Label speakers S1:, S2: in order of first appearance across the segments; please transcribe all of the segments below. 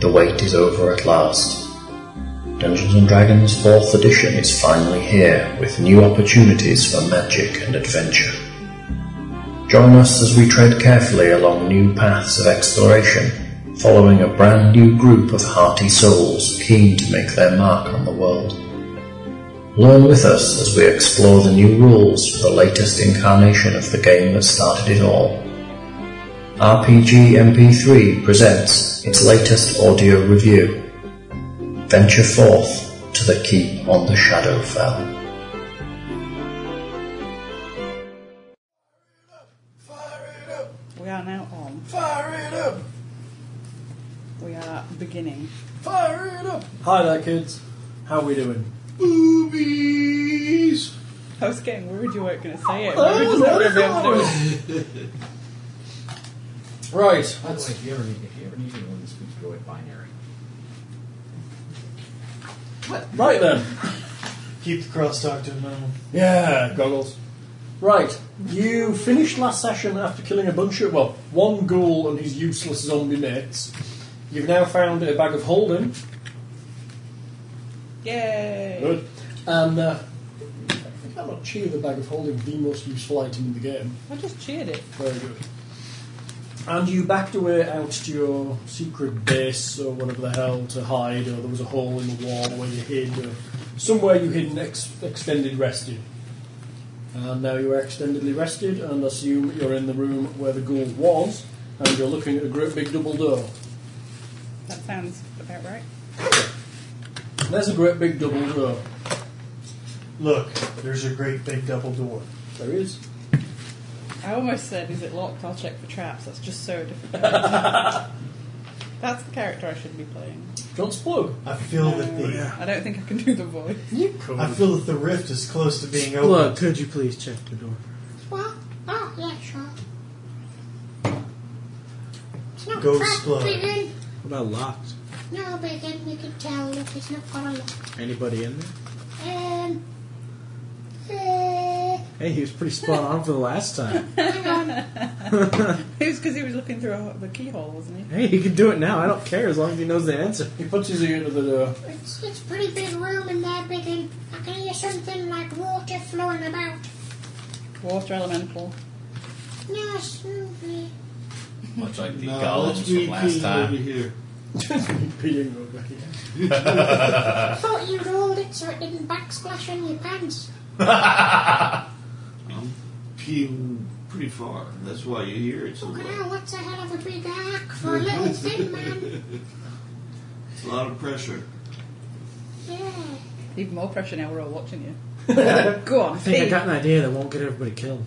S1: The wait is over at last. Dungeons & Dragons 4th edition is finally here with new opportunities for magic and adventure. Join us as we tread carefully along new paths of exploration, following a brand new group of hearty souls keen to make their mark on the world. Learn with us as we explore the new rules for the latest incarnation of the game that started it all. RPG MP3 presents its latest audio review. Venture forth to the keep on the Shadowfell.
S2: Fire it up!
S3: We are now on.
S2: Fire it up!
S3: We are beginning.
S2: Fire it up!
S4: Hi there, kids. How we doing?
S2: Boobies!
S3: I was getting worried you weren't going to say it.
S4: Oh,
S3: We just
S4: no,
S3: weren't gonna be able to do it.
S4: Right.
S5: By the way, if you ever need, if you ever need anyone to speak, go with binary.
S4: Right then.
S2: Keep the crosstalk to a minimum.
S4: Yeah, goggles. Right. You finished last session after killing a bunch of well, one ghoul and his useless zombie mates. You've now found a bag of holding.
S3: Yay!
S4: And uh, I cannot cheer the bag of holding the most useful item in the game.
S3: I just cheered it.
S4: Very good. And you backed away out to your secret base or whatever the hell to hide, or there was a hole in the wall where you hid, or somewhere you hid an ex- extended rested. And now you are extendedly rested, and assume you're in the room where the ghoul was, and you're looking at a great big double door.
S3: That sounds about right.
S4: There's a great big double door.
S2: Look, there's a great big double door.
S4: There is.
S3: I almost said, is it locked? I'll check for traps. That's just so difficult. That's the character I should be playing.
S4: John's plug.
S2: I feel that the
S3: I don't think I can do the voice.
S4: You could.
S2: I feel that the rift is close to being open.
S6: Look, uh, could you please check the door?
S7: Well, oh, yeah, sure. It's not
S2: Go
S7: cracked,
S2: slow.
S7: Bacon.
S6: What about locked?
S7: No, Bacon, you can tell if it's not gonna look.
S6: Anybody in there?
S7: Um, eh,
S6: Hey, he was pretty spot on for the last time.
S3: It was because he was looking through a, the keyhole, wasn't he?
S6: Hey, he can do it now. I don't care as long as he knows the answer.
S4: He puts his ear to the door.
S7: it's, it's pretty big room in there, Bacon. I can hear something like water flowing about.
S3: Water elemental.
S7: No, smoothly.
S5: Much like the
S2: No,
S5: golems
S2: let's be
S5: from last
S2: keen over
S5: time.
S2: here.
S4: Peeing over here.
S7: I thought you rolled it so it didn't backsplash on your pants.
S8: peeing pretty far. That's why you hear it so
S7: Fucking
S8: loud.
S7: hell, what's a hell of a big hack for a little thin man.
S8: It's a lot of pressure.
S7: Yeah.
S3: Even more pressure now we're all watching you. Go on,
S6: I think I
S3: pee.
S6: got an idea that won't get everybody killed.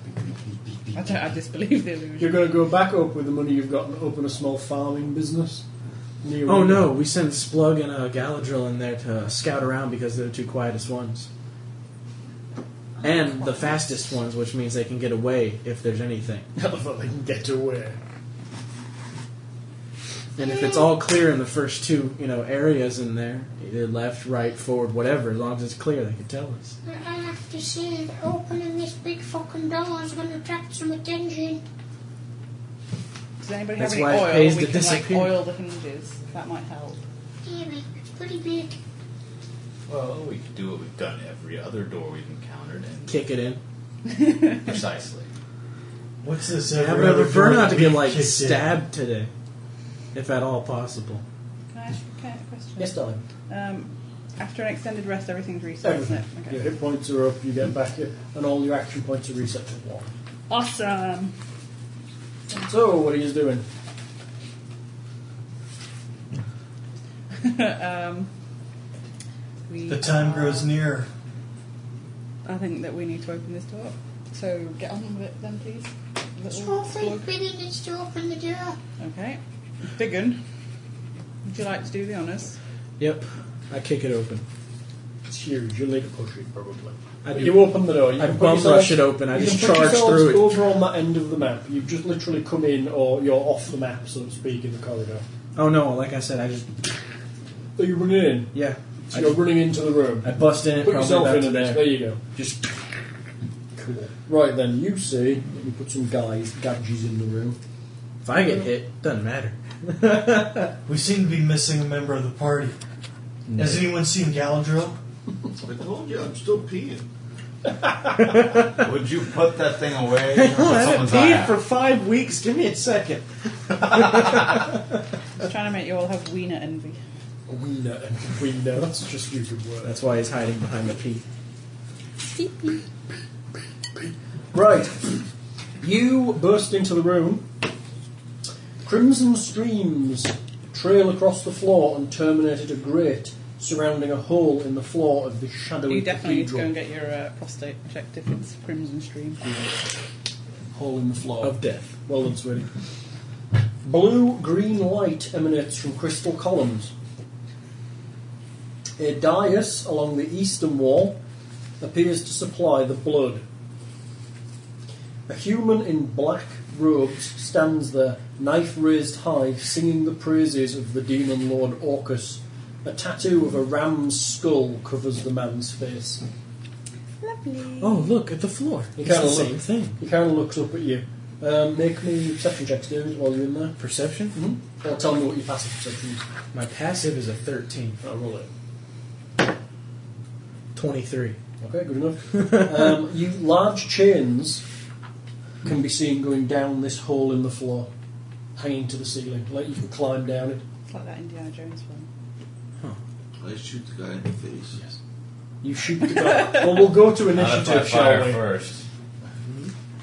S3: I, don't, I disbelieve the illusion.
S4: You're going to go back up with the money you've got and open a small farming business. Near
S6: Oh no, we sent Splug and a Galadriel in there to scout around because they're the two quietest ones. And the fastest ones, which means they can get away if there's anything.
S4: How the fuck they can get away?
S6: And if it's all clear in the first two, you know, areas in there, either left, right, forward, whatever, as long as it's clear, they can tell us.
S7: I I have to say that opening this big fucking door is going to attract some attention.
S3: Does anybody
S6: That's
S3: have any
S6: why it
S3: oil?
S6: pays
S3: we
S6: to
S3: can
S6: disappear.
S3: like oil the hinges. That might help.
S7: Damn it, it's pretty big.
S5: Well, we could do what we've done every other door we've encountered, and
S6: Kick it in.
S5: precisely.
S2: What's this?
S6: How
S2: every
S6: would I
S2: other
S6: prefer
S2: door
S6: not
S2: that
S6: to get
S2: we
S6: like
S2: kicked in?
S6: stabbed today, if at all possible.
S3: Can I ask you a question?
S6: darling.
S3: Um, after an extended rest, everything's reset,
S4: Everything.
S3: isn't it?
S4: Your hit points are up, you get back it, and all your action points are reset to one.
S3: Awesome.
S4: So, what are you doing?
S3: um, we
S2: The time
S3: are-
S2: grows nearer.
S3: I think that we need to open this door. So get on with it then, please. Little
S7: Awfully
S3: slug.
S7: pretty needs to open the door.
S3: Okay. Biggin, would you like to do the honours?
S6: Yep, I kick it open.
S4: It's huge. You'll need to push it probably.
S6: I
S4: But
S6: do.
S4: you open the door. You
S6: I
S4: can put
S6: bum
S4: yourself-
S6: rush it open, I
S4: you
S6: just
S4: can put
S6: charge
S4: yourselves
S6: through it.
S4: over on that end of the map. You've just literally come in, or you're off the map, so to speak, in the corridor.
S6: Oh no, like I said, I just
S4: So you're running in.
S6: yeah.
S4: So
S6: I,
S4: you're
S6: just,
S4: running into the room.
S6: I bust in it
S4: Put
S6: probably
S4: yourself
S6: about
S4: into
S6: to
S4: this.
S6: there.
S4: There you go.
S6: Just
S4: Cool. Right then, you see that you put some guys, gadgets in the room.
S6: if I get hit, doesn't matter.
S9: We seem to be missing a member of the party. Has anyone seen Galadriel?
S2: I told you, I'm still peeing.
S10: Would you put that thing away?
S11: Hang on, I
S10: Put
S11: haven't
S10: someone's eye
S11: peed
S10: out.
S11: for five weeks. Give me a second.
S3: I'm trying to make you all have wiener envy.
S4: Wiener and wiener. That's just you good word.
S11: That's why he's hiding behind the pee.
S4: Right. You burst into the room. Crimson streams trail across the floor and terminate at a grate surrounding a hole in the floor of the shadowy
S3: You definitely need to
S4: cathedral.
S3: go and get your uh, prostate checked if it's Crimson Stream.
S4: Hole in the floor.
S11: Of death.
S4: Well done, sweetie. Blue green light emanates from crystal columns. A dais along the eastern wall appears to supply the blood. A human in black robes stands there, knife raised high, singing the praises of the demon lord Orcus. A tattoo of a ram's skull covers the man's face.
S7: Lovely.
S11: Oh, look at the floor.
S4: You
S11: it's the
S4: gotta
S11: same
S4: look.
S11: thing.
S4: He kind of looks up at you. Um, make me perception checks, David, while you're in there. Mm-hmm.
S11: Perception.
S4: Or tell me what your passive perception is.
S11: My passive is a 13.
S4: I'll roll it.
S11: 23.
S4: Okay, good enough.
S11: Oh,
S4: um, you large chains can be seen going down this hole in the floor, hanging to the ceiling. Like you can climb down it.
S3: It's like that Indiana Jones film.
S2: I shoot the guy in the face. Yes.
S4: You shoot the guy. well, we'll go to
S10: Not if I
S4: initiative,
S10: fire
S4: shall we?
S10: first.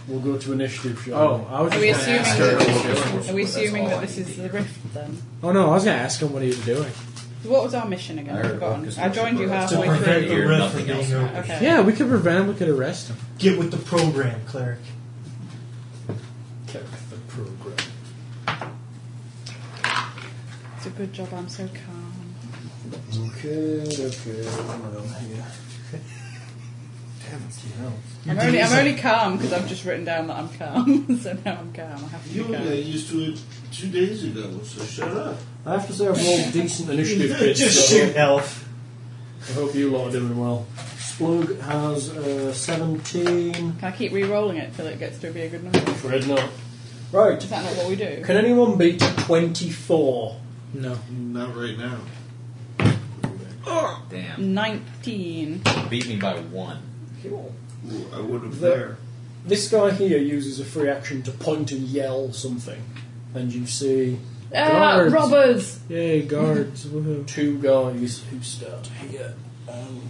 S4: We'll go to initiative, shall
S11: Oh, I was just
S3: Are we
S11: gonna ask
S3: assuming?
S11: him.
S3: Are we
S10: That's
S3: assuming
S10: all
S3: that
S10: I
S3: this
S10: need
S3: is
S10: to
S3: the
S10: hear.
S3: rift then?
S11: Oh no, I was gonna ask him what he was doing.
S3: What was our mission again?
S10: I
S3: I've
S10: heard
S3: forgotten.
S10: Orcus
S3: I joined you
S10: was-
S9: To
S3: halfway
S9: prevent
S3: through.
S9: the
S10: Here,
S9: rift from
S10: nothing
S9: being
S10: else
S9: opened.
S3: Okay.
S11: Yeah, we could prevent him. We could arrest him.
S9: Get with the program, cleric.
S4: we? Check the program.
S3: It's a good job I'm so calm.
S4: Okay, okay. What else here? Damn it,
S3: I'm only, I'm only calm because I've just written down that I'm calm. so now I'm calm. I have to be
S2: You were
S3: calm.
S2: used to it two days ago, so shut up.
S4: I have to say I've rolled decent initiative bits.
S9: Just
S4: so-
S9: shoot, elf.
S4: I hope you lot are doing well. Splug has uh, 17.
S3: Can I keep re-rolling it till it gets to be a good number?
S4: Fred not. Right.
S3: Is that not what we do?
S4: Can anyone beat 24?
S11: No.
S2: Not right now.
S10: Damn.
S3: Nineteen. Uh,
S10: Beat me by one.
S2: Ooh, I would have
S4: The-
S2: there.
S4: This guy here uses a free action to point and yell something. And you see
S3: Ah,
S11: Guards.
S3: robbers!
S11: Yay, guards! Woohoo!
S4: two guys who start here and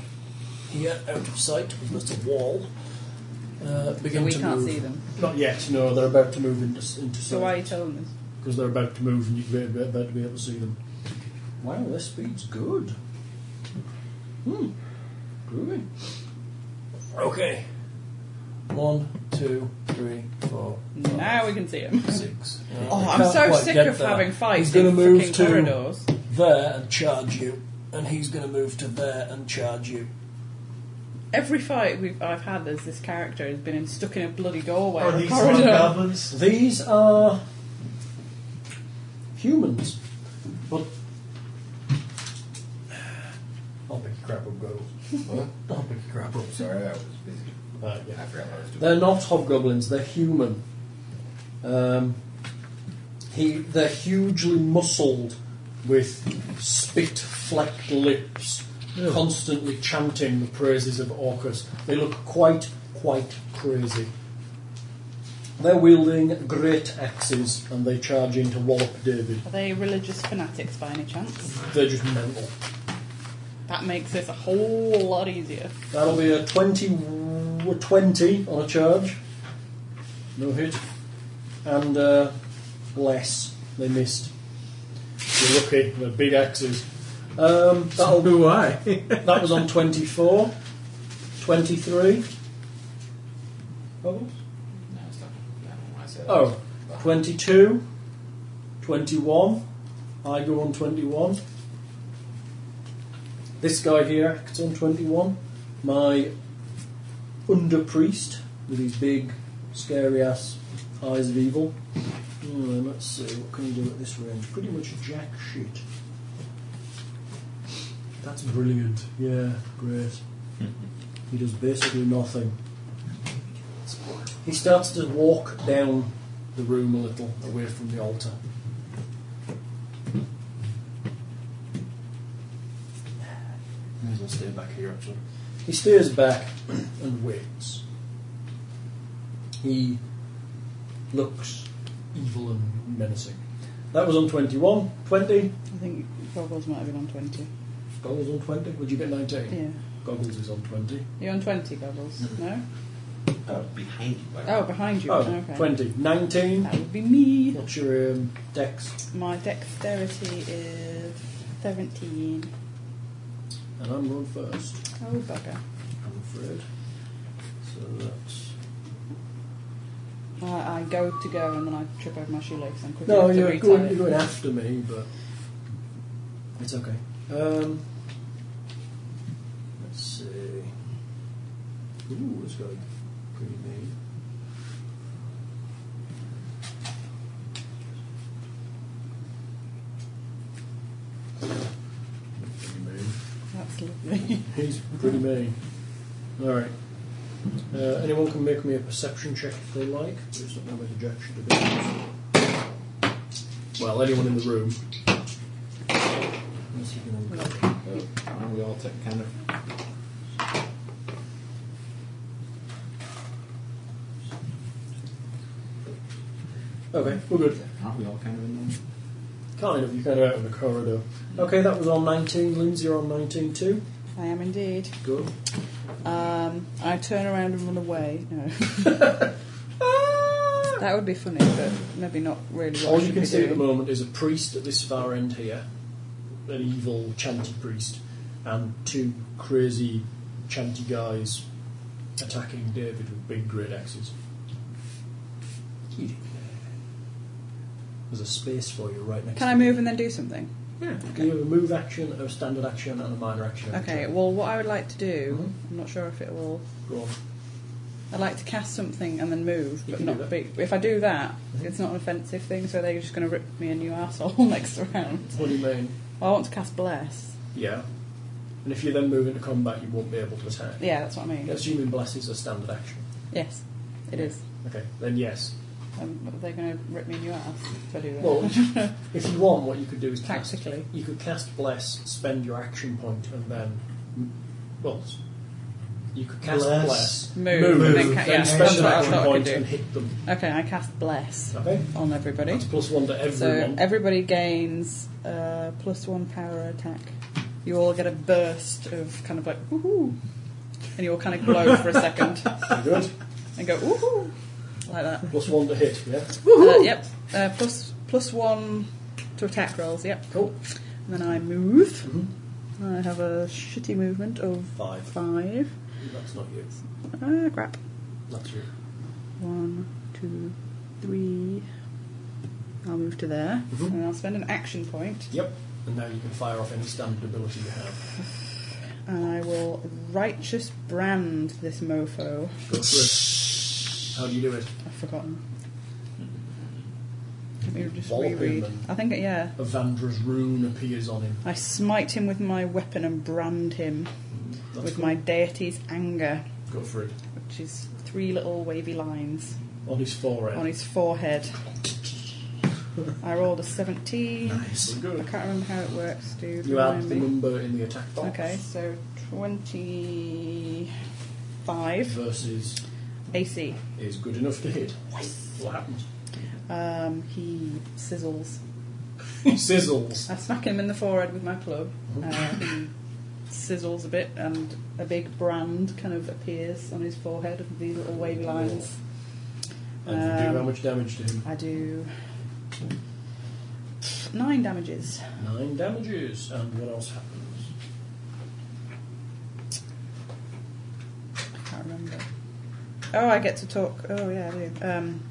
S4: here out of sight of the wall. Uh, begin
S3: we
S4: to
S3: can't
S4: move.
S3: see them.
S4: Not yet, no, they're about to move into, into
S3: So why are you telling us?
S4: Because they're about to move and you're about to be able to see them. Wow, their speed's good. Hmm. Groovy. Okay. One, two, three, four,
S3: Now we can see them.
S4: six. eight.
S3: Oh,
S4: They
S3: I'm
S4: can't
S3: so
S4: quite
S3: sick
S4: get
S3: of
S4: there.
S3: having fights
S4: He's gonna
S3: in
S4: move
S3: fucking
S4: to
S3: corridors.
S4: there and charge you, and he's going to move to there and charge you.
S3: Every fight we've, I've had as this character has been in, stuck in a bloody doorway
S9: Are
S4: Oh,
S3: or a
S9: these
S3: corridor.
S9: hobgoblins?
S4: These are humans, but I'll pick your crap up, go. I'll pick your crap up.
S10: Sorry, I was busy.
S4: Uh, yeah.
S10: I forgot what I was doing.
S4: They're not hobgoblins, they're human. Um, he, they're hugely muscled with spit flecked lips,
S11: Ew.
S4: constantly chanting the praises of Orcus. They look quite, quite crazy. They're wielding great axes and they charge into Wallop David.
S3: Are they religious fanatics by any chance?
S4: They're just mental.
S3: That makes this a whole lot easier.
S4: That'll be a 20, a 20 on a charge. No hit. And uh, less. They missed. You're lucky. They're big axes. Um,
S11: So
S4: that'll,
S11: do I.
S4: that was on 24. 23. Bubbles?
S10: No, it's not. I don't know why I said that.
S4: Oh, 22. 21. I go on 21. This guy here acts on 21. My under priest with his big, scary ass eyes of evil. Hmm, let's see, what can he do at this range? Pretty much jack shit. That's brilliant. Yeah, great. he does basically nothing. He starts to walk down the room a little, away from the altar. We'll stay back here, actually. He stares back and waits. He looks evil and menacing. That was on 21. 20.
S3: I think goggles might have been on 20.
S4: Goggles on 20. Would you get 19?
S3: Yeah.
S4: Goggles is on 20.
S3: You're on 20 goggles? No?
S10: Oh,
S5: Uh,
S10: behind you. I-
S3: Oh, behind you.
S4: Mm. Oh,
S3: okay.
S4: 20. 19.
S3: That would be me.
S4: What's your um, dex?
S3: My dexterity is 17.
S4: And I'm going first.
S3: Oh, bugger.
S4: I'm afraid. So that's.
S3: I, I go to go and then I trip over my shoelace and quickly
S4: No,
S3: have to
S4: you're
S3: retie
S4: going,
S3: it.
S4: you're going after me, but it's okay. Um, let's see. Ooh, it's going pretty mean. Pretty mean.
S3: That's lovely.
S4: He's pretty mean. Alright. Uh, anyone can make me a perception check if they like. It's not going to make a jack shit of it. Well, anyone in the room. Unless you can uh, uncover.
S10: Oh, aren't we all tech kind of.
S4: Okay, we're good.
S10: Aren't we all kind of in there?
S4: Kind of, you kind of out in the corridor. Okay, that was on 19. Lindsay, you're on 19 too.
S3: I am indeed.
S4: Good.
S3: Um, I turn around and run away. No. that would be funny, but maybe not really what I
S4: All
S3: should
S4: you can
S3: be
S4: see at the
S3: doing.
S4: moment is a priest at this far end here, an evil chanty priest, and two crazy chanty guys attacking David with big great axes. There's a space for you right next
S3: Can
S4: to
S3: I move and then do something?
S4: Can you have a move action, a standard action, and a minor action? every
S3: Okay,
S4: turn?
S3: well, what I would like to do,
S4: Mm-hmm.
S3: I'm not sure if it will.
S4: Go on.
S3: I'd like to cast something and then move,
S4: You
S3: but
S4: can do Mm-hmm.
S3: not be. If I do that, it's not an offensive thing, so they're just going to rip me a new asshole next round.
S4: What do you mean?
S3: I want to cast Bless.
S4: Yeah. And if you then move into combat, you won't be able to attack.
S3: Yeah, that's what I mean.
S4: Assuming bless is a standard action.
S3: Yes, it is.
S4: Okay, then yes.
S3: Um, they're going to rip me a new ass if I do that.
S4: Well, if you want, what you could do is cast.
S3: Tactically.
S4: You could cast bless, spend your action point, and then well, s- you could cast
S9: Bless.
S4: bless,
S3: Move,
S9: and
S3: then ca- yeah,
S4: spend
S9: that's
S4: your
S9: what I
S4: action
S3: thought I could
S4: point
S3: do.
S4: and hit them.
S3: okay, I cast Bless
S4: Okay,
S3: on everybody.
S4: that's plus one to
S3: So
S4: everyone.
S3: everybody gains uh, plus one power attack. You all get a burst of kind of like woohoo, and you all kind of glow for a second
S4: Good.
S3: and go woohoo like that.
S4: Plus one to hit. Yeah.
S3: Uh, yep. Uh, plus plus one to attack rolls. Yep.
S4: Cool. Mm-hmm.
S3: And then I move. I have a shitty movement of
S4: Five.
S3: five.
S4: That's not you.
S3: Ah, crap.
S4: That's you.
S3: One, two, three. I'll move to there,
S4: Mhm.
S3: and I'll spend an action point,
S4: Yep. And now you can fire off any standard ability you have.
S3: and I will righteous brand this mofo.
S4: Go through. How do you do it?
S3: I've forgotten. Let me just
S4: Wallop him
S3: reread.
S4: and-
S3: I think, it- yeah.
S4: A Vandra's rune appears on him.
S3: I smite him with my weapon and brand him
S4: That's
S3: with my deity's anger,
S4: Go for it.
S3: which is three little wavy lines
S4: On his forehead.
S3: on his forehead. I rolled a 17.
S4: Very
S3: I
S4: good.
S3: can't remember how it works, dude.
S4: You add
S3: Remind
S4: the
S3: me.
S4: number in the attack box
S3: Okay, so 25
S4: versus
S3: AC.
S4: is good enough to hit. What happens?
S3: Um, he sizzles.
S4: He sizzles.
S3: I smack him in the forehead with my club. Uh, he sizzles a bit, and a big brand kind of appears on his forehead with these little wavy lines.
S4: And you do how
S3: Um,
S4: much damage to him?
S3: I do nine damages.
S4: Nine damages. And what else happens?
S3: I can't remember. Oh, I get to talk. Oh, yeah, I do. Um,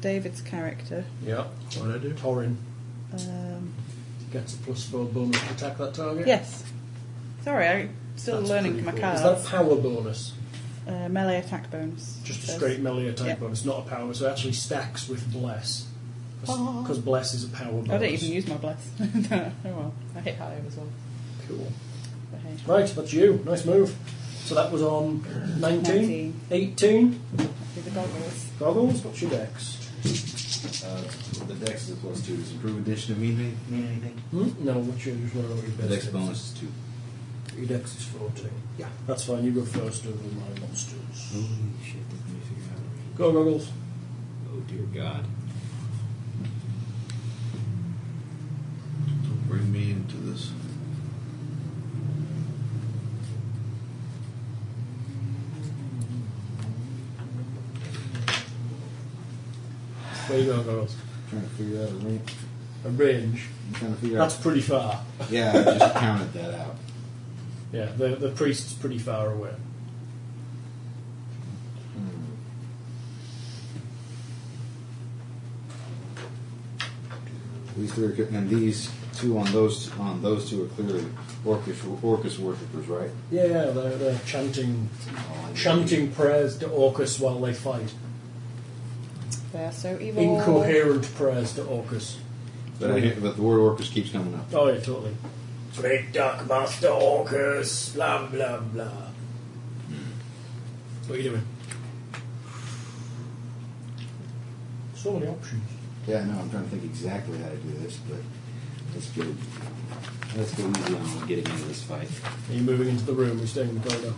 S3: David's character.
S4: Yeah. What do I do? Torin
S3: Um,
S4: gets a plus four bonus to attack that target.
S3: yes. Sorry, I'm still
S4: That's
S3: learning
S4: pretty
S3: my
S4: cool.
S3: cards.
S4: Is that power bonus?
S3: Uh, melee attack bonus.
S4: Just a
S3: Says-
S4: straight melee attack
S3: Yeah.
S4: bonus, not a power. So it actually stacks with bless.
S3: Oh.
S4: Because bless is a power bonus.
S3: I don't even use my bless. oh well, I hit higher as well.
S4: Cool.
S3: But hey.
S4: Right, that's you. Nice move. So that was on 19.
S3: 19.
S4: 18.
S3: Do the goggles.
S4: Goggles, what's your dex?
S5: Uh, the dex is a plus two. Does improved addition mean anything? Mean anything?
S4: Hmm? No, what's your usual your best?
S5: The dex
S4: is?
S5: bonus is two.
S4: Your dex is 14.
S5: Yeah.
S4: That's fine, you go first over my monsters.
S5: Holy shit! Let me figure out.
S4: Go, Ruggles.
S5: Oh dear God. Don't bring me into this.
S4: Where you going, Ruggles?
S5: trying to figure out a range.
S4: A range.
S5: I'm trying to figure
S4: That's
S5: out.
S4: pretty far.
S5: Yeah, I just counted that out.
S4: Yeah, the, the priest's pretty far away.
S5: These three, are, cl- and these two on those on those two are clearly Orcus Orcus worshippers, right?
S4: Yeah, yeah, they're, they're chanting
S5: Oh, I-
S4: chanting prayers to Orcus while they fight.
S3: They are so evil.
S4: Incoherent prayers to Orcus.
S5: But, I, hear- but the word Orcus keeps coming up.
S4: Oh, yeah, totally. Great Dark Master Orcus, blah, blah, blah. What are you doing? So many options.
S5: Yeah, no, I'm trying to think exactly how to do this, but let's go. Let's go easy on getting into this fight.
S4: Are you moving into the room? Are you staying in the corridor?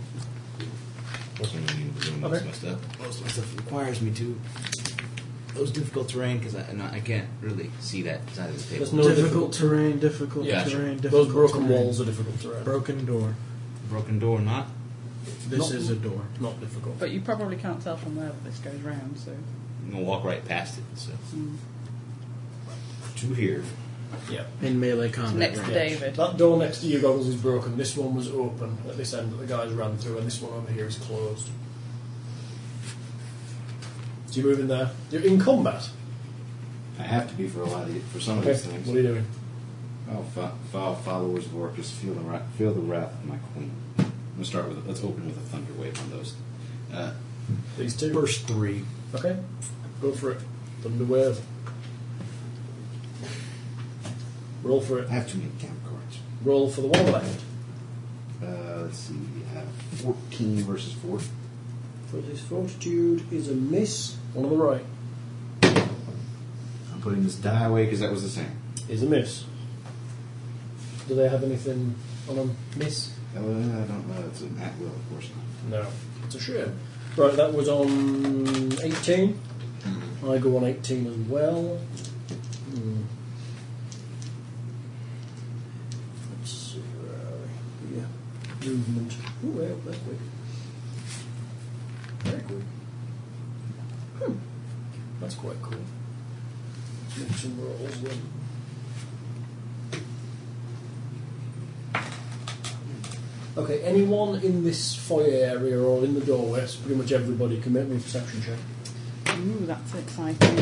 S5: Most
S4: Okay.
S5: of my stuff, most of my stuff requires me to. Those difficult terrain because I, I'm not- I can't really see that side of the
S4: There's
S5: table.
S4: no
S11: difficult terrain, difficult
S5: Yeah, sure.
S11: terrain, difficult
S4: Those broken
S11: terrain.
S4: walls are difficult terrain.
S11: Broken door.
S5: Broken door, not.
S11: This
S4: Not-
S11: is a door.
S4: Not difficult.
S3: But you probably can't tell from there that this goes round, so.
S5: I'm gonna walk right past it. So
S4: Hmm.
S5: to here.
S4: Yeah.
S11: In melee combat
S3: Next to
S11: range.
S3: David.
S4: That door next to you, Goggles, is broken. This one was open at this end that the guys ran through, and this one over here is closed. So you move in there. You're in combat.
S5: I have to be for a lot of the, for some
S4: Okay.
S5: of these things.
S4: What are you doing?
S5: Oh, fo- fo- followers of Orcus, feel the, wrath, feel the wrath of my queen. I'm gonna start with. Let's open with a thunder wave on those. Uh,
S4: These two.
S5: first three.
S4: Okay. Go for it. Thunderwave. Roll for it.
S5: I have too many camp cards.
S4: Roll for the one left.
S5: Uh, let's see. I have 14 versus 4.
S4: For this fortitude is a miss. One on the right
S5: I'm putting this die away because that was the same.
S4: is a miss. Do they have anything on them? Miss.
S5: Uh, I don't know. It's an at will, of course not.
S4: No. It's a shame. Right, that was on 18.
S12: Hmm.
S4: I go on 18 as well. Hmm. Let's see, where are we? Yeah. Movement. Ooh, way up that quick. Very quick. Hmm. That's quite cool. Let's make some rolls then. Okay, anyone in this foyer area or in the doorway, it's pretty much everybody, can make me a perception check.
S3: Ooh, that's exciting.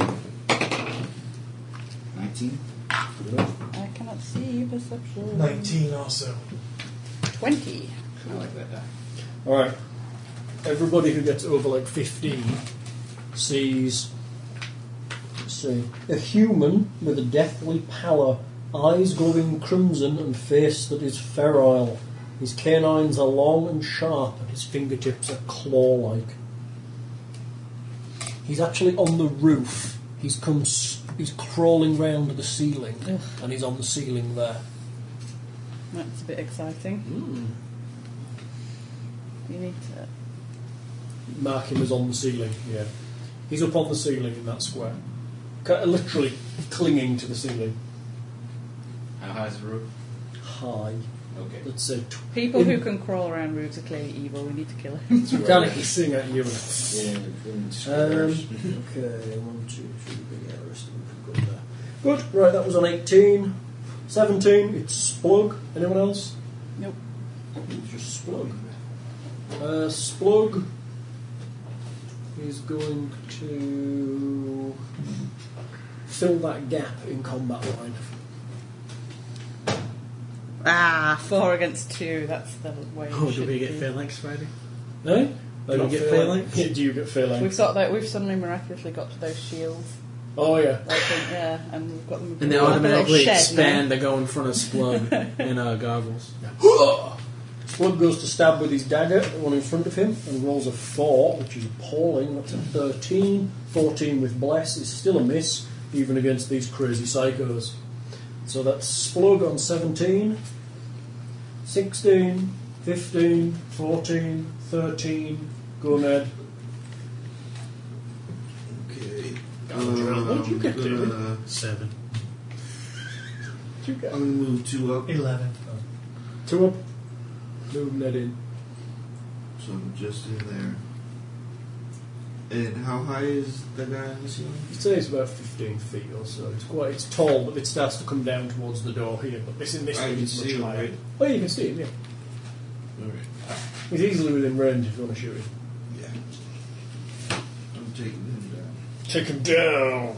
S5: 19?
S4: Good enough.
S3: I cannot see perception.
S9: 19 also.
S3: 20.
S5: I like that die.
S4: All right. Everybody who gets over like 15 sees let's see, a human with a deathly pallor, eyes glowing crimson, and face that is feral. His canines are long and sharp, and his fingertips are claw like. He's actually on the roof. He's come. s- He's crawling round the ceiling,
S3: Ugh.
S4: and he's on the ceiling there.
S3: That's a bit exciting. You need to.
S4: mark him as on the ceiling. Yeah, he's up on the ceiling in that square, Ca- literally clinging to the ceiling.
S10: How high is the roof?
S4: High.
S10: Okay.
S4: Let's say
S3: People who can crawl around roofs are clearly evil. We need to kill him.
S4: can not hissing at you.
S5: Yeah,
S4: Um, Uh, okay, one, two, three, big arrows. Good there. Good. Right, that was on eighteen. 17, it's Splug. Anyone else?
S3: nope.
S4: It's just Splug. Uh, Splug is going to fill that gap in combat line.
S3: Ah, four against two. That's the way. it
S11: Oh, do
S3: should
S11: we get
S3: be.
S11: phalanx fighting?
S4: Eh?
S11: Do you get phalanx?
S4: Do you get phalanx?
S3: We've sort that. We've suddenly miraculously got to those shields.
S4: Oh yeah.
S3: I think, yeah, and we've got them.
S11: And they
S3: we've got a little
S11: automatically
S3: shed now.
S11: expand. They go in front of Splug in uh, goggles.
S4: Club goes to stab with his dagger at the one in front of him and rolls a 4, which is appalling. That's a 13. 14 with Bless is still a miss, even against these crazy psychos. So that's Splug on 17, 16, 15, 14, 13, Gonad.
S2: Okay. Um,
S4: What'd you get, David?
S2: gonna-
S9: Seven.
S2: I'm gonna move two up,
S9: Eleven.
S4: Two up. Move Ned in.
S2: so I'm just in there. And how high is the guy on the ceiling?
S4: I'd say it's about 15 feet or so. It's quite it's tall, but it starts to come down towards the door here. But this in this
S2: I
S4: thing
S2: can
S4: is
S2: see
S4: much
S2: him,
S4: higher.
S2: right?
S4: Oh, you can see him. Yeah,
S2: Alright.
S4: he's easily within range if you want to shoot him.
S2: Yeah. I'm taking him down.
S4: Take him down.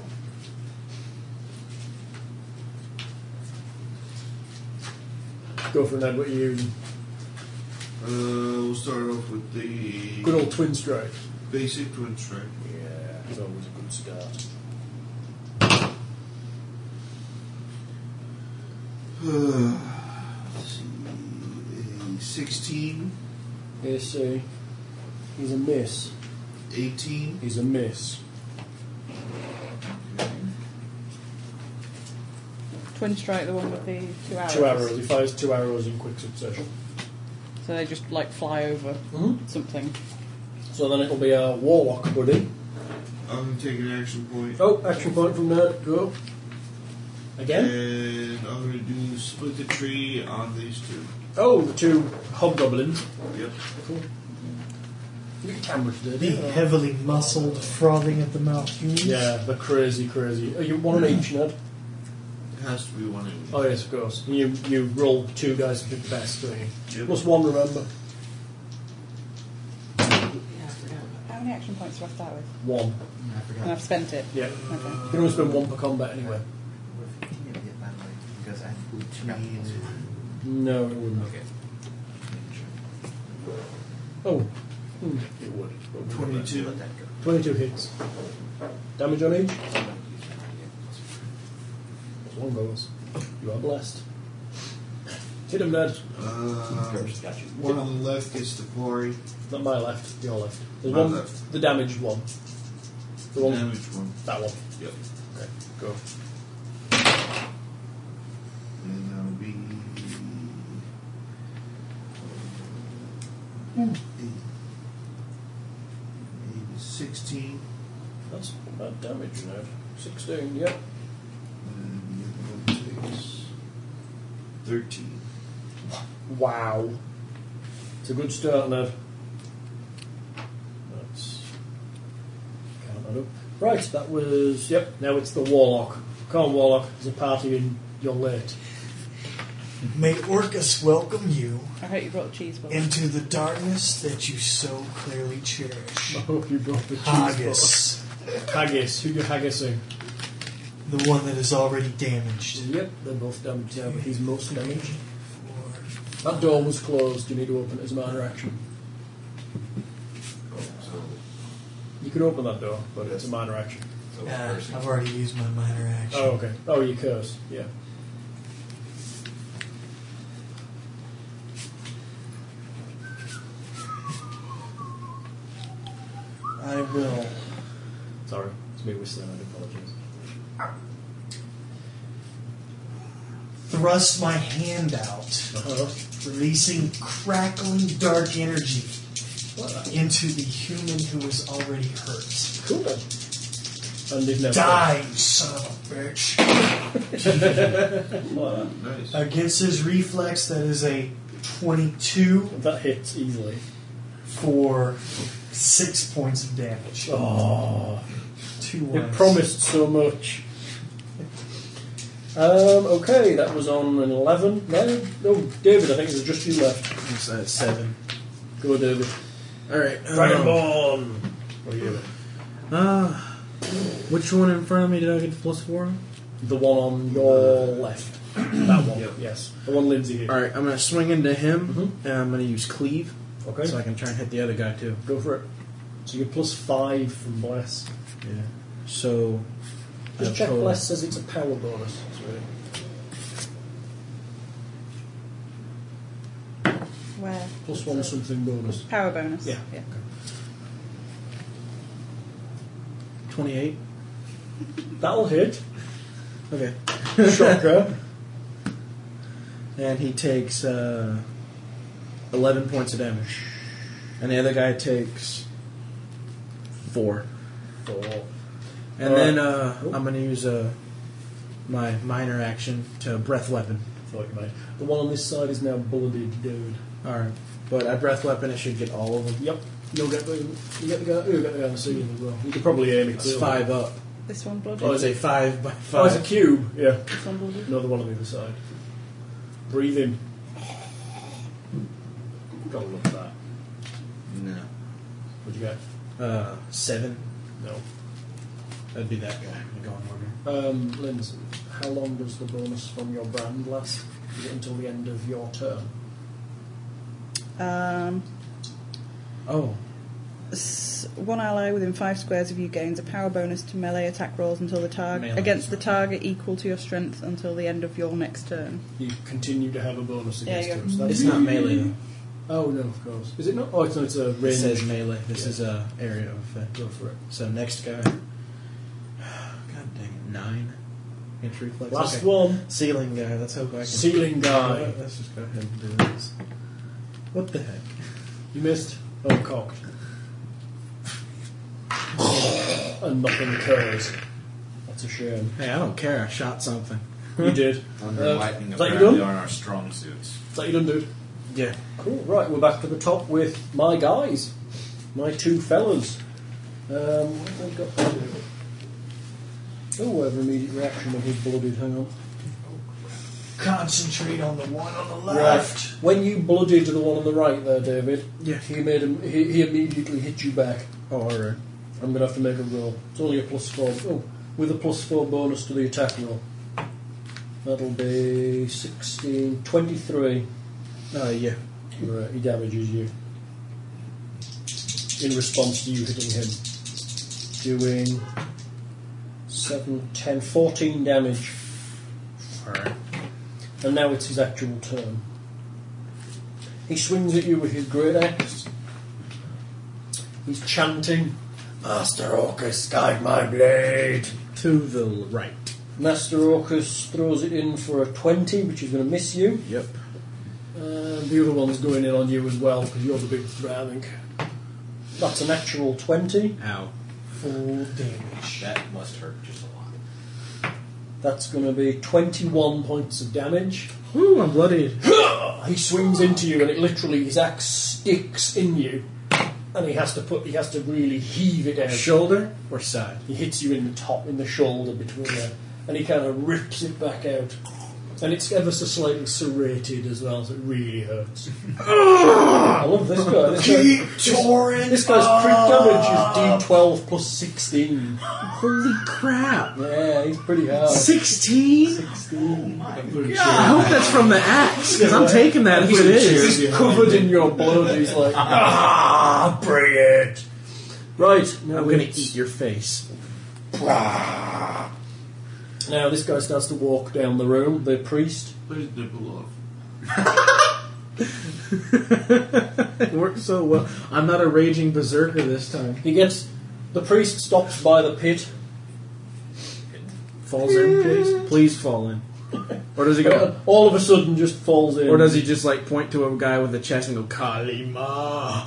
S4: Go for it, Ned. What are you using?
S2: Uh, we'll start off with the
S4: Good old twin strike.
S2: basic twin strike.
S4: Yeah, it's always a good start.
S2: Uh, Let's see, a 16,
S4: Yes, uh, he's a miss.
S2: 18.
S4: He's a miss.
S3: Twin strike, the one with the two arrows.
S4: Two arrows. He fires two arrows in quick succession.
S3: So they just like fly over
S4: Mm-hmm.
S3: something.
S4: So then it'll be a warlock buddy.
S2: I'm going to take an action point.
S4: Oh, action point from Ned. Go. Again?
S2: And I'm going to do split the tree on these two.
S4: Oh, the two hobgoblins.
S2: Yep.
S4: Look at cameras,
S9: The
S4: dirty.
S9: heavily muscled, frothing at the mouth humans.
S4: Yeah, the crazy, crazy. Oh, you one on each, Ned.
S2: It has to be one of
S4: Oh yes, of course. You you roll two guys to do the best, don't you?
S2: Yep.
S4: Plus one, remember.
S3: How many action points do I start with?
S4: One.
S11: I forgot.
S3: And I've spent it.
S4: Yeah.
S3: Okay.
S4: You can only spend one per combat anyway.
S12: Would 15 ever get that way? Because I have between.
S4: No, it wouldn't.
S12: Okay.
S4: Oh. Hmm. It would. It would.
S2: 22.
S12: Let that go.
S4: Twenty-two hits. Damage on each. Plus one bonus. You are blessed. Hit him, Ned.
S2: Uh,
S12: Kirby's got you.
S2: one on the left gets the quarry.
S4: Not my left. Your left. There's
S2: My
S4: one.
S2: left.
S4: The damaged one. The one.
S2: Damage one.
S4: That one.
S2: Yep.
S4: Okay. Go.
S2: And that'll be. Eight. Eight is 16.
S4: That's bad damage, Ned. Sixteen. Yep.
S2: And the other one takes 13.
S4: Wow. It's a good start, Ned. That's. Count that up. Right, that was. Yep, now it's the Warlock. Come on, Warlock, there's a party and you're late.
S9: May Orcus welcome you
S3: I hope you brought the cheese balls.
S9: into the darkness that you so clearly cherish.
S4: I hope you brought the cheese.
S2: Ah,
S9: Haggis,
S4: box. Haggis, who you're haggising?
S9: the one that is already damaged.
S4: Yep, they're both damaged, yeah, but he's most damaged.
S9: Four,
S4: That door was closed, you need to open it as a minor action. You could open that door, but it's a minor action.
S5: So
S9: uh,
S5: cursing.
S9: I've already used my minor action.
S4: Oh, okay. Oh, you curse, yeah.
S9: I will.
S4: Sorry, it's me whistling, I apologise.
S9: thrust my hand out,
S4: Oh,
S9: releasing crackling dark energy into the human who was already hurt.
S4: Cool then. And they've never
S9: Die, you son of a bitch!
S2: Nice.
S9: Against his reflex, that is a 22
S4: That hits easily.
S9: for six points of damage.
S4: Oh,
S9: Two
S4: it
S9: ones.
S4: promised so much. Um, okay, that was on an 11. No, no, David, I think it was just you left.
S11: It's at seven.
S4: Go, David.
S11: All right. um,
S4: Dragonborn! What are you doing?
S11: Uh, which one in front of me did I get the plus four on?
S4: The one on your left. That one,
S2: Yep.
S4: yes. The one Lindsay here.
S11: All right, I'm gonna swing into him, and I'm gonna use cleave,
S4: Okay,
S11: so I can try and hit the other guy too.
S4: go for it. So you're plus five from Bless.
S11: Yeah. So. I
S4: Just
S11: have
S4: check
S11: total-
S4: Bless says it's a power bonus. Sorry.
S3: Where?
S4: Plus one something bonus.
S3: Power bonus.
S4: Yeah.
S3: yeah.
S6: 28.
S4: That'll hit.
S6: Okay.
S4: Shocker.
S6: and he takes uh, 11 points of damage. And the other guy takes 4.
S4: Four.
S6: And
S4: Uh,
S6: then uh,
S4: oh.
S6: I'm going to use uh, my minor action to breath weapon.
S4: Thought you might. The one on this side is now bulleted, dude.
S6: Alright. But I breath weapon, I should get all of them.
S4: Yep. You'll get the you get the guy you'll get the guy on the ceiling as well. You could probably aim it.
S6: It's
S4: too.
S6: 5 up.
S3: This one blooded.
S6: Oh, is it 5 by
S4: Oh, it's a
S6: 5?
S4: cube. Yeah.
S3: This one blooded.
S4: Another one on the other side. Breathe in. Gotta love that.
S13: No.
S4: What'd you get?
S6: uh, 7.
S4: No.
S6: That'd be that guy. I'm going over.
S4: Um, Linz, how long does the bonus from your brand last? Is it until the end of your turn?
S3: Um,
S6: Oh.
S3: s- one ally within five squares of you gains a power bonus to melee attack rolls until the target
S6: Melee,
S3: against the
S6: sorry.
S3: target equal to your strength until the end of your next turn.
S4: You continue to have a bonus
S3: Yeah,
S4: against
S3: you
S4: him.
S3: go.
S4: So that's-
S6: It's not melee though.
S4: Oh no, of course. Is it not? Oh, it's not. It's a
S6: It
S4: range.
S6: says melee. This
S4: Yeah.
S6: is a area of effect.
S4: Go for it.
S6: So next guy. God dang it, nine inch reflex.
S4: Last
S6: Okay.
S4: one.
S6: Ceiling guy. Let's hope I can.
S4: Ceiling guy.
S6: Let's just go ahead and do this. What the heck?
S4: You missed. Oh, cocked. and nothing occurs. That's a shame.
S6: Hey, I don't care. I shot something.
S4: You did.
S5: Thunder
S4: Uh,
S5: and lightning
S4: is that you
S5: apparently
S4: done?
S5: aren't our strong suits.
S4: Is that you done, dude?
S6: Yeah.
S4: Cool. Right, we're back to the top with my guys, my two fellas. Um, what have they got to do? Oh, I have an immediate reaction when he's blooded. Hang on.
S2: Concentrate on the one on the left.
S4: Right. When you blooded the one on the right there, David,
S6: Yeah.
S4: he made him. He, he immediately hit you back.
S6: Oh, alright.
S4: I'm gonna have to make a roll. It's only a plus four. Oh, with a plus four bonus to the attack roll. That'll be 16, 23.
S6: Uh, yeah.
S4: Right, he damages you. In response to you hitting him. Doing 7, 10, 14 damage.
S6: Alright.
S4: And now it's his actual turn. He swings at you with his great axe. He's chanting, Master Orcus, guide my blade.
S6: To the right.
S4: Master Orcus throws it in for a 20, which is going to miss you.
S6: Yep.
S4: Um, the other one's going in on you as well because you're the big threat, I think. That's a natural 20.
S6: Ow.
S4: Full damage.
S14: That must hurt just a lot.
S4: That's going to be 21 points of damage.
S6: Woo! I'm bloodied.
S4: He swings into you and it literally, his axe sticks in you. And he has to put, he has to really heave it out.
S6: Shoulder or side?
S4: He hits you in the top, in the shoulder between there. And he kind of rips it back out. And it's ever so slightly serrated as well, so it really hurts.
S6: Ah!
S4: I love this guy. This guy
S2: Keep touring.
S4: This guy's crit damage is D12 plus 16.
S6: Holy crap!
S4: Yeah, he's pretty hard.
S6: 16?
S4: 16.
S6: I hope that's from the axe, because I'm taking that if it is.
S4: He's covered in your blood. He's like, ah, bring it. Right, now
S6: I'm gonna
S4: it's-
S6: eat your face.
S4: Now this guy starts to walk down the room. The priest.
S13: Please nipple off.
S6: It worked so well. I'm not a raging berserker this time.
S4: He gets. The priest stops by the pit.
S6: Falls in, please. Please fall in. Or does he go?
S4: All of a sudden, just falls in.
S6: Or does he just like point to a guy with a chest and go Kalima?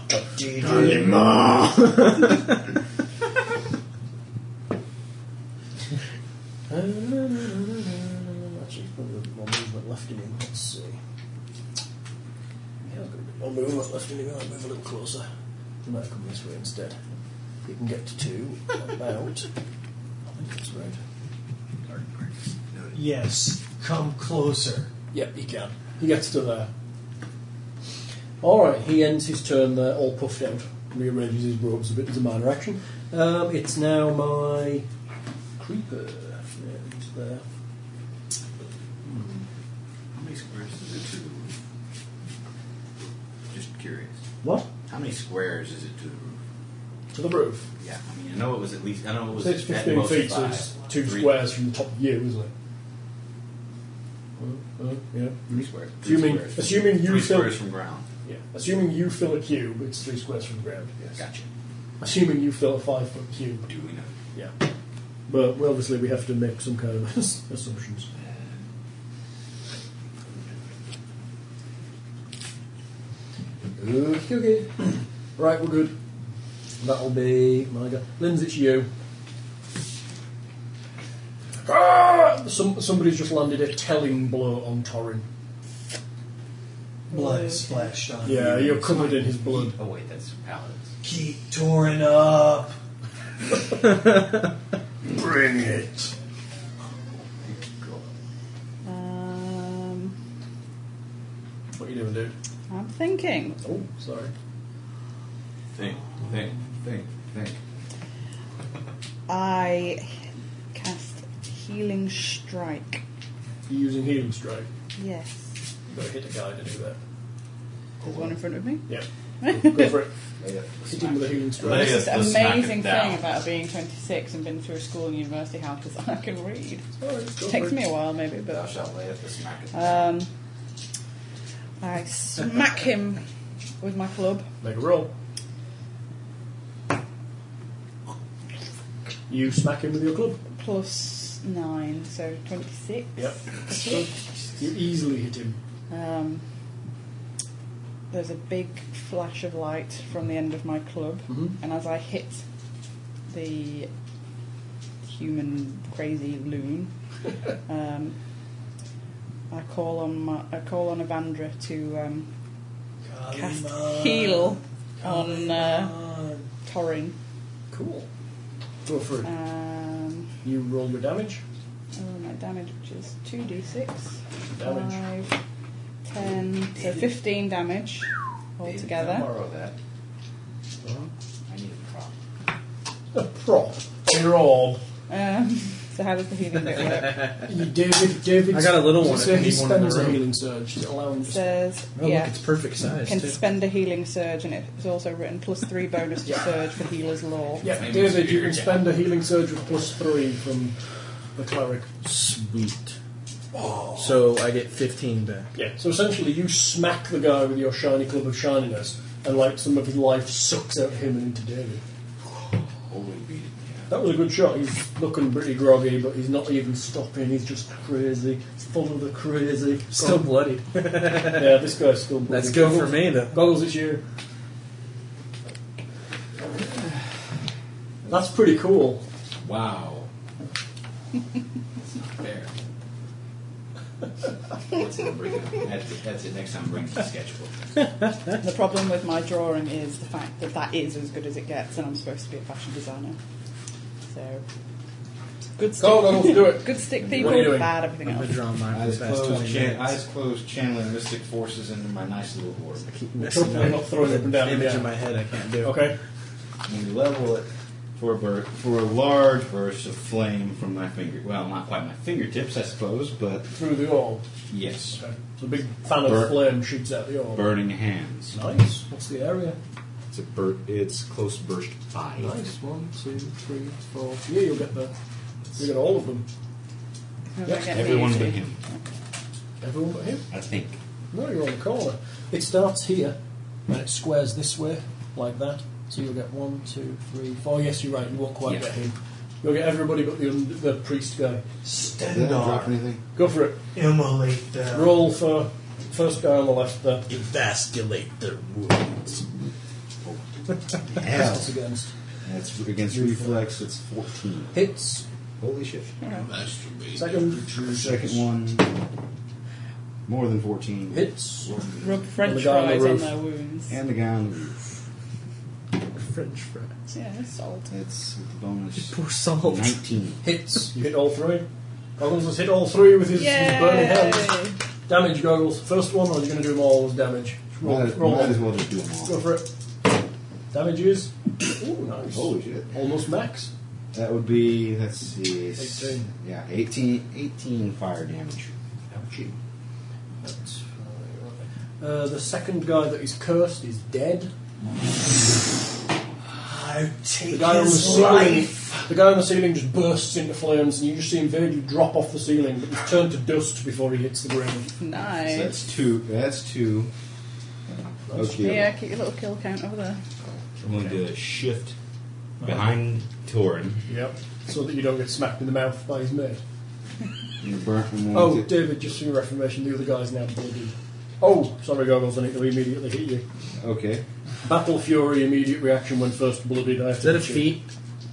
S4: Actually, he's probably got more movement left in him. Let's see. Yeah, he's got a bit more movement left in him. I'll move a little closer. He might have come this way instead. He can get to two. About. I think that's right.
S2: Yes. Come closer.
S4: Yep, he can. He gets to there. Alright, he ends his turn there, all puffed out. Rearranges his robes a bit as a minor action. Um, it's now my creeper. Yeah, he's there.
S5: How many squares is it to the roof? Just curious.
S4: What?
S5: How many squares is it to the roof?
S4: To the roof.
S5: Yeah, I mean, I know it was at least. I know it was
S4: So it's
S5: at
S4: 15
S5: most
S4: feet, so
S5: five.
S4: it's two
S5: Three-
S4: squares from the top of you, isn't it? Uh, uh, yeah.
S5: Three squares.
S4: Assuming,
S5: Uh, Three squares.
S4: assuming you
S5: Three
S4: feel
S5: squares from ground.
S4: Yeah. Assuming you fill a cube, it's three squares from the ground.
S2: Yes.
S4: Gotcha. Assuming you fill a five foot cube.
S5: Do we know?
S4: Yeah. But well, obviously, we have to make some kind of assumptions. Okay, okay. Right, we're good. That'll be my guy. Linz, it's you. Ah! Some, somebody's just landed a telling blow on Torin.
S9: Blood is splashed on
S4: Yeah,
S9: you.
S4: you're covered in his blood.
S10: Oh wait, that's paladins.
S9: Keep touring up. Bring it.
S3: Um,
S4: What you doing, dude?
S3: I'm thinking.
S4: Oh, sorry.
S5: Think, think, think, think.
S3: I cast Healing Strike.
S4: You're using healing strike.
S3: Yes.
S4: You've got to hit a guy to do that.
S3: There's one in front of me.
S4: Yeah. Go for it. Hit him with a healing strike.
S10: Lay us
S3: It's the
S10: to smack
S3: amazing
S10: it down.
S3: thing about being 26 and been through school and university how because I can read.
S4: Alright, go
S3: It
S4: for
S3: takes
S4: it.
S3: me a while, maybe,
S10: Thou
S3: but
S10: shalt lay at the smack of
S3: um, I smack him with my club.
S4: Make a roll. You smack him with your club.
S3: plus nine, so 26.
S4: Yep. you easily hit him.
S3: Um, there's a big flash of light from the end of my club,
S4: Mhm.
S3: and as I hit the human crazy loon, um, I call on my, I call on Evandra to um, cast heal on uh, Torin.
S4: Cool. Go for it.
S3: Um,
S4: You roll your damage.
S3: Oh, my damage, which is 2d6.
S4: Damage.
S3: 5, 10, so 15 damage altogether.
S10: Borrow that. I need a prop.
S4: A Uh-huh. prop on your arm.
S3: Um, so, how does the healing bit work?
S4: You- David, David.
S11: I got a little one.
S4: So
S11: I
S4: he
S11: need one in the
S4: spends a
S11: room.
S4: healing surge to allow him
S3: It
S4: to
S3: says,
S11: Oh, look,
S3: yeah,
S11: it's perfect size.
S3: can
S11: too.
S3: spend a healing surge, and it's also written plus 3 bonus to
S4: Yeah.
S3: surge for healer's law.
S4: Yeah,
S10: Maybe
S4: David,
S10: it's
S4: you can
S10: weird, yeah.
S4: spend a healing surge with plus three from the cleric.
S11: Sweet. So I get 15 back.
S4: Yeah. So essentially, you smack the guy with your shiny club of shininess, and like some of his life sucks out of him and into David.
S5: Holy beat it,
S4: That was a good shot. He's looking pretty groggy, but he's not even stopping. He's just crazy. It's full of the crazy.
S11: Still bloodied.
S4: yeah, this guy's still.
S11: Let's go for me, though.
S4: Goggles, it's you. That's pretty cool.
S5: yeah. Wow. That's not fair.
S10: That's it, bring it. That's it, that's it. Next time, bring the sketchbook.
S3: The problem with my drawing is the fact that that is as good as it gets, and I'm supposed to be a fashion designer. So, good stick,
S4: Go, Goggles, do it.
S3: good stick
S4: are you
S3: people,
S4: doing?
S3: bad everything
S11: I've
S3: else.
S11: been drawing mine
S5: Eyes
S11: for the past
S5: closed,
S11: 20
S5: chan- eyes
S11: minutes.
S5: closed, channeling mystic forces into my nice little orb.
S11: Keep
S4: Hopefully
S11: messing
S4: I'm not throwing
S11: with
S4: up and down,
S11: the image
S4: yeah.
S11: in my head I can't do.
S4: Okay.
S5: And we level it for a, bur- for a large burst of flame from my finger. Well, not quite my fingertips, I suppose, but
S4: Through the orb.
S5: yes.
S4: Okay. So a big fan of
S5: Burn.
S4: flame shoots out the orb.
S5: Burning hands.
S4: Nice. What's the area?
S5: It's a bur- It's close burst five.
S4: Nice. One, two, three, four. Yeah, you'll get there. You'll get all of them.
S3: Don't get me
S5: Everyone
S3: into
S5: but
S3: it.
S5: him,
S4: Everyone but him.
S5: I think.
S4: No, you're on the corner. It starts here, and it squares this way, like that. So you'll get one, two, three, four. Yes, you're right. You won't quite
S5: Yeah.
S4: get him. You'll get everybody but the, the priest guy.
S5: Did I drop
S9: Stendar.
S5: anything?
S4: Go for it.
S9: Immolate them.
S4: Roll for first guy on the left there.
S11: Emasculate their wounds.
S5: Hell.
S4: It's against.
S5: That's against reflex. It's fourteen.
S4: Hits.
S5: Holy shit!
S4: Second.
S5: Second one. More than fourteen.
S4: Hits.
S3: Rub French
S4: guy on the
S3: fries on
S4: roof.
S3: their wounds.
S5: And the guy on the roof.
S11: French fries.
S3: Yeah, it's solid.
S5: That's with the bonus.
S11: Poor salt.
S5: Nineteen.
S4: Hits. You hit all three. Goggles has hit all three with his, his burning hands.
S3: Yay!
S4: Damage goggles. First one, or are you going to do them all as damage? Roll,
S5: Might,
S4: roll
S5: might
S4: them.
S5: as well just do them all.
S4: Go for it. Damage is. Ooh, nice.
S5: Holy shit.
S4: Almost max.
S5: That would be, let's see. s-
S4: 18.
S5: Yeah, 18, 18 fire damage.
S4: Ouchie. That's fine. Uh, the second guy that is cursed is dead.
S9: I take
S4: The guy on the
S9: his
S4: ceiling.
S9: life.
S4: The guy on the ceiling just bursts into flames, and you just see him vaguely drop off the ceiling, but he's turned to dust before he hits the ground.
S5: So
S3: Nice.
S5: that's two. That's two. That's
S3: Yeah,
S5: good.
S3: keep your little kill count over there.
S5: I'm going to shift behind Torin.
S4: Yep. So that you don't get smacked in the mouth by his mate.
S5: You burnt one.
S4: Oh, David, just for your reformation, the other guy's now bloody. Oh, sorry, goggles, I need to immediately hit you.
S5: Okay.
S4: Battle Fury, immediate reaction when first blooded. I have
S11: Is
S4: to
S11: that a
S4: hit you.
S11: feat?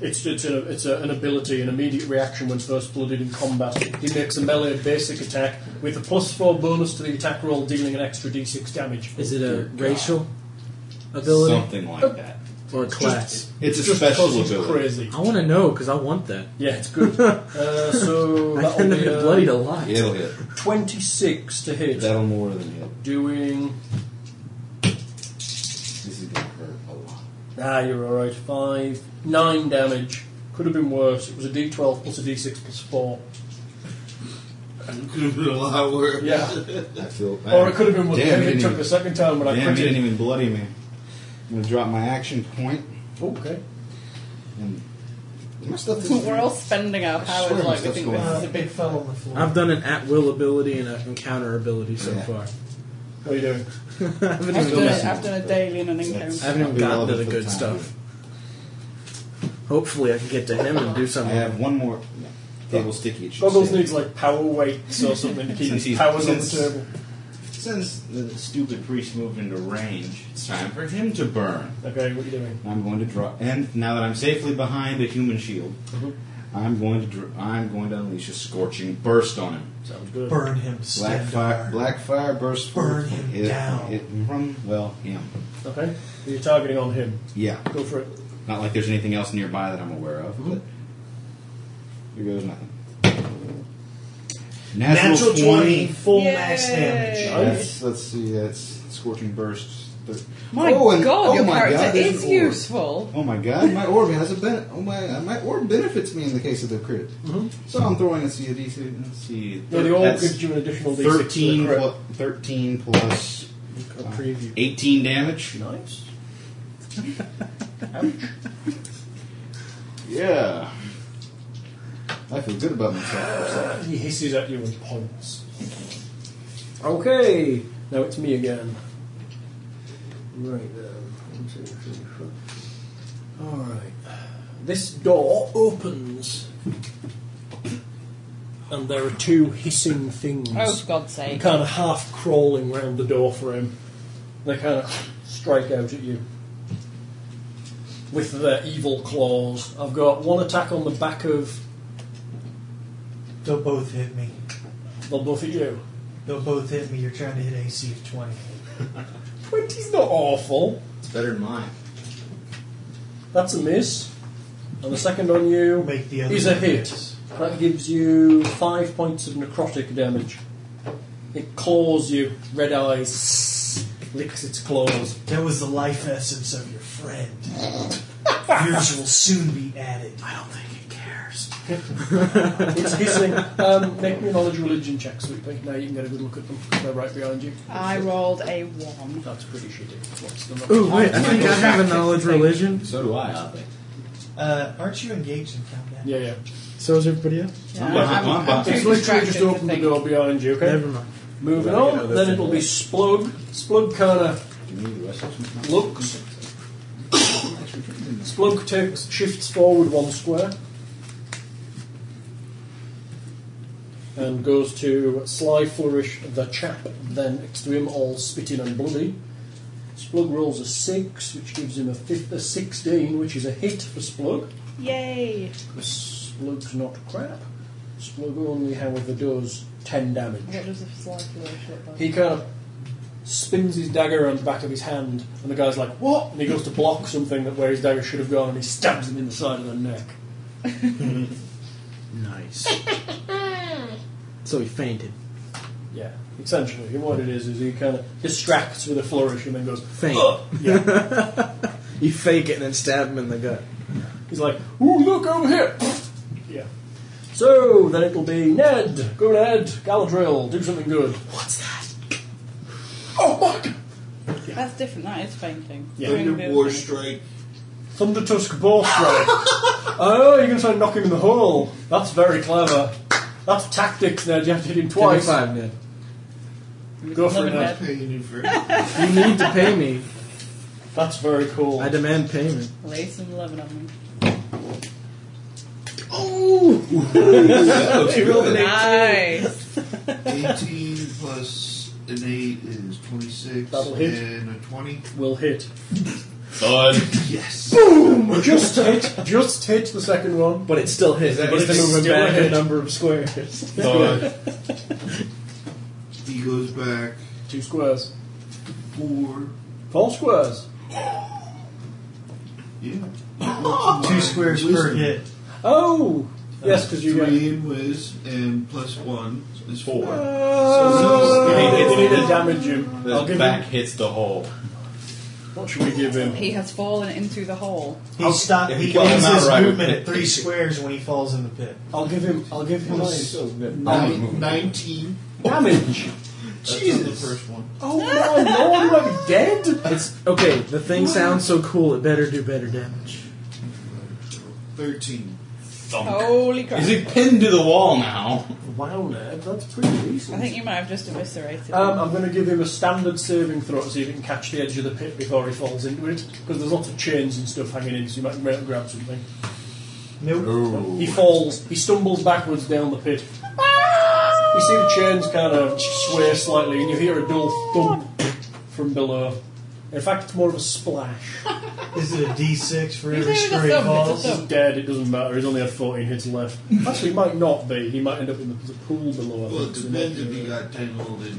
S4: It's, it's, a, it's a, an ability, an immediate reaction when first blooded in combat. He makes a melee basic attack with a plus 4 bonus to the attack roll, dealing an extra d6 damage.
S11: Is it a
S5: Dear God.
S11: racial ability
S5: Something like that.
S11: or a class?
S5: It's a
S4: Just
S5: special
S4: because he's
S5: ability.
S4: crazy.
S11: I want to know because I want that.
S4: Yeah, it's good. uh, so
S11: I
S4: that'll
S11: end up
S4: be
S11: getting
S4: uh,
S11: bloodied a lot.
S5: It'll hit.
S4: 26 to hit.
S5: That'll more than hit.
S4: Doing.
S5: This is going to hurt a lot.
S4: Ah, you're alright. 5, 9 damage. Could have been worse. It was a d12 plus a d6 plus 4.
S2: Could have been a lot worse.
S4: Yeah.
S5: I feel.
S4: or it could have been worse.
S5: Damn,
S4: Maybe
S5: he
S4: it
S5: didn't
S4: took
S5: even-
S4: the second time when I
S5: Damn, he
S4: printed.
S5: didn't even bloody me. I'm going to drop my action point
S4: Okay.
S5: and. My stuff is.
S3: We're all spending our
S5: I swear
S3: powers like
S5: my
S3: we
S5: stuff's
S3: think
S5: going
S9: Uh,
S3: this
S5: out.
S3: is a
S9: it
S3: big
S9: fell on the floor.
S4: Um,
S11: I've done an at will ability and an encounter ability so
S5: Yeah.
S11: far.
S4: What are you doing?
S11: I haven't
S3: I've
S11: even,
S3: done,
S5: messing
S3: a, I've done a daily and an
S5: That's-
S11: I
S3: encounter.
S11: haven't even
S5: I'll be
S11: gotten to the
S5: relevant for
S11: good
S5: the time.
S11: stuff. Hopefully, I can get to him and do
S5: I
S11: something.
S5: have one more table sticky. it should
S4: Goggles
S5: say.
S4: needs like power weights or something to keep his
S5: Since he's-
S4: powers on the
S5: since-
S4: table.
S5: Since the stupid priest moved into range, it's time for him to burn.
S4: Okay, what are you doing?
S5: I'm going to draw, and now that I'm safely behind a human shield,
S4: Mhm.
S5: I'm going to dr- I'm going to unleash a scorching burst on him.
S4: Sounds good.
S9: Burn him.
S5: Black
S9: stand
S5: fire,
S9: apart.
S5: black fire burst.
S9: Burn
S5: forth.
S9: him
S5: It-
S9: down.
S5: it- from well, him.
S4: Okay. So you're targeting on him.
S5: Yeah,
S4: Go for it.
S5: not like there's anything else nearby that I'm aware of. But
S3: Mm-hmm.
S5: here goes nothing.
S9: Natural 20,
S5: 20.
S9: full
S3: Yay.
S9: max
S4: Oh,
S9: damage.
S5: That's, let's see. That's scorching burst. Thir-
S3: My
S5: Oh, and-
S3: god,
S5: oh
S3: your
S5: my
S3: character
S5: God, there's
S3: is
S5: an orb.
S3: useful.
S5: Oh my god, my orb has a ben- oh my uh, my orb benefits me in the case of the crit.
S3: Mm-hmm.
S5: So I'm throwing a C a DC. Let's see.
S4: No, the orb
S5: That's
S4: gives you an additional d6.
S5: thirteen
S4: to the
S5: plu- thirteen plus
S4: crit. A preview.
S5: eighteen damage.
S4: Nice.
S5: Yeah, I feel good about myself.
S4: He hisses at you and points. Okay, now it's me again. Right then. One, two, three, four. All right. This door opens, and there are two hissing things
S3: Oh, for God's sake.
S4: kind of half crawling round the door frame. They kind of strike out at you with their evil claws. I've got one attack on the back of.
S9: They'll both hit me.
S4: They'll both at you.
S9: They'll both hit me. You're trying to hit AC of 20.
S4: 20's not awful.
S5: It's better than mine.
S4: That's a miss. And the second on you
S9: Make the other
S4: is a
S9: one
S4: hit.
S9: miss.
S4: That gives you five points of necrotic damage. It claws you, red eyes, licks its claws.
S9: That was the life essence of your friend. Yours will soon be added. I don't think it cares.
S4: It's hissing. Um, make me a knowledge religion check, sweetie. Now you can get a good look at them. They're right behind you.
S3: I rolled a 1.
S4: That's pretty shitty. What's the
S11: Ooh,
S4: number?
S11: wait, I think I have a knowledge religion.
S5: So do I. I think.
S9: Uh, aren't you engaged in combat?
S4: Yeah, yeah.
S11: So is everybody else?
S5: I'm,
S3: Yeah.
S5: I'm, I'm,
S3: I'm
S4: It's
S3: too
S4: literally
S3: distracted
S4: just
S3: to
S4: open the
S3: think.
S4: door behind you, okay?
S11: Never mind.
S4: Moving
S5: Well, you know,
S4: on,
S5: that's
S4: then it'll be Splug. Splug kind of looks Splunk takes shifts forward one square and goes to Sly Flourish the chap then next to him, all spitting and bloody. Splug rolls a six, which gives him a, fif- a sixteen, which is a hit for Splug.
S3: Yay!
S4: Because Splug's not crap. Splug only, however, does ten damage.
S3: What does the slide flourish look like?
S4: He kind of spins his dagger on the back of his hand, and the guy's like, "What?" And he goes to block something that where his dagger should have gone, and he stabs him in the side of the neck.
S11: Nice. so he fainted.
S4: Yeah, essentially, what it is is he kind of distracts with a flourish and then goes,
S11: Faint.
S4: "Ugh." Yeah,
S11: You fake it and then stab him in the gut.
S4: he's like, "Ooh, look over here." yeah. So then it'll be Ned. Go Ned, Galadriel, do something good. What's that? Oh my! God.
S3: That's different, that is fainting.
S4: Yeah.
S3: Doing
S2: Thunder
S3: the other
S2: war
S3: thing.
S2: strike.
S4: Thundertusk boar strike. oh, you're going to try and knock him in the hole. That's very clever. That's tactics, Ned. You have to hit him twice.
S11: Twenty-five, Ned.
S3: We
S4: Go for
S3: live
S4: it
S3: in
S4: now.
S3: bed.
S2: Paying you for
S11: You need to pay me.
S4: That's very cool.
S11: I demand payment.
S3: Lay some loving on me.
S4: He rolled an eight.
S3: Nice.
S2: 18 plus an 8 is 26.
S4: That'll hit.
S2: And a 20.
S4: Will hit.
S10: Bud.
S2: Yes.
S4: just hit. Just hit the second one.
S11: But it still hits.
S10: that-
S11: but
S10: is
S11: it's
S10: this
S11: moving
S10: still
S11: back
S10: a hit?
S11: number of squares.
S10: Bud.
S2: He goes back
S4: Two squares.
S2: 4.
S4: Four squares.
S2: Yeah.
S9: Two squares per hit.
S4: Oh! Yes, because you went.
S2: 3 in whiz and plus 1 is 4.
S4: You need,
S10: He
S4: you need
S10: hits
S4: to damage him.
S10: the
S4: I'll give
S10: back
S4: him.
S10: hits the hole.
S4: What should we give him?
S3: He has fallen into the hole.
S9: He
S4: Uh,
S9: stops.
S10: if
S9: He
S10: you kill
S9: ends
S10: him
S9: his
S10: outright, we
S9: movement
S10: hit
S9: at three squares when he falls in the pit.
S4: I'll give him. I'll give him. s-
S2: Nine, 19.
S4: Damage.
S2: Jesus. That's on the first one.
S4: Oh my lord, you might be dead.
S11: It's okay. The thing sounds so cool. It better do better damage.
S2: 13.
S10: Thunk.
S3: Holy crap.
S10: Is he pinned to the wall now?
S4: Wow, Ned, that's pretty
S3: I
S4: decent.
S3: think you might have just eviscerated him.
S4: Um, I'm going to give him a standard saving throw to see if he can catch the edge of the pit before he falls into it. Because there's lots of chains and stuff hanging in, so you might be able to grab something.
S9: Nope.
S10: Ooh.
S4: He falls. He stumbles backwards down the pit. You see the chains kind of sway slightly, and you hear a dull thump from below. In fact, it's more of a splash.
S9: Is it a D6 for
S3: He's doing
S9: every
S3: the
S9: square he
S3: thumb,
S9: falls?
S3: it's a thumb.
S4: He's dead. It doesn't matter. He's only had 14 hits left. Actually, he might not be. He might end up in the, the pool below. I
S2: Well, it
S4: think, so he
S2: depends
S4: might
S2: if
S4: be-
S2: he got tangled in.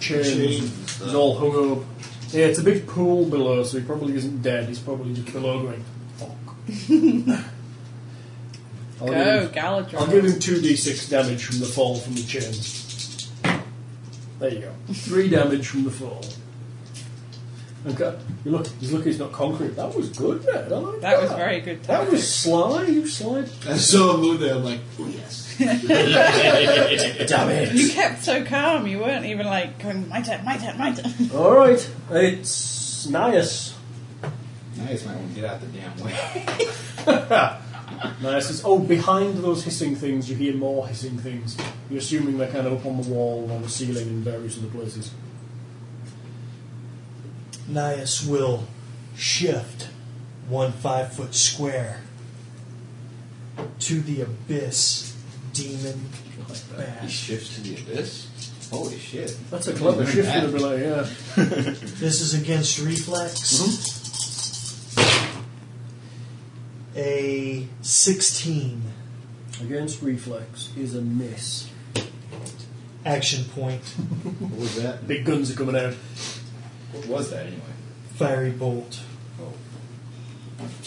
S4: chains.
S2: Chains.
S4: He's all hung up. Yeah, it's a big pool below, so he probably isn't dead. He's probably just below going, fuck. I'll, give
S3: Go,
S4: him,
S3: Galadriel.
S4: I'll give him 2d6 damage from the fall from the chains. There you go. 3 damage from the fall. Okay. You look, he's lucky he's not concrete. That was good, Ned. I like that.
S3: That was very good.
S4: That was sly. You slide.
S2: I saw him move there. I'm like, oh, yes.
S4: Damn it.
S3: You kept so calm. You weren't even like going, my turn, my turn, my turn.
S4: Alright. It's Nias.
S5: Nice, might want to get out the damn way.
S4: Nias is, oh, behind those hissing things, you hear more hissing things. You're assuming they're kind of up on the wall and on the ceiling and various other places.
S9: Nias will shift one five foot square to the abyss demon bash.
S5: Shifts to the abyss. Holy shit!
S4: That's a clever
S5: Very
S4: shift in
S5: bad.
S4: the relay, yeah.
S9: This is against reflex. A 16
S4: Against reflex is a miss.
S9: action point
S5: What was that?
S4: Big guns are coming out.
S5: What was that anyway?
S9: fiery bolt.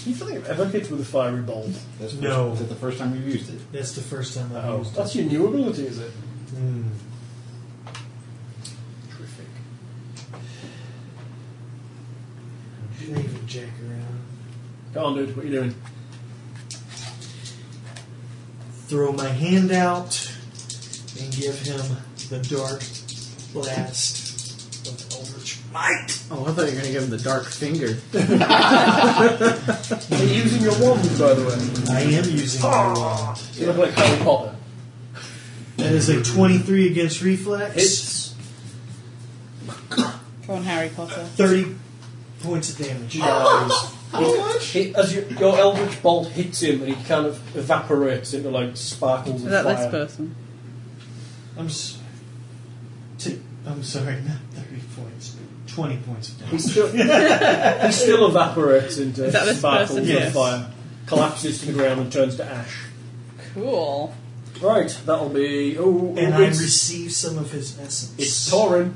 S4: You think I've ever hit with a fiery bolt?
S5: That's
S9: No.
S5: First, is that the first time you used it?
S9: That's the first time I've
S4: Oh,
S9: used it.
S4: that's your new ability, is it?
S9: Hmm.
S4: Terrific.
S9: They even jack around.
S4: Can't do it. What are you doing?
S9: Throw my hand out and give him the dark blast of Eldritch Might.
S11: Oh, I thought you were gonna give him the dark finger.
S4: Are you using your wand, by the way?
S9: I am using my wand.
S4: You look like Harry Potter.
S9: That is a 23 against reflex.
S4: Hits.
S3: Come on, Harry Potter.
S9: 30 points of damage.
S4: It, as you, your eldritch bolt hits him, and he kind of evaporates into like sparkles
S3: Is
S4: of
S3: that
S4: fire.
S3: this person?
S9: I'm s- t- I'm sorry, not 30 points. 20 points of
S4: He
S9: damage.
S4: still, he still evaporates into
S3: Is that this
S4: sparkles
S3: person?
S4: of
S9: Yes.
S4: fire, collapses to the ground, and turns to ash.
S3: Cool.
S4: Right, that'll be. Oh,
S9: And I
S4: it's,
S9: receive some of his essence.
S4: it's Torin.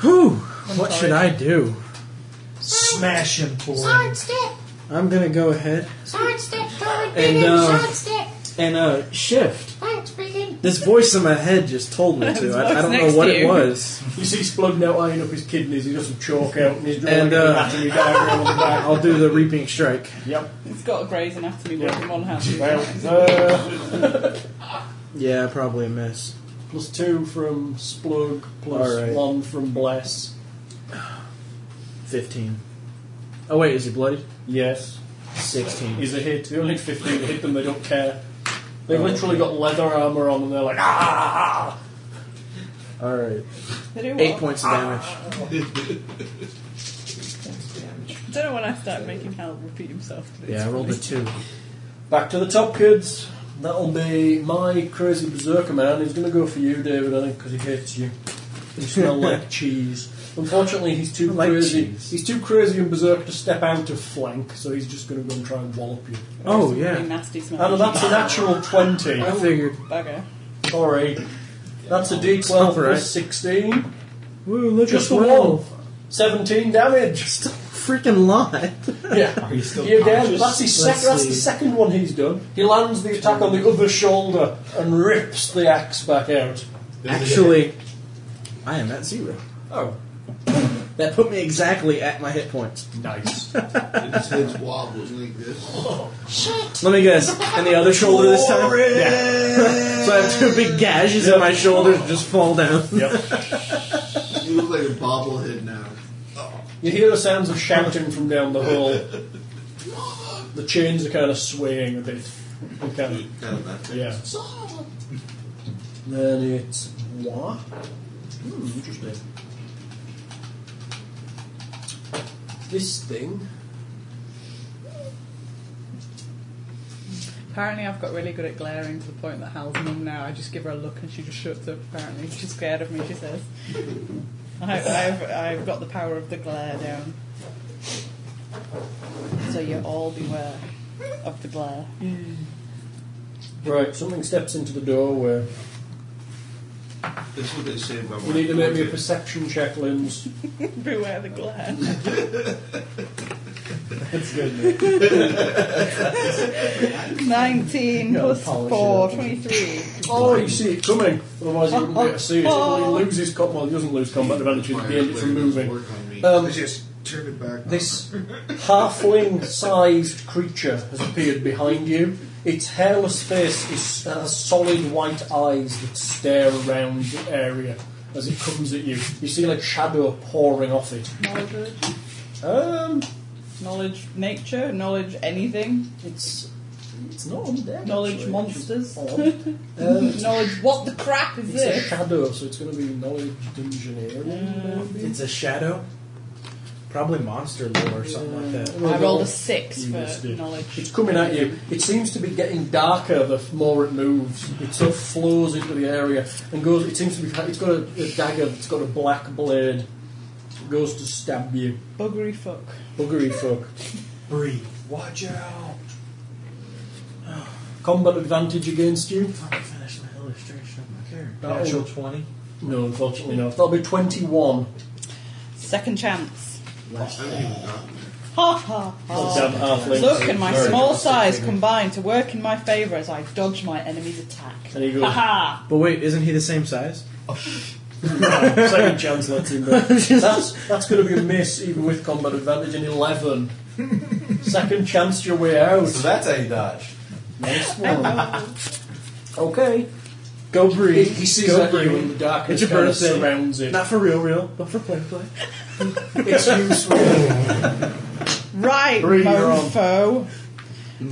S11: Whew. What should I do?
S9: Smash him, Torin.
S7: Side step.
S11: I'm gonna go ahead
S7: Side step. Toward
S11: And,
S7: Biggin.
S11: uh,
S7: Side step.
S11: and uh shift.
S7: Thanks, Biggin.
S11: This voice in my head just told me
S3: This
S11: to. I, I
S3: voice
S11: don't
S3: next
S11: know what
S3: to
S11: it
S3: you.
S11: was.
S4: You see, he's plugging out, eyeing up his kidneys. He doesn't chalk out, and he's drawing
S11: And,
S4: a
S11: uh,
S4: battery diagram on the back.
S11: I'll do the reaping strike.
S4: Yep.
S3: It's got a Grey's Anatomy book
S4: Yeah.
S3: in one hand.
S4: Well, uh,
S11: Yeah, probably a miss.
S4: plus two from Splug, plus
S11: All right.
S4: one from Bless.
S11: Fifteen. Oh wait, is he bloodied?
S4: Yes.
S11: Sixteen.
S4: is a hit. They only hit 15, they hit them, they don't care. They've literally got leather armour on and they're like, ah!
S11: All right.
S3: They do
S11: Eight
S3: what?
S11: points of damage.
S3: I don't know when I start making Hal repeat himself. but it's
S11: Yeah, I rolled a
S3: funny.
S11: two.
S4: Back to the top, kids. That'll be my crazy berserker man. He's going to go for you, David, I think, because he hates you. You smell like cheese. Unfortunately, he's too
S11: I like
S4: crazy.
S11: cheese.
S4: He's too crazy and berserk to step out of flank, so he's just going to go and try and wallop you.
S11: Oh
S3: Really
S11: yeah.
S3: nasty smell.
S4: And that's a natural twenty.
S11: I figured.
S3: Bugger.
S4: Sorry, that's a D
S11: All
S4: twelve
S11: right.
S4: plus sixteen.
S11: Woo! Look
S4: Just
S11: at
S4: the one.
S11: twelve.
S4: Seventeen damage.
S11: Still freaking lot.
S4: Yeah.
S10: Are you still
S4: He again,
S10: conscious?
S4: that's, his sec-
S11: Let's
S4: that's the
S11: see.
S4: second one he's done. He lands the attack on the other shoulder and rips the axe back out.
S11: Actually, I am at zero.
S4: Oh,
S11: That put me exactly at my hit points.
S4: nice.
S2: His head's wobbling like this.
S7: Shit!
S11: Let me guess. And the other shoulder this time. Yeah. so I have two big gashes in my shoulders that just fall down.
S4: yep.
S2: You look like a bobblehead now.
S4: You hear the sounds of shouting from down the hall. The chains are kind of swaying a bit. Okay.
S2: Kind of that thing.
S4: Yeah. Then it's moi. Hmm, interesting. This thing.
S3: Apparently, I've got really good at glaring to the point that Hal's mum now. I just give her a look and she just shuts up. Apparently, she's scared of me. She says, I, "I've I've got the power of the glare down." So you all beware of the glare.
S4: Right, something steps into the doorway.
S2: That's what they say about
S4: You need to make me a perception check, Linz.
S3: beware the glare.
S4: That's good.
S3: Nineteen
S11: Gotta
S3: plus
S11: polish it
S3: four,
S11: up.
S3: twenty-three.
S4: Oh, you see it coming. Oh. Otherwise, you wouldn't get to see it. Well, he loses combat. Well, he doesn't lose combat advantage. He gained it from moving.
S2: Work on me.
S4: Um,
S2: I just turn it back.
S4: This halfling-sized creature has appeared behind you. Its hairless face is, uh, has solid white eyes that stare around the area as it comes at you. You see like shadow pouring off it.
S3: Knowledge,
S4: Um,
S3: knowledge, nature, knowledge, anything,
S4: it's it's not on there.
S3: knowledge,
S4: actually, which is
S3: monsters,
S4: odd. Um,
S3: knowledge. What the crap is
S4: It's a
S3: this?
S4: shadow, so it's going to be knowledge engineering. maybe?
S11: Mm, It's a shadow. Probably monster lore or something like that.
S3: I rolled a six
S4: You missed
S3: for
S4: it. It's
S3: knowledge.
S4: coming at you. It seems to be getting darker the f- more it moves. It sort of flows into the area and goes. It seems to be. It's got a, a dagger. It's got a black blade. It goes to stab you.
S3: Buggery fuck.
S4: Buggery fuck.
S9: Bree, watch out.
S4: Combat advantage against you?
S11: Let me finish my illustration.
S4: That'll-
S11: Natural
S9: Oh.
S11: twenty.
S4: No, unfortunately not. That'll be twenty-one.
S3: Second chance.
S2: I haven't even gotten there.
S3: Ha ha
S4: Oh,
S3: ha.
S4: damn halfling.
S3: Look, and my
S4: Sorry.
S3: small size combine to work in my favour as I dodge my enemy's attack.
S4: And he goes-
S3: Ha ha!
S11: But wait, isn't he the same size?
S4: Second chance lets him go. That's, that's going to be a miss, even with combat advantage, and 11. Second chance your way out.
S10: that's how you dodge.
S4: Nice one. okay. Go breathe. He, he sees
S11: Go
S4: that you
S11: breathe.
S4: in the dark and
S11: It's your
S4: kind of
S11: birthday.
S4: surrounds it.
S11: Not for real, real, but for play, play.
S4: It's useful.
S3: Right,
S4: Bring her on.
S3: mofo.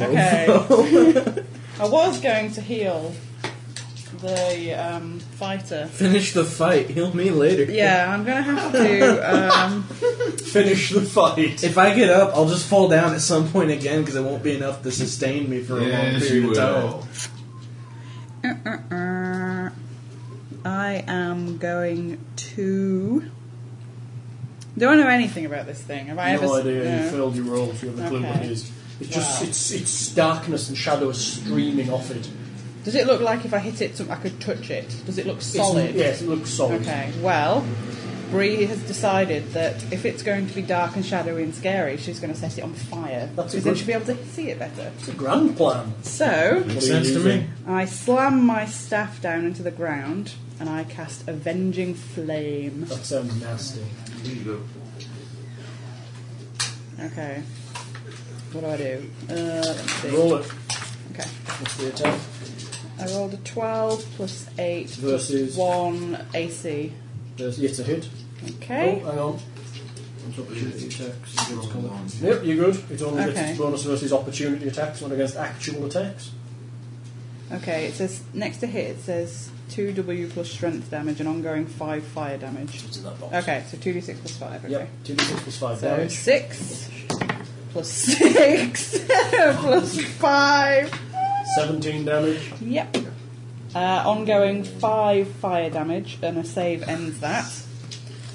S3: Okay. I was going to heal the um, fighter.
S11: Finish the fight. Heal me later.
S3: Yeah, I'm going to have to. Um,
S4: Finish the fight.
S11: If I get up, I'll just fall down at some point again because it won't be enough to sustain me for a long
S10: Yes,
S11: period
S10: you
S11: of time.
S10: will.
S3: uh, uh, I am going to. Do I know anything about this thing? Have I
S4: no
S3: ever? s-
S4: idea. You
S3: no.
S4: failed your roll. If you have a clue what it
S3: Okay.
S4: is. It's just
S3: Wow.
S4: it's it's darkness and shadow is streaming off it.
S3: Does it look like if I hit it, some, I could touch it? Does it look solid?
S4: It's, yes, it looks solid.
S3: Okay. Well, Bree has decided that if it's going to be dark and shadowy and scary, she's going to set it on fire.
S4: That's a
S3: because then
S4: good-
S3: she'll be able to see it better.
S4: It's a grand plan.
S3: So
S4: What
S11: Makes
S4: are you
S11: sense to me.
S4: using?
S3: I slam my staff down into the ground and I cast Avenging Flame.
S4: That sounds nasty.
S2: Here you go.
S3: Okay. What do I do? Uh, let's see.
S4: Roll it.
S3: Okay.
S4: What's the attack?
S3: I rolled a 12 plus 8
S4: Versus-
S3: plus 1 AC.
S4: There's it's a hit.
S3: Okay.
S4: Oh, hang on.
S2: Opportunity attacks. You're all alone.
S4: Yep, you're good. It only gets
S3: Okay.
S4: its bonus versus opportunity attacks, not against actual attacks.
S3: Okay, it says next to hit it says two W plus strength damage and ongoing five fire damage.
S4: It's in that box.
S3: Okay, so two D six plus five. Okay.
S4: Yep, 2d6 plus 5
S3: So
S4: damage.
S3: six plus six plus five.
S4: 17 damage.
S3: Yep. Uh, ongoing five fire damage, and a save ends that.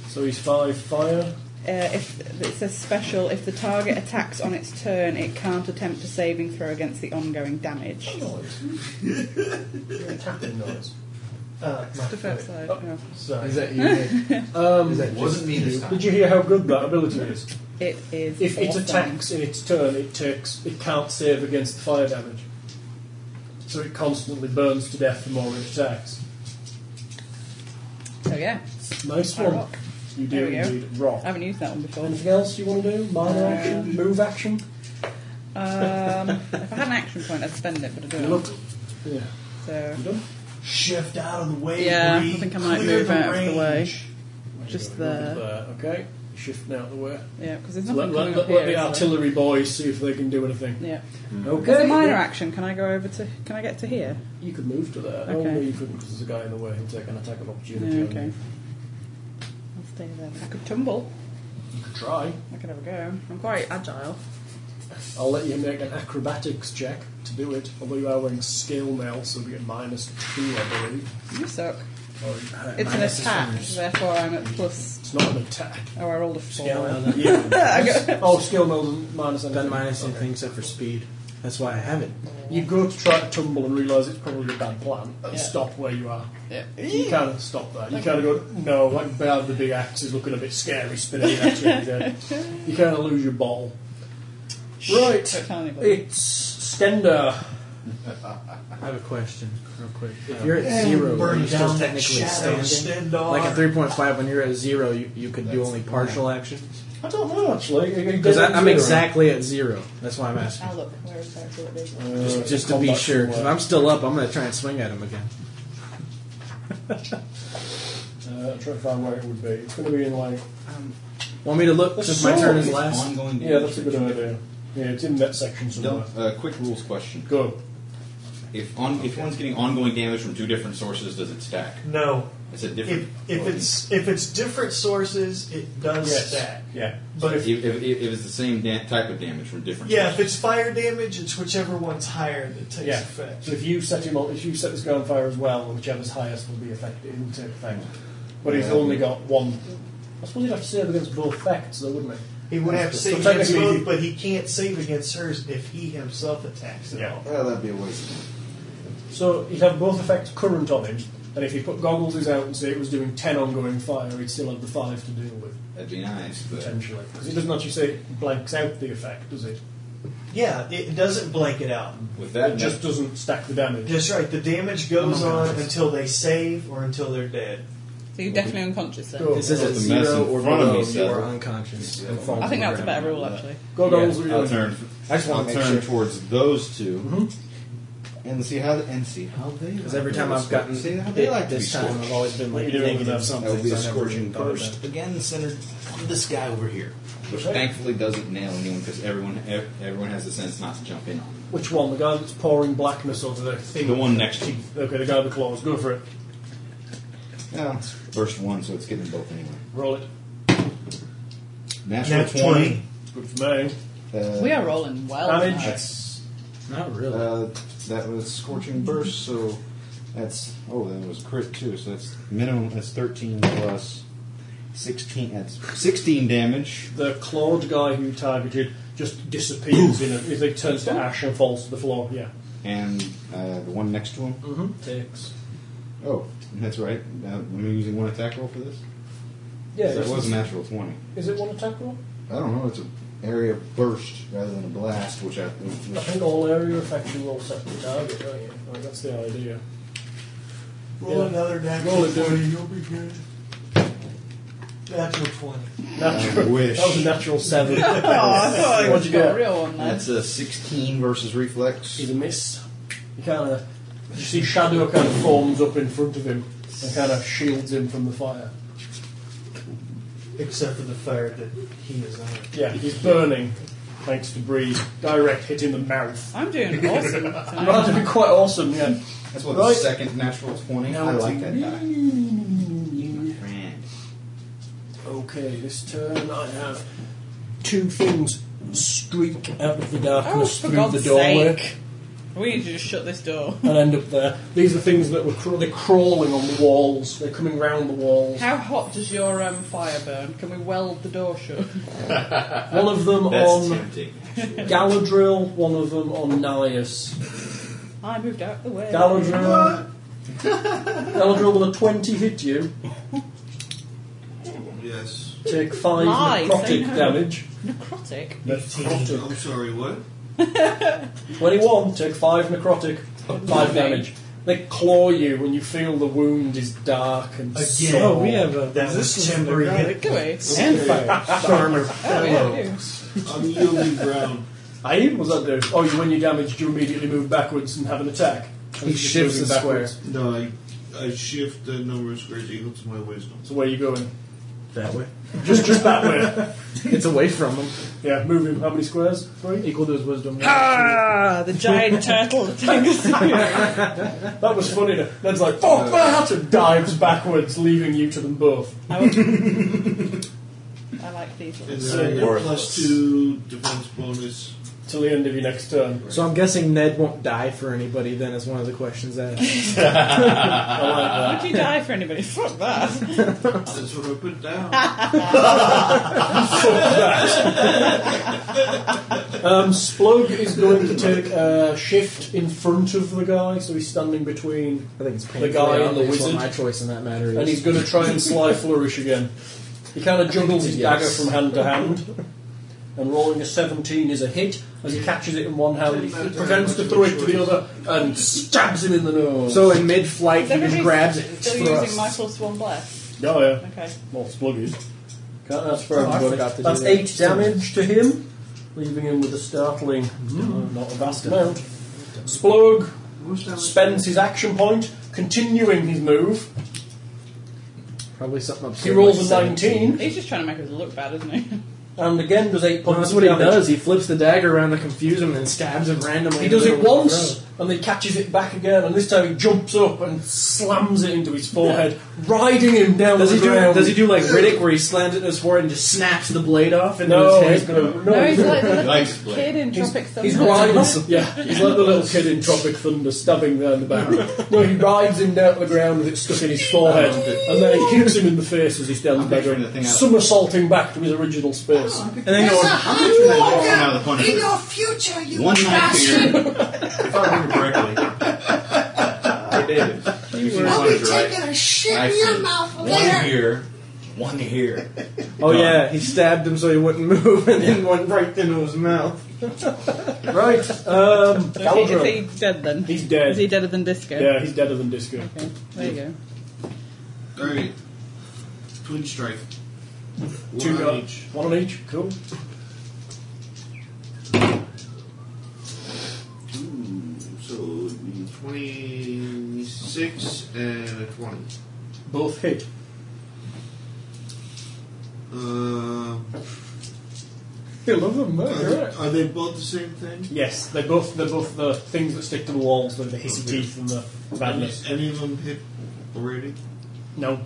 S4: So he's 5 fire.
S3: Uh, if it says special, if the target attacks on its turn, it can't attempt a saving throw against the ongoing damage.
S4: Oh, Tapping noise.
S9: Uh, no,
S3: Just outside,
S4: Oh.
S3: yeah.
S9: sorry.
S4: Is that you? um,
S12: That wasn't me this time.
S4: did you hear how good that ability is?
S3: It is.
S4: If it
S3: awesome.
S4: attacks in its turn, it takes it can't save against fire damage. So it constantly burns to death the more it attacks.
S3: So yeah,
S4: Nice
S3: I
S4: one.
S3: rock.
S4: You do
S3: There we go.
S4: indeed rock.
S3: I haven't used that one before.
S4: Anything else you want to do? Minor
S3: Um,
S4: action? Move action?
S3: Um, if I had an action point, I'd spend it, but I don't.
S4: Look. Yeah.
S3: So
S4: You done?
S9: Shift out of the way.
S3: yeah, I
S9: Bree.
S3: think I might
S9: Clear
S3: move
S9: the
S3: out of the way.
S9: range.
S3: Just
S4: There.
S3: there.
S4: Okay. Shifting out of the way.
S3: Yeah, because there's
S4: So
S3: nothing
S4: let, let,
S3: coming up
S4: let,
S3: here,
S4: let the
S3: is there?
S4: artillery boys see if they can do anything.
S3: Yeah.
S4: Okay.
S3: As a minor action, can I go over to? Can I get to here?
S4: You could move to there.
S3: Okay.
S4: No, you couldn't because there's a guy in the way. He'll take an attack of opportunity.
S3: Yeah,
S4: on
S3: okay.
S4: you.
S3: I'll stay there. I could tumble.
S4: You could try.
S3: I could have a go. I'm quite agile.
S4: I'll let you make an acrobatics check to do it, although you are wearing scale mail, so we get minus two, I believe.
S3: You suck.
S4: Or, uh,
S3: It's an attack, therefore I'm at plus.
S4: it's not an attack.
S3: Oh, I rolled a four.
S4: Yeah. oh, scale mail doesn't minus anything.
S11: Done minus anything except for speed. That's why I have it.
S4: You go to try to tumble and realise it's probably a bad plan and stop where you are.
S3: Yeah.
S4: You kind of stop there. You kind of go, no, like behind the big axe is looking a bit scary, spinning at you. You kind of lose your ball. Right,
S3: Tell anybody.
S4: it's Stender.
S11: I have a question, real quick. If you're at zero, are you
S9: Burn
S11: still
S9: down that
S11: technically
S9: shadow.
S11: standing?
S9: Stand
S11: Like
S9: on.
S11: at 3.5, when you're at zero, you, you could do only partial actions?
S4: I don't know actually.
S11: Because I'm exactly at zero. That's why I'm asking.
S3: I'll look. Where is that? Will it be?
S11: Just, just to be
S4: Uh, combat
S11: sure.
S4: should
S11: If
S4: work.
S11: I'm still up, I'm going to try and swing at him again.
S4: Uh, I'm trying to find where it would be. It's going to be in like.
S11: Want me to look
S4: That's
S11: since my
S4: so
S11: turn is
S4: obvious.
S11: last?
S5: Ongoing
S4: Yeah, that's a good idea. Yeah, it's in that section somewhere.
S5: Uh, quick rules question:
S4: Go.
S5: If on if one's getting ongoing damage from two different sources, does it stack?
S9: No.
S5: Is it different?
S9: If, if it's if it's different sources, it does stack.
S4: Yeah.
S9: But
S5: if,
S9: if
S5: if, if it's the same da- type of damage from different
S9: yeah, if
S5: sources.
S9: it's fire damage, it's whichever one's higher that takes
S4: Yeah.
S9: effect.
S4: So if you set him on, if you set this guy on fire as well, whichever's highest will be affected. It will take effect. But he's
S5: Yeah.
S4: only got one. I suppose you'd have to save against both effects, though, wouldn't it?
S9: He would have to
S4: So
S9: save against
S4: technically-
S9: both, but he can't save against hers if he himself attacks at
S4: Yeah.
S9: all.
S5: Well, that'd be a waste. of time.
S4: So he'd have both effects current on him, and if he put goggles his out and say it was doing ten ongoing fire, he'd still have the five to deal with
S5: That'd be nice, but
S4: potentially. Because it doesn't actually say it blanks out the effect, does it?
S9: Yeah, it doesn't blank it out.
S5: with that,
S4: it just doesn't stack the damage.
S9: That's right. The damage goes on until they save or until they're dead.
S3: So you're definitely unconscious then.
S4: Go.
S11: This is
S5: Well,
S11: at
S5: the mess
S11: zero
S5: in
S11: or
S5: front
S11: below,
S5: of me
S11: you are
S5: said-
S11: unconscious.
S5: Yeah.
S11: and fall
S3: I
S11: to
S3: think
S11: the
S3: that's a
S11: ground.
S3: better rule actually.
S4: Goggles are
S5: yeah, I'll
S4: doing-
S5: turn.
S11: I just wanna
S5: I'll
S11: make
S5: turn
S11: sure.
S5: towards those 2 and see how and see how they.
S11: Mm-hmm. Because every time I've gotten
S5: see how they like to
S11: this
S5: be
S11: time,
S5: scorched.
S11: I've always been like
S4: What are you doing with
S11: negative
S4: that?
S11: something.
S5: That would be a
S11: so I never
S5: scorching
S11: thought about
S5: burst
S11: it.
S5: again, centered on this guy over here, which thankfully doesn't nail anyone because everyone ev- everyone has the sense not to jump in on. him.
S4: Which one? The guy that's pouring blackness over the thing?
S5: The one next to you.
S4: Okay, the guy with the claws. Go for it.
S5: Yeah, it's burst one, so it's getting both anyway.
S4: Roll it.
S5: Natural
S9: Nat
S5: 20.
S4: Good for me.
S5: Uh,
S3: We are rolling well.
S4: Damage.
S3: tonight.
S5: That's
S11: Not really.
S5: uh, that was scorching burst, so that's oh that was crit too, so that's minimum that's thirteen plus sixteen that's sixteen damage.
S4: The clawed guy who targeted just disappears in a, He turns to ash and falls to the floor. Yeah.
S5: And uh, the one next to him.
S4: Mm-hmm. Takes.
S5: Oh, that's right. Uh, am I using one attack roll for this?
S4: Yeah.
S5: that
S4: it's-
S5: was a natural twenty.
S4: Is it one attack roll?
S5: I don't know. It's an area burst rather than a blast, which I
S4: I
S5: which,
S4: think all area effects you roll separate target, don't you? Like, that's the idea.
S9: Roll
S4: Yeah.
S9: another natural
S4: Roll it, dude.
S9: twenty. You'll be good. Natural twenty.
S4: Natural.
S5: wish.
S4: That was a natural seven.
S3: Oh, I thought I
S4: What'd you
S3: got
S4: get?
S3: a real one then.
S5: That's a sixteen versus reflex.
S4: He's a miss. You kind of you see shadow kind of forms up in front of him and kind of shields him from the fire.
S9: Except for the fire that he is on.
S4: Yeah, he's burning. thanks to Bree. Direct hit in the mouth.
S3: I'm doing awesome.
S4: Rather be quite awesome, yeah.
S5: That's what
S4: Right.
S5: the second natural twenty.
S4: Now
S5: I
S4: it's
S5: like that die.
S4: me.
S10: Friend.
S4: Okay, this turn I have two things streak out of the darkness
S3: Oh, for
S4: through
S3: God's
S4: the doorway
S3: sake. We need to just shut this door.
S4: and end up there. These are things that were cra- they're crawling on the walls. They're coming round the walls.
S3: How hot does your um, fire burn? Can we weld the door shut?
S4: One of them
S10: That's
S4: on
S10: tempting.
S4: Galadriel, one of them on Nias.
S3: I moved out the way.
S4: Galadriel. Galadriel with a 20 hit you.
S2: Yes.
S4: Take 5
S3: Lies, they
S4: necrotic
S3: know.
S4: damage.
S3: Necrotic.
S4: Necrotic.
S2: I'm sorry, what?
S4: 21, take 5 necrotic, 5 damage. They claw you when you feel the wound is dark and
S9: Again.
S4: sore.
S9: Oh, a that was
S11: resistant
S9: temporary hit.
S3: Do we?
S11: And fire.
S9: Farmer.
S3: Oh, yeah, we do.
S2: Unyielding ground.
S4: I was that do? Oh, you, when you're damaged, you immediately move backwards and have an attack.
S11: He shifts the square.
S2: No, I, I shift the number of squares equal to my wisdom.
S4: So where are you going?
S11: That way.
S4: Just, just that way.
S11: It's away from him.
S4: Yeah, move him. How many squares? Three.
S11: Equal to his wisdom.
S3: Ah, the giant turtle attacks.
S4: That was funny. to- Ned's like, fuck that! And dives backwards, leaving you to them both.
S3: I, would- I like these
S2: And
S3: ones.
S2: then I get plus two defense bonus.
S4: Till the end of your next turn.
S11: So I'm guessing Ned won't die for anybody then is one of the questions that
S3: Uh, Would you die for anybody? Fuck that.
S2: That's what I put down.
S4: Um, Splug is going to take a shift in front of the guy, so he's standing between,
S11: I think it's
S4: The guy
S11: painful.
S4: and the
S11: obvious
S4: wizard.
S11: What my choice in that matter is.
S4: and he's going to try and sly flourish again. He kind of juggles his dagger
S11: Yes.
S4: from hand to hand, and rolling a 17 is a hit. As he catches it in one hand, he pretends to throw it to the other and stabs him in the nose.
S11: so in mid-flight, he just
S3: Everybody's
S11: grabs it.
S3: Still
S11: thrusts.
S3: using my plus one bless.
S4: oh, yeah.
S3: Okay.
S4: Well, Splug is. Can't ask for
S11: Oh, I
S4: everybody.
S11: forgot to do
S4: That's
S11: that.
S4: 8 damage to him, leaving him with a startling, uh, not a vast amount. Splug
S2: Most damage.
S4: spends his action point, continuing his move.
S11: Probably something
S4: He
S11: absurd.
S4: rolls a
S11: like
S4: 19,
S3: He's just trying to make us look bad, isn't he?
S4: and again does 8
S11: Well, that's
S4: points of
S11: what he
S4: damage.
S11: does. He flips the dagger around to confuse him and then stabs him randomly.
S4: He
S11: in the
S4: does it
S11: middle of the
S4: once, and then catches it back again, and this time he jumps up and slams it into his forehead, riding him
S11: throw.
S4: down
S11: Does
S4: the
S11: he do?
S4: ground.
S11: Does he do like Riddick, where he slams it in his forehead and just snaps the blade off? And
S4: No,
S11: then
S4: he's
S11: his head?
S4: going to...
S3: No, he's like the
S10: He
S3: little
S10: likes to play.
S3: kid in Tropic Thunder.
S4: He's riding, yeah, he's like the little kid in Tropic Thunder stabbing there in the background. no, he rides him down to the ground with it stuck in his forehead, and then he kicks him in the face as he stands
S5: I'm
S4: back
S5: picturing
S4: up,
S5: the thing out- Oh,
S4: somersaulting back to his original space.
S5: And then go
S10: Out of the corner.
S7: your future, you
S10: One night here.
S5: if I remember correctly.
S10: Hey, David. You see
S7: I'll be
S10: one right?
S7: taking a shit
S10: I
S7: in your
S10: see.
S7: mouth
S10: One
S7: later.
S10: here, one here.
S11: Oh yeah, he stabbed him so he wouldn't move, and then went right into his mouth.
S4: Right, um,
S3: Is he,
S4: Galadriel.
S3: is he dead then?
S4: He's
S3: Is he
S4: dead.
S3: deader than Disco?
S4: Yeah, he's deader than Disco.
S3: Okay, there you go.
S2: Alright. Twin strike. One
S4: Two
S2: on
S4: guys.
S2: each.
S4: One on each, cool.
S2: Ooh, Hmm, so it'd be 26 and a 20.
S4: Both hit.
S2: Um,
S4: I love them,
S2: are, they, are they both the same thing?
S4: Yes, they're both they're both the things that stick to the walls, like the hissy teeth and the madness.
S2: Any of them hit already?
S4: No.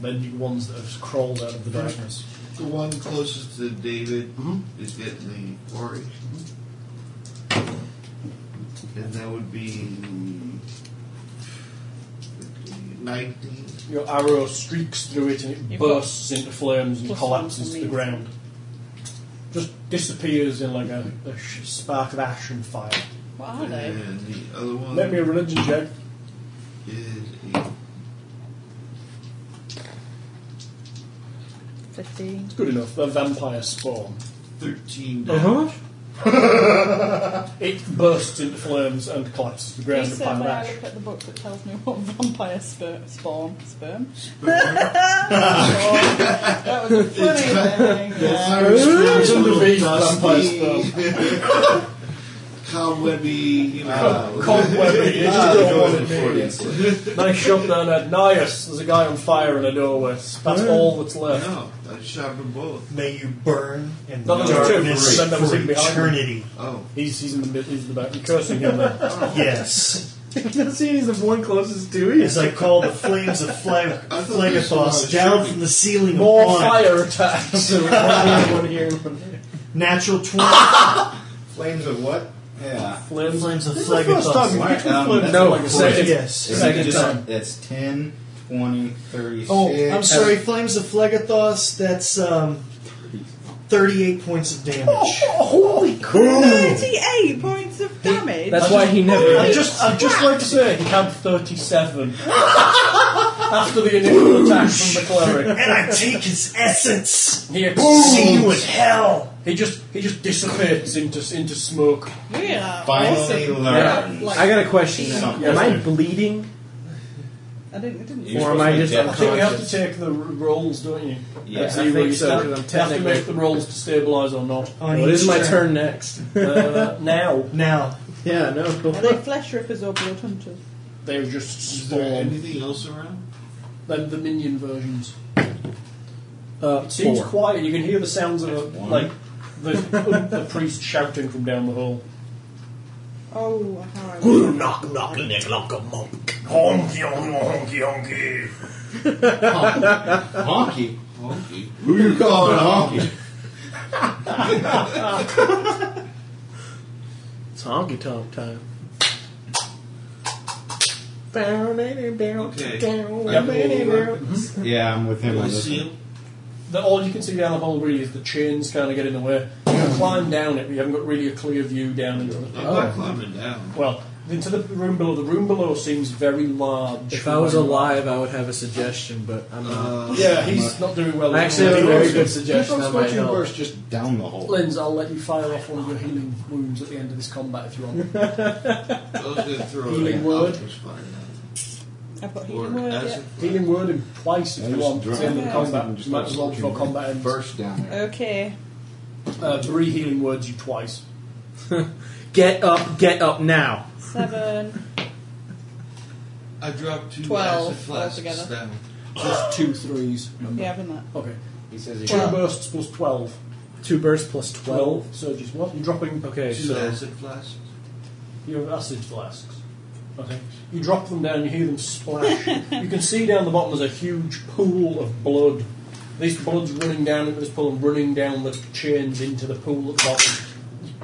S4: They're the ones that have crawled out of the darkness.
S2: The one closest to David
S4: Mhm.
S2: is getting the quarry. And that would be 19.
S4: Your arrow streaks through it and it
S3: You've
S4: bursts into flames and
S3: plus one
S4: collapses to
S3: for
S4: the
S3: me.
S4: ground. Just disappears in like a, a sh- spark of ash and fire.
S3: What are they?
S2: And the other one
S4: Let me a religion check.
S2: is a
S3: 15.
S4: It's good enough. The vampire spawn.
S2: 13 damage.
S11: Uh-huh.
S4: It bursts into flames and collapses to the ground in
S3: Please
S4: a
S3: uh,
S4: pile of
S3: when I
S4: ash.
S3: look at the book that tells me what vampire sper- spawn, sperm. that was a funny thing.
S2: Irish
S4: It's
S2: little
S4: under the
S2: dusty.
S4: vampire spawn.
S2: cobwebby, you know. Uh,
S4: Cob- cobwebby, you
S2: Ah,
S4: just don't want it made. Nice shop down at Nias. There's a guy on fire in a doorway. That's all that's left.
S2: No, I shot them both.
S9: May you burn in
S4: No,
S9: the
S4: that was two.
S9: darkness
S4: Then that was
S9: for
S4: him behind me.
S9: eternity.
S2: Oh,
S4: He's, he's in the mid, he's in the back. You're cursing him there.
S9: Yes.
S11: doesn't see he's the one closest to you.
S9: As I call the flames of flag-
S2: I thought you said I
S9: Flagathos
S2: was
S9: down
S2: shooting.
S9: from the ceiling
S4: More
S9: of one.
S4: fire attacks. one here, one here.
S9: Natural 20
S5: Flames of what? Yeah.
S4: Flames.
S9: flames of
S4: the first time
S9: Flagathos.
S4: you hit with
S5: Um,
S4: flames.
S5: no,
S4: Like a
S5: of course.
S4: second.
S9: Yes.
S5: If you
S4: Second
S5: could just-
S4: time.
S5: That's 10, 20, 30,
S9: Oh,
S5: six,
S9: I'm sorry, Flames of Phlegathos, that's um, 38 points of
S4: Oh,
S9: damage.
S3: Holy crap! 38 points of damage?
S11: That's why he never.
S4: I'd just, I'd just like to say he had 37 after the initial attack from the cleric.
S9: and I take his essence!
S4: He
S9: See you
S4: explodes.
S9: in hell!
S4: He just he just dissipates into into smoke.
S3: We are
S5: Finally
S3: awesome.
S5: learned.
S3: Yeah, like,
S11: I got a question now.
S5: Something.
S11: Am I
S4: Yes,
S11: bleeding?
S3: I didn't, I didn't
S10: You're
S11: Or am
S10: supposed
S11: I
S10: to
S11: just
S10: get-
S4: I think you have to
S11: unconscious?
S4: take the r- rolls, don't you?
S10: Yeah,
S4: Let's
S11: I
S4: see where
S11: think
S4: you
S11: so,
S4: stand.
S11: 'cause I'm
S4: You have to make
S11: technically-
S4: the rolls to stabilise or not.
S9: On
S11: Well, it is
S9: each
S11: my turn next.
S4: Uh, now
S9: Now,
S11: yeah, no.
S3: Are they flesh rippers or blood hunters?
S4: they were just
S2: is there
S4: spawn.
S2: anything else around?
S4: Then the minion versions. Uh, it seems
S11: Four.
S4: quiet. You can hear the sounds of
S5: one.
S4: like the, the priest shouting from down the hall.
S3: Oh, how I wish I-
S9: knock knocking it like a monk. Honky, honky, honky,
S5: Honky.
S2: Honky.
S5: Who you calling a honky?
S11: It's honky tonk time.
S2: Okay.
S5: Yeah, I'm with him
S2: Do I
S5: on this
S2: see
S5: one.
S2: him?
S4: The, all you can see down the hall really is the chains kind of getting away. You can climb down it, but you haven't got really a clear view down into
S2: I'm
S4: the
S3: Oh.
S2: not climbing down.
S4: well into the room below. The room below seems very large.
S11: If I was alive, I would have a suggestion, but I'm not.
S2: Uh,
S4: yeah, he's not doing well.
S11: I actually have a very good suggestion
S5: Keep
S11: that
S5: on
S11: might
S5: scorching
S11: help.
S5: burst just down the hole.
S4: Linz, I'll let you fire off one of your healing wounds at the end of this combat if you want.
S2: I was going to throw
S4: Healing
S2: it in.
S4: word.
S2: I'll just find out.
S3: I've got
S2: Or
S3: healing word,
S2: acid
S4: healing word him twice if
S5: I
S4: you
S5: just
S4: want at
S5: dropped
S4: the end of the
S3: it.
S4: combat.
S5: I'm just
S4: You might as well
S5: scorching
S4: before combat ends.
S5: burst down
S3: yeah.
S5: there.
S3: Okay.
S4: Uh, three healing words you twice.
S11: Get up, get up now.
S3: 7,
S2: I dropped two
S3: Twelve
S2: acid flasks
S3: altogether.
S2: down.
S4: Just two threes. remember.
S3: yeah, haven't that.
S4: Okay.
S5: He says
S4: Two
S5: he
S3: Well-
S4: bursts plus twelve.
S11: Two bursts plus 12.
S4: Twelve surges. What? You're dropping.
S11: Okay,
S2: Two
S11: so.
S2: acid flasks.
S4: You have acid flasks. Okay. You drop them down, you hear them splash. you can see down the bottom there's a huge pool of blood. These blood's running down into this pool and running down the chains into the pool at the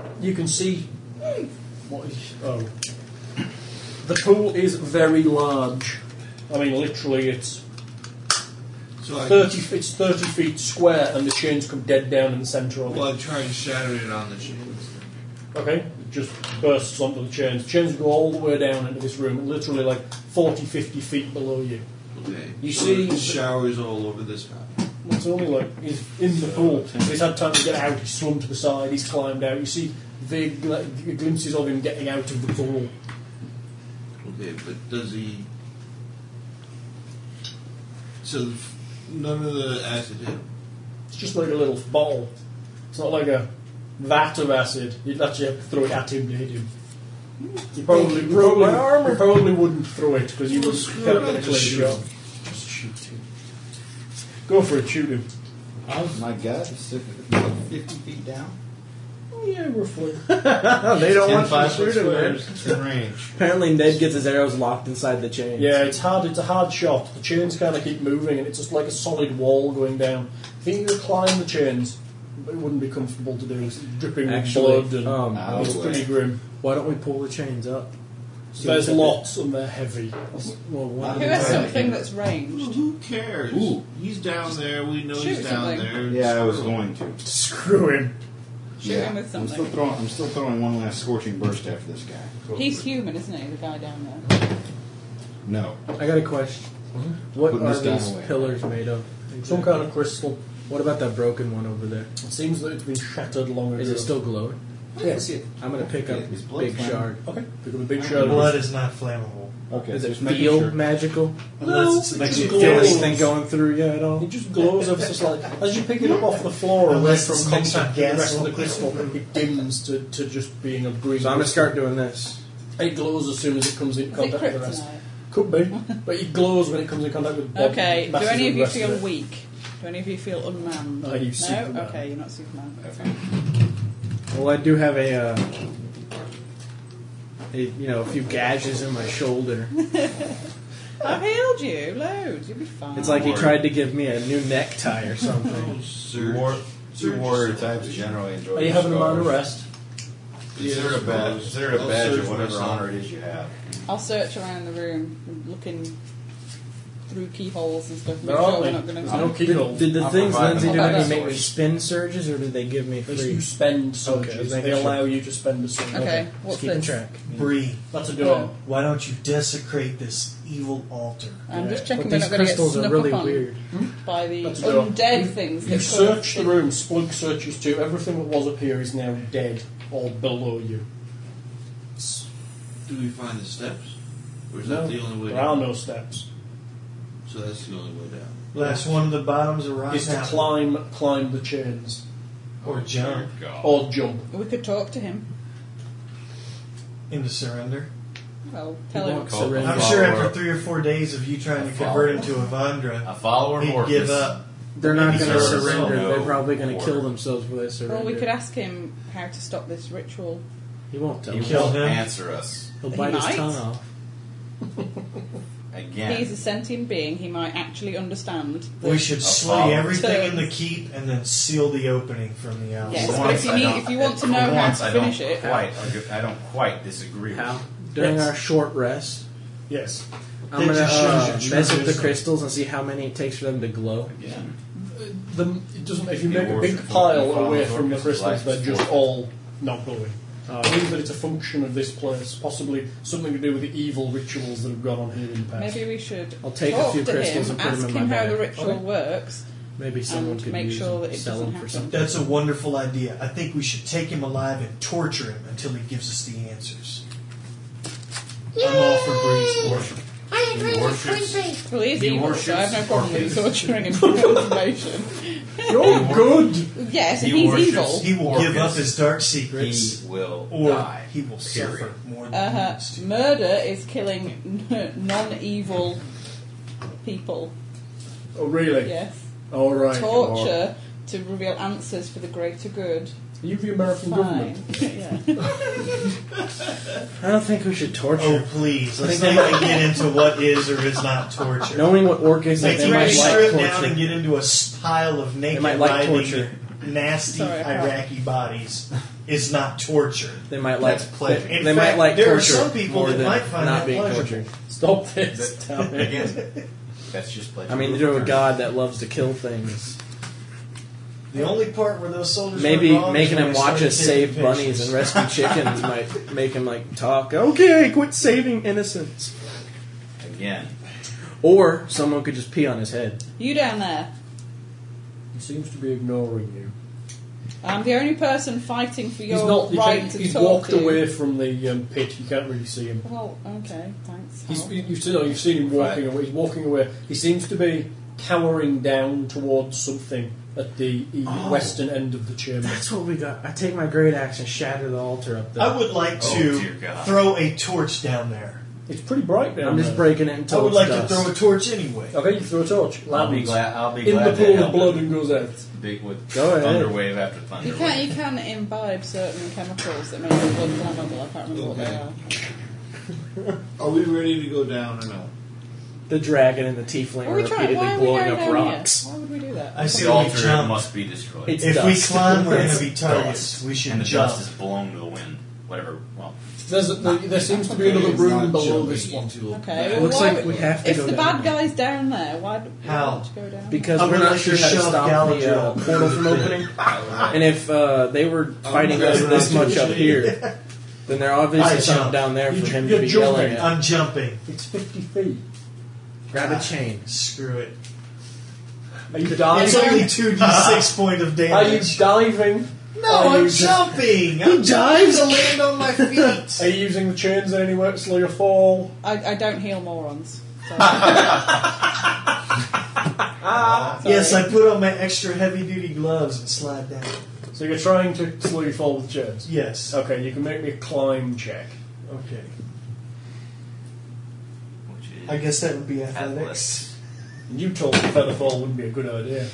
S4: bottom. You can see. What is. Oh. The pool is very large. I mean, literally, it's
S2: So I,
S4: 30, f- it's 30 feet square, and the chains come dead down in the centre of it.
S2: well, I tried shattering it on the chains.
S4: Okay, it just bursts onto the chains. Chains go all the way down into this room, literally like 40, 50 feet below you.
S2: Okay.
S4: You
S2: So
S4: see-
S2: there's showers all over this house.
S4: It's only like he's in the pool. He's had time to get out. He's swum to the side. He's climbed out. You see vague like, glimpses of him getting out of the pool.
S2: Okay, but does he? So f- none of the acid hit. him.
S4: It's just like a little bottle. It's not like a vat of acid. You'd actually have to throw it at him to hit him. You probably, you probably, you probably wouldn't throw it because you
S2: Well,
S4: would
S2: screw
S4: get
S2: it,
S4: a clear
S2: I'll just shoot
S4: shot.
S2: him.
S4: Just shoot him. Go for it. Shoot him.
S5: Oh my god, it's like 50 feet down?
S4: Oh yeah, roughly.
S11: they don't want you to
S5: flashes
S11: shoot him, man.
S5: It's in range.
S11: Apparently, Ned gets his arrows locked inside the chain.
S4: Yeah, it's hard. It's a hard shot. The chains kind of keep moving, and it's just like a solid wall going down. If you could climb the chains, it wouldn't be comfortable to do. It's dripping with
S11: Actually,
S4: blood, and
S11: um,
S5: Ow.
S4: it's pretty grim.
S11: why don't we pull the chains up?
S4: There's lots, and they're heavy.
S11: Well,
S5: Who
S11: one.
S3: Who has something that's ranged?
S2: Who cares? He's down there. We know
S3: Shoot
S2: he's down
S3: something.
S2: there.
S5: Yeah, I was going to.
S4: Screw him.
S3: Shoot him with
S5: I'm still
S3: something.
S5: throwing. I'm still throwing one last scorching burst after this guy.
S3: He's human, isn't he? The guy down there.
S5: No,
S11: I got a question. What
S5: Putting
S11: are
S5: this down
S11: these
S5: away.
S11: pillars made of?
S4: Some kind of crystal.
S11: What about that broken one over there?
S4: It seems that it's been shattered long ago.
S11: Is it still glowing?
S6: Yes. I'm going to pick up
S15: Is blood
S6: big
S15: flammable?
S6: shard.
S4: Okay. Pick up a big shard.
S9: Blood is not flammable.
S15: Okay.
S6: Does it
S15: just making
S6: feel
S15: sure.
S6: magical?
S9: Unless
S4: No,
S9: it's
S4: it
S9: like
S4: just
S9: you
S4: glows.
S9: feel
S6: This thing going through you at all?
S4: It just glows ever so slightly. As you pick it up off the floor and
S9: Unless
S4: from
S9: it's
S4: contact with
S9: contact
S4: the
S9: gas
S4: rest of the
S9: or-
S4: crystal, it dims to, to just being a green.
S6: So I'm going to start doing this.
S4: It glows as soon as it comes
S3: Is
S4: in
S3: it
S4: contact with the rest.
S3: kryptonite?
S4: Could be, but it glows when it comes in contact with. Bob
S3: Okay, do
S4: masses
S3: any of you
S4: the rest
S3: feel
S4: it.
S3: weak? Do any of you feel unmanned?
S4: Are you Superman?
S3: No? Okay, you're not Superman.
S6: Well, I do have a, uh, a you know, a few gashes in my shoulder.
S3: I've healed you loads, you'll be fine.
S6: It's like he tried to give me a new necktie or something.
S2: Surge.
S5: War,
S2: Surge.
S5: warrior types generally enjoy.
S4: Are you
S5: the
S4: having a
S5: scars.
S4: minor rest?
S5: Consider it a badge. Consider it a
S2: I'll
S5: badge
S2: search
S5: of whatever
S2: myself.
S5: honor it is you have.
S3: I'll search around the room, looking through keyholes and stuff.
S4: There
S3: make sure
S4: aren't
S3: we're
S4: any.
S3: not going
S4: There's
S3: to.
S4: no keyhole.
S6: Did, did the
S5: I'll
S6: things
S5: provide
S6: Lindsay
S3: them
S6: do
S3: all.
S6: make
S3: That's
S6: me
S3: worse.
S6: spin surges, or did they give me
S4: There's-
S6: free?
S4: You spend surges.
S6: just
S4: they
S6: making
S4: allow you to spend a surge.
S3: Okay, what's
S6: Just keeping
S3: this?
S6: track.
S9: Bree,
S4: That's a door.
S9: why don't you desecrate this evil altar?
S3: I'm just
S6: But
S3: checking we're
S6: these
S3: not going to get
S6: crystals
S3: snuck
S6: are really
S3: up on
S6: weird.
S3: by the
S4: That's a door.
S3: undead things.
S4: You
S3: that
S4: search the
S3: come-
S4: room, Splunk searches too. Everything that was up here is now dead or below you.
S2: Do we find the steps? Or is
S4: No,
S2: that the only way
S4: There are
S2: down?
S4: no steps.
S2: So that's the only way down.
S9: That's one of the bottoms of rock
S4: It's to climb, climb the chains
S9: or jump
S4: or jump.
S3: We could talk to him.
S9: into surrender.
S3: Well, tell him.
S5: Surrender.
S9: I'm sure after three or four days of you trying to convert him to Avandra,
S5: A follower of
S9: he'd
S5: Orcus.
S9: give up.
S6: They're not
S9: Maybe
S6: going to
S9: so.
S6: surrender.
S5: No.
S6: They're probably going to
S5: Or-
S6: kill themselves before they surrender.
S3: Well, we could ask him how to stop this ritual.
S6: He won't tell
S5: He
S6: us.
S9: Kill
S5: won't
S9: him.
S5: answer us
S6: He'll
S3: He
S6: bite his
S3: might.
S6: tongue off.
S5: again.
S3: He's a sentient being. He might actually understand. the-
S9: We should slay
S5: follow.
S9: everything in the keep and then seal the opening from the
S3: Yes,
S9: outside.
S5: For
S3: but
S5: once,
S3: if you
S5: I
S3: need-
S5: don't-
S3: if you want to
S5: for
S3: know how
S5: once,
S3: to
S5: I don't
S3: finish it-
S5: quite, ag- I don't quite disagree.
S6: How? During
S9: Yes.
S6: our short rest,
S4: Yes.
S6: I'm
S9: That
S6: going to
S9: just shows
S6: uh,
S9: your true
S6: mess with the
S9: wisdom.
S6: crystals and see how many it takes for them to glow.
S5: Yeah.
S4: The, it doesn't. If you
S5: Yeah,
S4: make a
S5: or
S4: big
S5: if you
S4: pile
S5: follow
S4: away
S5: the
S4: from the
S5: Orcus'
S4: crystals,
S5: life
S4: they're just
S5: support.
S4: all not going.
S6: Oh.
S4: I believe that it's a function of this place, possibly something to do with the evil rituals that have gone on here in the past.
S3: Maybe we should
S6: I'll take a
S3: talk
S6: few
S3: to
S6: crystals
S3: him,
S6: and put 'em
S3: ask
S6: in
S3: him
S6: my
S3: how
S6: bag.
S3: the ritual
S6: Okay.
S3: works.
S6: Maybe someone
S3: And
S6: could
S3: make
S6: use
S3: sure
S6: them,
S3: that it
S6: sell
S3: doesn't
S6: them for
S3: happen.
S6: something.
S9: That's a wonderful idea. I think we should take him alive and torture him until he gives us the answers. I'm all for Bree's
S7: Yay! I agree with Quincy.
S3: Well, he's
S5: He
S3: evil, so I have no
S5: worships
S3: problem with
S5: orchids.
S3: torturing him for information.
S4: You're good.
S3: yes,
S5: He
S3: if he's evil.
S5: worships
S9: He will give up
S5: Orcus.
S9: his dark
S5: He
S9: secrets,
S5: will
S9: or
S5: die.
S9: he will
S5: period.
S9: suffer more than he
S3: Uh-huh.
S9: needs to.
S3: Murder is killing non evil people.
S4: Oh, really?
S3: Yes.
S4: All right.
S3: Torture to reveal answers for the greater good.
S4: Are you the American
S3: Fine.
S4: government?
S3: yeah.
S6: I don't think we should torture.
S9: Oh, please. Let's not get into what is or is not torture.
S6: Knowing what Orcus is,
S9: Like,
S6: they
S9: you
S6: might
S9: might
S6: like
S9: strip down and
S6: torture.
S9: get into a s- pile of naked,
S6: might like
S9: writhing,
S6: torture.
S9: nasty
S3: Sorry, I cried.
S9: Iraqi bodies is not torture.
S6: They might like
S5: That's pleasure.
S6: They,
S9: In
S6: they
S9: fact,
S6: might like
S9: there are
S6: torture
S9: some people
S6: more
S9: that
S6: than
S9: might find
S6: not
S9: that
S6: being
S9: pleasurable.
S6: tortured.
S4: Stop this.
S5: That- again, that's just pleasure.
S6: I mean, they're a god that loves to kill things.
S9: The only part where those soldiers
S6: Maybe
S9: went wrong
S6: making
S9: is when
S6: him
S9: they
S6: watch
S9: started
S6: us
S9: taking
S6: save
S9: pictures.
S6: bunnies and rescue chickens might make him like talk. Okay, quit saving innocents.
S5: Again,
S6: Or someone could just pee on his head.
S3: You down there.
S4: He seems to be ignoring you.
S3: I'm the only person fighting for your
S4: he's not. he
S3: right
S4: can't-
S3: to
S4: he's
S3: talk
S4: walked
S3: to you.
S4: away from the um, pit. You can't really see him.
S3: Well, okay, thanks.
S4: He's,
S3: Hal.
S4: you- you've, seen, you've seen him walking away. He's walking away. He seems to be cowering down towards something at the e-
S6: Oh.
S4: western end of the chamber.
S6: That's what we got. I take my great axe and shatter the altar up there.
S9: I would like
S5: Oh, dear
S9: to
S5: God.
S9: throw a torch down there.
S4: It's pretty bright down
S6: I'm just
S4: there.
S6: breaking it until
S9: I would
S6: it's
S9: like
S6: dust.
S9: to throw a torch anyway.
S6: Oh,
S4: Okay, you throw a torch.
S5: I'll be
S4: Lands
S5: glad. I'll be
S4: In
S5: glad
S4: the
S5: to
S4: pool of
S5: help
S4: blood
S5: him.
S4: and goes out.
S5: Big with
S6: Go ahead.
S5: thunder wave after thunder
S3: You
S5: wave.
S3: can you can imbibe certain chemicals that make your blood flammable. I can't remember what they
S2: Okay.
S3: are.
S2: Are we ready to go down or no?
S6: The dragon and the tiefling
S3: Are
S6: are
S3: we trying? Why
S6: repeatedly
S3: are we
S6: blowing
S3: going
S6: up
S3: down
S6: rocks.
S3: here? Why would we do that?
S9: I say
S5: The
S9: we
S5: altar
S9: jump.
S5: must be destroyed.
S6: It's
S9: If
S6: dust.
S9: we climb, we're going
S6: It's
S9: to be
S5: dust.
S9: targets. We should
S5: and the
S9: jump.
S5: dust is blown to the wind. Whatever. Well,
S4: There's a, there, there seems to be another
S2: It's
S4: room
S2: not
S4: below
S2: jumping
S4: this one.
S2: into a-
S3: Okay.
S6: It
S3: Well,
S6: looks
S3: why
S6: like
S3: would-
S6: we have to
S3: If
S6: go
S3: the
S6: down
S3: bad
S6: there.
S3: guy's down there, why do
S9: How?
S3: you go down?
S6: Because
S9: I
S6: we're
S9: would
S6: not
S9: like
S6: sure
S9: to
S6: how to
S9: shove
S6: stop the uh,
S9: Galadriel.
S6: portal from opening. And if uh, they were fighting us
S2: that's
S6: this
S2: not
S6: much up
S2: true.
S6: here, then there obviously
S9: I
S6: something
S9: jump.
S6: down there for
S4: You-
S6: him to
S4: you're
S6: be
S4: jumping.
S6: yelling at.
S9: I'm jumping.
S4: It's 50 feet.
S6: Grab a chain.
S9: Screw it.
S4: Are you diving?
S9: It's only 2d6 point of
S4: Are you
S9: damage.
S4: diving?
S9: No,
S4: Are
S9: I'm
S4: you just-
S9: jumping. I'm trying
S4: dives?
S9: to land on my feet.
S4: Are you using the chains in any way to slow your fall?
S3: I, I don't heal morons. So.
S9: yes, I put on my extra heavy-duty gloves and slide down.
S4: So you're trying to slow your fall with the chains?
S9: Yes.
S4: Okay, you can make me a climb check.
S9: Okay.
S10: Which is
S9: I guess that would be athletics.
S4: And you told me feather fall wouldn't be a good idea.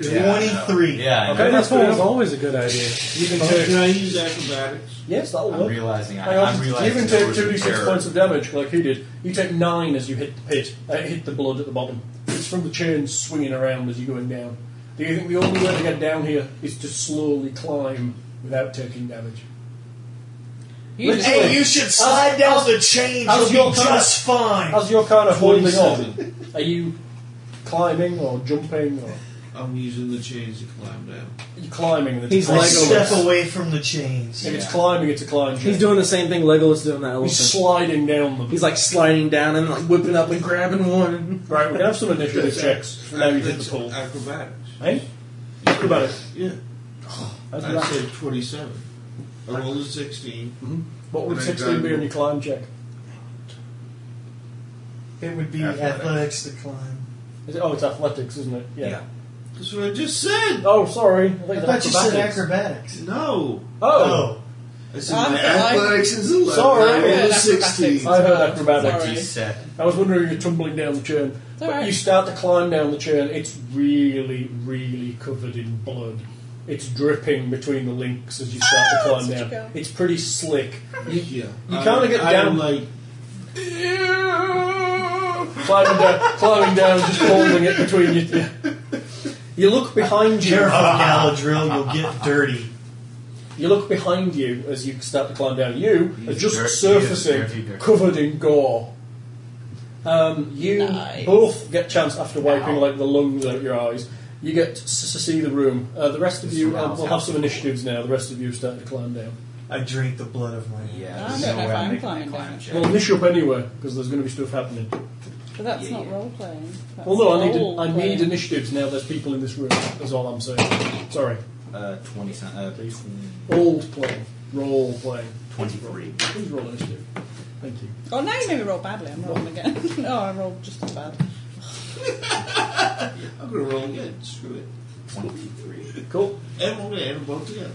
S10: Yeah, I know.
S9: Twenty-three.
S10: Yeah, I know.
S4: feather fall is always a good idea. You Oh, can take.
S2: Can I use acrobatics?
S4: Yes, that'll
S10: I'm
S4: work.
S10: realizing
S4: Hang
S10: I,
S4: on.
S10: I'm
S4: you
S10: realizing
S4: can
S10: there
S4: take
S10: was
S4: two
S10: an
S4: d six
S10: error.
S4: points of damage like he did. You take nine as you hit the pit, uh, hit the blood at the bottom. It's from the chain swinging around as you're going down. Do you think the only way to get down here is to slowly climb without taking damage?
S3: You just-
S9: Hey, you should slide down the chains.
S4: I was
S9: You'll
S4: your
S9: be
S4: kind of-
S9: just fine.
S4: As you're kind of holding on,
S2: 27.
S4: are you climbing or jumping or
S2: I'm using the chains to climb down.
S4: you're climbing? The
S11: He's
S9: I
S11: Legolas.
S9: step away from the chains.
S4: If it's climbing, it's a climb. check.
S11: He's doing the same thing Legolas did on that elephant.
S4: He's sliding down them.
S11: He's like sliding down and like whipping up and grabbing one.
S4: right, we're gonna have some initiative checks. Now you hit the
S2: That's
S4: pool.
S2: Acrobatics.
S4: Hey, think about it.
S2: Yeah.
S4: That's
S2: I
S4: about it.
S2: said 27. I rolled a 16.
S4: What would
S2: And I
S4: 16 be
S2: got-
S4: on your climb check?
S9: It would be
S10: Athletics.
S9: athletics to climb.
S4: Is it, oh, it's athletics, isn't it? Yeah.
S2: That's what I just said.
S4: Oh, sorry. I, think
S9: I
S4: it's
S9: thought you said
S4: acrobatics.
S9: acrobatics.
S2: No.
S4: Oh,
S9: Oh,
S2: I said
S3: I'm
S2: my
S3: sorry.
S2: athletics is 11.
S4: Sorry.
S2: I
S3: Yeah,
S2: rolled a
S3: that's
S2: 16.
S4: I heard acrobatics.
S3: Sorry.
S10: Seven.
S4: I was wondering if you're tumbling down the chain. But
S3: alright.
S4: you start to climb down the chain, it's really, really covered in blood. It's dripping between the links as you start
S11: Ah,
S4: to climb
S3: that's what you
S4: down. It's pretty slick.
S2: Yeah.
S4: You kinda get
S2: I,
S4: down-
S2: I'm like,
S4: climbing down, climbing down, just holding it between you. You look behind you.
S9: careful, Galadriel, you'll get dirty.
S4: You look behind you as you start to climb down. You
S10: He's
S4: are just
S10: dirt-
S4: surfacing,
S10: he is dirty, dirty.
S4: covered in gore. Um, you
S3: Nice.
S4: both get chance after wiping like the lungs out your eyes. You get to s- s- see the room. Uh, the rest of
S10: This
S4: you
S10: smells
S4: um, will have some
S10: awful.
S4: initiatives now. The rest of you start to climb down.
S9: I drink the blood of my
S10: Yeah,
S3: I
S10: there's
S3: don't know
S10: no
S3: if
S10: way
S3: I'm
S10: making
S3: climbing
S10: that
S3: down.
S10: climb check.
S4: Well, initial up anyway because there's going to be stuff happening.
S3: but that's
S10: Yeah,
S3: not
S10: yeah.
S3: role playing. That's
S4: Although I need
S3: role
S4: I
S3: playing.
S4: need initiatives now. There's people in this room. That's all I'm saying. Sorry,
S10: uh, 20, some- uh, 20
S4: old playing, role playing.
S10: 23.
S4: Please roll initiative. Thank you.
S3: Oh, now you made me roll badly. I'm rolling again. no, I rolled just as bad.
S2: I'm going to roll again. Screw it.
S10: 23.
S4: Cool.
S2: And we're going to add them both together.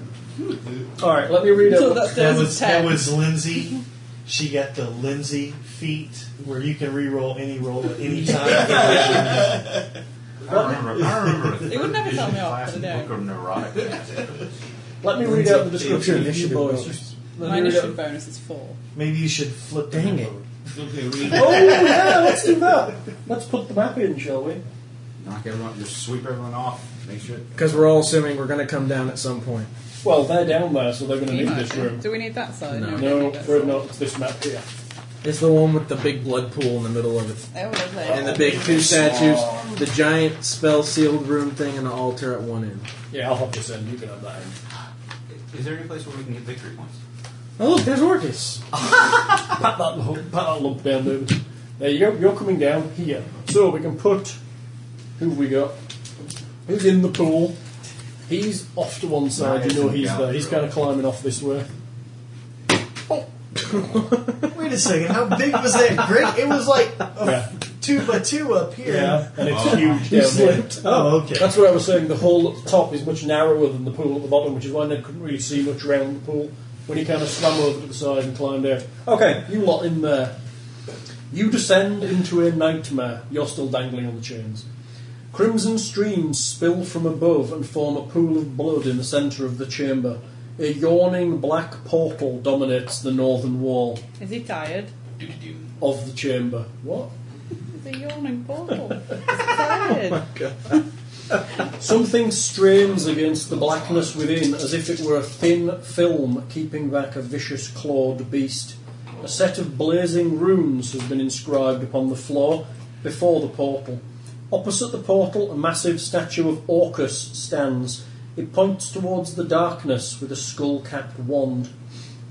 S4: All right, let me read
S3: So
S4: out.
S3: that's
S9: That
S3: there's
S9: was
S3: ten.
S9: that was Lindsay. She got the Lindsay feat, where you can re-roll any roll at any time.
S10: I remember. I remember.
S3: It would never tell me off,
S10: Class
S3: but it
S10: book of neurotic. mastery.
S4: Let me read out the description of you boys. Just- let
S3: My
S4: me read out-
S3: initiative bonus is four.
S9: Maybe you should flip. the
S11: Dang it.
S9: mode.
S2: Okay, read
S4: Oh yeah, let's do that. Let's put the map in, shall we?
S10: Knock everyone, just sweep everyone off. Make sure.
S11: Because we're all assuming we're going to come down at some point.
S4: Well, they're down there, so they're going to need this room.
S3: Do we need that side?
S11: No.
S3: we don't
S4: No,
S3: need that
S4: we're
S3: side.
S4: not. It's this map here.
S11: It's the one with the big blood pool in the middle of it.
S3: Oh, lovely.
S11: And the big two statues, the giant spell sealed room thing, and the altar at one end.
S4: Yeah, I'll have this in. You can have that in.
S10: Is there any place where we can get victory points?
S11: Oh, look, there's Orcus.
S4: Pat that, lump, pat that lump down, David. There you go. You're coming down here, so we can put who we got. Who's in the pool? He's off to one side. You know he's there. He's kind of climbing off this way.
S9: Wait a second. How big was that grid? It was like a
S4: Yeah,
S9: two by two up here.
S4: yeah, and it's
S10: Oh.
S4: huge down here.
S9: Oh, okay.
S4: That's what I was saying. The hole at the top is much narrower than the pool at the bottom, which is why Ned couldn't really see much around the pool when he kind of swam over to the side and climbed out. Okay, you lot in there. You descend into a nightmare. You're still dangling on the chains. Crimson streams spill from above and form a pool of blood in the centre of the chamber. A yawning black portal dominates the northern wall
S3: Is he tired?
S10: Do do do.
S4: of the chamber. What?
S3: It's a yawning portal. He's tired.
S4: Something strains against the blackness within as if it were a thin film keeping back a vicious clawed beast. A set of blazing runes has been inscribed upon the floor before the portal. Opposite the portal, a massive statue of Orcus stands. It points towards the darkness with a skull capped wand.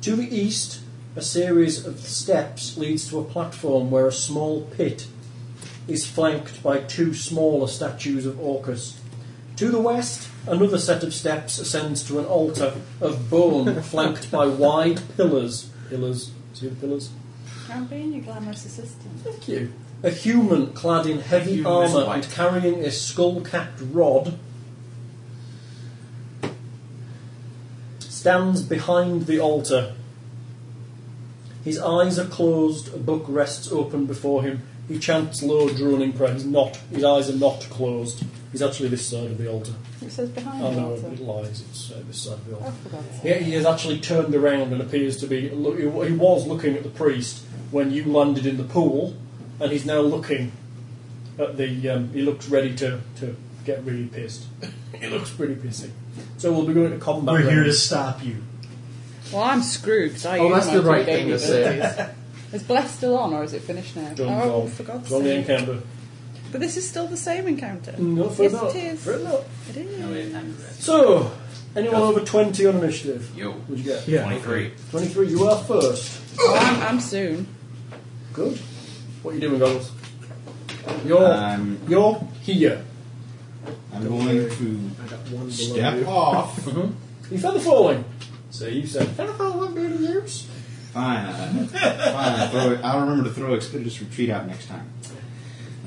S4: To the east, a series of steps leads to a platform where a small pit is flanked by two smaller statues of Orcus. To the west, another set of steps ascends to an altar of bone flanked by wide pillars. Pillars. See the pillars?
S3: I'm being your glamorous assistant.
S4: Thank you. A human clad in heavy
S10: Human is
S4: armour
S10: white.
S4: and carrying a skull capped rod stands behind the altar. His eyes are closed, a book rests open before him. He chants low droning prayer. He's not, his eyes are not closed. He's actually this side of the altar.
S3: It says behind
S4: Oh
S3: the
S4: no,
S3: altar.
S4: it lies, it's uh, this side of the altar.
S3: Oh, for God's sake.
S4: Yeah, he has actually turned around and appears to be. Look, he he was looking at the priest when you landed in the pool, and he's now looking at the. Um, he looks ready to, to get really pissed. he looks pretty pissy. So we'll be going to combat.
S9: We're here to
S4: rounds.
S9: stop you.
S3: Well, I'm screwed 'cause I
S6: Oh,
S3: use
S6: that's
S3: my
S6: the
S3: two
S6: right thing
S3: daily
S6: to say.
S3: abilities. Is Bless still on, or is it finished now?
S4: Done,
S3: oh,
S4: gone.
S3: for God's
S4: It's only
S3: sake.
S4: encounter.
S3: But this is still the same encounter.
S4: No, for
S3: yes,
S4: not.
S3: it is.
S4: For not.
S3: It is.
S4: So, anyone over 20 on initiative?
S10: Yo.
S4: What'd you get?
S10: Yeah. 23.
S4: 23, you are first.
S3: Oh, I'm, I'm soon.
S4: Good. What are you doing, Goggles? You're,
S2: Uh,
S5: Um,
S4: you're here.
S5: I'm going to
S4: I got one below
S5: step off.
S4: hmm You fell the falling. So you said, fell the falling, go to use.
S5: Fine, uh, fine. Throw, I'll remember to throw Expeditious Retreat out next time.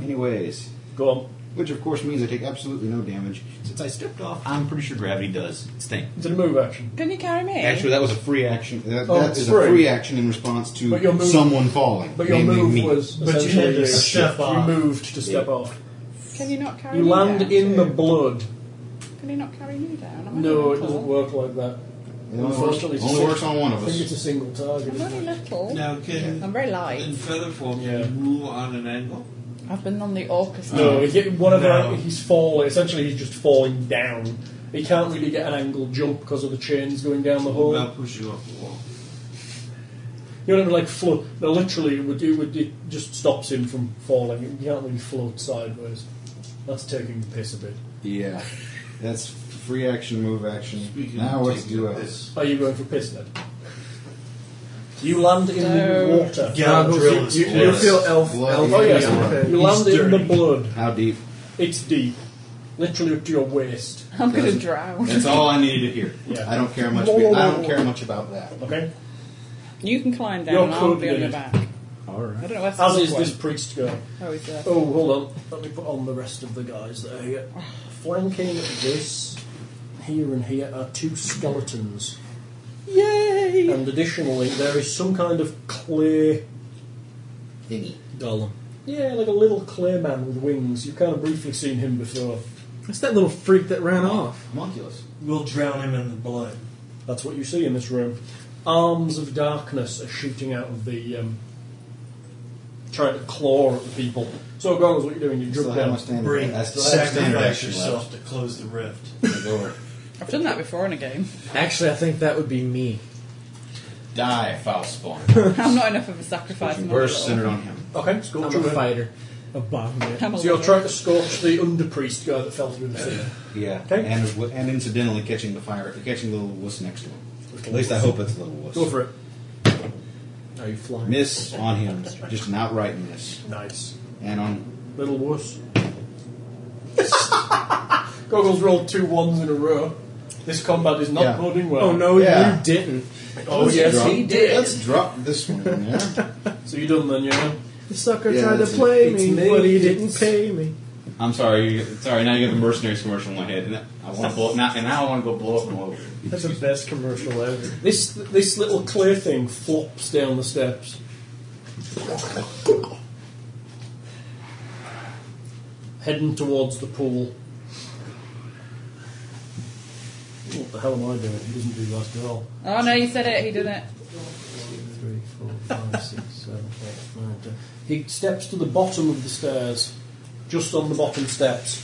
S5: Anyways,
S4: Go on.
S5: which of course means I take absolutely no damage since I stepped off. I'm pretty sure gravity does its thing.
S4: It's a move action.
S3: Can you carry me?
S5: Actually, that was a free action. That,
S4: Oh,
S5: that
S4: it's
S5: is
S4: free.
S5: a free action in response to
S4: But your move-
S5: someone falling.
S4: But your
S5: namely
S4: move
S5: me.
S4: was
S9: But you
S4: essentially
S9: had to
S4: a
S9: step
S4: shift.
S9: off.
S4: You moved to step off.
S3: Can you not carry
S4: You
S3: me
S4: land
S3: down?
S4: in the blood.
S3: Can you not carry me down? I'm
S4: No,
S3: only
S4: it doesn't
S3: little.
S4: work like that.
S5: It only works,
S4: Unfortunately, it's a
S5: only
S4: sing-
S5: works on one of
S4: I think it's
S5: us.
S4: a single target.
S3: I'm
S4: isn't
S3: only
S4: it?
S3: little.
S2: Now, can
S3: I'm very
S2: in
S3: light.
S2: feather form you
S4: Yeah.
S2: move on an angle?
S3: I've been on the orchestra.
S4: No, he get- whatever
S2: No.
S4: he's falling. Essentially, he's just falling down. He can't really get an angle jump because of the chains going down the hole.
S2: I'll push you off the wall.
S4: You know, like float. No, literally, it would, it would it just stops him from falling. You can't really float sideways. That's taking the piss a bit.
S5: Yeah, that's free action, move action.
S2: Speaking
S5: now
S2: of
S5: what to
S2: taking
S5: do
S2: a
S5: else?
S4: Are you going for piss then? You land in the
S3: No.
S4: water.
S9: Goggles,
S2: drill
S9: you-
S2: is
S9: you, you
S2: flawless.
S9: feel elf.
S5: Blood.
S9: elf
S4: Oh yes,
S5: Okay.
S4: you land in the blood.
S5: How deep?
S4: It's deep, literally up to your waist.
S3: I'm going to
S5: Doesn't-
S3: drown.
S5: That's all I needed to hear.
S4: Yeah.
S5: I don't care much.
S4: Whoa, whoa,
S5: I
S4: whoa,
S5: don't
S4: whoa.
S5: care much about that.
S4: Okay,
S3: You can climb down
S4: You're
S3: and I'll be on
S4: covered
S3: your
S4: in
S3: back.
S5: All
S3: I
S5: right.
S3: don't know where
S4: as
S3: Snoop
S4: is
S3: went.
S4: this priest girl.
S3: Oh, he's there.
S4: Oh, hold on. Let me put on the rest of the guys that are here. Flanking this, here and here are two skeletons. Yay! And additionally, there is some kind of clay
S5: Thingy.
S4: golem. Yeah, like a little clay man with wings. You've kind of briefly seen him before.
S6: It's that little freak that ran off.
S5: Homunculus.
S9: We'll drown him in the blood.
S4: That's what you see in this room. Arms of darkness are shooting out of the. Um, trying to claw at the people. So, Goggles, what are you doing? You
S5: Still
S4: jump
S5: have my
S4: down.
S5: standard.
S9: Bring,
S5: I still have standard
S9: sacrifice
S5: action
S9: yourself to close the rift.
S5: left. Go over.
S3: I've done that before in a game.
S6: Actually, I think that would be me.
S5: Die, foul spawn.
S3: I'm not enough of a sacrifice. I'm a
S5: We're
S3: little.
S5: centered on him.
S4: Okay, scorch
S6: I'm a
S4: away.
S6: fighter. A bomb man.
S3: I'm a
S4: So you're
S3: little.
S4: trying to scorch the underpriest guy that fell through the ceiling.
S5: Yeah.
S4: Okay.
S5: And and incidentally catching the fire, catching the little wuss next to him. At least I hope it's a little wuss.
S4: Go for it.
S6: Are you flying?
S5: Miss on him, just an outright miss.
S4: Nice.
S5: And on
S4: Little wuss. Goggles rolled two ones in a row. This combat is not
S5: Yeah.
S4: boding well.
S6: Oh no,
S5: Yeah.
S6: you didn't.
S4: Oh yes,
S5: drop-
S4: he did.
S5: Let's drop this one in there.
S4: So you done then, yeah?
S6: The sucker
S5: Yeah,
S6: tried to
S5: it's-
S6: play
S4: it's
S6: me,
S4: me,
S6: but he
S4: it's-
S6: didn't pay me.
S5: I'm sorry. You, sorry. Now you got the mercenaries commercial in my head, and I want to blow. Now, and now I want to go blow up and over.
S6: That's the best commercial ever.
S4: This this little clay thing flops down the steps. Heading towards the pool. What the hell am I doing? He doesn't do that at all.
S3: Oh no, you said it. He did it.
S4: Three, four, five, six, seven, eight, nine, ten. He steps to the bottom of the stairs, just on the bottom steps,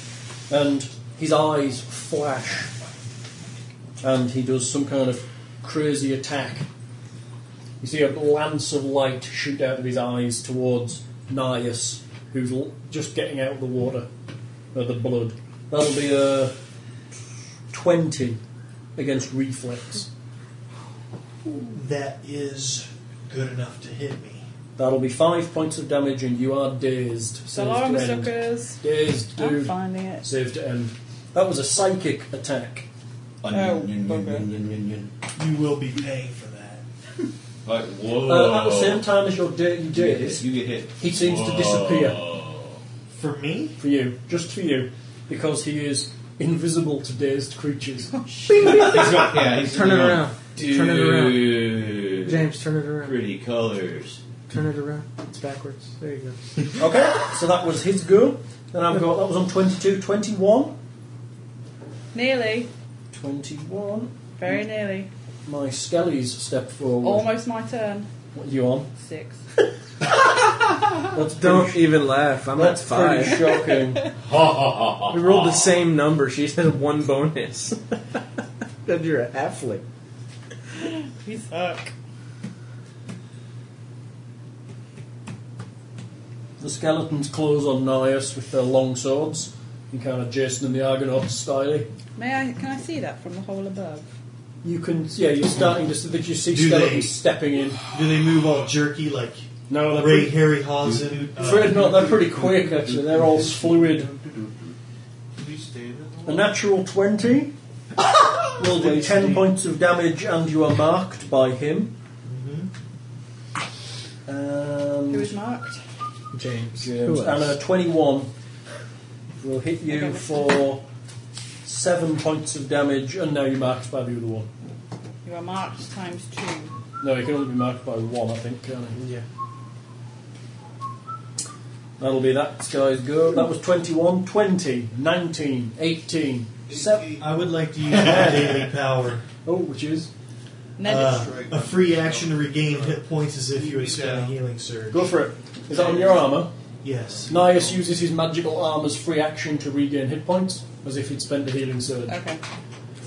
S4: and his eyes flash. And he does some kind of crazy attack. You see a lance of light shoot out of his eyes towards Nias, who's l- just getting out of the water, of the blood. That'll be a 20 against reflex.
S9: That is good enough to hit me.
S4: That'll be five points of damage, and you are dazed.
S3: So
S4: Saved
S3: long,
S4: to
S3: the
S4: end.
S3: suckers.
S4: Dazed,
S3: I'm
S4: dude.
S3: finding it.
S4: Saved to end. That was a psychic attack.
S3: Oh, bugger.
S9: You will be paying for that.
S10: Like, whoa.
S4: Uh, at the same time as your day, you
S10: you
S4: did,
S10: get hit. You get hit.
S4: he seems to
S10: Whoa.
S4: disappear
S9: For me?
S4: for you, just for you, because he is invisible to dazed
S10: He's
S4: creatures.
S10: gone. Yeah, he's
S6: Turn it
S10: gone.
S6: around.
S10: Dude.
S6: Turn it
S10: around.
S6: James, turn it around.
S10: Pretty colors.
S6: Turn it around. It's backwards. There you go.
S4: okay, so that was his go. Then I've got that was on 22, 21.
S3: Nearly.
S4: 21.
S3: Very nearly.
S4: My skellies step forward.
S3: Almost Oh my turn.
S4: What are you on?
S3: Six. Ah.
S4: That's
S11: Don't
S4: pretty,
S11: even laugh. I'm at
S4: that's pretty
S11: five.
S4: shocking.
S10: Ha ha ha ha.
S11: We rolled the same number. She just had one bonus. Then you're a halfling.
S3: We suck.
S4: The skeletons close on Nias with their long swords, in kind of Jason and the Argonauts style.
S3: May I? Can I see that from the hole above?
S4: You can, yeah, you're starting to see that you see
S9: Do
S4: skeletons
S9: they-
S4: stepping in.
S9: Do they move all jerky like
S4: No, they're
S9: Ray
S4: pretty,
S9: Harryhausen? Uh,
S4: afraid not, they're pretty quick actually. They're all fluid.
S2: Can you stand in
S4: A
S2: the
S4: natural 20 will do 10 points of damage, and you are marked by him.
S3: Who is
S4: And,
S3: marked?
S6: James.
S4: Um, James,
S6: Who
S4: and
S6: else?
S4: a 21 will hit you
S3: Okay.
S4: for 7 points of damage, and now you're marked by the other one.
S3: You are marked times two.
S4: No, he can only be marked by one, I think, can he? Yeah. That'll be that guy's go. That was 21, 20, 19, 18, 7.
S9: I would like to use my daily power.
S4: Oh, which is?
S3: Ned
S9: Uh, a free action to regain hit points as if you had spent a healing surge.
S4: Go for it. Is that on your armour?
S9: Yes.
S4: Nias uses his magical armour's free action to regain hit points, as if he'd spent a healing surge.
S3: Okay.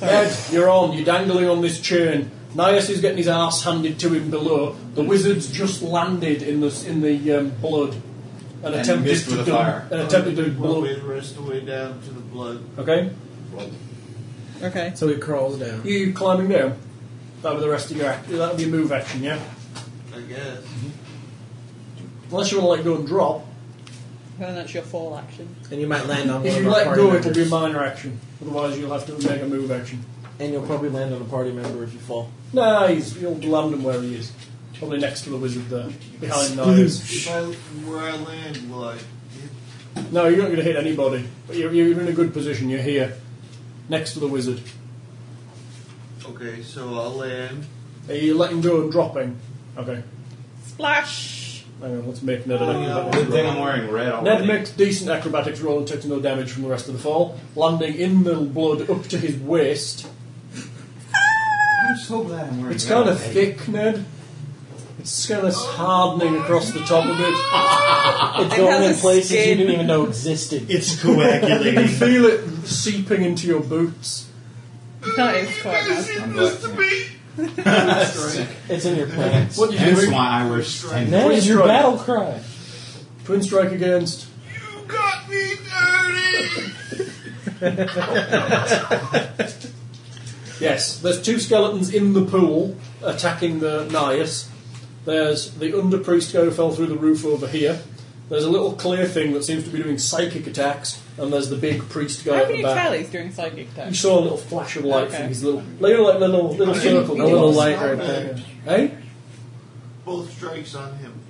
S4: Ned, you're on. You're dangling on this chain. Nias is getting his ass handed to him below. The wizard's just landed in the in the um, blood
S10: And
S4: and, attempted
S10: missed
S4: to
S10: with a
S4: dun-
S10: fire.
S4: and attempted to
S2: Well,
S4: blow.
S2: we rest the way down to the blood.
S4: Okay,
S3: Okay.
S11: So he crawls down.
S4: you climbing down. That'll be the rest of your act. That'll be a move action, yeah.
S2: I guess.
S4: Unless you want to let go and drop.
S3: Well, that's your fall action.
S11: And you might land on one
S4: If
S11: of
S4: you
S11: our
S4: let
S11: party
S4: go,
S11: members.
S4: it'll be a minor action. Otherwise, you'll have to make a move action.
S11: And you'll probably land on a party member if you fall.
S4: Nah, he's, you'll land him where he is. Probably next to the wizard there, behind Nias.
S2: If I, where I land, will I hit
S4: No, you're not going to hit anybody. But you're, you're in a good position. You're here, next to the wizard.
S2: Okay, so I'll land.
S4: Are you letting go and dropping? Okay.
S3: Splash!
S4: Hang on, let's make Ned an
S10: Good
S4: acrobatics
S10: thing I'm
S4: roll.
S10: wearing red
S4: Ned
S10: already.
S4: makes decent acrobatics roll and takes no damage from the rest of the fall, landing in the blood up to his waist.
S12: I'm so glad I'm wearing
S4: It's
S12: red
S4: kind of
S12: already.
S4: thick, Ned. It's kind of hardening across the top of it.
S3: It
S11: It's going
S3: has
S11: in
S3: a
S11: places you
S3: skin.
S11: didn't even know existed.
S9: It's
S4: You can
S9: coagulating.
S4: feel it seeping into your boots.
S3: That is quite nice.
S10: I'm like,
S11: It's in your plans.
S4: What are you
S10: That's
S4: doing?
S10: why I wear ten.
S11: That
S4: Twin
S11: is your
S4: strike.
S11: battle cry.
S4: Twin strike against.
S2: You got me dirty!
S4: Yes, there's two skeletons in the pool attacking the Nias. There's the underpriest guy who fell through the roof over here. There's a little clear thing that seems to be doing psychic attacks, and there's the big priest guy
S3: How
S4: at
S3: can
S4: the
S3: you
S4: back.
S3: tell he's doing psychic
S4: You
S3: attacks?
S4: saw a little flash of light
S3: Okay.
S4: from his little, you know, like little little circle,
S11: A little light right there.
S4: Hey,
S2: Both strikes on him.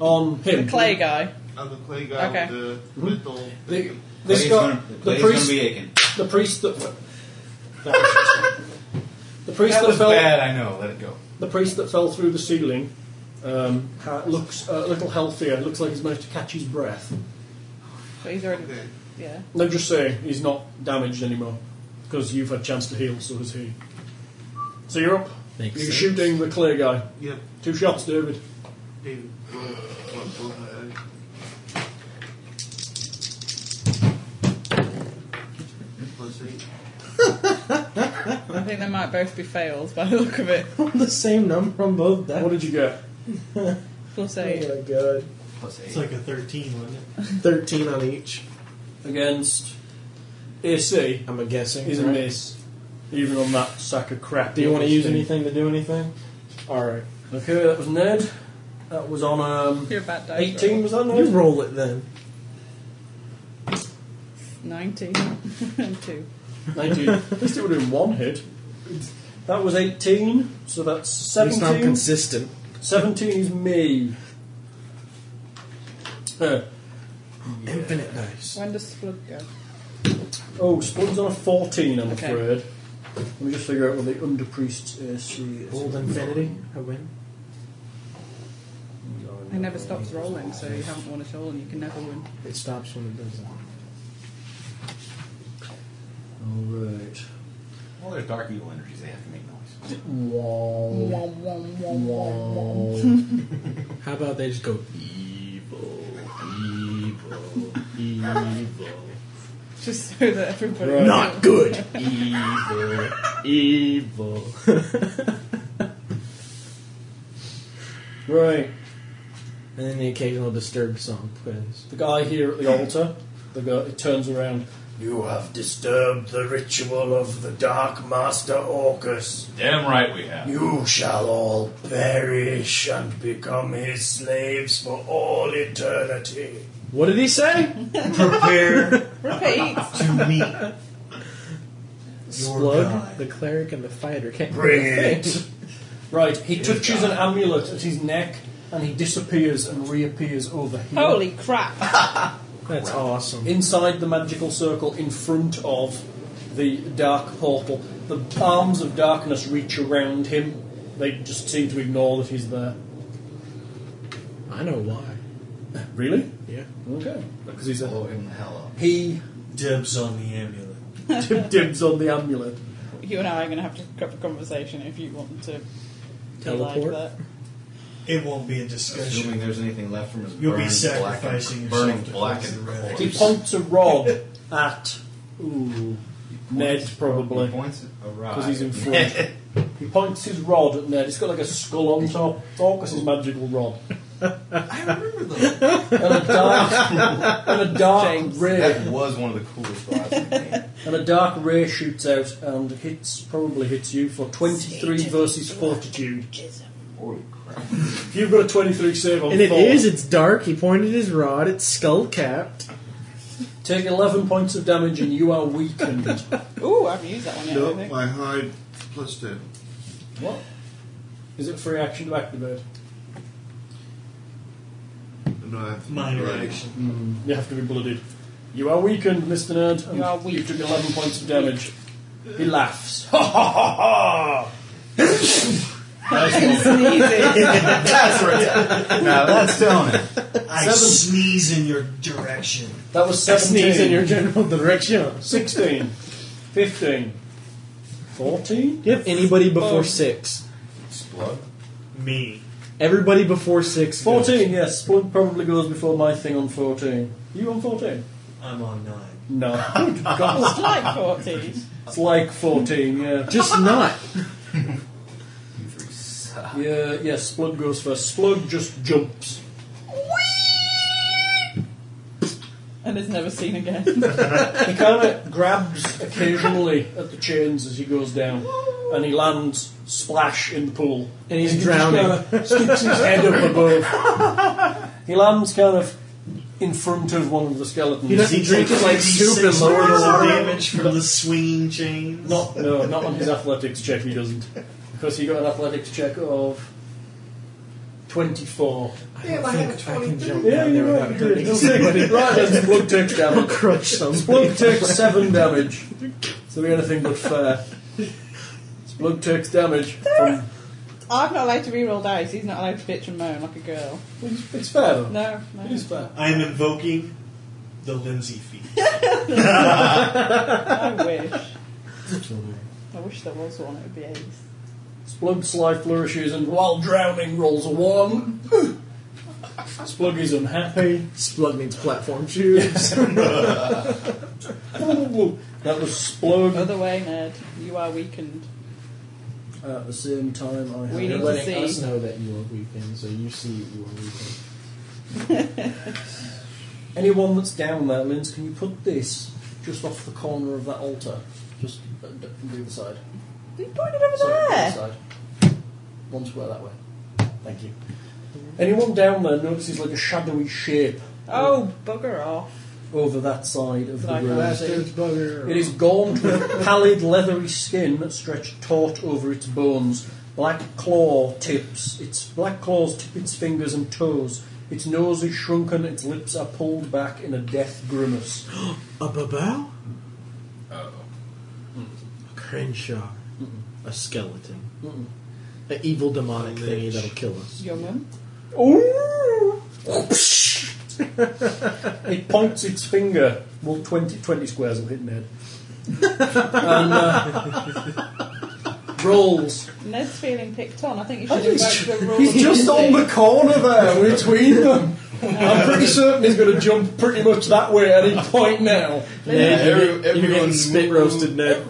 S4: on him.
S3: The clay guy.
S2: On the clay guy
S3: Okay.
S2: with the mental.
S4: The,
S10: This
S4: this
S10: is
S4: guy,
S10: gonna,
S4: the
S10: the priest
S4: priest,
S10: gonna be aching.
S4: the priest that, the priest
S10: That
S4: that,
S10: was
S4: fell.
S10: bad. I know. Let it go.
S4: The priest that fell through the ceiling um, ha- looks uh, a little healthier. Looks like he's managed to catch his breath.
S3: But he's already.
S2: Okay.
S3: Yeah.
S4: No, just saying he's not damaged anymore because you've had chance to heal. So has he. So you're up.
S11: Makes
S4: you're
S11: sense.
S4: shooting the clear guy.
S2: Yep,
S4: Two shots, David.
S2: David. Roll, roll, roll my eyes. Plus eight.
S3: I think they might both be fails by the look of it.
S11: the same number on both. That.
S4: What did you get?
S3: Plus eight.
S11: Oh my god.
S10: Plus eight.
S9: It's like a 13, wasn't it?
S11: Thirteen on each.
S4: Against AC
S11: I'm a guessing.
S4: is a
S11: right?
S4: miss. Even on that sack of crap.
S11: Do you want to
S4: that
S11: use
S4: was in.
S11: anything to do anything? All right.
S4: Okay, that was Ned. That was on um,
S3: You're a bad dice.
S4: 18. Was that
S11: You
S4: Ned?
S11: roll it then.
S3: roll. 19. and two.
S4: 19. At least it would have been one hit. That was 18, so that's
S11: At least
S4: 17.
S11: I'm consistent.
S4: 17 is me. Uh,
S11: Infinite dice.
S3: When does Splug go?
S4: oh, Splug's on a 14, I'm
S3: Okay.
S4: afraid. Let me just figure out what the underpriest's AC is.
S6: Old Infinity, I win.
S3: It never stops rolling, so you haven't won at all, and you can never win.
S6: It stops when it does that.
S4: Alright.
S10: All their dark evil energies, they have to make noise.
S4: Wow.
S3: Wah, wah, wah, wah, wah.
S6: How about they just go?
S10: Evil, evil, evil,
S3: Just so that everybody.
S4: Right.
S3: Not
S6: Good.
S10: evil, evil.
S4: Right.
S6: And then the occasional disturbed song plays.
S4: The guy here at the altar, the guy, it turns around. You have disturbed the ritual of the Dark Master Orcus.
S10: Damn right we have.
S9: You shall all perish and become his slaves for all eternity.
S6: What did he say?
S9: Prepare
S3: Repeat.
S9: to meet.
S6: Splug, the cleric, and the fighter can't do
S9: Bring
S6: a thing.
S9: it.
S4: Right, he touches an amulet at his neck and he disappears and reappears over here.
S3: Holy crap!
S6: That's awesome.
S4: Inside the magical circle, in front of the dark portal, the arms of darkness reach around him. They just seem to ignore that he's there.
S6: I know why.
S4: Really?
S6: Yeah.
S4: Okay. Because he's a.
S12: Blow him the hell
S4: He
S12: Dibs on the amulet.
S4: dibs on the amulet.
S3: You and I are going to have to have a conversation if you want to
S6: Teleport?
S3: Like
S12: It won't be a discussion.
S10: Assuming there's anything left from his
S12: You'll be
S10: burned
S12: sacrificing
S10: black and,
S12: yourself to
S10: burning black
S12: cleanse
S10: and
S12: the
S10: corpse.
S12: relic.
S4: He points a rod at. Ooh. Ned,
S10: He
S4: probably.
S10: points at a rod.
S4: Because he's in front. he points his rod at Ned. It's got like a skull on top. Orcus' magical rod.
S12: I remember that.
S4: And a dark, and a dark
S3: James.
S4: ray.
S10: that was one of the coolest rods in the game.
S4: And a dark ray shoots out and hits, probably hits you for 23 versus fortitude.
S10: Holy crap.
S4: If you've got a 23 save on
S6: And it
S4: four,
S6: is, it's dark, he pointed his rod, it's skull capped.
S4: take 11 points of damage and you are weakened.
S3: that. Ooh, I haven't used that one yet. I
S2: Nope,
S3: think.
S2: my hide plus 10.
S4: what? Is it free action to activate?
S2: No, I have to
S12: Minor
S2: right.
S12: action.
S4: You have to be blooded. You are weakened, Mr. Nerd. and
S3: You are weak.
S4: You took 11 points of damage. He laughs. Ha ha ha ha! Nice one.
S10: That's right. Now that's telling it.
S12: I
S4: Seven.
S12: sneeze in your direction.
S4: That was
S6: I
S4: 17.
S6: sneeze in your general direction.
S4: 16. 15. 14?
S6: Do you have anybody before
S4: Oh.
S6: six?
S10: Splug.
S12: Me.
S6: Everybody before six. goes.
S4: 14, yes. Splunk probably goes before my thing on 14. You on 14?
S12: I'm on nine.
S4: No. Good God.
S3: It's like 14.
S4: It's like 14, yeah.
S6: Just not.
S4: Yeah, yes, Splug goes first. Splug just jumps.
S3: And it's never seen again.
S4: He kind of grabs occasionally at the chains as he goes down, and he lands splash in the pool.
S6: And he's
S4: he just
S6: drowning.
S4: kinda sticks his head up above. He lands kind of in front of one of the skeletons.
S6: You know, he drinks it like soup and lower the
S12: Some
S6: water.
S12: damage from the swinging chains.
S4: Not no, not on his athletics check. He doesn't because he got an athletics check of twenty-four.
S6: I don't think I can jump
S4: Yeah,
S6: down there
S4: you're
S6: without
S4: right. You did.
S6: hurting
S4: Right,
S6: somebody.
S4: then Splug takes
S6: I'll
S4: damage.
S6: crush somebody.
S4: Splug takes seven damage. So we're anything but fair. Splug takes damage. From,
S3: I'm not allowed to reroll dice. He's not allowed to bitch and moan like a girl.
S4: it's, it's fair though.
S3: No, no.
S4: It is fair.
S12: I am invoking the Lindsay feat.
S3: I wish. I wish there was one. It would be ace.
S4: Splug sly flourishes and while drowning rolls a one. Splug is unhappy.
S6: Splug needs platform shoes.
S4: That was Splug.
S3: Other way, Ned. You are weakened.
S4: At the same time, I
S3: We
S4: had
S3: need
S4: a-
S3: to see.
S6: us know that you are weeping, so you see you are weeping.
S4: Anyone that's down there, Linz, can you put this just off the corner of that altar? Just uh, d- from the other side.
S3: You pointed over
S4: Sorry, the other
S3: there.
S4: side. One square that way. Thank
S3: Mm-hmm.
S4: you. Anyone down there notices like a shadowy shape
S3: Oh, bugger off.
S4: over that side of
S9: Like
S4: the road.
S9: bastard's bugger.
S4: It is gaunt with pallid leathery skin stretched taut over its bones. Black claw tips. Its black claws tip its fingers and toes. Its nose is shrunken, its lips are pulled back in a death grimace.
S6: A babao?
S10: Oh.
S6: A Crenshaw? A skeleton? An evil demonic thingy that'll kill us.
S3: Young un.
S4: Ooh! it points its finger. Well, 20, 20 squares will hit Ned. and uh, rolls.
S3: Ned's feeling picked on. I think you
S4: I
S3: should have
S4: think
S3: worked the rule.
S4: He's
S3: of
S4: just on the
S3: music.
S4: corner there between them. I'm pretty certain he's going to jump pretty much that way at any point now.
S6: Ned, you're getting- you're getting spit roasted, Ned.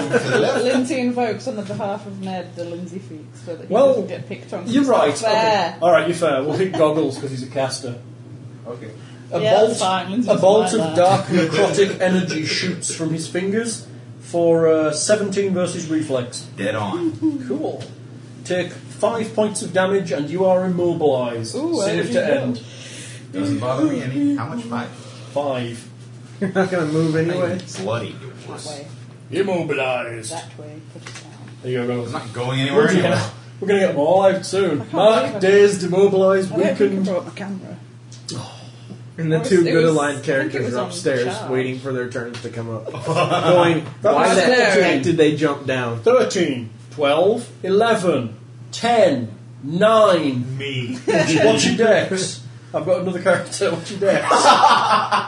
S3: Lindsay invokes on the behalf of Ned the Lindsay feat so that he
S4: Well,
S3: doesn't get picked on.
S4: You're right.
S3: Stop There.
S4: Okay. All right, you're fair. We'll pick goggles because he's a caster.
S2: Okay.
S4: A
S3: Yeah,
S4: bolt,
S3: that's fine. Lindsay
S4: a
S3: doesn't like
S4: bolt of
S3: that.
S4: dark necrotic energy shoots from his fingers for uh, 17 versus reflex.
S10: Dead on.
S4: Cool. Take five points of damage and you are immobilized.
S3: Ooh, how
S4: Save
S3: did
S4: to
S3: you go?
S4: end.
S10: Doesn't bother me any. How much five?
S4: Five.
S11: You're not going to move anyway.
S10: Bloody it
S3: That
S10: was.
S3: way.
S4: Immobilized.
S3: That way. Put it down.
S4: There you go.
S10: It's not going anywhere anyway.
S4: We're going to get them all out soon.
S3: can't believe
S4: Mark,
S3: it.
S4: dazed, immobilized,
S3: I don't think I
S4: weakened.
S3: brought my camera.
S6: And the
S3: It was-
S6: two
S3: it was-
S6: good
S3: I
S6: aligned
S3: think it
S6: characters
S3: was
S6: are
S3: on
S6: upstairs
S3: Shaw.
S6: waiting for their turns to come up. going, why
S4: was
S6: the
S3: scary.
S6: heck did they jump down?
S4: 13, 12, 11, 10, 9.
S16: Me.
S4: What's your dex? I've got another character. What's your dex?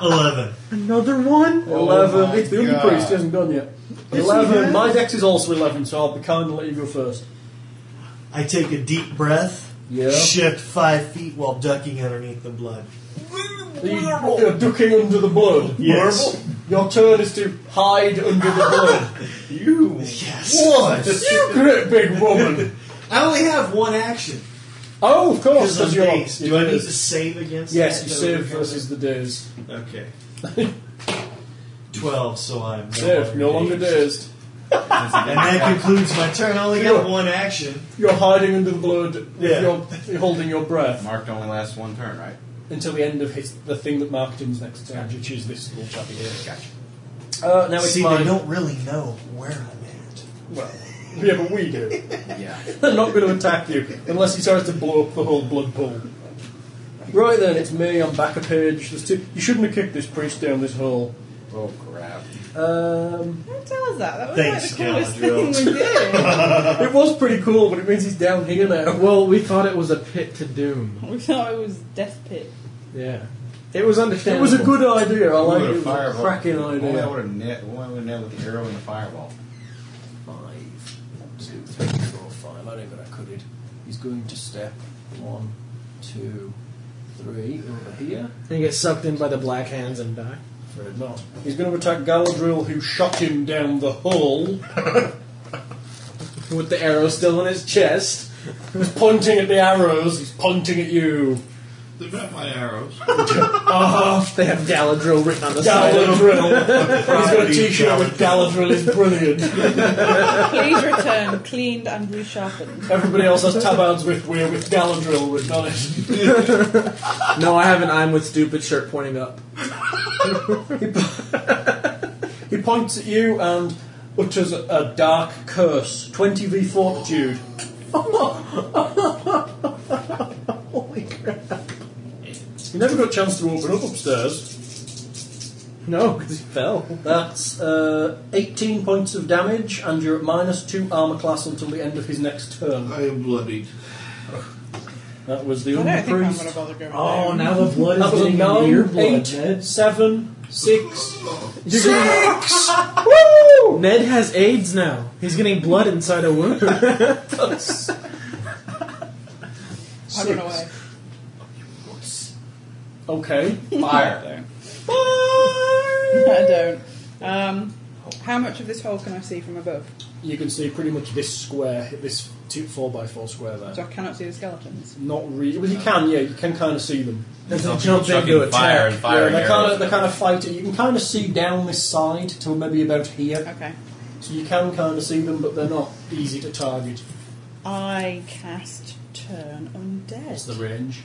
S16: Eleven.
S6: Another one?
S4: 11.
S16: my
S4: it's the
S16: God.
S4: Underpriest. He hasn't gone yet.
S6: Yes,
S4: 11.
S6: he
S4: My
S6: has.
S4: dex is also 11, so I'll be kind and let you go first.
S16: I take a deep breath.
S4: Yeah.
S16: Shift five feet while ducking underneath the blood.
S4: Are you you're ducking under the blood?
S16: Yes.
S4: Marble? Your turn is to hide under the blood. you.
S16: Yes.
S4: What? You great big woman.
S16: I only have one action.
S4: Oh, of course.
S16: Because I'm
S4: that's your-
S16: dazed. Do I need
S4: Yes.
S16: to save against
S4: Yes,
S16: that
S4: you
S16: to
S4: save
S16: overcome
S4: versus the days.
S16: it? Okay. 12, so I'm no
S4: Save,
S16: longer
S4: no longer dazed.
S16: And that concludes my turn. I only got one action.
S4: You're hiding under the blood. with
S16: Yeah.
S4: your- You're holding your breath.
S10: Mark only lasts one turn, right?
S4: until the end of his the thing that marked him's next turn, which is this little chappy here.
S10: Gotcha.
S4: Uh, now it's
S16: See,
S4: mine.
S16: they don't really know where I'm at.
S4: Well, yeah, but we do.
S10: Yeah.
S4: They're not going to attack you unless he tries to blow up the whole blood pool. Right then, it's me. I'm back a page. There's two. You shouldn't have kicked this priest down this hole.
S10: Oh crap.
S4: Um,
S3: Don't tell us that. That was
S16: Thanks,
S3: like the coolest
S16: Galadriel.
S3: thing we did.
S4: it was pretty cool, but it means he's down here now.
S6: Well, we thought it was a pit to doom.
S3: we thought it was death pit.
S6: Yeah. It was
S4: It
S6: understandable.
S4: was a good idea. I like
S10: Ooh,
S4: it.
S10: the
S4: It was a
S10: fireball.
S4: cracking
S10: Only I
S4: idea.
S10: would have net. Only I would have net with the arrow and the fireball.
S4: Five, two, three, four, five. I don't think I could it. He's going to step one, two, three over here.
S6: And get sucked in by the black hands and die.
S4: Afraid not. He's going to attack Galadriel, who shot him down the hole.
S6: With the arrow still in his chest.
S4: He's pointing at the arrows. He's pointing at you.
S2: They're not my arrows.
S6: Oh, they have Galadriel written on the side. of them.
S4: Galadriel. He's got a t-shirt with Galadriel is brilliant.
S3: Please return, cleaned and resharpened.
S4: Everybody else has tabards with we're with Galadriel written on it.
S6: No, I have an I'm with stupid shirt pointing up.
S4: He points at you and utters a dark curse. 20v fortitude.
S6: Holy crap.
S4: You never got a chance to open up upstairs.
S6: No, because he fell.
S4: That's uh, 18 points of damage, and you're at minus 2 armour class until the end of his next turn.
S2: I am bloodied.
S4: That was the
S3: I
S4: only
S3: don't think I'm
S4: priest.
S3: gonna bother going.
S6: Oh, now the blood
S4: That
S6: is
S4: was a
S6: getting into your
S4: nine,
S6: blood,
S4: eight,
S6: Ned.
S4: seven, six.
S6: Six! Ned has AIDS now. He's getting blood inside a wound.
S3: I run away.
S4: Okay.
S10: Fire.
S3: I don't. Um, how much of this hole can I see from above?
S4: You can see pretty much this square, this two, four by four square
S3: So I
S4: there.
S3: cannot see the skeletons.
S4: Not really. Well, you can, yeah. You can kind of see them.
S6: As they
S10: Some
S6: jump
S10: people
S6: into
S10: chucking fire and
S6: attack.
S10: fire.
S4: yeah, they kind of they kind of fight it. You can kind of see down this side till maybe about here,
S3: Okay.
S4: so you can kind of see them, but they're not easy to target.
S3: I cast turn undead.
S4: range?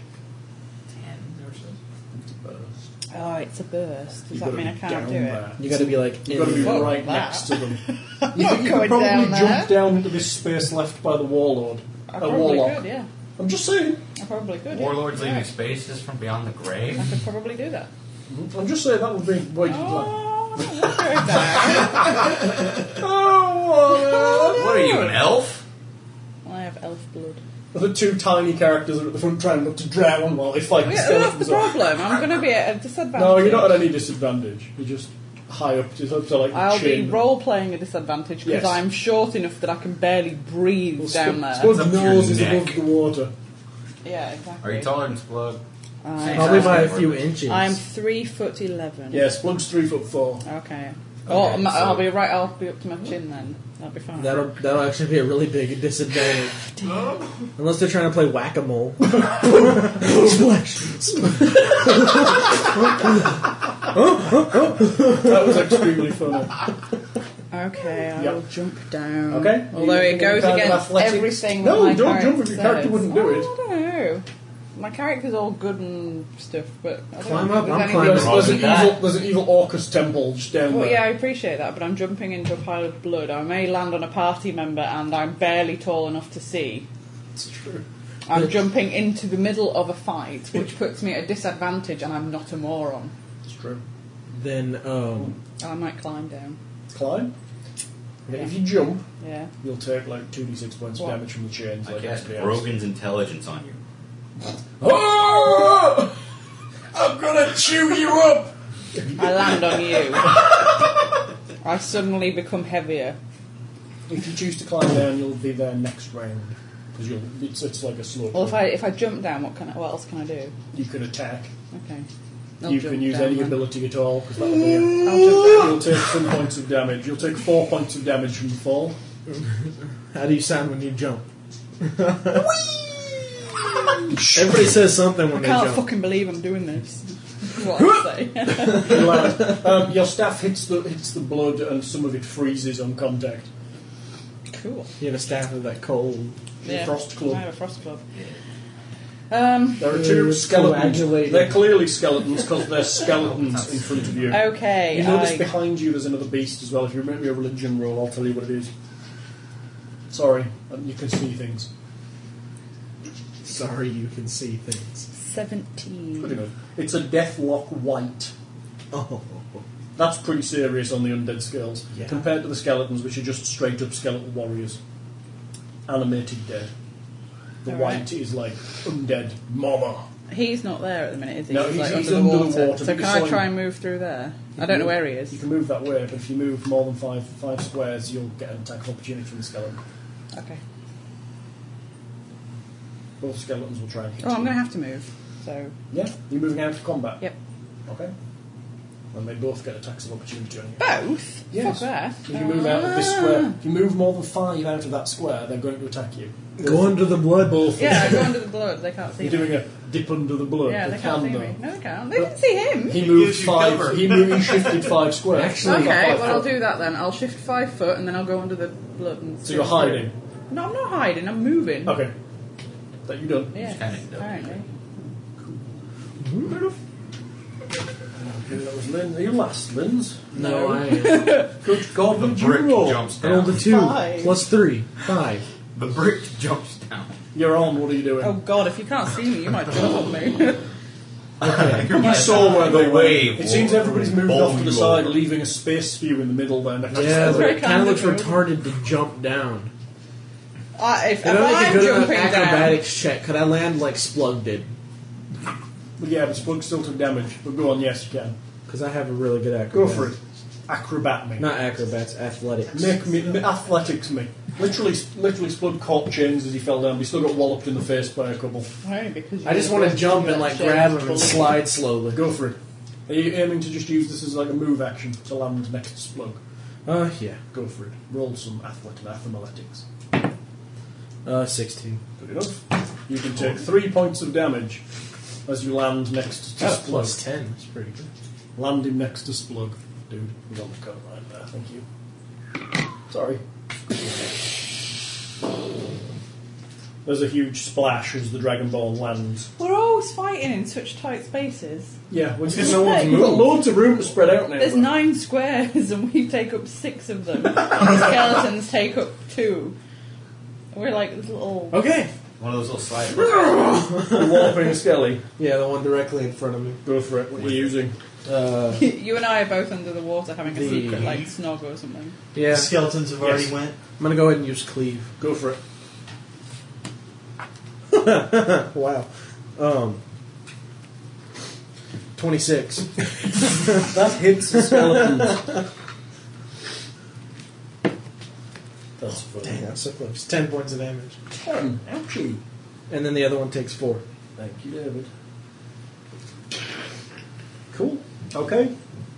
S10: Ten or so.
S3: Oh, it's a burst. Does that mean I can't do it?
S11: You gotta be like
S4: you gotta be
S11: in-
S4: right
S3: that.
S4: next to them. you
S3: I'm not
S4: could- you
S3: going
S4: could probably
S3: down there.
S4: jump down into this space left by the warlord.
S3: I
S4: uh,
S3: probably
S4: warlock.
S3: could, yeah.
S4: I'm just saying.
S3: I probably could. yeah.
S10: Warlords
S3: Yeah.
S10: leaving spaces from beyond the grave.
S3: I could probably do that. Oh,
S4: I'm just saying that would be what you'd like.
S3: Oh.
S4: Oh,
S10: What are you, an elf?
S3: I have elf blood.
S4: The two tiny characters are at the front trying not to drown while they fight the
S3: Yeah, that's the
S4: skeletons off.
S3: problem. I'm going to be at a disadvantage.
S4: No, you're not at any disadvantage. You're just high up, just up to like the
S3: I'll
S4: chin.
S3: be role playing a disadvantage because
S4: Yes.
S3: I'm short enough that I can barely breathe down there.
S4: Spud's
S10: Up your
S4: nose is
S10: neck.
S4: above the water.
S3: Yeah, exactly.
S10: Are you taller than Splug?
S3: I-
S4: Probably by a few inches.
S3: I'm three foot eleven.
S4: Yeah, Splug's three foot four.
S3: Okay. Oh,
S4: Okay,
S3: I'm- I'll
S4: so-
S3: be right. I'll be up to my chin then. That'll be fine.
S11: That'll that'll actually be a really big disadvantage. Unless they're trying to play whack a mole. Splash.
S4: that was extremely funny.
S3: Okay, I
S4: Yep.
S3: will jump down.
S4: Okay.
S3: Although
S4: You-
S3: it goes
S4: kind of
S3: against
S4: athletics.
S3: everything. that
S4: No,
S3: my
S4: don't jump if
S3: character
S4: your character
S3: says.
S4: wouldn't do it.
S3: I don't know. My character's all good and stuff, but I don't
S4: Climb
S3: know
S4: up,
S3: if there's
S4: I'm
S3: any-
S4: climbing. There's, there's an
S10: Roger that.
S4: evil, there's an evil Orcus temple just down
S3: Well,
S4: there.
S3: yeah, I appreciate that, but I'm jumping into a pile of blood. I may land on a party member, and I'm barely tall enough to see.
S4: It's true.
S3: I'm jumping into the middle of a fight, which puts me at a disadvantage, and I'm not a moron.
S4: It's true.
S11: Then um,
S3: And I might climb down.
S4: Climb. Yeah, If you jump,
S3: Yeah.
S4: you'll take like 2d6 points of
S3: What?
S4: damage from the chains.
S10: I
S4: Like
S10: cast
S4: everybody else.
S10: Brogan's intelligence on you.
S4: Oh! I'm gonna chew you up!
S3: I land on you. I suddenly become heavier.
S4: If you choose to climb down, you'll be there next round. Because you'll it's, it's like a slow.
S3: Well, if I if I jump down, what can I, what else can I do?
S4: You can attack.
S3: Okay. I'll
S4: you
S3: jump
S4: can use
S3: down
S4: any
S3: then.
S4: ability at all. Because that'll be a-
S3: I'll jump
S4: You'll take some points of damage. You'll take four points of damage from the fall.
S11: how do you sound when you jump? Everybody says something when
S3: I
S11: they
S3: can't
S11: jump.
S3: fucking believe I'm doing this. That's what I say.
S4: You land. um, your staff hits the hits the blood, and some of it freezes on contact.
S3: cool.
S11: You have a staff of that cold.
S3: Yeah.
S4: Frost
S3: I
S4: club.
S3: have a frost club. Um,
S4: There are two
S11: Uh,
S4: skeletons.
S11: coagulated.
S4: They're clearly skeletons because they're skeletons in front of you.
S3: okay.
S4: You notice
S3: I-
S4: behind you there's another beast as well. If you remember your religion roll, I'll tell you what it is. Sorry, um, you can see things.
S11: Sorry, you can see things.
S4: Pretty
S3: 17.
S4: good. It's a deathlock white.
S11: Oh,
S4: That's pretty serious on the undead scales
S11: Yeah.
S4: compared to the skeletons, which are just straight up skeletal warriors, animated dead. The
S3: All right.
S4: white is like undead mama.
S3: He's not there at the minute, is he?
S4: No,
S3: he's,
S4: he's-
S3: like
S4: he's
S3: under, the
S4: under the
S3: water. So
S4: water, but
S3: can
S4: you
S3: I
S4: saw
S3: try
S4: him.
S3: and move through there? I
S4: You
S3: don't
S4: can
S3: know
S4: move-
S3: where he
S4: You
S3: is.
S4: can move that way, but if you move more than five five squares, you'll get an attack of opportunity from the skeleton.
S3: Okay.
S4: Both skeletons will try and hit
S3: Oh,
S4: you.
S3: I'm going to have to move. So,
S4: Yeah, you're moving out of combat.
S3: yep.
S4: Okay. And they both get attacks of opportunity on you.
S3: Both?
S4: Yes.
S3: Fuck that.
S4: If you move out of this
S3: Ah.
S4: square, if you move more than five out of that square, they're going to attack you.
S11: go under the blood bowl.
S3: Yeah, I go under the blood. They can't see
S4: You're
S3: me.
S4: doing a dip under the blood.
S3: yeah, they
S4: can
S3: can't see
S4: though.
S3: me. No, they can't. They can see him.
S4: He moved
S16: gives you
S4: five.
S16: cover.
S4: He moved. He shifted five squares.
S11: Actually-
S3: Okay,
S4: Five
S3: well,
S4: foot.
S3: I'll do that then. I'll shift five foot and then I'll go under the blood. And
S4: So you're hiding.
S3: No, I'm not hiding. I'm moving.
S4: Okay. That you done.
S3: Yeah,
S10: Kinda
S3: apparently.
S4: Fair enough. Okay, that was Lynn. Are you last, Lynn's?
S11: No, I am.
S4: Good God,
S10: The
S4: would you
S10: brick
S4: roll?
S10: jumps
S11: I rolled
S10: down.
S11: a two
S3: Five.
S11: plus three, five.
S10: The brick jumps down.
S4: You're on. What are you doing?
S3: Oh god, if you can't see me, you might jump on me.
S4: You saw where they
S10: The
S4: went.
S10: wave
S4: It seems
S10: will
S4: everybody's moved
S10: bowl
S4: off to the
S10: you
S4: side,
S10: over.
S4: leaving a space for you in the middle. Then
S11: Yeah,
S3: That's
S11: but
S3: very
S11: it kind
S3: kind
S11: of looks
S3: of you.
S11: retarded to jump down.
S3: I, if, if
S11: If I make a
S3: I'm
S11: good enough
S3: jumping down,
S11: acrobatics check, could I land like Splug did?
S4: But yeah, the Splug still took damage. But go on, yes, you can.
S11: Because I have a really good acrobatics.
S4: Go for it. Acrobat me.
S11: Not acrobats, athletics.
S4: Make me ma- athletics me. Literally, literally, Splug caught chains as he fell down. But he still got walloped in the face by a couple.
S3: Why? Because
S11: I just want to jump and like grab him and slide slowly.
S4: Go for it. Are you aiming to just use this as like a move action to land next to Splug?
S6: Oh,
S11: Uh, yeah.
S4: Go for it. Roll some athletic athletics.
S11: Uh, 16.
S4: Good enough. You can take three points of damage as you land next to
S11: That's
S6: Oh,
S4: Splug.
S11: plus 10. That's pretty good.
S4: Land him next to Splug. Dude, was on the coat right there. Thank you. Sorry. There's a huge splash as the Dragonborn lands.
S3: We're all always fighting in such tight spaces.
S4: Yeah, well,
S3: It's
S4: there's no one to
S3: like-
S4: move. We've got loads of room to spread out now.
S3: There's
S4: but-
S3: nine squares and we take up six of them. The skeletons take up two. We're like this little.
S4: Okay.
S5: One of those little sliders.
S4: the walloping skelly.
S6: Yeah, the one directly in front of me.
S4: Go for it. What are you using?
S6: Uh,
S3: you and I are both under the water having a
S6: The-
S3: secret like snog or something.
S6: yeah.
S9: The skeletons have already went.
S6: I'm gonna go ahead and use cleave.
S4: Go for it.
S6: wow. Um, 26.
S4: That hits the skeletons. That's funny.
S6: Dang, that's Oh, so close. 10 points of damage.
S4: Ten. Ouchie.
S6: And then the other one takes 4.
S4: Thank you, David. Cool. Okay.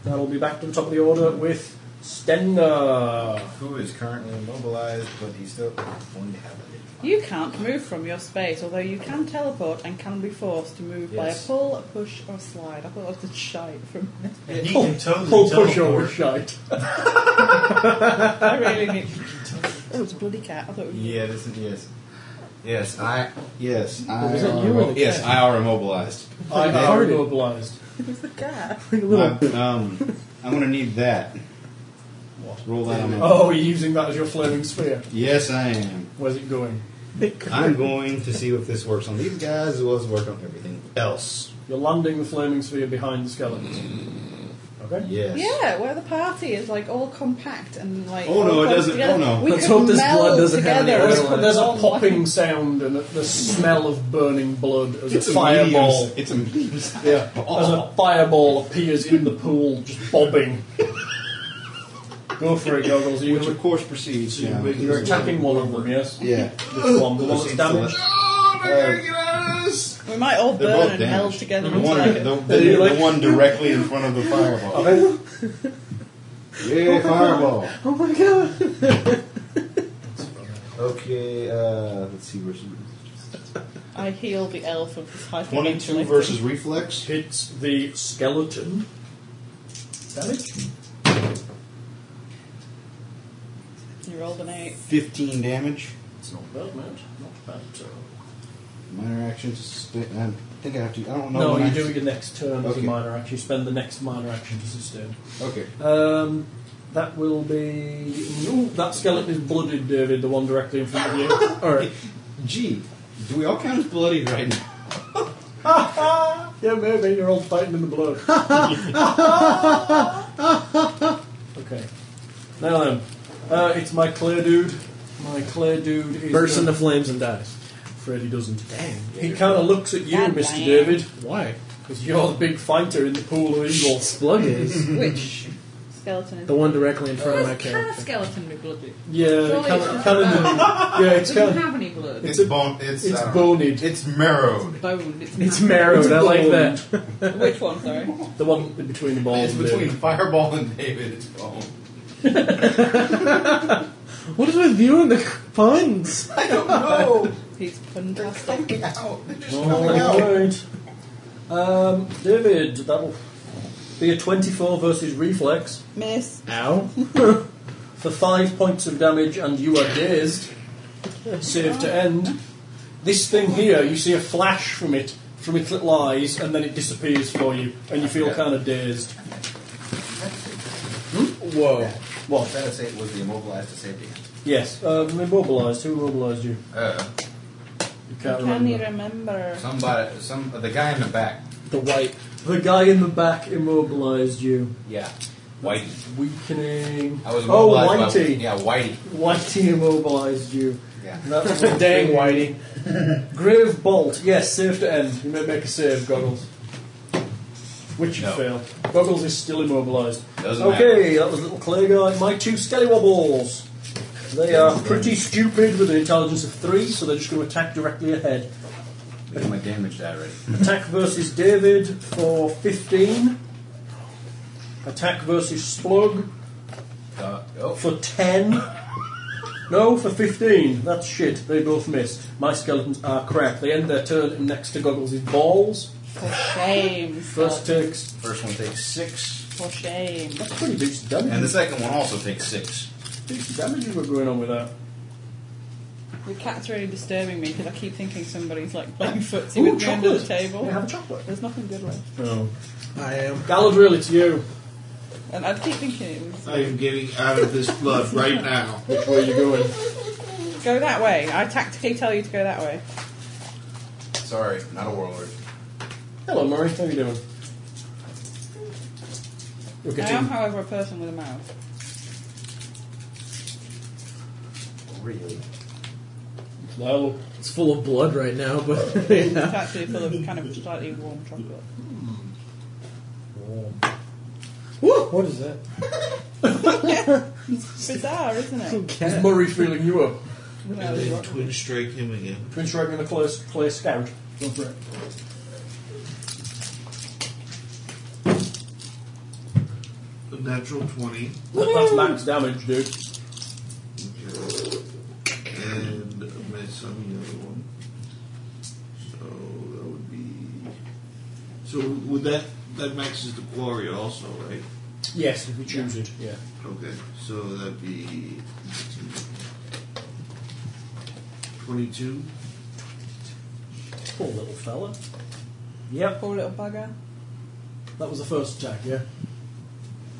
S4: That'll be back to the top of the order with Stenga.
S5: Who is currently immobilized, but he's still going to have it.
S3: You can't move from your space, although you can teleport and can be forced to move by
S5: Yes.
S3: a pull, a push, or a slide. I thought that was a shite from.
S9: Yeah,
S16: Oh,
S9: he
S4: Pull-
S9: can totally
S4: pull push
S9: teleport.
S4: over shite.
S3: I really need. Oh, it's a bloody cat. I thought. It was...
S5: Yeah, this is yes. Yes, I yes, I
S6: Was it
S5: are
S6: you or
S5: immo-
S6: the
S5: yes,
S6: cat?
S5: I are immobilized.
S4: I
S5: Yeah.
S4: are immobilized.
S3: It was the cat.
S5: I'm, um, I'm gonna need that. Roll that on my
S4: Oh, you're using that as your flaming spear.
S5: Yes I am.
S4: Where's it going?
S5: I'm going to see if this works on these guys as well as work on everything else.
S4: You're landing the flaming sphere behind the skeletons. Okay?
S5: Yes.
S3: Yeah, where the party is like all compact and like.
S5: Oh,
S3: all
S5: no, it
S3: close
S5: doesn't-
S3: Together.
S5: oh, no.
S3: We
S6: Let's
S3: could
S6: hope this
S3: meld
S6: blood doesn't have
S3: together
S6: any
S4: There's,
S6: oil in it.
S4: there's a
S3: Oh,
S4: popping sound and the smell of burning blood as
S5: It's
S4: a
S5: a
S4: fireball.
S5: medium. It's a medium.
S4: Yeah, as a fireball appears in the pool, just bobbing. Go for it, goggles. You
S5: Which of course proceeds.
S4: you're,
S5: now.
S4: you're attacking one of them, yes?
S5: Yeah.
S4: Which one? The one that's damaged?
S10: Oh
S3: We might all
S5: Oh. They're both
S3: burn and meld
S5: damaged.
S3: together.
S5: The
S3: into
S5: one,
S3: like a-
S5: the, the-
S4: you
S5: the
S4: like-
S5: one directly in front of the
S10: Oh,
S5: fireball.
S4: Okay.
S5: Yay, fireball.
S6: Oh my god!
S5: Okay, uh, let's see. Versus
S3: I heal the elf of this hyper.
S5: 22 versus reflex.
S4: Hits the skeleton. Damage?
S3: You rolled an eight.
S5: 15 damage.
S4: It's not bad, man. Not bad at all.
S5: Minor actions. St- I think I have to. I don't know.
S4: No,
S5: when
S4: you
S5: I-
S4: do it your next turn as a
S5: Okay.
S4: minor action. You spend the next minor action to sustain.
S5: Okay.
S4: Um, that will be. Ooh, that skeleton is blooded, David, the one directly in front of you.
S6: Alright.
S5: Gee, do we all count as bloody right now?
S4: yeah, maybe you're all fighting in the blood. okay. Now then, uh, it's my clear dude. My clear dude is.
S6: Bursts into
S4: gonna-
S6: flames and dies.
S4: Fred, he doesn't.
S6: Damn.
S4: He kind of looks at you,
S3: God
S4: Mr.
S3: damn.
S4: David,
S6: Why?
S4: because you're the big fighter in the pool of evil.
S6: Splug is
S3: Which skeleton is
S6: the one directly in front of my
S3: Where's the cat
S6: character.
S3: skeleton be bloody?
S4: Yeah,
S3: Surely
S4: kind
S3: it's
S4: of,
S3: not
S4: kind of, yeah,
S3: It
S4: it's
S3: doesn't
S4: kind of,
S3: have any blood.
S5: It's bone. It's
S4: it's
S5: uh,
S4: boned.
S5: It's marrowed.
S3: Bone. It's,
S6: It's
S3: not-
S6: marrowed, I like
S4: Boom.
S6: that.
S3: Which one, sorry?
S4: The one between the balls.
S5: It's
S4: and
S5: between
S4: David.
S5: fireball and David. It's bone.
S6: What is with you and the puns?
S5: No,
S3: He's fantastic.
S5: out. They're just coming out.
S4: All right. Um, David, that'll be a 24 versus reflex
S3: Miss.
S6: Ow.
S4: for 5 points of damage, and you are dazed. Save to end. This thing here, you see a flash from it, from its little eyes, and then it disappears for you, and you feel kind of dazed.
S6: Whoa.
S4: What?
S5: That is it was the immobilized to safety.
S4: Yes. Um, immobilised. Who immobilised you?
S5: Uh,
S4: You can't
S3: Can you
S4: remember.
S3: remember?
S5: somebody, some the guy in the back.
S4: The white. The guy in the back immobilised you.
S5: Yeah, Whitey.
S4: Weakening.
S5: I was
S4: oh,
S5: immobilized.
S4: Whitey.
S5: By, yeah, Whitey.
S4: Whitey immobilised you.
S5: Yeah.
S4: That's dang Whitey. Grave bolt. Yes, save to end. You may make a save, Goggles. Which you
S5: No.
S4: fail. Goggles is still immobilised.
S5: Doesn't
S4: Okay, that was little clay guy. My two skellywobbles. They are pretty stupid with an intelligence of three, so they're just going to attack directly ahead.
S5: matter. Look at my damage die already.
S4: Attack versus David for 15. Attack versus Splug
S5: Uh, oh,
S4: for 10. No, for 15. That's shit. They both miss. My skeletons are crap. They end their turn next to Goggles' balls.
S3: For shame. First
S4: First takes.
S5: first one takes six,
S3: For shame.
S4: That's pretty decent
S5: and the
S4: damage.
S5: second one also takes six.
S4: Decent damages were going on with that.
S3: The cat's really disturbing me because I keep thinking somebody's like playing footsie with me under the table.
S4: Yeah, have a chocolate.
S3: There's nothing good left.
S5: Oh.
S4: No. I am. Galadriel, it's you.
S3: And I keep thinking it was.
S2: I am getting out of this blood right now.
S4: Which way are you going?
S3: Go that way. I tactically tell you to go that way.
S10: Sorry, not a warlord.
S4: Hello, Murray. How are you doing? You're
S3: I am,
S4: getting
S3: however, a person with a mouth.
S6: Really?
S4: Well,
S6: it's full of blood right now, but
S3: It's
S6: yeah.
S3: actually full of kind of slightly warm chocolate.
S4: Woo! What is that?
S3: It's bizarre, isn't it?
S4: Is Murray feeling you up?
S2: And then twin strike him again.
S4: Twin Strike going to play, play Scout. Go for it.
S2: A natural 20.
S4: That- That's max damage, dude.
S2: And I might summon the other one. So that would be. So would that. That maxes the Gloria also, right?
S4: Yes, if you choose it. Yeah.
S2: Okay, so that'd be 22.
S4: Poor little fella. Yep.
S3: Poor little bugger.
S4: That was the first attack, yeah?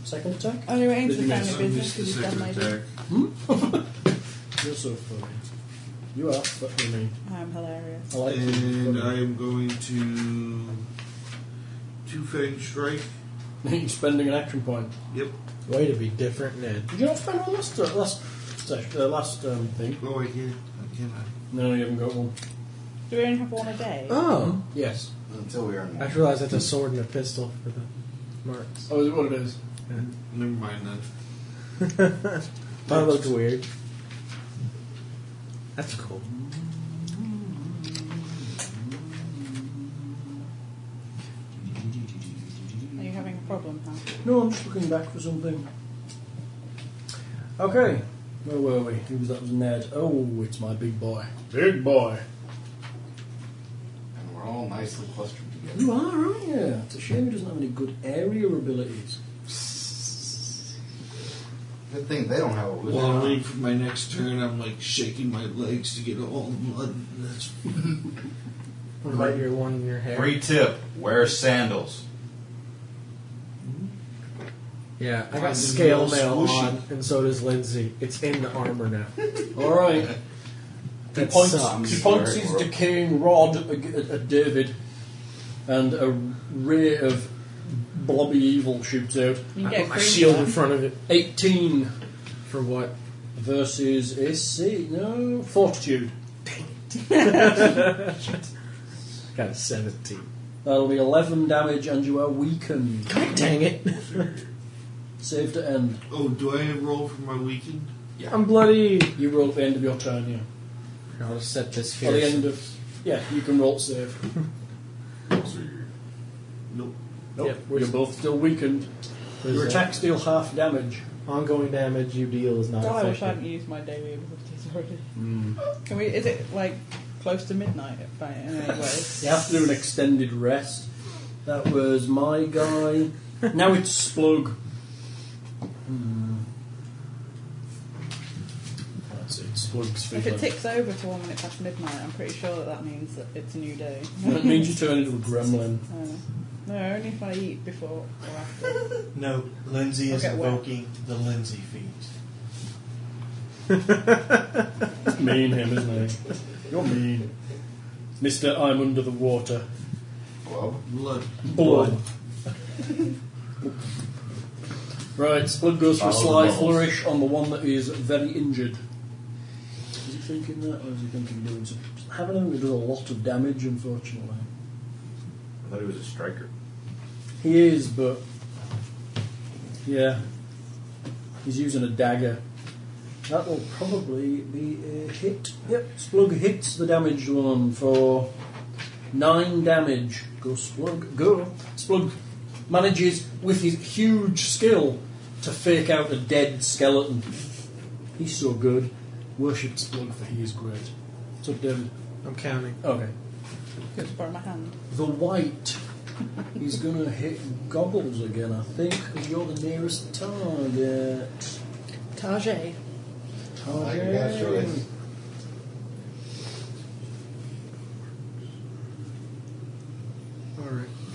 S4: Second attack?
S3: Oh, you ain't the
S2: Didn't
S3: family
S2: miss- I
S3: business
S2: missed the
S3: because he's done
S2: second
S3: my
S2: attack.
S4: You're so funny. You are, but you mean.
S3: I'm um, hilarious.
S4: I like
S2: And I am going to. Two Fang Strike.
S4: You're spending an action point.
S2: Yep.
S6: Way to be different, Ned.
S4: Did you not spend one last, uh, last, session, uh, last um, thing?
S2: Oh, I can't. I cannot.
S4: No, you haven't got one.
S3: Do we only have one a day?
S6: Oh,
S4: Yes.
S10: Until we are in
S6: I just realized that's a sword and a pistol for the marks.
S4: Oh, is it what it is?
S2: Never mind that.
S6: that looked weird. That's cool.
S3: Are you having a problem now?
S4: No, I'm just looking back for something. Okay, where were we? Who was that? Was Ned? Oh, it's my big boy. Big boy.
S10: And we're all nicely clustered together.
S4: You are, aren't you? It's a shame he doesn't have any good area abilities.
S10: Good thing they don't have a wizard.
S2: While I'm waiting for my next turn, I'm like shaking my legs to get all the blood. and That's
S6: What about your one in your hair?
S10: Free tip: wear sandals.
S6: Yeah, I got
S2: Mine's a
S6: scale
S2: little
S6: mail
S2: swooshy.
S6: on, and so does Lindsay. It's in the armor now.
S4: All right. He
S6: That
S4: points,
S6: sucks.
S4: he points his decaying rod at, at, at David, and a ray of blobby evil shoots out.
S3: You can
S6: I put
S3: get
S6: my
S3: a green
S6: shield in
S3: one.
S6: front of it
S4: 18
S6: for what?
S4: versus AC. No, fortitude.
S6: Got a seventeen.
S4: That'll be 11 damage, and you are weakened.
S6: God dang it!
S4: Save to end.
S2: Oh, do I roll for my weekend?
S6: I'm bloody.
S4: You roll at the end of your turn, yeah.
S6: I'll set this
S4: At the
S6: here.
S4: end of. Yeah, you can roll save.
S2: Nope.
S4: Nope.
S6: Yep.
S4: You're both still weakened.
S6: There's
S4: Your
S6: a-
S4: attacks deal half damage.
S6: Ongoing damage you deal is not
S3: God, I wish I hadn't
S6: affected.
S3: used my daily abilities already. Can we? Is it like close to midnight? By anyways,
S4: You have to do an extended rest. That was my guy. now it's Splug. Hmm. That's it, Splug's
S3: if it
S4: feeling.
S3: ticks over to one minute past midnight, I'm pretty sure that that means that it's a new day.
S4: That means you turn into a gremlin.
S3: Uh, no, only if I eat before or after.
S16: No, Lindsay is
S3: Okay, what?
S16: invoking the Lindsay feat.
S4: It's mean, him, isn't it? You're mean. Mister, I'm under the water.
S10: Well,
S2: Blood.
S4: Blood. right, Splug goes for
S10: Follow
S4: a
S10: the
S4: sly
S10: rules.
S4: flourish on the one that is very injured. Is he thinking that, or is he thinking of doing something? Having does a lot of damage, unfortunately.
S10: I thought he was a striker.
S4: He is, but yeah, he's using a dagger. That will probably be a hit. Yep, Splug hits the damaged one for nine damage. Go Splug, go. Splug manages with his huge skill to fake out a dead skeleton. He's so good. Worship Splug for he is great. So David.
S6: I'm counting.
S4: Okay.
S3: Just borrow my hand.
S4: The white. He's going to hit goggles again, I think, 'cause you're the nearest target.
S3: Target.
S10: I like your guys' choice.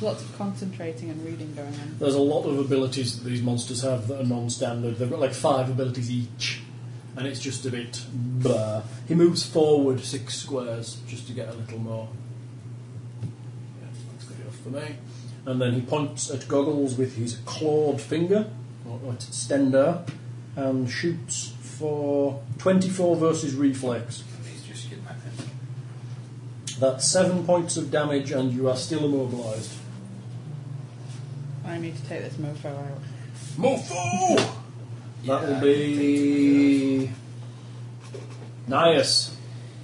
S3: Lots of concentrating and reading going on.
S4: There's a lot of abilities that these monsters have that are non-standard. They've got like five abilities each, and it's just a bit. Blah. He moves forward six squares just to get a little more. Yeah, that's good enough for me. And then he points at Goggles with his clawed finger, or or it's extender, and shoots for 24 versus reflex.
S10: Please just get my pen.
S4: That's seven points of damage, and you are still immobilised.
S3: I need to take this mofo out.
S4: Mofo! That will be. Nias.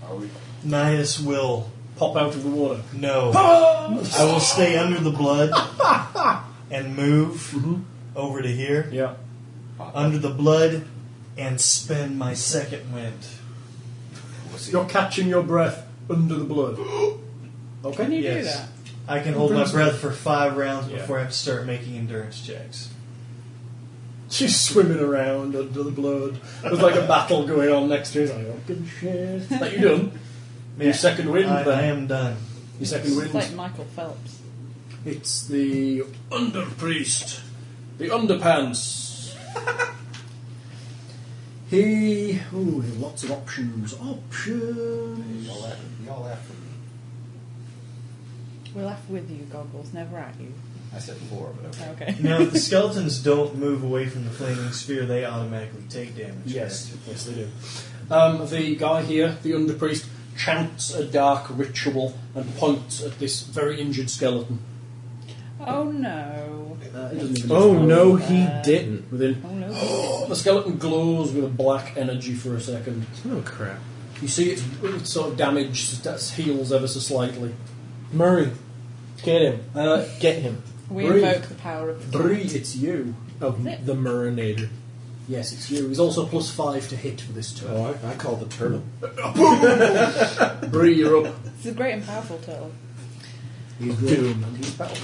S10: Are we?
S9: Nias will
S4: pop out of the water.
S9: No. I will stay under the blood and move
S4: Mm-hmm.
S9: over to here.
S4: Yeah.
S9: Under the blood and spend my second wind.
S10: Pussy.
S4: You're catching your breath under the blood. Okay.
S3: Can you do
S9: Yes.
S3: that?
S9: I can hold my
S4: Endurance
S9: breath for five rounds
S4: Yeah.
S9: before I have to start making endurance checks.
S4: She's swimming around under the blood. There's like a battle going on next to you. He's like, oh, good shit. That you done? Your second wind,
S9: I,
S4: then.
S9: I am done.
S4: Your second
S3: It's
S4: wind.
S3: like Michael Phelps.
S4: It's the underpriest, the underpants. he, ooh, he has lots of options. Options.
S12: Y'all after, y'all after me.
S3: We'll laugh with you, goggles, never at you.
S12: I said four, but okay.
S3: Okay.
S9: Now, if the skeletons don't move away from the flaming sphere, they automatically take damage.
S4: Yes, yes, they do. Um, the guy here, the underpriest, chants a dark ritual and points at this very injured skeleton.
S3: Oh no.
S4: Uh, he doesn't even
S6: Oh no,
S3: Oh,
S6: he
S3: uh,
S6: didn't.
S4: Within,
S3: Oh no.
S4: the skeleton glows with a black energy for a second.
S6: Oh crap.
S4: You see it's, it's sort of damaged, that's heals ever so slightly.
S6: Murray, get him.
S4: Uh,
S6: Get him.
S3: We
S4: Breathe.
S3: invoke the power of the
S4: Bree, it's you.
S6: Oh,
S3: Is it?
S6: the Murinator.
S4: Yes, it's you. He's also plus five to hit for this turn.
S6: Oh, I, I call the turtle.
S4: Bree, you're up.
S3: It's a great and powerful turtle.
S4: He's doom and he's battle.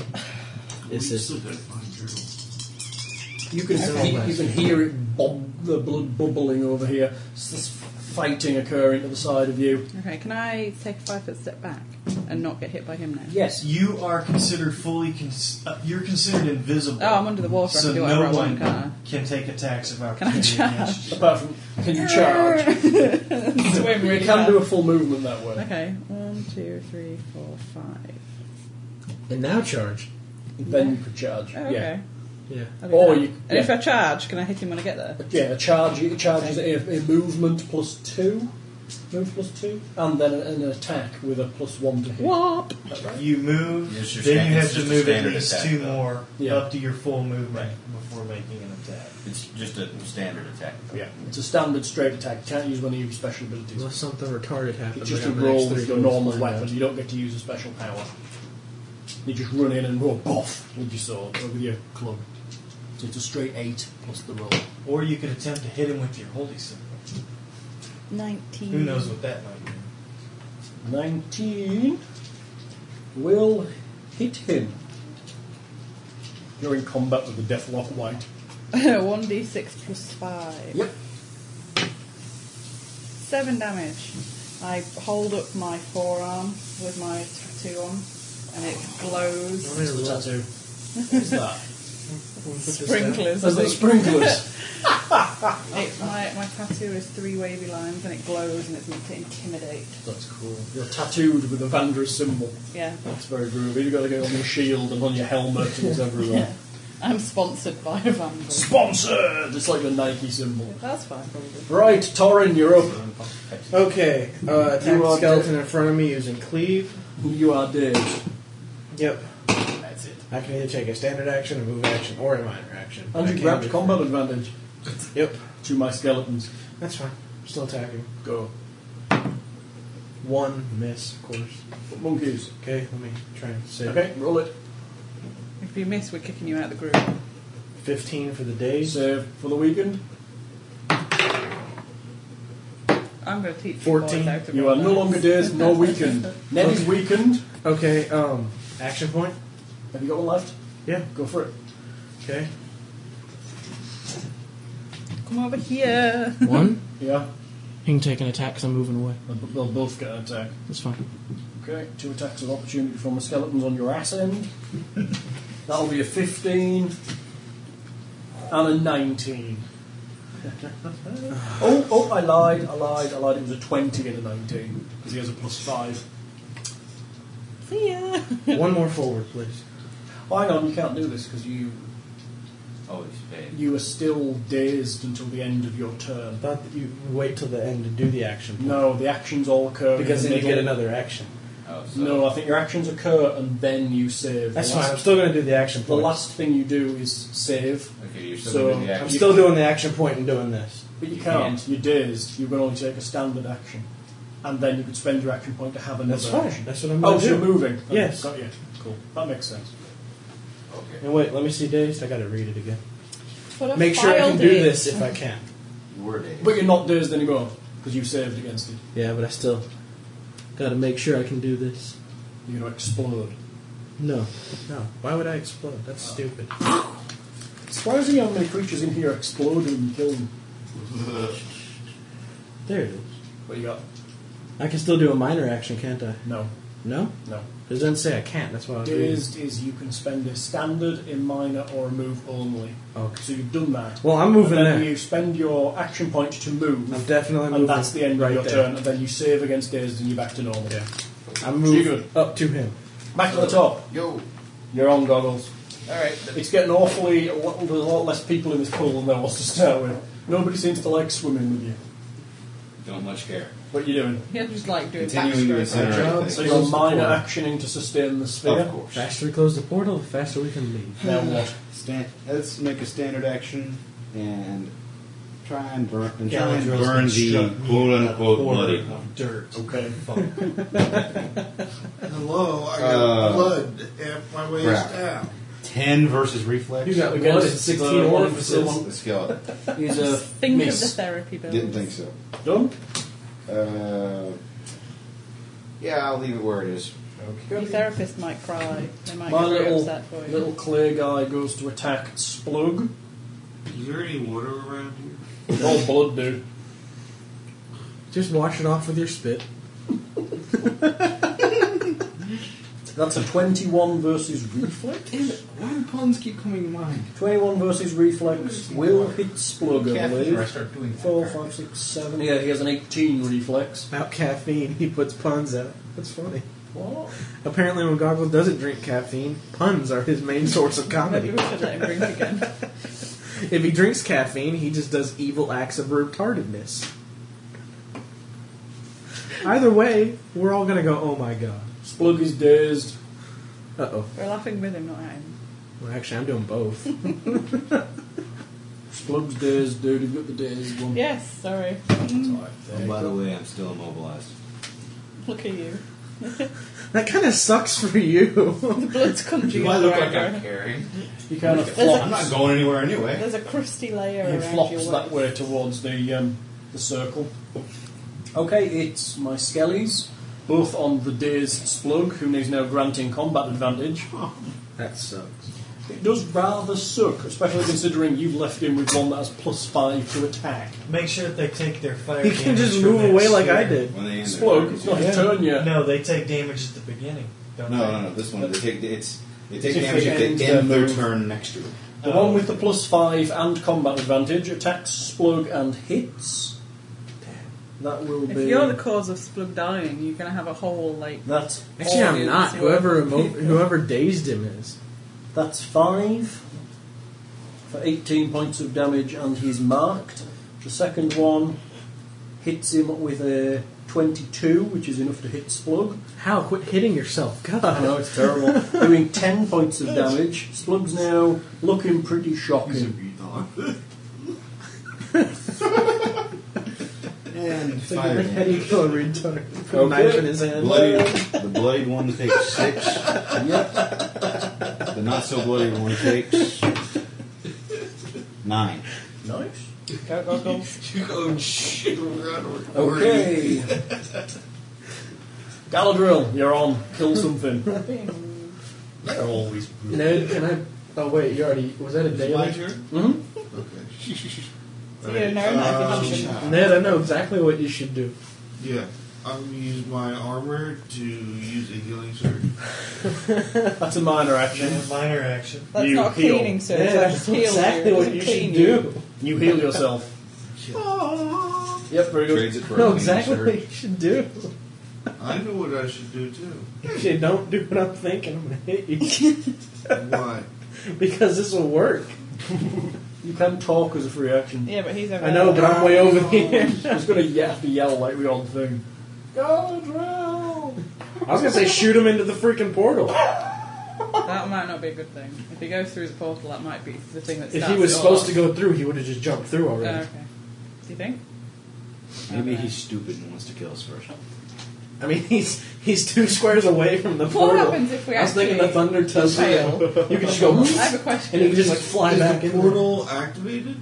S6: This
S2: We
S6: is-
S2: still gotta find Gerald.
S4: You can he- you can hear it bob the blood bubbling over here. It's this fighting occurring to the side of you.
S3: Okay, can I take a five foot step back and not get hit by him now?
S4: Yes,
S9: You are considered fully. Cons- uh, you're considered invisible.
S3: Oh, I'm under the water, I
S9: so
S3: can do whatever
S9: no
S3: I want,
S9: one
S3: can't
S9: can take attacks of
S3: Can I
S9: opportunity against you.
S4: apart from can you charge?
S3: I? Swim
S4: you
S3: really
S4: can
S3: fast.
S4: do a full movement that way.
S3: Okay, one, two, three, four, five.
S6: And now charge.
S4: Then you could charge.
S3: Oh, okay.
S6: Yeah.
S3: I'll do
S4: Or
S3: that.
S4: you-
S3: And if
S4: yeah.
S3: I charge, can I hit him when I get there?
S4: Yeah. Yeah, a charge. It charges a, a movement plus two, move plus two, and then an attack with a plus one to hit.
S3: Whoop!
S9: You move,
S10: Yes, your
S9: then
S10: stand-
S9: you have
S10: it's
S9: to
S10: just a
S9: move at
S10: standard
S9: least
S10: attack,
S9: two
S10: though.
S9: more
S4: Yeah.
S9: up to your full movement before making an attack.
S10: It's just a standard attack. though.
S4: Yeah, it's a standard straight attack. You can't use one of your special abilities.
S6: Unless something retarded happens.
S4: It's just
S6: like
S4: a
S6: I'm the next
S4: roll
S6: three
S4: with your
S6: goals
S4: normal
S6: lined
S4: weapon.
S6: up.
S4: You don't get to use a special power. You just run in and roll boff with your sword or with your club. So it's a straight eight plus the roll.
S9: Or you could attempt to hit him with your holy symbol.
S3: 19.
S9: Who knows what that might be?
S4: Nineteen will hit him. You're in combat with the Deathlock White.
S3: 1d6 plus 5.
S4: Yep.
S3: 7 damage. I hold up my forearm with my tattoo on and it glows.
S4: Where's the tattoo? What's that?
S3: Sprinklers.
S4: There's
S3: I
S4: the
S3: think.
S4: sprinklers.
S3: It, my, my tattoo is three wavy lines and it glows and it's meant to intimidate.
S4: That's cool. You're tattooed with a Vandra symbol.
S3: Yeah.
S4: That's very groovy. You've got to go on your shield and on your helmet and it's everywhere.
S3: Yeah. I'm sponsored by a vandal.
S4: Sponsored! It's like a Nike symbol.
S3: That's fine, probably.
S4: Right, Torin, you're up.
S11: Okay, uh, attack
S4: You
S11: the
S4: are
S11: skeleton in front of me using cleave.
S4: You are dazed.
S11: Yep.
S10: That's it.
S11: I can either take a standard action, a move action, or a minor action. I
S4: And you
S11: can't
S4: grabbed
S11: move.
S4: combat advantage
S11: Yep,
S4: to my skeletons.
S11: that's fine. Still attacking.
S4: Go.
S11: One miss, of course.
S4: Monkeys.
S11: Okay, let me try and save.
S4: Okay, roll it.
S3: If you miss, we're kicking you out of the group.
S11: 15 for the days.
S4: Save for the weekend.
S3: I'm going to teach you
S11: 14.
S3: boys how to
S4: You are
S3: roll
S4: no
S3: dice.
S4: longer dazed, nor weakened. Ned is weakened.
S11: Okay, um, action point?
S4: Have you got one left?
S11: Yeah.
S4: Go for it.
S11: Okay.
S3: Come over here.
S6: One.
S4: Yeah.
S6: He can take an attack because I'm moving away.
S4: They'll they'll both get an attack.
S6: That's fine.
S4: Okay, two attacks of opportunity from the skeletons on your ass end. That'll be a 15 and a 19. oh, oh, I lied, I lied, I lied. It was a 20 and a 19 because he has a plus 5.
S3: See ya.
S6: One more forward, please.
S4: Oh, hang on, you can't do this because you
S10: Oh, he's bad.
S4: you are still dazed until the end of your turn.
S6: Thought that you wait till the end to do the action. point.
S4: No, the actions all occur in
S6: Because
S4: the
S6: then you get
S4: middle.
S6: another action.
S10: Oh, so
S4: No, I think your actions occur and then you save.
S6: That's
S4: The
S6: fine.
S4: last-
S6: I'm still going to do the action
S4: The
S6: point.
S4: last thing you do is save.
S10: Okay, you're still
S4: so
S10: gonna do the
S6: I'm
S10: action.
S6: still doing the action point and doing this.
S4: But you,
S10: You
S4: can't.
S10: can't.
S4: You're dazed. You can only take a standard action, and then you could spend your action point to have another.
S6: That's fine.
S4: action.
S6: That's what I'm
S4: Oh,
S6: gonna
S4: so you're
S6: do.
S4: moving. Okay,
S6: Yes.
S4: Got you. Cool. That makes sense.
S10: Okay.
S6: And wait, let me see dazed. I got to read it again.
S3: Put a
S6: Make sure I
S3: file
S6: can do
S3: date.
S6: this if I can.
S10: You were dead.
S4: But you're not dazed anymore because you saved against it.
S6: Yeah, but I still got to make sure I can do this.
S4: You're gonna explode.
S6: No, no. Why would I explode? That's stupid.
S4: Surprising how many creatures in here explode and kill them.
S6: There it is.
S4: What you got?
S6: I can still do a minor action, can't I?
S4: No.
S6: No?
S4: No.
S6: It doesn't say I can't. That's why I was reading.
S4: Dazed is you can spend a standard in minor or a move only.
S6: Okay.
S4: So you've done that.
S6: Well, I'm moving
S4: and then
S6: there.
S4: you spend your action point to move,
S6: I'm definitely moving.
S4: and that's the end
S6: right
S4: of your
S6: there.
S4: turn, and then you save against dazed and you're back to normal. Yeah.
S6: I
S4: You're
S6: move
S4: good.
S6: up to him.
S4: Back to the top.
S10: Yo.
S4: You're on goggles.
S10: Alright. then.
S4: It's getting awfully a lot, there's a lot less people in this pool than there was to start with. Nobody seems to like swimming with you.
S10: Don't much care.
S4: What are you doing?
S3: He'll just like doing
S5: Continuing to
S3: backstroke.
S5: incinerate
S4: So
S5: things.
S4: you're
S6: Close the
S4: minor
S6: door.
S4: actioning to sustain the sphere.
S5: Of course.
S6: Faster we close the portal, the faster we can leave.
S4: Now what?
S5: Stan- uh, let's make a standard action and try and burn, and
S6: Yeah,
S5: try and
S6: let's
S5: burn the
S6: construct
S5: quote unquote
S6: order
S5: bloody.
S6: of dirt.
S4: Okay.
S2: Hello, I got
S5: Uh,
S2: blood half my waist
S5: crap.
S2: down.
S5: 10 versus reflex.
S6: You got
S4: Against
S6: one at 16
S4: the one
S6: orifices.
S4: for
S5: the skeleton.
S4: He's a
S3: Think of the
S4: miss.
S3: therapy bill.
S5: Didn't think so.
S4: Done?
S5: Uh, yeah, I'll leave it where it is.
S3: Your therapist might cry. They might
S4: My
S3: get really
S4: little,
S3: upset for you.
S4: little clear guy goes to attack Splug.
S2: Is there any water around here?
S4: All blood, dude.
S6: Just wash it off with your spit.
S4: That's a 21 versus reflex.
S5: Why do puns keep coming to mind?
S4: 21 versus reflex will hit Splug, I
S10: I
S4: believe.
S10: start doing that.
S4: 4, 5, 6, 7. Yeah, he has an 18 reflex.
S6: About caffeine, he puts puns out. That's funny.
S4: What?
S6: Apparently, when Gargoyle doesn't drink caffeine, puns are his main source of
S3: Maybe
S6: comedy.
S3: we should let him drink again.
S6: if he drinks caffeine, he just does evil acts of retardedness. Either way, we're all gonna go, oh my god.
S4: Splug is dazed.
S6: Uh oh.
S3: We're laughing with him, not at him.
S6: Well, actually, I'm doing both.
S4: Splug's dazed, dude. You've got the dazed one.
S3: Yes, sorry.
S5: Oh, by the way, I'm still immobilized.
S3: Look at you.
S6: that kind of sucks for you.
S3: The blood's congealed
S10: Do I look like
S3: around
S10: I'm
S3: your-
S10: caring?
S4: You kind of
S3: There's
S4: flop.
S5: I'm not going anywhere anyway.
S3: There's a crusty layer
S4: He
S3: around your
S4: flops
S3: waist.
S4: that way towards the um, the circle. Okay, it's my skellies, both on the dazed Splug, whom is now granting combat advantage.
S6: that sucks.
S4: It does rather suck, especially considering you've left him with one that has plus five to attack.
S16: Make sure that they take their fire.
S6: He can
S16: damage
S6: just
S16: for
S6: move
S16: next
S6: away like
S16: year.
S6: I did.
S5: When they end their
S4: Splug,
S5: turns,
S4: it's not
S5: yeah.
S4: his turn yet.
S16: No, they take damage at the beginning. Don't
S5: No,
S16: they?
S5: no, no. This one, they take it's they take
S4: If they
S5: damage if
S4: end
S5: they end
S4: their
S5: their
S4: move.
S5: turn next to it.
S4: The
S16: Oh,
S4: one with the plus five and combat advantage attacks Splug and hits. That will
S3: If
S4: be.
S3: you're the cause of Splug dying, you're going to have a whole, like,
S4: that's
S6: Actually, I'm
S3: audience
S6: not. Whoever
S3: worth of
S6: emo-
S3: people.
S6: whoever dazed him is.
S4: That's five for 18 points of damage, and he's marked. The second one hits him with a 22, which is enough to hit Splug.
S6: How? Quit hitting yourself.
S4: I know,
S6: God.
S4: it's terrible. Doing 10 points of damage. Splug's now looking pretty shocking.
S5: And
S6: It's like a
S5: fire. damage.
S6: heady little retard. with a
S4: Okay.
S6: Knife in his hand.
S5: Bloody, the bloody one takes six. The not so bloody one takes nine.
S4: Nice.
S3: go, go, go.
S2: You go shit around.
S4: Okay. Galadriel, you're on. Kill something.
S3: Bing.
S10: They're always brutal.
S6: Ned, can I? Oh wait, you already was that a
S2: Is it my
S6: daily?
S2: turn?
S4: Hmm?
S2: Okay.
S3: So you know, like, if I'm-
S2: Um,
S4: Ah,
S6: Ned, I know exactly what you should do.
S2: yeah. I'm going to use my armor to use a healing surge.
S4: That's a minor action.
S9: minor action.
S3: That's
S4: you
S3: not a
S4: heal.
S3: cleaning surge,
S4: Yeah,
S3: that's
S4: that's
S3: heal you.
S4: exactly
S3: It's
S4: what
S3: a
S4: you
S3: clean
S4: should
S3: you.
S4: do. You heal yourself. yep, very good.
S5: Trades it for
S4: no,
S5: a cleaning
S4: exactly
S5: surge.
S4: what you should do.
S2: I know what I should do too.
S6: If you don't do what I'm thinking, I'm gonna hit you.
S2: Why?
S6: because this will work.
S4: You can talk as a free action.
S3: Yeah, but he's over
S6: I know, but I'm way over here.
S4: I was going to have to yell like we all do. Go,
S6: I was gonna say shoot him into the freaking portal.
S3: That might not be a good thing. If he goes through the portal, that might be the thing that
S6: If
S3: starts
S6: he was
S3: it all
S6: supposed
S3: off.
S6: to go through, he would have just jumped through
S3: Oh,
S6: already.
S3: okay. Do you think?
S10: Maybe he's stupid and wants to kill us first.
S6: I mean, he's he's two squares away from the
S3: What
S6: portal.
S3: happens if we
S6: I was thinking the
S3: actually
S6: thunder touch
S3: fail?
S6: You could just go.
S3: I have a question.
S6: And you could just like fly
S2: Is
S6: back
S2: the
S6: in. there.
S2: portal activated?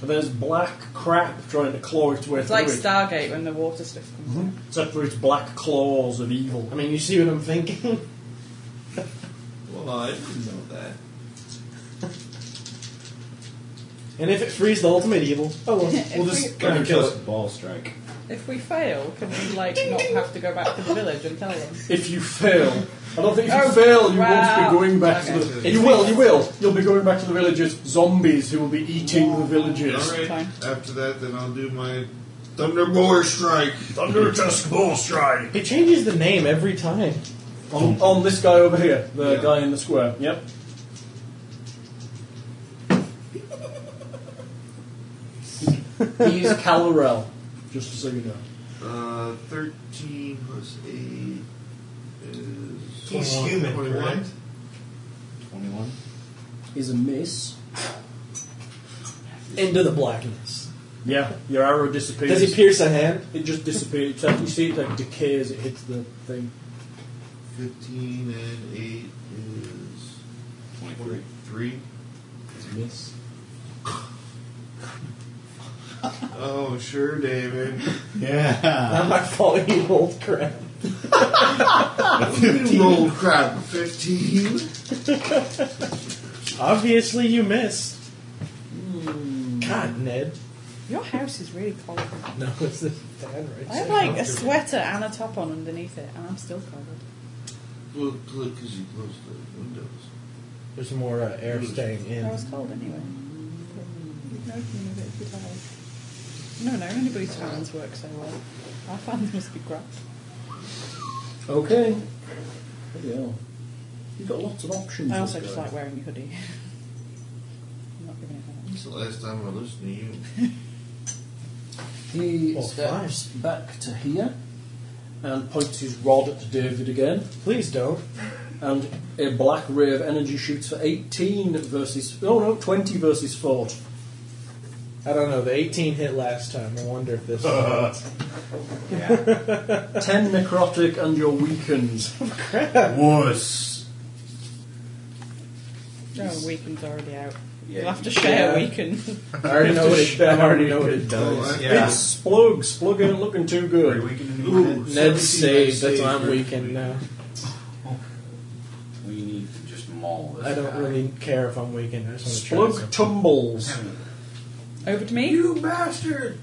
S4: But there's black crap trying to claw its way
S3: It's
S4: through
S3: like
S4: it. Mm-hmm.
S3: Stargate when the water stuff comes in.
S4: except for its black claws of evil.
S6: I mean, you see what I'm thinking?
S2: Well, I didn't know that.
S6: And if it frees the ultimate evil, oh well, we'll just
S3: If
S6: kind of kill it.
S10: ball strike.
S3: If we fail, can we like not have to go back to the village and tell them?
S4: If you fail, I don't think if you
S3: Oh,
S4: fail, you
S3: wow.
S4: won't be going back to
S3: Okay.
S4: the. You will, you will. You'll be going back to the villagers, zombies who will be eating the villagers.
S2: Alright,
S3: Fine.
S2: after that, then I'll do my Thunderbolt Strike.
S4: Thunder Tusk Ball Strike.
S6: He changes the name every time.
S4: On, on this guy over here, the
S2: Yeah.
S4: guy in the square. Yep. He's Calorel, just so you know.
S2: Uh, 13 plus 8 is.
S9: He's human,
S2: 21.
S9: correct?
S5: 21.
S4: He's a miss.
S6: Into the blackness.
S4: Yeah, your arrow disappears.
S6: Does he pierce a hand?
S4: It just disappears. So you see it like decay as it hits the thing.
S2: 15 and 8 is.
S10: 23.
S2: 23.
S10: Miss.
S2: Oh, sure, David.
S6: I'm
S10: Yeah.
S6: not calling you old crap.
S2: you rolled crap. 15?
S6: Obviously, you missed. God, Ned.
S3: Your house is really cold.
S6: No, it's the fan right
S3: I have like a sweater and a top on underneath it, and I'm still covered.
S2: Well, because you closed the windows.
S6: There's more uh, air staying in.
S3: I was cold anyway. You'd know if you move it if you tired. No, no, anybody's fans work so well. Our fans must be crap.
S4: Okay. Yeah. You've got lots of options.
S3: I also
S4: this
S3: just
S4: guy.
S3: like wearing a hoodie. I'm not giving it
S2: It's the last time I listened to you.
S4: He
S6: Or
S4: steps back to here and points his rod at David again.
S6: Please don't.
S4: And a black ray of energy shoots for 18 versus. Oh no, 20 versus 4.
S6: I don't know. The 18 hit last time. I wonder if this.
S10: Yeah.
S4: 10 necrotic and you're weakened.
S10: Wuss.
S3: out. No, weekend's already out.
S10: Yeah,
S3: You'll have to share
S6: yeah.
S3: a weekend.
S6: I already know what it. I already know what it
S2: Oh,
S6: does.
S2: I-
S10: Yeah.
S4: It's Splugs. Splug ain't looking too good.
S10: Weakened and
S2: Ooh.
S10: weakened.
S6: Ned's
S2: 17
S6: saved. That's why I'm
S2: save.
S6: weakened now.
S10: We need to just maul this
S6: I don't
S10: guy.
S6: really care if I'm weakened. I just want to try
S4: Splug tumbles
S3: Over to me.
S2: You bastard!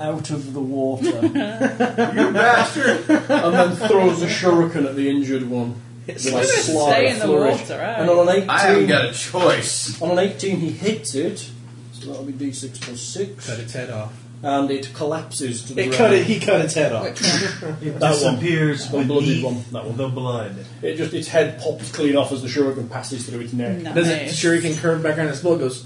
S4: out of the water
S2: You bastard!
S4: and then throws a shuriken at the injured one.
S6: It's
S4: With
S6: like
S4: a
S3: Just
S4: slaughter
S3: stay in the
S4: flourish.
S3: water, right?
S4: And on an 18,
S10: I haven't got a choice.
S4: On an 18, he hits it, so that'll be d6 plus 6,
S6: Cut its head off.
S4: and it collapses to the
S6: It
S4: ground.
S6: cut it. He cut its head off.
S3: Which one?
S16: It
S4: That one.
S16: disappears
S4: That one, bloody
S16: beneath
S4: one, that one.
S16: the blood.
S4: It just its head pops clean off as the shuriken passes through its neck.
S3: No.
S6: Does it
S3: Oh, Nice.
S6: shuriken curve back around its blood? Goes.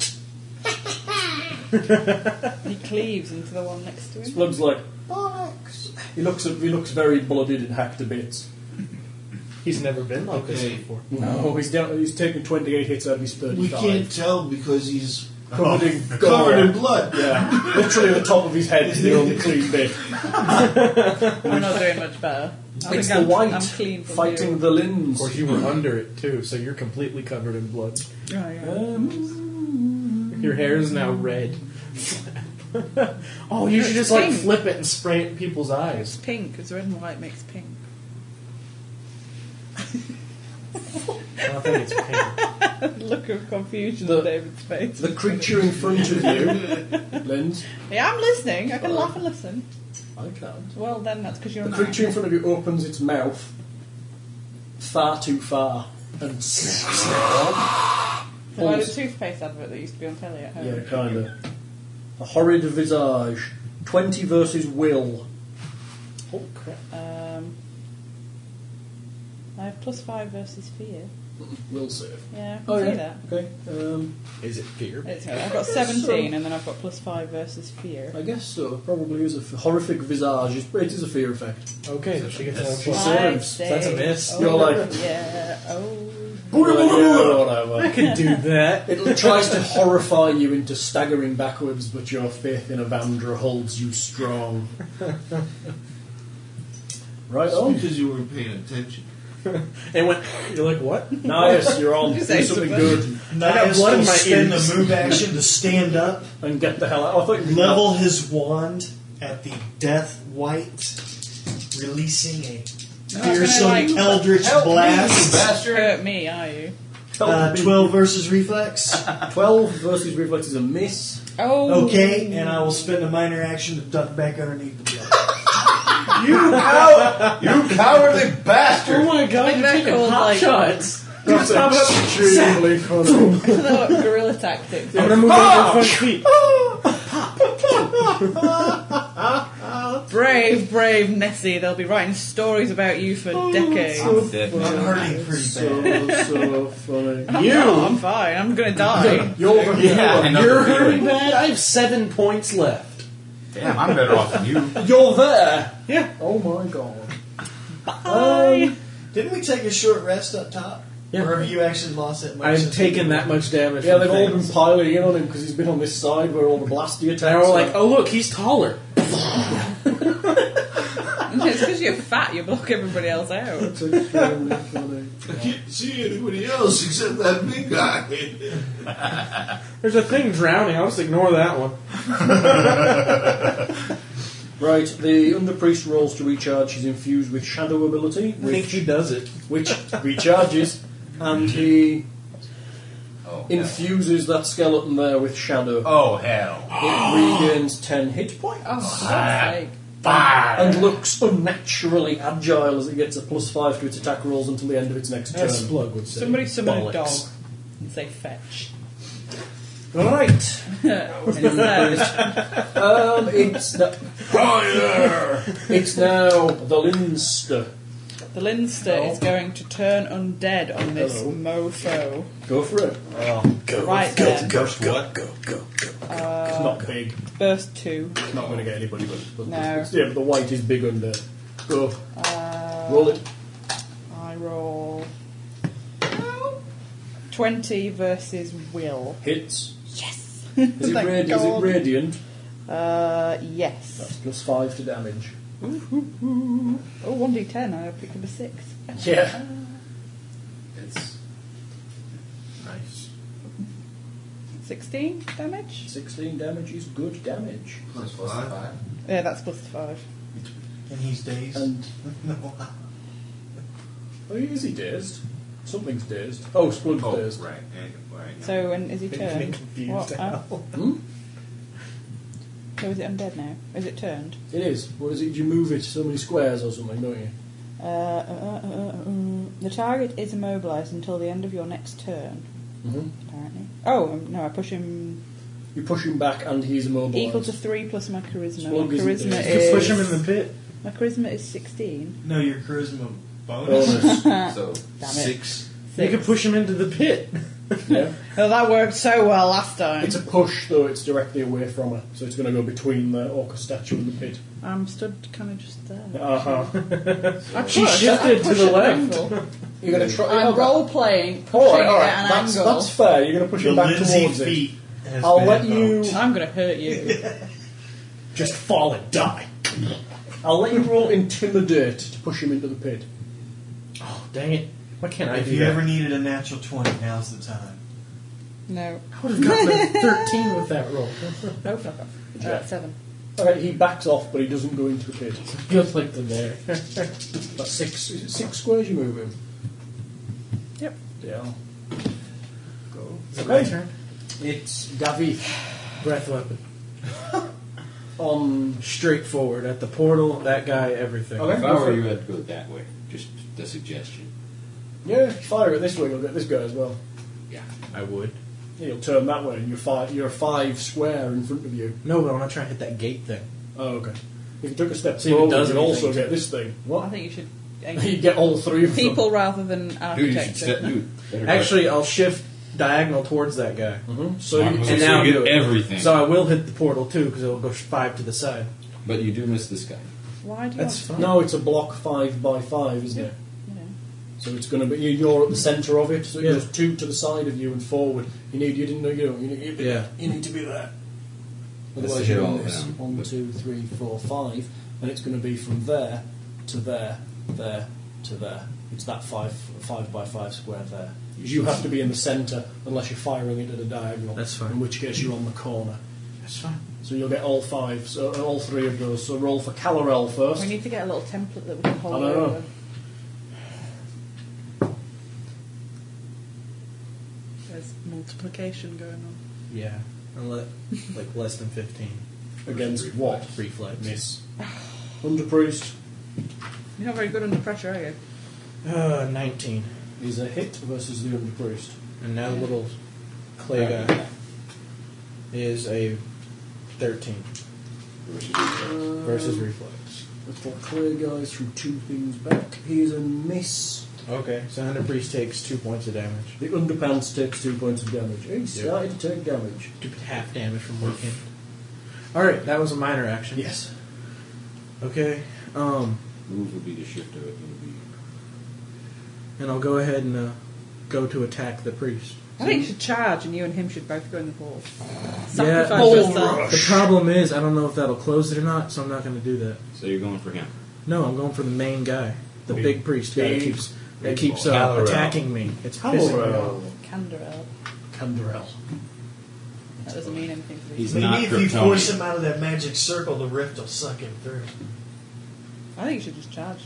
S3: He cleaves into the one next to him.
S4: Splug's like
S7: Bollocks.
S4: he looks he looks very bloodied and hacked to bits.
S6: He's never been like this
S2: Okay.
S6: before.
S4: No, he's down, he's taken 28 hits out of his 35.
S2: We can't tell because he's
S4: Covered in gore.
S2: covered in blood.
S4: Yeah, literally the top of his head is the only clean bit.
S3: I'm not doing much better. I think
S4: It's the
S3: I'm,
S4: white
S3: I'm clean from
S4: fighting
S3: here.
S4: the limbs.
S6: Of course, you were under it too, so you're completely covered in blood.
S3: Oh, yeah.
S6: Your hair is now red. oh, you should just like
S3: Pink.
S6: flip it and spray it in people's eyes.
S3: Pink, because red and white makes pink.
S6: I don't think it's pink.
S3: Look of confusion
S4: The-
S3: on David's face.
S4: The creature in front of you, Lens,
S3: Yeah, I'm listening. I can laugh and listen.
S4: I can't.
S3: Well, then that's because you're
S4: The
S3: an
S4: creature in
S3: actor.
S4: front of you opens its mouth far too far and snaps it on.
S3: The load
S4: Almost-
S3: of toothpaste advert that used to be on telly at home.
S4: Yeah, kinda. A horrid visage. Twenty versus will. Oh crap.
S3: Um, I have plus five versus fear.
S4: Will save.
S3: Yeah, I can
S4: Oh
S3: see
S4: yeah.
S3: that.
S4: Okay. Um,
S6: Is it fear?
S3: It's, I've got
S4: I guess
S3: 17
S4: so.
S3: and then I've got plus 5 versus fear.
S4: I guess so. It Probably is a f- horrific visage. It's- It is a fear effect.
S6: Okay, so she gets an
S4: She
S6: extra
S4: saves.
S3: Five,
S4: That's a
S3: six.
S4: miss.
S3: Oh,
S4: You're like,
S3: Yeah, oh.
S4: "Booty, booty, booty," or whatever.
S6: I can do that.
S4: It tries to horrify you into staggering backwards, but your faith in Evandra holds you strong. Right
S2: It's
S4: on.
S2: because you weren't paying attention.
S6: And when you're like, what?
S4: Nice, you're on.
S3: You
S4: Do
S3: say
S4: something
S3: something.
S4: good.
S6: I got
S9: Nias
S6: blood in
S9: will
S6: my
S9: spend
S6: ears.
S9: the move action to stand up,
S4: And get the hell out. Oh, I thought you
S9: level his wand at the death white, releasing a
S3: not gonna,
S9: fearsome
S3: like,
S9: eldritch blast.
S3: Hurt me, are you?
S9: Uh, Twelve versus reflex.
S4: 12 versus reflex is a miss.
S3: Oh.
S9: Okay, and I will spend a minor action to duck back underneath the block.
S5: You cow- you cowardly
S6: Oh
S5: bastard!
S6: my god,
S3: Like
S6: you're
S3: that
S6: taking
S3: cold,
S6: pop
S3: like-
S6: shots.
S4: That's extremely funny.
S3: So, gorilla tactics.
S6: I'm gonna move over front feet.
S3: Brave, brave Nessie. They'll be writing stories about you for
S4: Oh,
S3: decades.
S10: I'm dead.
S9: I'm hurting pretty bad.
S4: So, so funny.
S3: I'm not, I'm fine. I'm gonna die.
S4: You're,
S10: Yeah, I know the
S6: You're
S10: feeling.
S6: hurting bad. I have seven points left.
S10: Damn, I'm better off than you.
S4: you're there.
S6: Yeah.
S4: Oh my god.
S3: Bye.
S9: Didn't we take a short rest up top?
S6: Yeah.
S9: Or have you actually lost that much?
S6: I've
S9: since
S6: taken
S9: we-
S6: that much damage.
S4: Yeah,
S6: from
S4: they've all been
S6: things.
S4: piling in on him because he's been on this side where all the blasty attacks.
S6: And we're
S4: are.
S6: like, oh look, he's taller.
S3: it's because you're fat. You block everybody else out.
S4: It's extremely funny.
S2: I can't see anybody else except that big guy.
S6: There's a thing drowning. I'll just ignore that one.
S4: Right, the underpriest rolls to recharge. He's infused with shadow ability,
S6: I think
S4: which,
S6: she does it.
S4: which recharges, and he
S10: Oh, hell.
S4: infuses that skeleton there with shadow.
S10: Oh, hell.
S4: It regains 10 hit points.
S3: Oh, for
S4: Ah.
S3: God's sake.
S4: And looks unnaturally agile as it gets a plus 5 to its attack rolls until the end of its next turn.
S6: As Splug would say.
S3: Somebody summon a dog
S6: bollocks.
S3: and say fetch.
S4: Right!
S3: and it's there.
S4: Um, it's, na- it's now the Linster.
S3: The Linster is going to turn undead on this
S4: Hello.
S3: mofo.
S4: Go for it.
S3: Go, right then. Uh,
S10: What?
S4: it's not big.
S3: Burst two.
S4: It's not going to get anybody, but, but
S3: No.
S4: it's- yeah, but the white is big under. Go.
S3: Uh,
S4: Roll it.
S3: I roll. 20 versus Will.
S4: Hits.
S3: Yes!
S4: Is it,
S3: Thank
S4: radi- is it
S3: God.
S4: radiant?
S3: Uh,
S4: That's
S3: yes.
S4: plus 5 to damage.
S3: Oh, 1d10, I picked up a 6.
S4: Yeah.
S10: It's nice.
S3: 16 damage?
S4: 16 damage is good damage.
S2: Plus
S10: Plus
S2: five.
S10: five.
S3: Yeah, that's plus 5.
S9: And he's dazed.
S4: And
S9: no.
S4: Oh, is he dazed? Something's dazed. Oh, Splug's
S10: Oh,
S4: dazed.
S10: right. and- right.
S3: So, when is he turned?
S6: confused
S3: What?
S6: now.
S3: Oh.
S4: Hmm?
S3: So, is it undead now? Is it turned?
S4: It is. What is it? You move it so many squares or something, don't you?
S3: Uh, uh, uh, uh, uh, um, the target is immobilised until the end of your next turn,
S4: Mm-hmm.
S3: apparently. Oh, um, no, I push him
S4: You push him back and he's immobilised.
S3: equal to 3 plus my charisma.
S4: Splug
S3: my
S4: isn't
S3: charisma
S4: dazed.
S3: is.
S6: Push him in the pit.
S3: My charisma is 16.
S9: no, your charisma
S6: Oh
S9: bonus.
S4: Bonus.
S2: Uh,
S10: So,
S3: Damn it.
S10: six.
S6: You
S3: Six.
S6: can push him into the pit.
S4: yeah.
S3: Oh, that worked so well last time.
S4: It's a push, though it's directly away from her, so it's going to go between the orca statue and the pit.
S3: I'm stood kind of just there.
S4: Uh huh.
S3: I
S6: She
S3: push,
S6: shifted
S3: I
S6: to
S3: push
S6: the
S3: at
S6: left.
S3: angle.
S4: You're going to try.
S3: I'm
S4: oh,
S3: role playing, pushing
S4: all right, all right.
S3: at an
S4: That's,
S3: angle.
S4: that's fair. You're going to push
S9: Your
S4: him back
S9: Lindsay
S4: towards it.
S9: feet. has
S4: I'll
S9: been
S4: let you
S3: I'm gonna hurt you.
S4: just fall and die. I'll let you roll intimidate to push him into the pit.
S6: Oh, dang it. Why can't I
S9: If
S6: do
S9: you
S6: that?
S9: ever needed a natural 20, now's the time.
S3: no.
S6: I would have gotten a 13 with that roll.
S3: No, fuck off. Uh, seven.
S4: Okay, he backs off, but he doesn't go into the pit.
S6: Feels like the there.
S4: That's six. Is it six squares you move him?
S3: Yep.
S4: Yeah.
S6: Is it my turn?
S4: It's Davi.
S6: Breath weapon. um, straightforward at the portal. That guy, everything.
S10: If I were you, I'd go that way. Just the suggestion.
S4: Yeah, fire it this way. You'll get this guy as well.
S10: Yeah, I would.
S4: Yeah, you'll turn that way, and you're five. You're five square in front of you.
S6: No, but I'm not trying to hit that gate thing.
S4: Oh, okay. If you took a step
S6: See if it
S4: forward,
S6: does
S4: you'd also
S6: anything.
S4: get this thing.
S3: I think you should.
S4: You get all three of them.
S3: people rather than architects.
S6: Actually, I'll shift diagonal towards that guy. Mm-hmm.
S4: So you-
S6: and
S10: So
S6: now
S10: you
S6: I'll do
S10: get
S6: it.
S10: everything.
S6: So I will hit the portal too because it'll go sh- five to the side.
S10: But you do miss this guy.
S3: Why do
S4: That's
S3: you
S4: fine.
S3: want
S4: No, it's a block five by five, isn't it?
S3: You know.
S4: So it's going to be you- you're at the centre of it. So it goes two to the side of you and forward. You need you didn't know you know, you need, you,
S6: Yeah.
S4: you need to be there.
S10: That's
S4: Otherwise
S10: the
S4: you're on
S10: hero
S4: this
S10: round,
S4: one,
S10: but-
S4: two, three, four, five, and it's going to be from there to there, there to there. It's that five five by five square there. You have to be in the centre unless you're firing it at a diagonal.
S6: That's fine.
S4: In which case you're on the corner.
S6: That's fine.
S4: So you'll get all five, so uh, all three of those. So roll for Calorel first.
S3: We need to get a little template that we can hold
S4: I don't know.
S3: over. There's multiplication going on.
S6: Yeah, Unle- like less than fifteen
S4: Against what?
S6: reflex.
S4: Miss. Under priest.
S3: You're not very good under pressure, are you?
S6: Uh, Nineteen.
S4: Is a hit versus the under priest.
S6: And now the little clay guy is a thirteen versus reflex.
S4: Let's talk clear guys from two things back. He's a miss.
S6: Okay, so Hunter Priest takes two points of damage.
S4: The underpants takes two points of damage. He started to take damage.
S6: Half damage from working. All right, that was a minor action.
S4: Yes.
S6: Okay. Um,
S10: Move would be to shift to it. Would be
S6: and I'll go ahead and uh, go to attack the priest.
S3: I think you should charge, and you and him should both go in the portal.
S6: Yeah,
S3: Sacrifice yourself.
S6: the problem is I don't know if that'll close it or not, so I'm not going to do that.
S10: So you're going for him.
S6: No, I'm going for the main guy, the big,
S10: Big-
S6: priest guy that
S10: big-
S6: keeps
S10: big
S6: that keeps
S10: boy.
S6: uh,
S10: Calorel.
S6: attacking me. It's pissing me off.
S3: Canderel.
S4: Canderel.
S3: That doesn't mean anything to me.
S10: He's
S9: Maybe
S10: not
S9: if you force
S10: Kryptonian.
S9: him out of that magic circle, the rift will suck him through.
S3: I think you should just charge.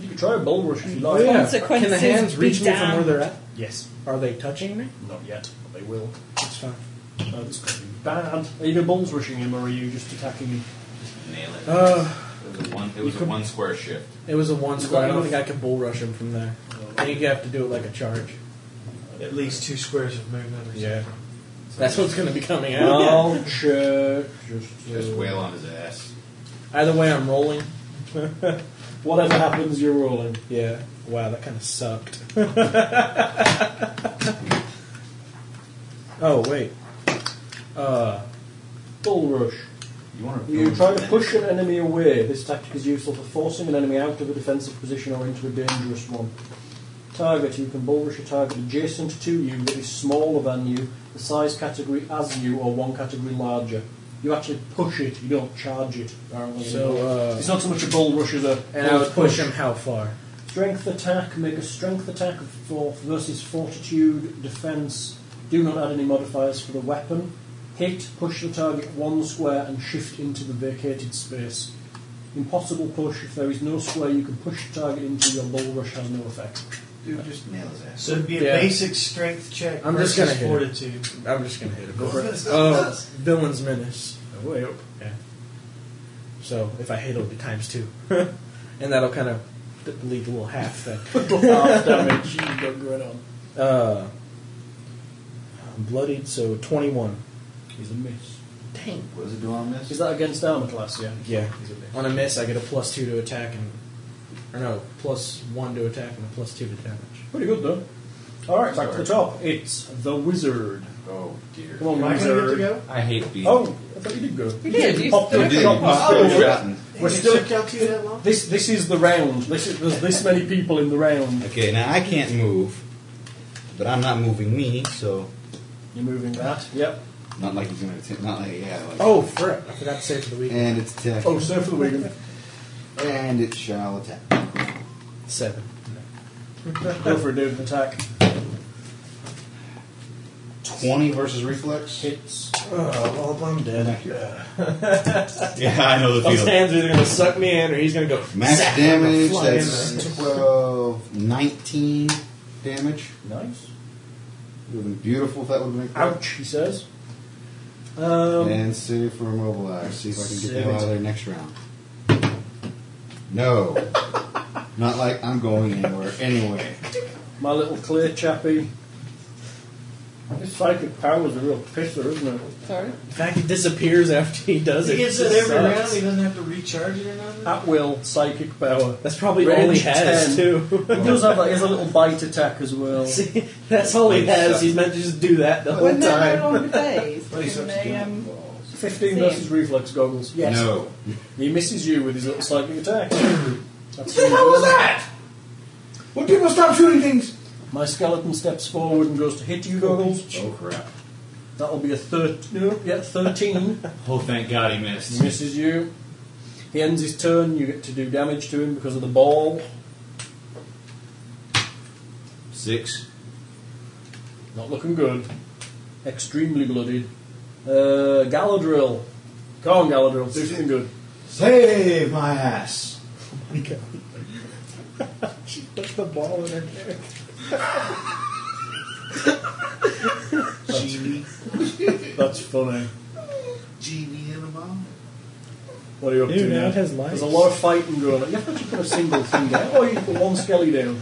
S4: You can try a bull rush if you
S6: Oh,
S4: like.
S6: yeah.
S3: Consequences
S6: Can the hands
S3: be
S6: reach me from
S3: damned.
S6: where they're at?
S4: Yes.
S6: Are they touching me?
S4: Not yet, but they will.
S6: That's fine.
S4: Oh, that's going to be bad. Are you bulls rushing him or are you just attacking him?
S10: Nail it.
S6: Uh,
S10: it was a one, it was a one square shift.
S6: it was a one square. I don't think I could bull rush him from there. I think you have to do it like a charge.
S9: At least two squares of movement. or
S6: Yeah.
S9: something.
S6: That's what's going to be coming out.
S4: I'll check. Just, uh,
S10: Just wail on his ass.
S6: Either way, I'm rolling.
S4: Whatever happens, you're rolling.
S6: Yeah. Wow, that kind of sucked. oh wait. Uh,
S4: Bull rush.
S10: You want to?
S4: You try to push an enemy away. This tactic is useful for forcing an enemy out of a defensive position or into a dangerous one. Target. You can bull rush a target adjacent to you that is smaller than you, the size category as you, or one category larger. You actually push it, you don't charge it, apparently.
S6: So, uh,
S4: it's not so much a bull rush as a.
S6: and I would push him how far?
S4: Strength attack, make a strength attack of four versus fortitude, defense. Do not add any modifiers for the weapon. Hit, push the target one square and shift into the vacated space. Impossible push, if there is no square you can push the target into, your bull rush has no effect.
S12: Dude, just nail his ass.
S9: So it'd be a
S6: Yeah.
S9: basic strength check
S6: I'm just gonna
S9: versus
S6: hit it.
S9: fortitude.
S6: I'm just gonna hit him.
S9: Go for it. Oh,
S6: Oh, villain's menace.
S4: Way up.
S6: Yeah. So if I hit, it'll be times two, and that'll kind of leave a little half thing.
S4: Half damage, you don't go right on.
S6: Uh, I'm bloodied, so twenty-one.
S4: He's a miss.
S6: Dang.
S12: What does it do on
S4: Is
S12: this?
S4: that against armor class, yeah?
S6: Yeah.
S4: He's a miss.
S6: On a miss, I get a plus two to attack and, or no, plus one to attack and a plus two to damage.
S4: Pretty good though. Alright, back to the top. It's the wizard.
S10: Oh dear.
S4: Come on,
S9: Am I gonna get to
S4: wizard.
S9: go?
S10: I hate being.
S4: Oh, I thought you did go.
S3: You did. You
S4: Pop
S10: You
S4: the
S10: do.
S4: shot
S10: You
S4: past
S10: still
S4: the wizard.
S10: threatened.
S4: We're
S9: It
S4: still
S9: took out you that long?
S4: This this is the round. This is, there's this many people in the round.
S10: Okay, now I can't move, but I'm not moving me, so
S4: You're moving that. Yep.
S10: not like he's gonna. T- not like yeah. Like,
S6: Oh, frick. I forgot to save for the week.
S5: And it's attack.
S4: Oh, so for the Wigan.
S5: And it shall attack.
S6: Seven.
S4: Go for a dude attack.
S5: Twenty versus reflex.
S4: Hits.
S6: Oh, well, I'm dead.
S10: Yeah, I know the
S6: Those
S10: feeling.
S6: hands are either going to suck me in or he's going to go.
S5: Max
S6: zap, I'm gonna
S5: damage.
S6: fly in
S5: That's 12, 19 damage.
S4: Nice.
S5: It would have been beautiful if that would have been.
S4: Ouch, he says.
S5: and save for immobilize. See if I can get them out of there next round. No. Not like I'm going anywhere anyway.
S4: My little clear chappy. This psychic power's a real pisser, isn't it?
S3: Sorry?
S6: In fact, it disappears after he does
S9: He
S6: it.
S9: gets it
S6: Just
S9: every
S6: sucks.
S9: round. He doesn't have to recharge it or nothing.
S4: At will, psychic power.
S6: That's probably all he has, too.
S4: he does have like, he has a little bite attack as well.
S6: See, that's all he has. He's meant to just do that the whole
S3: When they're no
S6: time.
S3: longer days, when they, um,
S4: 15 versus reflex goggles. Yes.
S5: No.
S4: He misses you with his little psychic attack. That's
S2: What the hell was that? When people stop shooting things.
S4: My skeleton steps forward and goes to hit you, goggles.
S10: Oh crap!
S4: That'll be a thir- no, yeah, 13.
S10: Oh, thank God he missed.
S4: He misses you. He ends his turn. You get to do damage to him because of the ball.
S10: Six.
S4: Not looking good. Extremely bloodied. Uh, Galadriel. Come on, Galadriel. Do something good.
S5: Save my ass.
S6: She put the ball in her hair.
S9: Genie.
S4: That's funny.
S9: Genie in a bottle.
S4: What are you up
S6: Ew,
S4: to
S6: now
S4: now?
S6: it has lights.
S4: There's a lot of fighting going on. You have to put a single thing down. Or you put one skelly down.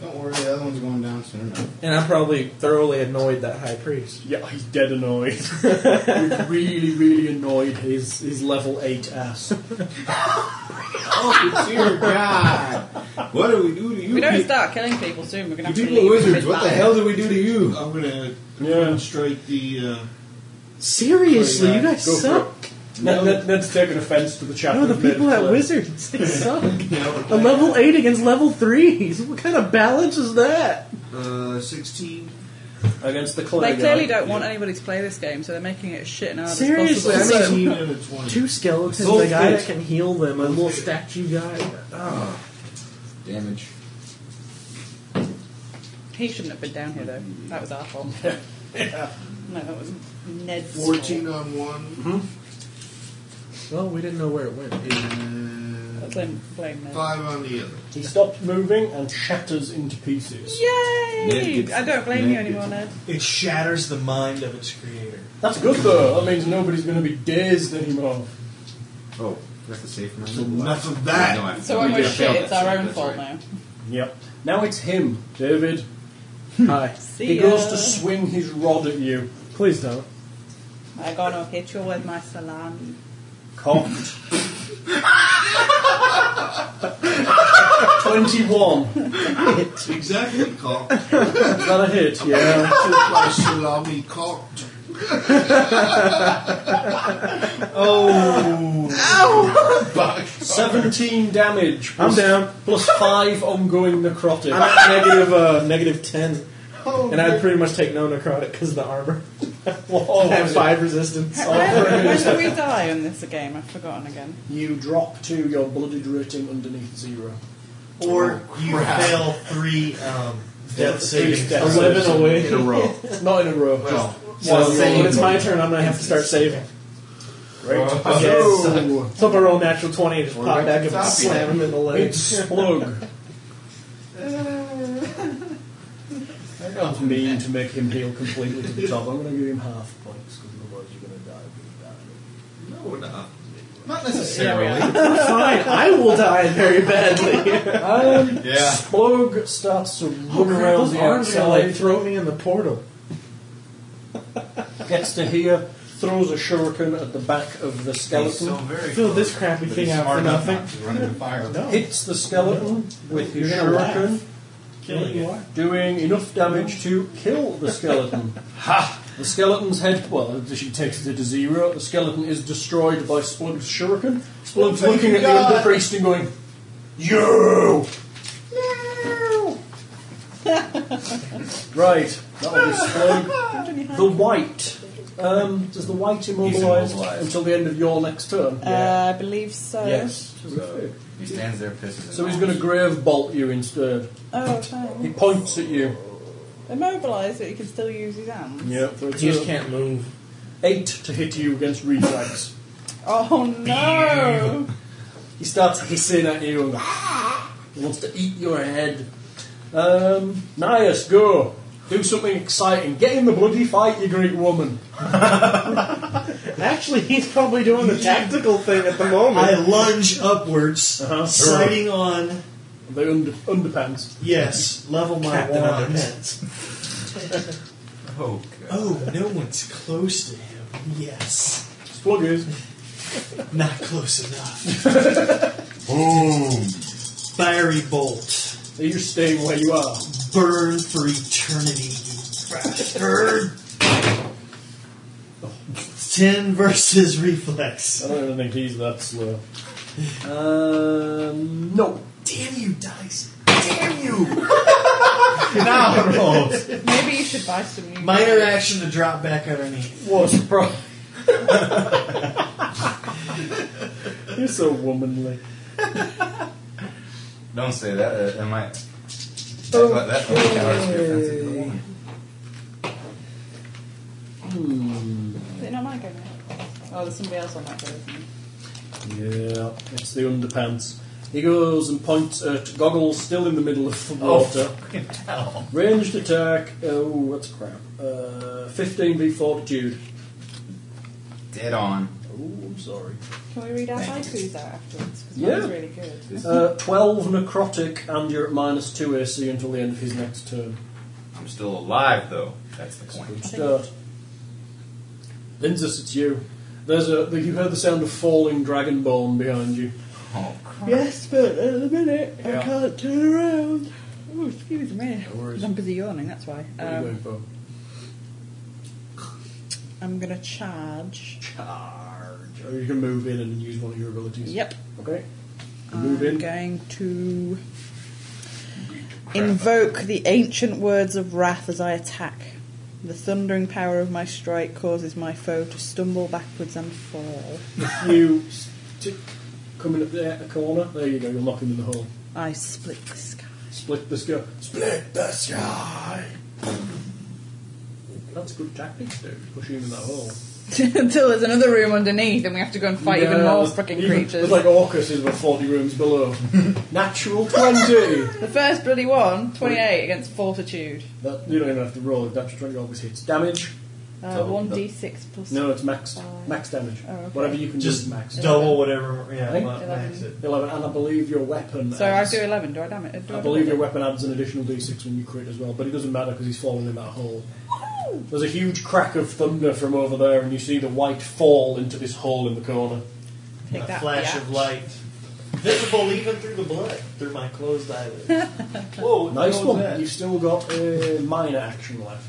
S5: Don't worry, the other one's going down soon enough.
S6: And I'm probably thoroughly annoyed that high priest.
S4: Yeah, he's dead annoyed. We've really, really annoyed his, his level 8 ass.
S5: Oh, dear God. What do we do to you?
S3: we don't
S5: people?
S3: start killing people soon. We're going to have
S5: You
S3: to
S5: people are
S3: leave.
S5: wizards. What the hell did we do to you?
S2: I'm gonna
S4: Yeah.
S2: strike the. Uh,
S6: Seriously, you guys
S4: Go for
S6: suck.
S4: it. Ned, Ned, Ned's taken offence to the chapter.
S6: No, the
S4: who've made
S6: people
S4: it
S6: at
S4: clear.
S6: Wizards, they suck. A level 8 against level 3s. What kind of balance is that?
S2: uh, 16.
S4: Against the Clay
S3: They clearly
S4: guy.
S3: don't want anybody to play this game, so they're making it as shit and hard as
S6: Seriously,
S3: possible.
S6: I mean,
S2: 16 and a 20.
S6: Two skeletons,
S4: Full
S6: the guy
S4: fit.
S6: that can heal them, a little statue guy. Oh.
S5: Damage.
S3: He shouldn't have been down here though. That was our fault. No, that was Ned's. fault.
S2: 14 on one.
S6: Well, we didn't know where it went.
S2: And
S3: Blame, blame Ned.
S2: 5 on the other.
S4: He stops moving and shatters into pieces.
S5: Ned
S3: Yay!
S5: gets-
S3: I don't blame
S5: Ned
S3: you anymore,
S5: gets-
S3: Ned.
S9: It shatters the mind of its creator.
S4: That's good though. That means nobody's going to be dazed anymore.
S5: Oh, that's the safe round.
S2: So enough of that.
S5: No, I-
S3: So when we're
S5: I failed
S3: shit, it's
S5: that
S3: our
S5: save,
S3: own
S5: that's
S3: fault
S5: right.
S3: now.
S4: Yep. Now it's him, David.
S6: Hi.
S3: See
S4: He goes to
S3: ya.
S4: swing his rod at you.
S6: Please don't.
S3: I'm gonna hit you with my salami.
S4: Cocked. 21.
S2: Exactly, cock.
S4: Is that a hit? Yeah.
S2: My salami cocked.
S4: Oh. Ow! 17 damage.
S6: I'm
S4: plus-
S6: down.
S4: Plus 5 ongoing necrotic.
S6: I'm at negative, uh, negative 10.
S4: Oh,
S6: and I'd pretty much take no necrotic because of the armor.
S4: Whoa.
S6: I have 5 resistance.
S3: When, when do we die in this game? I've forgotten again.
S4: You drop to your blooded rating underneath zero.
S9: Or
S5: Oh,
S9: you fail three um, death saving throws.
S6: 11 away.
S2: In a row.
S4: Not in a row.
S2: Well,
S6: Well, when it's my turn, I'm going to have to start saving.
S4: Right.
S6: Okay.
S4: So,
S6: So if I roll natural 20 and just
S2: Or
S6: pop
S2: right
S6: back
S2: to the
S6: and
S2: top,
S6: slam him in the leg.
S4: it's Splug. That's mean to make him heal completely to the top. I'm going to give him half points because otherwise you're going to die really badly.
S2: no, we're not.
S5: Not necessarily.
S6: Fine, I will die very badly.
S4: Um,
S5: Yeah.
S4: Splug starts to
S9: Oh,
S4: run around
S6: Those
S4: the
S6: arms are like
S4: outside,
S6: throw me in the portal.
S4: gets to here, throws a shuriken at the back of the skeleton,
S5: So very
S6: Fill
S5: close.
S6: this crappy
S5: But
S6: thing
S5: he's
S6: out
S5: smart
S6: for
S5: enough
S6: nothing.
S5: not to Run into fire.
S4: hits the skeleton with his
S6: You're gonna laugh.
S4: shuriken,
S6: Killing
S4: Yeah, you
S6: it.
S4: are. doing enough damage to kill the skeleton. ha! The skeleton's head, well, she takes it to zero. The skeleton is destroyed by Splug's shuriken. Splug's
S2: thank
S4: looking at the
S2: God.
S4: under priest and going, You! right, that'll be Splug. The white. Um, does the white immobilise
S10: immobilised.
S4: until the end of your next turn?
S3: Uh, I believe so.
S6: Yes.
S10: So he stands there pissing.
S4: So he's going to grave bolt you instead.
S3: Oh,
S4: He
S3: thanks.
S4: points at you.
S3: Immobilise, but he can still use his hands.
S4: for a
S6: You just
S4: turn.
S6: can't move.
S4: Eight to hit you against reflex.
S3: Oh no!
S4: he starts hissing at you "Ah, and he wants to eat your head. Um, Nias, go. Do something exciting. Get in the bloody fight, you Greek woman.
S6: Actually, he's probably doing the tactical thing at the moment.
S9: I lunge upwards,
S6: Uh-huh.
S9: sliding on.
S4: The under, underpants.
S9: Yes, level my
S4: Captain
S9: wand.
S10: Oh,
S9: Oh, no one's close to him. Yes.
S4: Spluggers.
S9: Not close enough.
S4: Boom.
S9: Fiery bolt.
S4: You're staying where you are.
S9: Burn for eternity, you bastard. Ten versus reflex.
S4: I don't even think he's that slow. Um, no.
S9: Damn you, dice. Damn you. now it rolls.
S3: Maybe you should buy some new.
S9: Minor action to drop back underneath.
S4: What, bro? You're so womanly.
S10: Don't say that. That might. That might, that might counters the offensive to the woman.
S4: Hmm.
S3: Is it not my go now? Oh, there's somebody else on that go. isn't there?
S4: Yeah, it's the underpants. He goes and points at Goggle, still in the middle of the water.
S10: Fucking hell.
S4: Ranged attack. Oh, that's crap. Uh, 15 v fortitude.
S10: Dead on.
S4: Oh, I'm sorry.
S3: Can we read our haikus out afterwards? Because
S4: Yeah.
S3: mine's really good.
S4: Uh, 12 necrotic, and you're at minus 2 AC until the end of his next turn.
S10: I'm still alive, though. That's the point.
S4: Good start. Linzus, it's you. There's a. You heard the sound of falling dragonborn behind you.
S10: Oh, crap.
S3: Yes, but at the minute
S4: Yeah.
S3: I can't turn around. Oh, excuse me.
S4: No worries.
S3: I'm busy yawning. That's why.
S4: What are you
S3: Um,
S4: going for?
S3: I'm gonna charge.
S4: Charge. Or you can move in and use one of your abilities.
S3: Yep.
S4: Okay. You
S3: I'm
S4: Move in.
S3: going to invoke the ancient words of wrath as I attack. The thundering power of my strike causes my foe to stumble backwards and fall.
S4: If you stick, coming up there at the corner, there you go, you'll knock him in the hole.
S3: I split the sky.
S4: Split the sky. Split the sky! That's good tactics, dude. Push him in that hole.
S3: Until there's another room underneath, and we have to go and fight even
S4: Yeah,
S3: more
S4: there's-
S3: freaking
S4: even-
S3: creatures.
S4: There's like orcas were 40 rooms below. Natural 20!
S3: the first bloody one, 28 against fortitude.
S4: That, you don't even have to roll it. Natural 20 always hits. Damage?
S3: Uh, 1d6 plus.
S4: No, it's max.
S3: Five.
S4: Max damage.
S3: Oh, okay.
S4: Whatever you can
S9: Just
S4: do, max.
S9: double whatever. Yeah,
S4: Right?
S9: ma- max it.
S4: 11, and I believe your weapon.
S3: So I
S4: adds-
S3: do 11, do I damn it? Do
S4: I
S3: do
S4: believe your
S3: it?
S4: weapon adds an additional d6 when you crit as well, but it doesn't matter because he's falling in that hole. There's a huge crack of thunder from over there, and you see the white fall into this hole in the corner.
S3: Take
S9: a
S3: that,
S9: flash
S3: yeah.
S9: of light, visible even through the blood, through my closed eyelids. Whoa! what the
S4: Nice
S9: hell was
S4: one.
S9: that?
S4: You've still got a minor action left.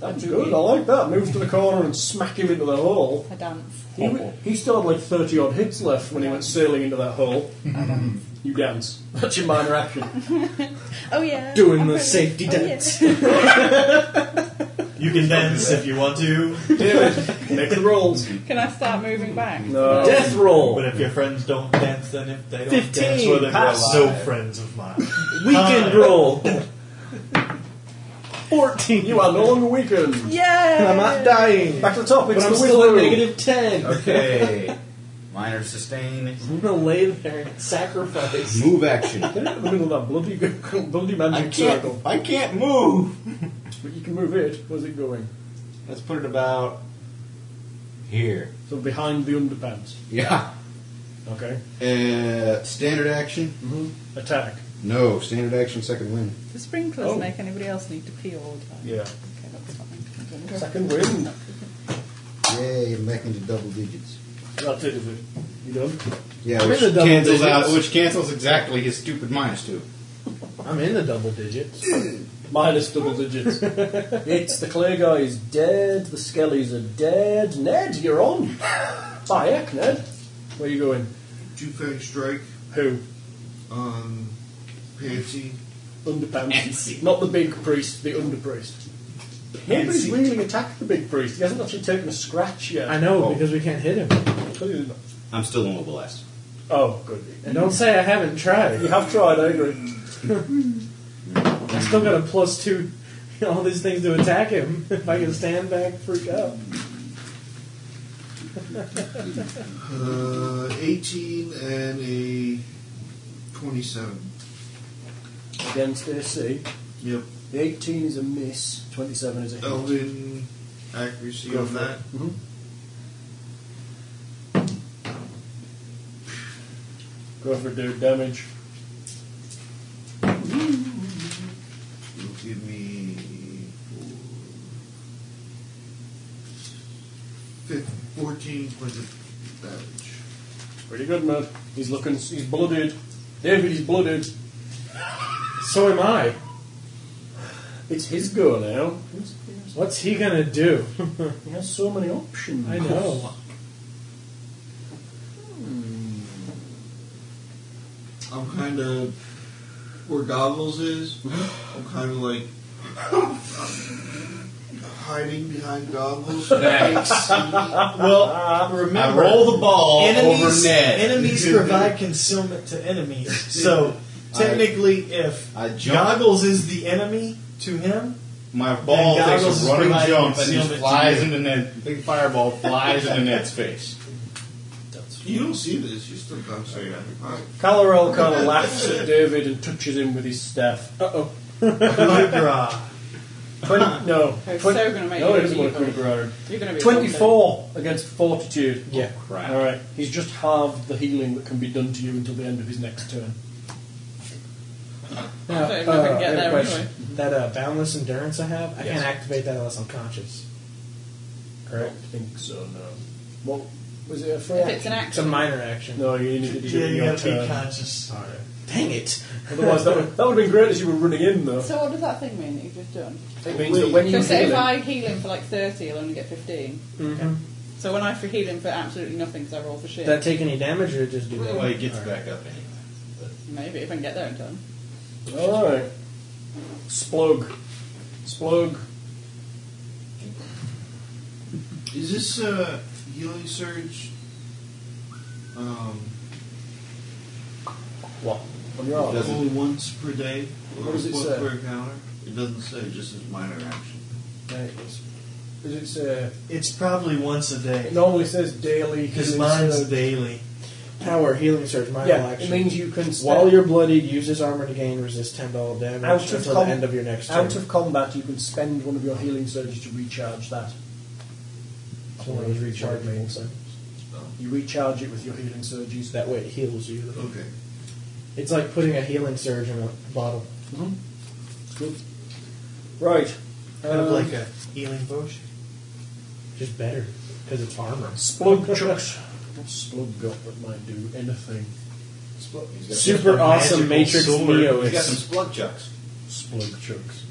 S4: That's good. I like that. Move to the corner and smack him into the hole.
S3: I dance.
S4: He, he still had like thirty odd hits left when he went sailing into that hole. you dance. That's your minor action.
S3: Oh, yeah.
S6: Doing
S3: I'm
S6: the
S3: pretty-
S6: safety
S3: oh,
S6: dance.
S3: yeah.
S9: You can dance if you want to,
S4: Make the rolls.
S3: Can I start moving back?
S4: No.
S6: Death roll.
S9: but if your friends don't dance, then if they don't
S6: 15,
S9: dance, well, they're
S6: pass.
S9: no friends of mine.
S6: Weekend
S9: Hi.
S6: roll.
S4: 14. You are no longer weakened.
S3: Yay!
S6: I'm not dying.
S4: Back to the top.
S6: But
S4: It's
S2: Uh,
S6: I'm
S4: the
S6: still at
S4: wizard.
S6: negative 10.
S10: Okay. Minor sustain.
S6: I'm going to lay there and sacrifice.
S5: Move action.
S4: Get out of the middle of that bloody, bloody magic circle.
S5: I can't move.
S4: But you can move it. Where's it going?
S5: Let's put it about here.
S4: So behind the underpants.
S5: Yeah.
S4: Okay.
S5: Uh, standard action?
S4: Attack.
S5: No, standard action, second win.
S3: The sprinklers
S4: Oh.
S3: make anybody else need to pee all the time.
S4: Yeah.
S3: Okay, that's fine. I'm gonna go.
S4: Second win.
S5: Yay, I'm back into double digits.
S4: That's it, is it? You done?
S5: Yeah,
S6: I'm
S5: which
S6: in the double
S5: cancels out,
S6: digits.
S5: which cancels exactly his stupid minus two.
S6: I'm in the double digits.
S4: Minus double digits. it's the clay guy is dead. The skellies are dead. Ned, you're on. By heck, Ned. Where you going?
S2: Two Um, fang strike
S4: Who?
S2: on Pansy.
S4: Underpants. Not the big priest. The underpriest. Nobody's really attacked the big priest. He hasn't actually taken a scratch yet.
S6: I know,
S5: Oh.
S6: because we can't hit him.
S5: I'm still immobilized.
S4: Oh, good.
S6: And don't say I haven't
S4: You
S6: tried.
S4: have tried, I agree.
S6: I still got a plus two, all these things to attack him. If I can stand back, freak out.
S2: Uh, 18 and a 27.
S4: Against AC.
S2: Yep.
S4: The 18 is a miss, 27 is a hit.
S2: Elven accuracy
S4: Go
S2: on
S4: for
S2: that.
S4: it. Mhm. Go for dude damage.
S2: It'll give me fif- 14 points of damage.
S4: Pretty good, man. He's looking. He's blooded. David, he's blooded. So am I. It's his go now.
S6: What's he gonna do?
S4: He has so many options.
S6: I know.
S2: I'm kind of where Goggles is. I'm kind of like hiding behind Goggles.
S9: Thanks.
S16: well, remember,
S9: I roll the ball
S16: enemies,
S9: over Ned.
S16: Enemies provide concealment to enemies. So technically, if
S5: I jump.
S16: goggles is the enemy to him,
S5: My ball
S16: Then
S5: takes
S16: Goggles
S5: a
S16: is
S5: running
S16: providing
S5: jump and
S16: concealment
S5: just
S16: to
S5: flies
S16: you.
S5: into Ned. Big fireball flies into Ned's face.
S2: You don't see this. You still can't see it.
S4: Calorel kind of laughs at David and touches him with his staff. Uh oh. Twenty, no.
S3: It's
S4: Twen-
S3: so gonna make
S4: no,
S3: you
S4: it doesn't want to
S3: evil.
S4: come around.
S3: You're gonna be
S4: Twenty-four against fortitude.
S6: Yeah.
S10: Crap.
S4: All right. He's just halved the healing that can be done to you until the end of his next turn.
S6: Now,
S3: don't even know if I can get
S6: uh, I have a
S3: there
S6: question.
S3: anyway.
S6: That uh, boundless endurance I have, I
S4: Yes.
S6: can't activate that unless I'm conscious.
S4: Correct. I think so. No. Well, was it a free
S3: If it's an
S6: It's a
S3: action,
S6: minor action.
S4: No, you needed to do
S9: Yeah,
S4: it in
S9: you
S4: your
S9: gotta be
S4: turn.
S9: conscious.
S6: Dang it!
S4: Otherwise, that would, that would have been great as you were running in, though.
S3: so what does that thing mean that you've just done?
S4: It Mm-hmm. means that when you
S3: So say
S4: heal
S3: if
S4: him,
S3: I heal him for like 30, he'll only get 15.
S6: Mhm.
S3: So when I for heal him for absolutely nothing because I roll for shit,
S6: Did that take any damage or just do that?
S10: Well, he gets
S6: All right.
S10: back up anyway.
S3: maybe if I can get there in time.
S4: All right. Splug. Splug.
S2: Is this uh, healing surge? Um,
S4: What? On your arm.
S2: only once per day, or
S4: What does it
S2: once
S4: say?
S2: per encounter. It doesn't say. it Just as minor action.
S4: There it is. Because it's uh,
S16: it's probably once a
S4: it
S16: day.
S4: normally says daily.
S16: Because
S4: healing
S16: mine's
S4: surge.
S16: daily.
S6: Power, healing surge, minor
S4: Yeah,
S6: action.
S4: it means you can step
S6: While you're bloodied, use this armor to gain resist ten dollar damage
S4: out of,
S6: until
S4: com-
S6: the end of your next turn.
S4: out of combat. You can spend one of your healing surges to recharge that.
S6: Well, it was recharge main, so
S4: You recharge it with your healing surges.
S6: that way it heals you.
S2: Okay.
S6: It's like putting a healing surge in a bottle.
S4: Good. Right.
S16: Kind of
S4: Um,
S16: like a healing potion.
S6: Just better because it's armor.
S4: Splug chucks. What's Splug got that might do anything?
S10: He's got
S6: Super
S10: some magical
S6: awesome Matrix
S10: sword.
S6: Neo
S10: He's got some
S6: is
S10: splug chucks.
S4: Splug chucks. Splug.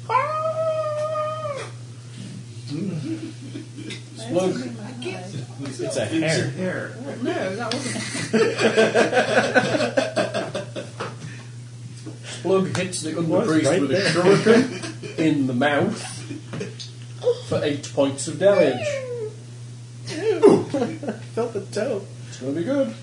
S6: it's a hair.
S3: Well, no, that wasn't.
S4: Splug hits the
S6: was
S4: underpriest
S6: right
S4: with a
S6: there.
S4: shuriken in the mouth for eight points of damage.
S6: Felt the toe.
S4: It's gonna be good.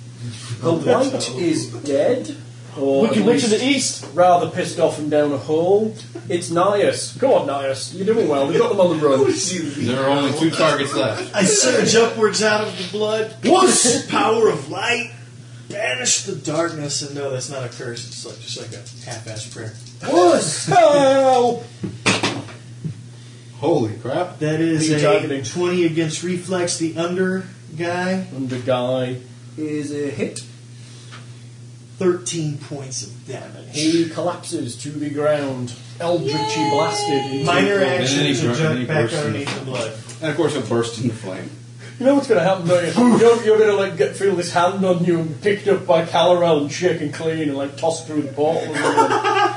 S4: The white is dead. Or
S6: Wicked
S4: at
S6: Witch of the
S4: least rather pissed off and down a hole. It's Nias. Go on, Nias. You're doing well. We've got them on the run.
S10: There are only two targets left.
S16: I surge upwards out of the blood.
S4: What?
S16: Power of light. Banish the darkness, and no, that's not a curse. It's like just like a half-assed prayer.
S4: Wuss! Help!
S5: Holy crap.
S16: That is
S4: Who you
S16: a
S4: targeting?
S16: twenty against reflex. The under guy,
S4: Under guy is a hit.
S16: thirteen points of damage.
S4: He collapses to the ground. Eldritchy blasted. into-
S16: Minor
S5: And then he
S16: action to
S5: burst- and
S16: jump
S5: he
S16: back
S5: bursts in.
S16: underneath the blood.
S5: And of course, it burst into flame.
S4: You know what's going to happen, don't you? You're, you're going to like get, feel this hand on you and picked up by Calorel and shaken clean and like tossed through the portal. right,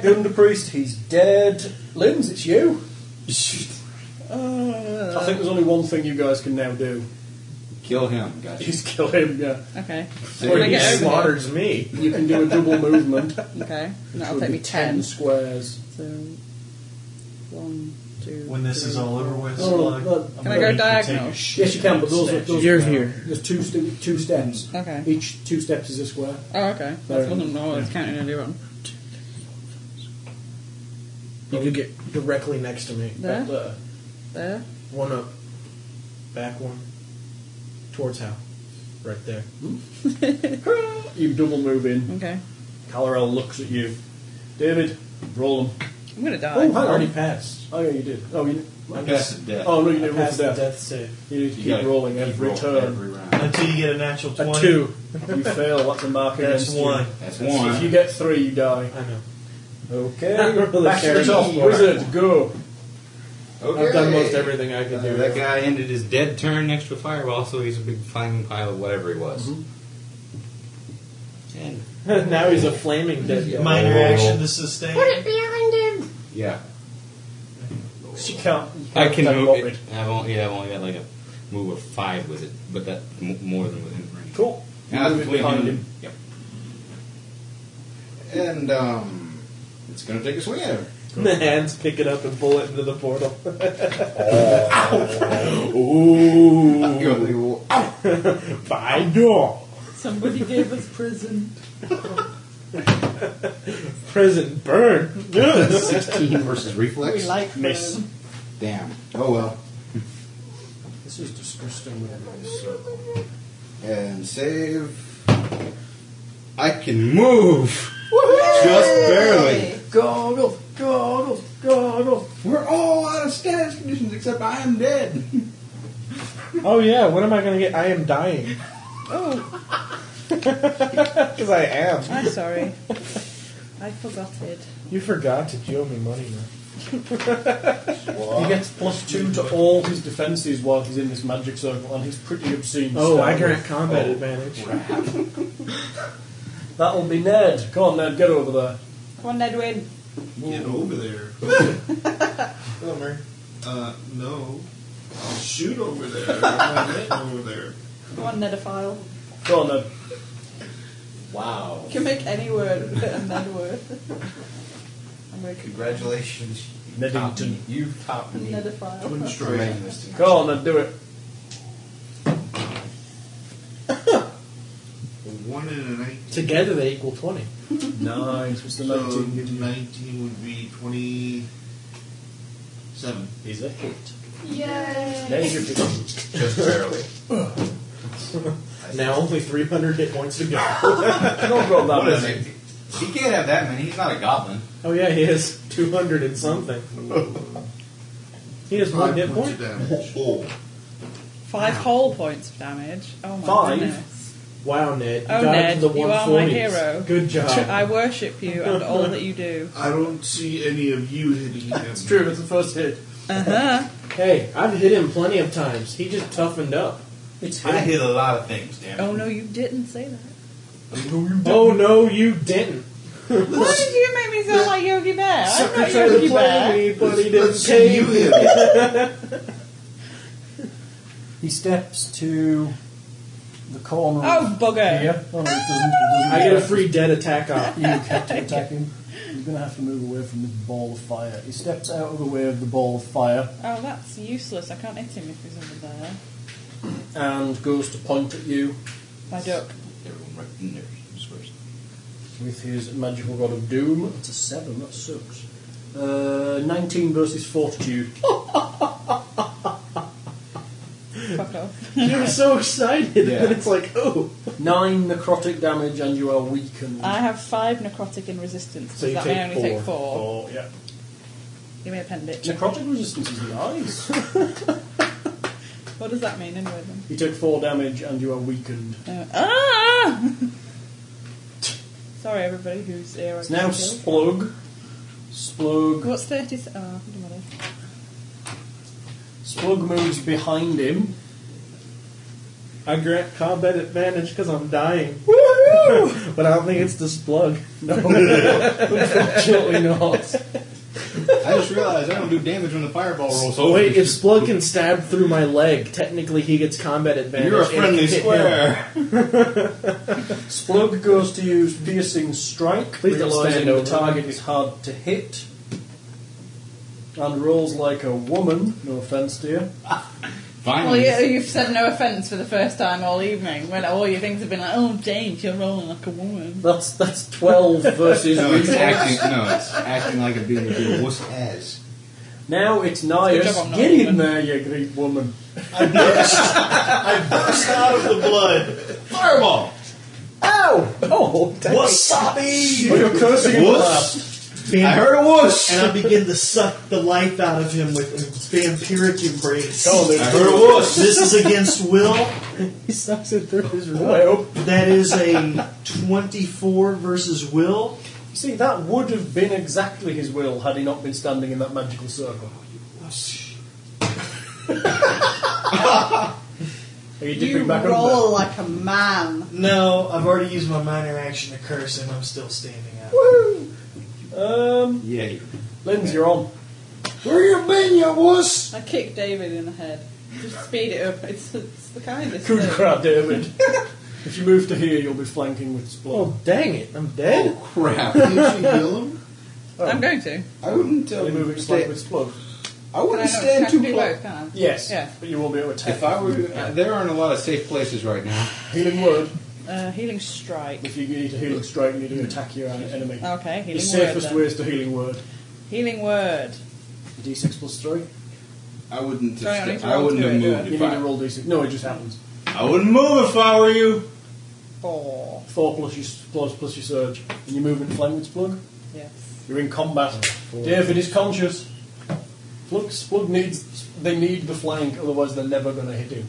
S4: the underpriest, he's dead. Linz, it's you.
S6: Uh,
S4: I think there's only one thing you guys can now do:
S5: Kill him, guys.
S4: is kill him. Yeah,
S3: Okay.
S5: There
S3: When I
S5: you
S3: get
S5: go.
S3: over
S6: Slaughters me.
S4: you can do a double movement.
S3: there- Okay. And that'll take
S4: which would
S3: me
S4: be
S3: 10.
S4: squares.
S3: So, one, two.
S16: When this is
S3: three,
S16: all over with,
S4: No, no,
S16: Slug,
S4: no.
S16: I'm
S3: Can I
S16: ready
S3: go
S16: to take a
S3: diagonal?
S16: shit
S4: Yes, you can, but those, are- those
S6: Oh, You're here.
S4: There's two st- two steps.
S3: Okay.
S4: Each two steps is a square.
S3: Oh, okay.
S4: There.
S3: That wasn't no, I was oh, counting earlier on.
S6: You could get directly next to me.
S3: There,
S4: There.
S3: there.
S6: One up. Back one. Towards how? Right there.
S4: You double move in.
S3: Okay.
S4: Calorel looks at you. David, Roll them.
S3: I'm gonna die.
S4: Oh, I
S6: already
S4: already
S6: passed.
S4: Oh yeah, you did. Oh, you.
S6: I passed the death.
S4: Oh no, you
S6: I
S4: didn't roll
S6: passed
S4: for
S6: the
S4: death.
S6: death save.
S4: You need to
S6: You
S4: keep
S6: gotta
S4: rolling
S6: keep
S4: every
S6: rolling
S4: turn.
S6: every
S9: Until you get a natural 20.
S4: A two. you fail. What's a mark
S9: That's
S4: against
S9: one.
S4: You?
S17: That's one.
S4: If you get three, you die.
S6: I know.
S4: Okay.
S6: I don't really
S4: Back to
S6: care
S4: the top.
S6: anymore.
S4: Wizard, go.
S6: I've done most everything I
S5: Uh,
S6: can do.
S5: that guy ended his dead turn next to a fireball, so he's a big flaming pile of whatever he was.
S6: Mm-hmm.
S5: And
S6: now he's a flaming dead guy.
S9: Minor action to sustain.
S7: Put it behind him.
S5: yeah,
S4: You can't. you
S5: I
S4: can't
S5: can
S4: attack
S5: move
S4: Lothrid.
S5: it. I've only, yeah, I've only got like a move of five with it, but that m- more than within range.
S4: Cool. You
S5: Now
S4: move it
S5: between
S4: behind
S5: him-
S4: him.
S5: Yep. And um, it's gonna take a swing at him.
S6: The hands pick it up and pull it into the portal.
S5: You're like, "Ow."
S6: I know.
S18: Somebody gave us prison.
S6: Prison burn.
S17: Sixteen versus
S3: We
S17: reflex.
S3: like
S4: Miss.
S3: them.
S17: Damn. Oh well.
S4: This is disgusting.
S17: And save. I can move. Just barely.
S4: Goggles, goggles, goggles.
S17: We're all out of status conditions except I am dead.
S6: Oh yeah. When am I gonna get? I am dying.
S3: Oh,
S6: Because I am.
S3: I'm sorry. I forgot it.
S6: You forgot to you owe me money now.
S4: He gets plus two to all his defences while he's in this magic circle, and he's pretty obscene.
S6: Oh, I
S4: still.
S6: grant combat advantage.
S4: That'll be Ned. Come on, Ned, get over there.
S3: Come on, Nedwin.
S2: Get over there. Uh, no. I'll shoot over there. I'm not getting over there.
S3: Come on, Nedophile.
S4: Come on, Ned.
S19: Wow.
S3: You can make any word a Ned word. I'm gonna
S19: Congratulations. you
S4: Neddington.
S19: topped me. You topped me.
S3: Nedophile.
S19: For making this tonight.
S4: Come on, Ned, do it.
S2: A one and a nineteen.
S6: Together they equal twenty.
S4: Nice. What's the
S2: So
S4: 19 give you?
S2: nineteen would be twenty-seven.
S4: He's a hit.
S7: Yay.
S4: There's your pick.
S5: just barely.
S6: Now only three hundred hit points to go.
S4: Don't roll that
S5: What is
S4: many.
S5: it? He can't have that many. He's not a goblin.
S6: oh yeah, he has two hundred and something. He has one
S2: Five
S6: hit
S2: points
S6: point.
S2: of damage. Oh.
S3: Five whole points of damage. Oh my
S6: Five?
S3: goodness.
S6: Wow, Ned. You
S3: Oh,
S6: got
S3: Ned,
S6: to the
S3: you are my
S6: 140s.
S3: hero.
S6: Good job.
S3: I worship you and all that you do.
S2: I don't see any of you hitting him.
S4: It's true, it's the first hit.
S3: Uh huh.
S6: hey, I've hit him plenty of times. He just toughened up.
S5: I hit a lot of things, damn it.
S3: Oh no, you didn't say that.
S6: Oh no, you didn't.
S3: Why did you make me sound like Yogi Bear? I'm not
S6: tried to
S3: Yogi
S6: play
S3: Bear.
S6: me, but he didn't
S2: Let's see you
S6: cave.
S2: hit him.
S4: He steps to the corner.
S3: Oh bugger!
S4: Yeah. Oh, no, it doesn't, it doesn't
S6: I get a free dead attack off.
S4: You have to attack him. You're going to have to move away from this ball of fire. He steps out of the way of the ball of fire
S3: Oh, that's useless. I can't hit him if he's over there.
S4: and goes to point at you
S3: My duck.
S5: Everyone right in there. Swears.
S4: with his magical god of doom. It's a seven. That's six. Uh, 19 versus fortitude.
S3: Fuck off.
S6: You're so excited,
S5: Yeah.
S6: and it's like, oh.
S4: Nine necrotic damage, and you are weakened.
S3: I have five necrotic in resistance.
S6: So
S3: Does
S6: you
S3: Ah, that
S6: take
S3: may only take four.
S4: Oh, yeah.
S3: Give me appendage.
S4: Necrotic resistance is nice.
S3: What does that mean anyway then?
S4: you took four damage, and you are weakened.
S3: Uh, ah! Sorry, everybody who's here.
S4: It's now Splug. Splug.
S3: What's 30? Oh, don't matter.
S4: Splug moves behind him.
S6: I grant combat advantage because I'm dying. but I don't think it's this plug.
S4: Unfortunately not.
S5: I just realized I don't do damage when the fireball rolls
S6: Oh
S5: over.
S6: wait, if Splug can stab through my leg, technically he gets combat advantage.
S5: You're a
S6: and
S5: friendly
S6: it can hit him.
S5: square.
S4: Splug goes to use piercing strike,
S6: Please don't
S4: realizing
S6: stand
S4: the
S6: over
S4: target is hard to hit, and rolls like a woman. No offense, dear.
S3: Well,
S5: Finally.
S3: you, you've said no offence for the first time all evening when all your things have been like, oh, James, you're rolling like a woman.
S4: That's that's twelve versus.
S5: No, it's
S4: reflex.
S5: acting. No, it's acting like a being a big wuss as.
S4: Now it's Nias.
S3: I'm not
S4: Get in
S3: even-
S4: there, you Greek woman.
S9: I burst out of the blood.
S5: Fireball.
S4: Ow! Oh,
S9: Wasabi!
S4: you're cursing him Ah,
S5: Wuss.
S9: Vamp-
S16: I heard a whoosh.
S9: And I begin to suck the life out of him with vampiric embrace.
S16: Oh, there's- I heard a whoosh.
S9: This is against will. he sucks it through
S4: Oh,
S9: his rope. That is a 24 versus will.
S4: See, that would have been exactly his will had he not been standing in that magical circle. Are you dipping
S3: You
S4: back
S3: roll
S4: under?
S3: like a man.
S9: No, I've already used my minor action to curse and I'm still standing up.
S4: Um,
S5: Yay.
S4: Lindsay, you're on.
S3: Where you been, you wuss? I kicked David in the head. Just speed it up. It's, it's the kindest
S4: Good
S3: thing.
S4: crap, David. if you move to here, you'll be flanking with Splot. Oh,
S6: dang it. I'm dead.
S4: Oh,
S5: crap. Did you heal him?
S3: I'm going to.
S5: I wouldn't um,
S4: You're moving
S5: stay-
S4: flank with Splot.
S5: I wouldn't
S3: Can I not- can
S5: stand
S3: I
S5: too
S3: do
S5: close.
S3: both, can I?
S4: Yes,
S3: Yeah.
S4: but you won't be able to attack.
S5: If I were, uh, there aren't a lot of safe places right now.
S4: Healing word.
S3: Uh, healing strike.
S4: If you need a healing strike, you need to attack your enemy.
S3: Okay, healing
S4: the
S3: word.
S4: safest
S3: then.
S4: way is the healing word.
S3: Healing word.
S4: D6 plus three.
S5: I wouldn't.
S3: Don't need
S5: Have
S3: to
S5: I
S3: roll
S5: wouldn't
S3: to
S5: have
S3: it, do
S5: moved
S4: You
S5: if
S4: need to
S5: I.
S4: roll D6. No, it just happens.
S5: I wouldn't move if I were you.
S3: Four.
S4: Four plus your s- plus, plus your surge, and you move in flank with Splug.
S3: Yes.
S4: You're in combat. David is conscious. Plug, Splug needs. They need the flank, otherwise they're never going to hit him.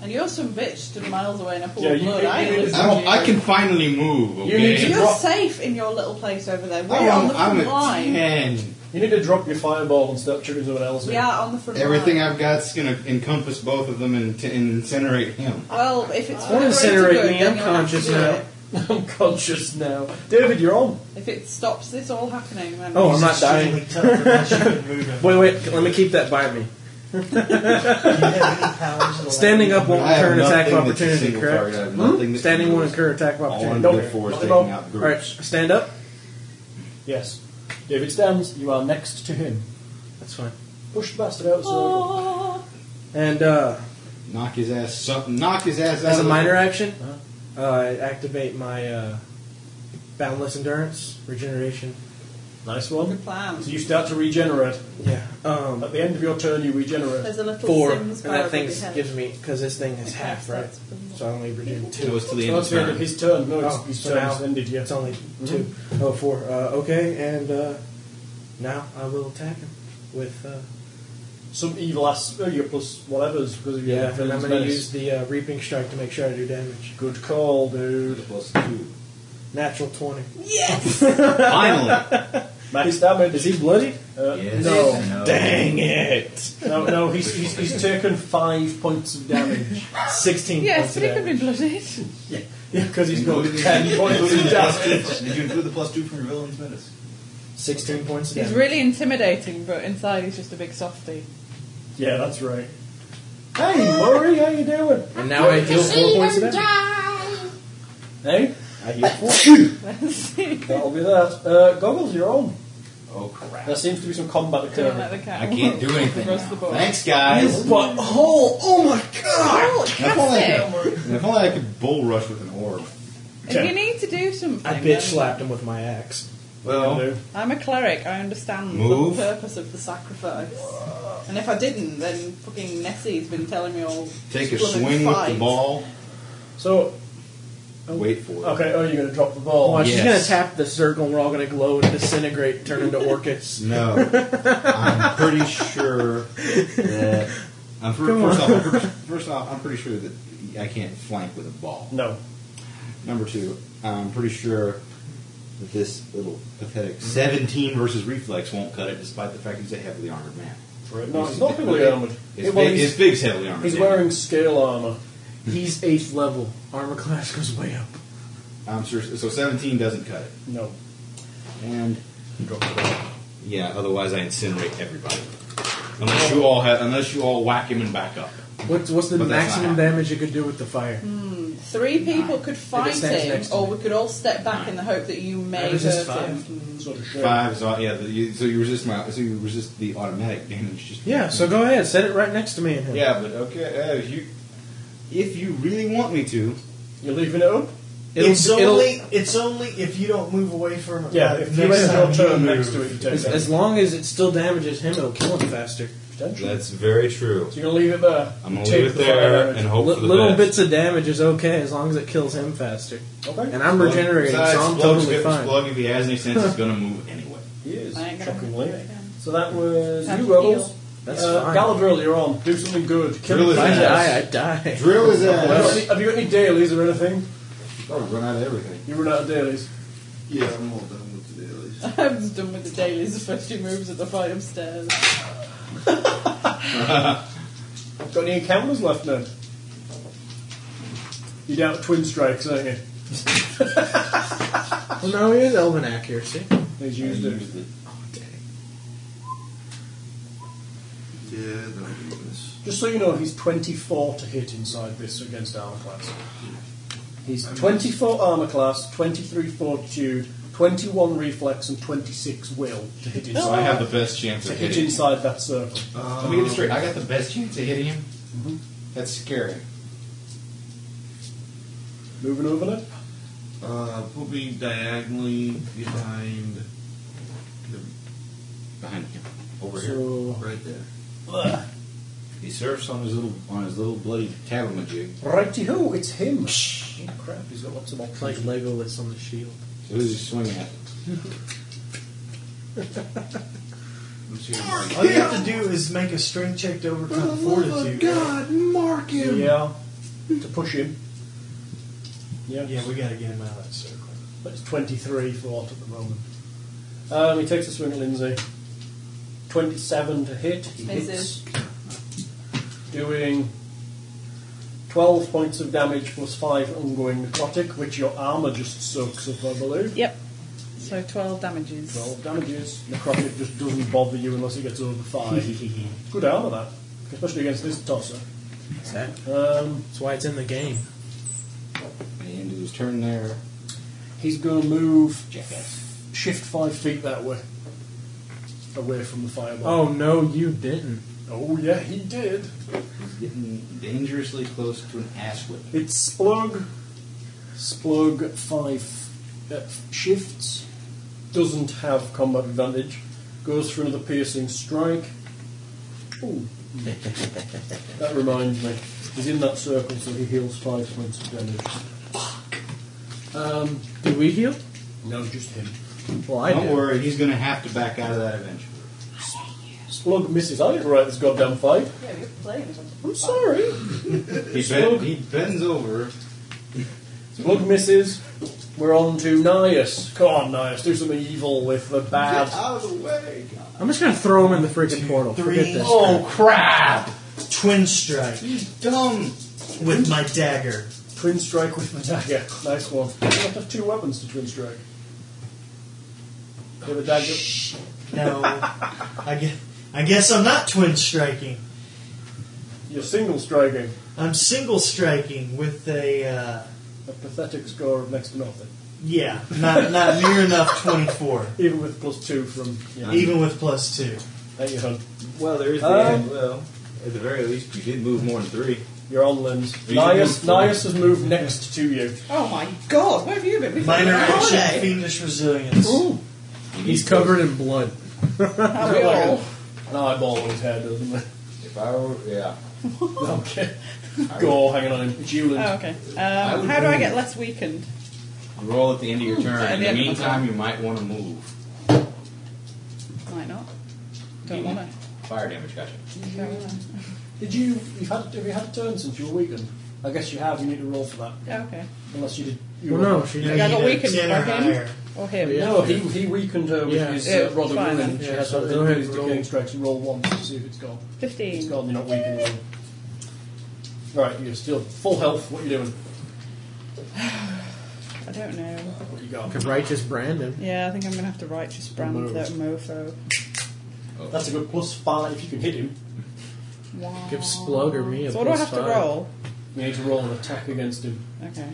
S3: And you're some bitch stood miles away in a pool
S4: Yeah,
S3: of
S4: you-
S3: blood.
S4: you-
S3: I ain't
S4: you-
S3: listening
S5: I'm-
S3: to you.
S5: I can finally move. Okay.
S4: You need to
S3: You're
S4: drop-
S3: safe in your little place over there. We're on
S5: I'm,
S3: the
S5: I'm
S3: front
S5: a
S3: line.
S5: ten.
S4: You need to drop your fireball and start shooting someone else.
S3: We are on the front
S5: Everything
S3: line.
S5: I've got's gonna encompass both of them and, t- and incinerate him.
S3: Well, if it's for the
S6: Don't
S3: greater
S6: incinerate
S3: good,
S6: me,
S3: then
S6: I'm
S3: you'll have to
S6: conscious
S3: do
S6: now.
S3: it.
S4: I'm conscious now. David, you're on.
S3: If it stops this all happening, then
S6: Oh, I'm not dying.
S9: Extremely tough unless you can move him.
S6: Wait, wait. Let me keep that by me.
S9: Do you have any powers that allow
S6: Standing up won't
S5: I have
S6: incur an attack of
S5: nothing that's a
S6: opportunity,
S5: single
S6: correct? Hmm?
S5: target. I have nothing that
S6: Standing
S5: can
S6: won't
S5: do it.
S6: incur attack of
S5: All
S6: opportunity.
S5: I'm
S4: Don't-
S5: good for is
S4: don't-
S5: taking out
S6: All right,
S5: groups.
S6: stand up.
S4: Yes. David stands. You are next to him.
S6: That's fine.
S4: Push the bastard out. So
S3: Oh,
S6: And uh,
S5: Knock his ass. Su- knock his ass out.
S6: as a
S5: of the-
S6: minor action, uh, I activate my uh, boundless endurance regeneration.
S4: Nice
S3: good
S4: one.
S3: plan.
S4: So you start to regenerate.
S6: Yeah. Um,
S4: At the end of your turn, you regenerate.
S3: There's a little
S6: four, and
S3: Sims
S6: that thing
S3: bar
S6: gives me because this thing is half, right?
S3: that's pretty
S6: So I only regenerate
S5: It
S6: two.
S5: was to the
S4: So
S5: end of
S4: that's the end of
S5: turn.
S4: his turn. No, it's,
S6: Oh,
S4: his
S6: so
S4: turn's
S6: now-
S4: ended. Yeah.
S6: It's only
S4: Mm-hmm.
S6: two. Oh, four. Uh, okay, and uh, now I will attack him with. Uh,
S4: Some evil ass. Oh, you're plus whatever's because of your
S6: yeah, and I'm
S4: villain's
S6: going to
S4: menace.
S6: use the uh, reaping strike to make sure I do damage.
S4: Good call, dude.
S5: Plus two.
S6: Natural twenty.
S3: Yes!
S5: Finally.
S4: Max damage.
S6: Is he bloodied?
S4: Uh,
S10: Yes.
S4: No,
S10: No.
S6: it!
S4: no, no. He's, he's, he's taken five points of damage.
S6: Sixteen.
S3: yes,
S6: points of
S3: but it could
S6: damage.
S3: be blooded.
S4: Yeah, because he's got
S5: Including-
S4: ten points
S5: including
S4: of
S5: the
S4: damage.
S5: plus two- Did you include the plus two from your villain's menace?
S6: Sixteen points of
S3: He's
S6: damage.
S3: really intimidating, but inside he's just a big softy.
S4: Yeah, that's right. Hey, Laurie, how you doing?
S6: and now I deal four
S7: See
S6: points of
S7: them
S6: damage.
S7: die.
S4: Hey,
S5: I heal four.
S3: Don't
S4: that'll be that. Uh, goggles, you're on.
S5: Oh crap!
S4: There seems to be some combat
S3: let
S4: occurring.
S3: the cat
S5: I can't do
S3: walk
S5: anything.
S3: Across
S5: now.
S3: the board.
S5: Thanks, guys.
S4: But oh, oh my god!
S3: Oh,
S5: If only, I
S3: cast it.
S5: could, if only I could bull rush with an orb.
S3: If you need to do something,
S6: I bitch
S3: then-
S6: slapped him with my axe.
S5: Well,
S3: I'm a cleric. I understand
S5: Move.
S3: the purpose of the sacrifice. And if I didn't, then fucking Nessie's been telling me all.
S5: take a
S3: blooming
S5: swing with the
S3: fight.
S5: ball.
S4: So
S5: Wait for it.
S4: okay, oh, you're gonna drop the
S6: Oh,
S4: ball.
S6: she's
S5: yes.
S6: gonna tap the circle, and we're all gonna glow and disintegrate, turn into orcus.
S5: No, I'm pretty sure that. I'm fir-
S6: Come
S5: first,
S6: on.
S5: off, I'm pretty- first off, I'm pretty sure that I can't flank with a ball.
S4: No,
S5: Number two, I'm pretty sure that this little pathetic 17 versus reflex won't cut it, despite the fact he's a heavily armored man.
S4: no,
S5: He's-
S4: it's not heavily armored.
S5: His,
S4: well,
S5: big,
S4: he's,
S5: his big's heavily armored.
S4: he's
S5: damn it.
S4: wearing scale armor.
S6: He's eighth level. Armor class goes way up.
S5: I'm sure. Um, So 17 doesn't cut it.
S4: No,
S5: And yeah, otherwise I incinerate everybody. Unless you all have, unless you all whack him and back up.
S6: What's what's the
S5: But that's not
S6: maximum
S5: happening.
S6: damage you could do with the fire?
S4: Mm.
S3: Three people could fight
S6: stands
S3: him,
S6: next to
S3: or
S6: me.
S3: we could all step back in the hope that you may hurt
S9: resist
S3: him.
S4: sort of shame.
S5: Five is all, yeah. The, you, so you resist my, so you resist the automatic damage. Just
S6: Yeah, so go ahead, set it right next to me and him.
S5: yeah, but okay. Uh, you, if you really want me to,
S4: You're leaving it up.
S6: It'll-
S9: it's
S6: it'll-
S9: only it's only if you don't move away from it.
S4: Yeah, if you
S9: next
S4: end
S9: time
S4: your turn
S9: you
S4: next
S9: move.
S4: to it, you take
S6: as,
S4: that.
S6: as long as it still damages him, it'll kill him faster.
S4: Potentially.
S5: that's very true.
S4: So you're gonna leave it there.
S5: I'm gonna
S4: Take
S5: leave it
S4: the fire
S5: there
S4: damage.
S5: and hope
S6: Li-
S5: for the
S6: little
S5: best.
S6: bits of damage is okay as long as it kills him faster.
S4: Okay.
S6: And I'm regenerating, so
S5: Besides,
S6: I'm
S5: Splug's
S6: totally
S5: good-
S6: fine.
S5: Splug, if he has any sense, is going to move anyway.
S3: ain't gonna
S4: shockingly.
S3: do it again.
S4: So that was
S3: How'd
S4: you
S3: you
S4: rebels.
S3: feel?
S4: That's
S11: That's
S4: uh,
S11: fine.
S4: Gallop earlier on. Do something good. Kill
S5: Drill his
S4: him.
S5: ass.
S11: I, I die.
S5: Drill his
S4: Have
S5: ass.
S4: you got any- Have you got any dailies or anything?
S5: Oh, we run out of everything.
S4: You run out of dailies.
S2: Yeah, I'm all done with the dailies.
S3: I was done with the dailies before she moves at the fight upstairs.
S4: Got any encounters left then? You're down at twin strikes, aren't you?
S6: Well, no, he has elven accuracy.
S4: He's used it.
S2: Yeah, don't do this.
S4: Just so you know, he's 24 to hit inside this against armor class. He's 24 armor class, 23 fortitude, 21 reflex, and 26 will to hit inside.
S10: So I have the best chance
S4: to
S10: of
S4: hit
S10: hitting.
S4: inside that circle.
S10: Let me get this straight. I got the best chance of hitting him. Mm-hmm.
S5: That's scary.
S4: Moving over there.
S2: Uh, put me diagonally behind the,
S10: Behind him. Over here.
S4: So
S2: right there.
S10: He surfs on his little on his little bloody tavernajig.
S4: righty ho, it's him. Oh, crap, he's got lots of options.
S6: Like Legolas on the shield.
S5: So who's he swinging at?
S2: I'm seeing like,
S9: All you have to do is make a strength check to
S5: Oh
S9: overcome fortitude.
S6: mark
S4: Yeah, to push him. Yeah,
S9: Yeah, we gotta get him out of that circle.
S4: but it's 23 for Ott at the moment. Um, he takes a swing at Lindsay. 27 to hit. He
S3: Misses.
S4: hits. Doing 12 points of damage plus 5 ongoing necrotic, which your armour just soaks up, I believe.
S3: Yep. So 12 damages.
S4: 12 damages. Necrotic just doesn't bother you unless it gets over 5. Good armour, that. Especially against this tosser.
S6: That's
S4: Um,
S6: why it's in the game.
S5: He ended his turn there.
S4: He's going to move, shift five feet that way, away from the fireball.
S6: Oh no, you didn't.
S4: oh yeah, he did.
S5: He's getting dangerously close to an ass whip.
S4: It's Splug. Splug five uh, shifts. Doesn't have combat advantage. Goes for another piercing strike. Ooh. that reminds me. He's in that circle, so he heals five points of damage. Um,
S6: Do we heal?
S4: no, just him.
S6: Well, I
S5: Don't
S6: did.
S5: worry, he's going to have to back out of that eventually.
S4: Splug misses. I didn't write this goddamn fight.
S3: Yeah, you're playing.
S4: I'm sorry.
S5: He, ben- he bends over.
S4: Plug misses. We're on to Nias. Come on, Nias, do something evil with the bad.
S2: out of the way!
S6: I'm just gonna throw him in the freaking portal.
S9: three.
S6: Forget this.
S9: Oh,
S5: Crap!
S9: Twin strike
S5: Dumb!
S9: with my dagger.
S4: Twin strike with my dagger. Nice one. You have to have two weapons to twin strike. You have a dagger.
S9: No, I guess, I guess I'm not twin striking.
S4: You're single striking.
S9: I'm single striking with a uh,
S4: A pathetic score of next to nothing.
S9: yeah, not not near enough twenty four,
S4: Even with plus two from. Yeah.
S9: even with plus two.
S4: There you go.
S10: Well, there is
S6: Uh,
S4: the- Um,
S10: well, at the very least, you did move more than three.
S4: You're on limbs.
S10: You can
S4: Nias,
S10: move forward.
S4: Nias has moved next to you.
S3: Oh my god, where have you been? We've been
S9: Minor
S3: on
S9: action,
S3: holiday.
S9: fiendish resilience.
S6: He's covered in blood.
S3: Have
S4: He's
S3: we
S4: got like
S3: all?
S4: a- an eyeball on his head, doesn't it?
S5: If I were, yeah.
S10: Oh.
S4: okay. Gore hanging on him. Julian.
S3: Oh, okay. Um,
S5: would
S3: how do I
S5: move.
S3: get less weakened?
S10: Roll at the end of your turn.
S3: At
S10: In
S3: the
S10: the
S3: end of my
S10: meantime, you might want to move.
S3: Might not. Don't
S10: You
S3: want
S10: want- Fire damage, gotcha.
S3: to.
S4: Did you? You've had. Have you had a turn since you were weakened? I guess you have. You need to roll for that,
S3: Okay.
S4: unless you did. You
S6: Well,
S4: were-
S6: no, she
S3: Yeah, I got
S9: need a
S3: weakened
S9: 10 or
S3: by him.
S9: higher.
S3: Or him.
S6: Yeah.
S4: No, he, he weakened her with
S6: Yeah.
S4: his
S3: Yeah,
S4: uh, rod of
S3: fine
S4: ruin.
S3: then.
S4: She
S6: Yeah,
S4: has
S6: so
S4: to
S6: go ahead
S4: use
S6: and
S4: the
S6: roll.
S4: king strikes and roll once to see if it's gone. It's
S3: 15.
S4: gone. You're not weakened. anymore. Right, you're still full health. What are you doing?
S3: I don't know.
S4: What you got?
S6: Could righteous Brandon.
S3: Yeah, I think I'm going to have to righteous brand that mofo.
S4: That's a good plus five if you can hit him.
S3: Wow.
S6: Give Splug or me a
S3: So what do I
S6: plus
S3: have to
S6: five.
S3: roll?
S4: You need to roll an attack against him.
S3: Okay.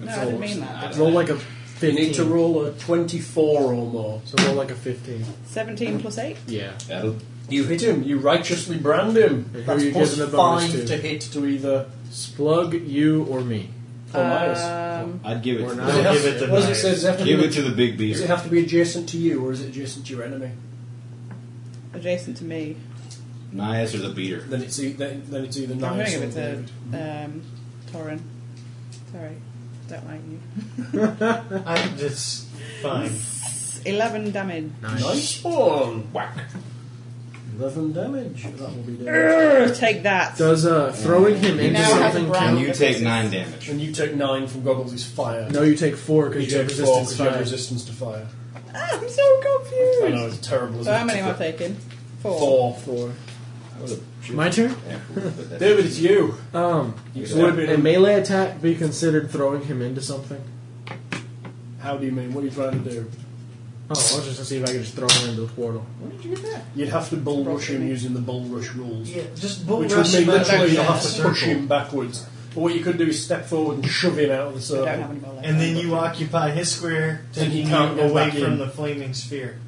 S3: No, I didn't mean that. did I?
S6: Roll like a
S4: You
S6: fifteen.
S4: need to roll a twenty-four or more.
S6: So roll like a fifteen.
S3: 17 plus 8?
S6: Yeah.
S10: That'll
S4: You hit him. You righteously brand him.
S6: And who
S4: That's
S6: are you
S4: plus
S6: giving the bonus
S4: five
S6: to?
S4: hit to either.
S6: Splug you or me.
S4: Or minus.
S3: Um,
S10: I'd give it.
S6: Or
S10: To
S6: not.
S4: Does it
S6: I'll
S4: have-
S6: give it to
S4: what does it
S6: Nias.
S4: say? Does it have to
S10: Give
S4: be-
S10: it to the big
S4: Does it
S10: beater.
S4: have to be adjacent to you, or is it adjacent to your enemy?
S3: adjacent to me.
S10: Nias or the beater.
S4: Then it's e- then, then it's either
S3: I'm going to
S4: nice
S3: give
S4: or
S3: it to
S4: David.
S3: um, Torin. Sorry. Don't like you.
S9: I'm just fine.
S3: Eleven damage.
S4: Nice. one. Whack. 11 damage. That will be damage.
S3: Urgh, take that.
S6: Does uh, throwing him
S3: You
S6: into
S3: now have
S6: something
S3: a brown
S6: count?
S3: You take
S5: nine damage.
S4: And you take nine from Goggles' fire.
S6: No, you take four because
S4: You
S6: you, have
S4: take four
S6: resistance.
S4: 'cause you have
S6: fire.
S4: resistance to fire.
S3: Ah, I'm so confused.
S4: I know, it's
S3: So
S4: terrible. Isn't
S3: how
S4: it?
S3: many am I taking? Four.
S4: Four.
S6: Four.
S5: Shoot.
S6: My turn.
S5: Yeah, but that-
S4: David, it's you.
S6: Um,
S4: You
S6: would
S4: stab
S6: a
S4: him.
S6: melee attack be considered throwing him into something?
S4: How do you mean? What are you trying to do?
S6: Oh, I was just gonna see if I could just throw him into the portal.
S12: Where did you get that?
S4: You'd have to bull rush him using the bull rush rules.
S9: Yeah, just bull
S4: Which
S9: rush
S4: would mean
S9: him out
S4: literally
S9: of
S4: you'll have
S9: the
S4: to push
S9: circle.
S4: him backwards. But what you could do is step forward and shove him out of the circle.
S3: don't have any more left.
S9: And then you occupy his square,
S4: Then he
S9: taking
S4: can't
S9: him
S4: go
S9: away
S4: back in.
S9: from the flaming sphere.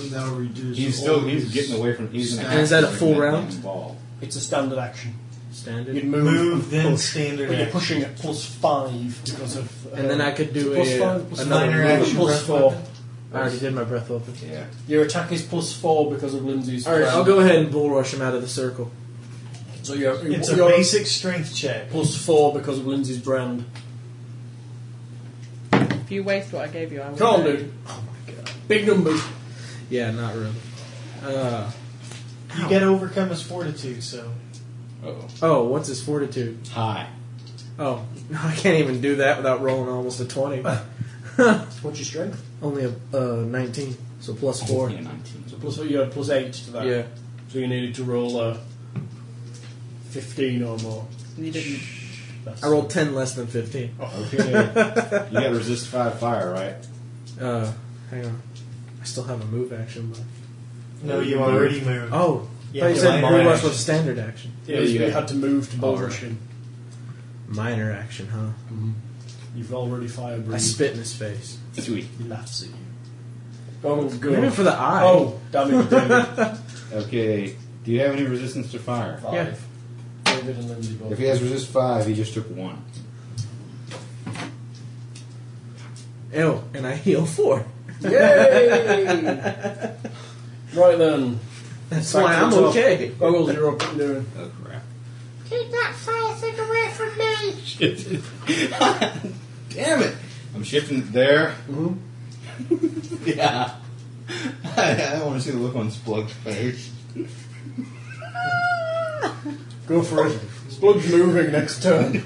S2: And that'll reduce.
S5: He's
S2: all
S5: still he's
S2: his
S5: getting away from he's an
S2: stats.
S6: And is that a
S5: action,
S6: full
S5: like that
S6: round?
S5: damn Ball.
S4: It's a standard action.
S6: Standard.
S4: You'd move,
S9: Move,
S4: and
S9: then
S4: push.
S9: standard
S4: But you're
S9: action.
S4: pushing at plus five because of. uh,
S6: And then I could do
S4: plus
S6: a-
S4: five, plus
S6: another
S4: minor
S6: move.
S4: action, plus
S6: Breath
S4: four.
S6: weapon. I already did my breath weapon.
S5: Yeah.
S4: Your attack is plus four because of Lindsay's.
S6: All right,
S4: plan.
S6: I'll go ahead and bull rush him out of the circle.
S4: So you're,
S9: It's a
S4: you're
S9: basic strength check.
S4: plus four because of Lindsay's brand.
S3: If you waste what I gave you, I will.
S4: Come on, dude. Oh my god. Big numbers.
S6: Yeah, not really. Uh,
S9: You got to overcome his fortitude, so
S5: Uh-oh.
S6: oh, what's his fortitude?
S5: High.
S6: Oh, I can't even do that without rolling almost a twenty.
S4: What's your strength?
S6: Only a uh, nineteen, so plus four.
S5: Yeah, 19.
S4: So plus you had plus eight to that.
S6: Yeah.
S4: So you needed to roll a fifteen or more.
S3: You didn't.
S6: I rolled ten less than fifteen.
S5: Okay. you got to resist five fire, right?
S6: Uh, hang on. I still have a move action, but
S9: no, you already moved.
S6: oh, I
S9: Yeah,
S6: thought you said
S9: minor
S6: bull rush
S9: action.
S6: was standard action.
S4: Yeah,
S5: Yeah,
S4: you,
S5: you got-
S4: had to move to bull
S6: All right.
S4: rush him.
S6: Minor action, huh?
S4: You've already fire
S6: I
S4: breathed.
S6: spit in his face.
S5: Sweet.
S4: He laughs at you. Oh, good.
S6: Maybe for the eye.
S4: Oh, damn it, David.
S5: Okay. Do you have any resistance to fire?
S6: Yeah.
S4: David and Lindsay both.
S5: If he has resist five, he just took one.
S6: Ew, and I heal four.
S4: Yay! right then.
S6: That's
S4: Back
S6: why
S4: to
S6: I'm
S4: the top.
S6: okay.
S4: Goggles, you're up. What you doing?
S5: Oh crap!
S7: Keep that fire thing away from me.
S5: Damn it! I'm shifting there. yeah. I, want to see the look on Splug's face.
S4: Go for it. Splug's moving next turn.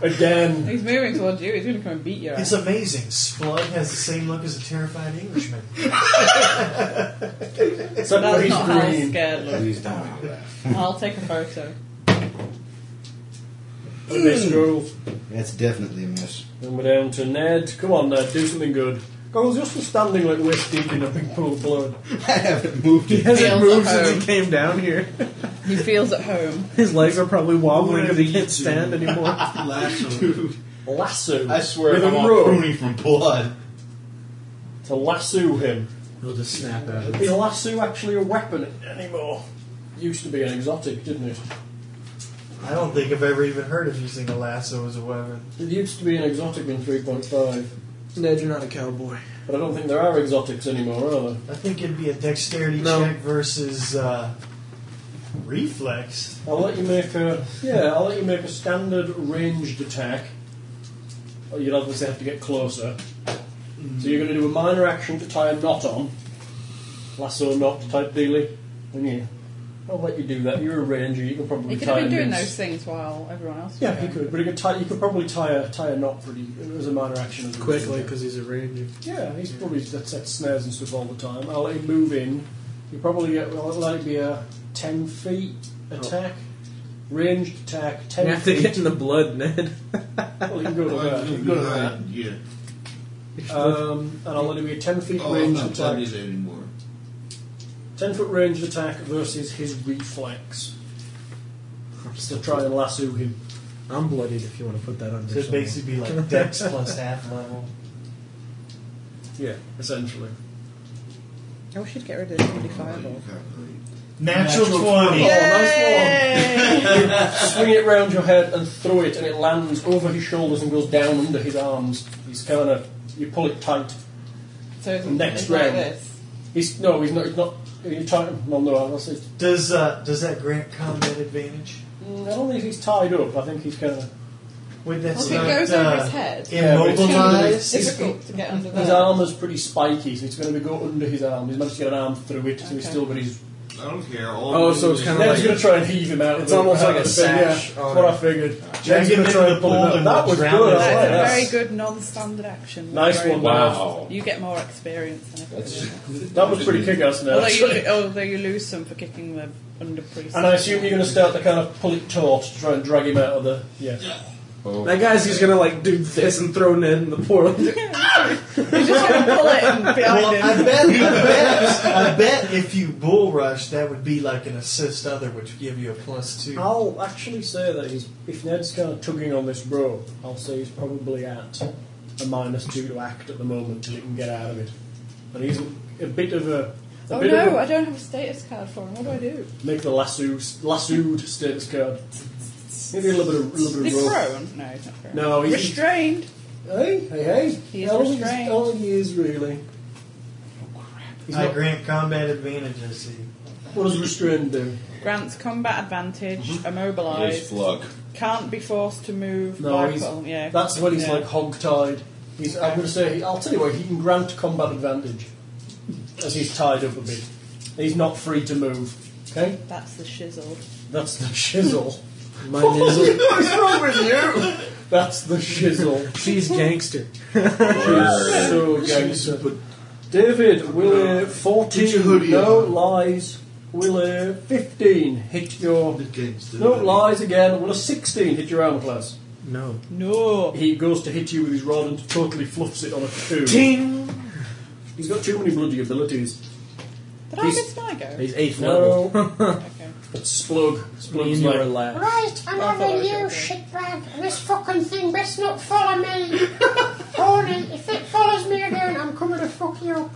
S4: Again.
S3: He's moving towards you. He's going to come and beat you.
S9: It's amazing. Splug has the same look as a terrified Englishman.
S4: Except
S3: That's
S4: for he's
S3: not how
S4: green.
S3: scared looks.
S5: Please don't do that.
S3: I'll take a photo.
S4: And they scroll.
S5: That's definitely a miss.
S4: And we're down to Ned. Come on, Ned, do something good. Goggles, you're still standing like waist deep in a big pool of blood.
S5: I haven't moved
S6: He
S5: it.
S6: hasn't
S3: Feels
S6: moved
S3: at
S6: since
S3: home.
S6: he came down here.
S3: He feels at home.
S6: His legs are probably wobbling because he
S2: What
S6: can't
S2: did
S6: stand anymore.
S2: Lasso.
S4: Lasso.
S5: I swear,
S4: with
S5: if I'm
S4: a
S5: all
S4: rope
S5: pruning from blood.
S4: to lasso him.
S6: He'll just snap out of it.
S4: Is lasso actually a weapon anymore? Used to be an exotic, didn't it?
S9: I don't think I've ever even heard of using a lasso as a weapon.
S4: It used to be an exotic in 3.5,
S6: Ned, you're not a cowboy.
S4: but I don't think there are exotics anymore, are there?
S9: I think it'd be a dexterity
S6: No.
S9: check versus uh, reflex.
S4: I'll let you make a yeah. I'll let you make a standard ranged attack. Well, You'd obviously have to get closer. So you're going to do a minor action to tie a knot on, lasso knot type dealy, and yeah, I'll let you do that. You're a ranger. You can probably
S3: He could
S4: tie
S3: have been
S4: a
S3: doing
S4: noose.
S3: those things while everyone else was
S4: Yeah, you
S3: going.
S4: could, but you could tie. You could probably tie a tie a knot pretty as a minor action as well.
S6: Quickly, because he's a ranger.
S4: Yeah, he's probably that sets snares and stuff all the time. I'll let him move in. You probably get well, that'll only be a ten feet attack, ranged attack, ten
S6: You have to
S4: feet.
S6: get in the blood, Ned.
S4: well, you can go to that. You can go to
S2: Yeah.
S4: that. Um, and I'll let him be a ten feet
S2: Oh, I'm
S4: ranged
S2: not bloody
S4: attack.
S2: there anymore.
S4: Ten foot ranged attack versus his reflex. Just to try and lasso him.
S6: I'm bloodied if you want to put that on
S9: So it'd basically be like dex plus half level.
S4: Yeah, essentially.
S3: I wish you'd get rid of this bloody fireball.
S9: Natural,
S4: Natural
S9: 20.
S4: Oh, swing it round your head and throw it, and it lands over his shoulders and goes down under his arms. He's kind of you pull it tight.
S3: So it's,
S4: Next
S3: it's like
S4: round.
S3: this.
S4: He's no, he's not. He's not. He's tied. Well, no, I'll say.
S9: Does, uh, does that grant combat advantage?
S4: mm, I don't think he's tied up. I think he's kind of
S9: Wait, that's
S3: Well, if it
S9: not,
S3: goes over
S9: uh,
S3: his head,
S9: immobilized.
S3: it's difficult to get under
S4: His
S3: there.
S4: armour's pretty spiky, so it's going to go under his arm. He's managed to get an arm through it, so he's
S2: Okay.
S4: still got his.
S2: I don't care. All
S4: Oh, so it's kind of. Ned's
S2: like-
S4: going to try and heave him out.
S2: It's almost like a sash
S4: Yeah, that's
S2: on
S4: what
S2: it.
S4: I figured.
S2: Yeah,
S4: Ned's going
S2: give
S4: to
S2: him
S4: try
S2: the
S4: and pull
S2: ball
S4: him.
S2: and
S4: That
S2: we'll
S4: was good.
S2: drown
S4: I
S2: him.
S4: like
S3: That's a
S4: that.
S3: very good non-standard action.
S4: Nice
S3: Very
S4: one,
S3: good.
S4: Wow.
S3: You get more experience than everyone.
S4: That was pretty kick-ass now.
S3: Although you, lo- although you lose some for kicking the under priest.
S4: And I assume you're going to start to kind of pull it taut to try and drag him out of the. Yeah.
S6: That guy's just gonna like do this and throw Ned in the portal.
S3: You're just going to pull it and behind
S9: Well,
S3: him.
S9: I bet, I bet, I bet if you bull rush, that would be like an assist other, which would give you a plus two.
S4: I'll actually say that he's, if Ned's kind of tugging on this rope, I'll say he's probably at a minus two to act at the moment till he can get out of it. And he's a, a bit of a. a
S3: Oh
S4: bit of
S3: no,
S4: a-
S3: I don't have a status card for him. What do I do?
S4: Make the lasso, lassoed status card. Maybe a little bit of, a little bit
S3: He's
S4: of rope.
S3: thrown? No, he's not thrown.
S4: No, he's-
S3: restrained.
S4: Hey, hey, hey.
S3: He is
S4: I don't think
S3: restrained.
S4: he's- I don't think he is really. He's
S9: I
S4: not-
S9: grant combat advantage, I see.
S4: What does restrained do?
S3: Grants combat advantage,
S4: Mm-hmm.
S3: immobilised.
S4: Flug.
S3: Can't be forced to move.
S4: No,
S3: by
S4: he's,
S3: pull, yeah.
S4: that's when he's
S3: Yeah.
S4: like hog-tied. He's, I'm going to say, I'll tell you what, he can grant combat advantage as he's tied up a bit. He's not free to move. Okay,
S3: That's the shizzle.
S4: that's the shizzle. My
S9: What's wrong with you?
S4: That's the shizzle.
S6: She's gangster.
S4: She's so gangster. David, will a
S2: Put your
S4: 14,
S2: hoodie
S4: no lies, will a 15 hit your... No lies again, will a 16 hit your armor class?
S6: No.
S3: No.
S4: He goes to hit you with his rod and totally fluffs it on a 2. He's got too many bloody abilities.
S3: Did I miss my go?
S4: no. It's Splug. Splug's like...
S7: Right, I'm
S3: Oh, I thought I
S7: having
S3: was
S7: you,
S3: okay.
S7: shitbag. This fucking thing best not follow me. Horny, if it follows me again, I'm coming to fuck you.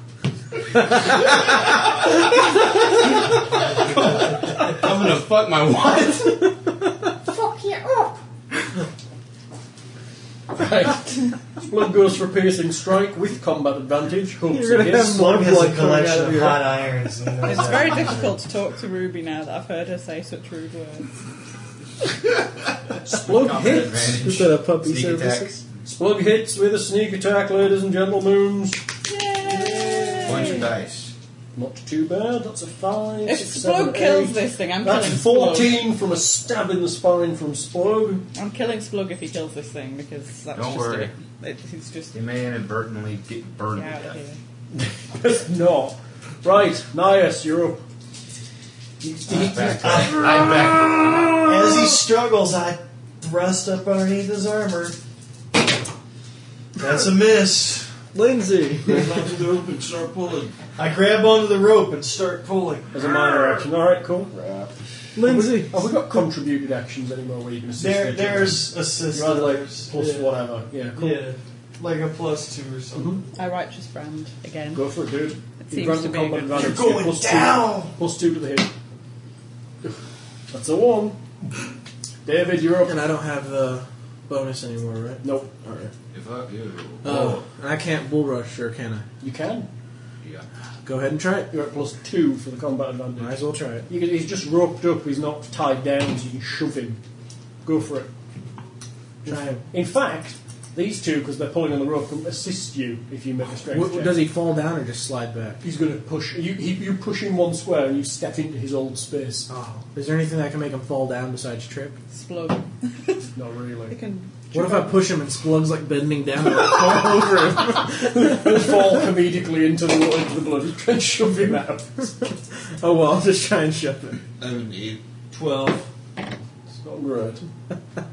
S10: I'm gonna fuck my wife.
S7: Fuck you up.
S4: Right. Splug goes for a piercing strike with combat advantage. Hooks
S6: You're gonna
S4: it is.
S6: have
S9: Slug has a
S6: Blood coming out
S9: collection
S6: of
S9: of
S6: your-
S9: hot irons. And those
S3: It's very
S9: irons.
S3: difficult to talk to Ruby now that I've heard her say such rude words.
S4: Splug hits.
S6: Is that a puppy
S4: Sneak
S6: service?
S4: attacks. Splug hits with a sneak attack, ladies and gentlemen.
S12: Bunch of dice.
S4: Not too bad. That's a five.
S3: If
S4: six,
S3: Splug
S4: seven,
S3: kills
S4: eight.
S3: this thing, I'm
S4: That's
S3: killing Splug.
S4: fourteen from a stab in the spine from Splug.
S3: I'm killing Splug if he kills this thing because that's
S10: Don't
S3: just
S10: worry.
S3: A, it, it's just
S10: You may inadvertently get burned to
S3: out of
S10: death.
S3: here.
S4: That's not right. Nias, you're up.
S10: I back.
S9: As he struggles, I thrust up underneath his armor. That's a miss.
S6: Lindsay.
S2: Grab onto the rope and start pulling.
S9: I grab onto the rope and start pulling.
S4: As a minor action. All right, cool.
S6: Lindsay.
S4: Have we got contributed actions anymore where you can assist?
S9: There,
S4: each other?
S9: there's assist.
S4: Rather like
S9: others.
S4: plus
S9: yeah.
S4: whatever. Yeah, cool.
S9: Yeah, like a plus two or something.
S3: I righteous brand again.
S4: Go for it, dude.
S3: seems
S4: grab
S3: to
S4: the
S3: be a
S4: combat
S3: good-
S4: advantage.
S9: You're going
S4: Plus two-
S9: down!
S4: plus two to the hit. That's a one. David, you're up.
S6: And I don't have the bonus anymore, right?
S4: Nope.
S6: All right.
S5: Ah!
S10: If I do,
S6: Oh, and I can't bull rush, or can I?
S4: You can.
S10: yeah.
S6: Go ahead and try it.
S4: You're at plus two for the combat advantage.
S6: Might as well try it.
S4: You can, he's just roped up. He's not tied down, so you can shove him. Go for it.
S6: Try it.
S4: In fact, these two, because they're pulling on the rope, can assist you if you make a strength
S6: What,
S4: check.
S6: does he fall down or just slide back?
S4: He's going to push you. He, you push him one square, and you step into his old space.
S6: Oh, is there anything that can make him fall down besides trip?
S3: Splug.
S4: Not
S3: They
S4: really.
S3: can.
S6: What if I push him and Splug's like bending down and I fall over him?
S4: He'll fall comedically into the into the bloody trench, shove him out.
S6: Oh well, I'll just try and shove him.
S2: I have an eight.
S6: 12.
S4: It's not great.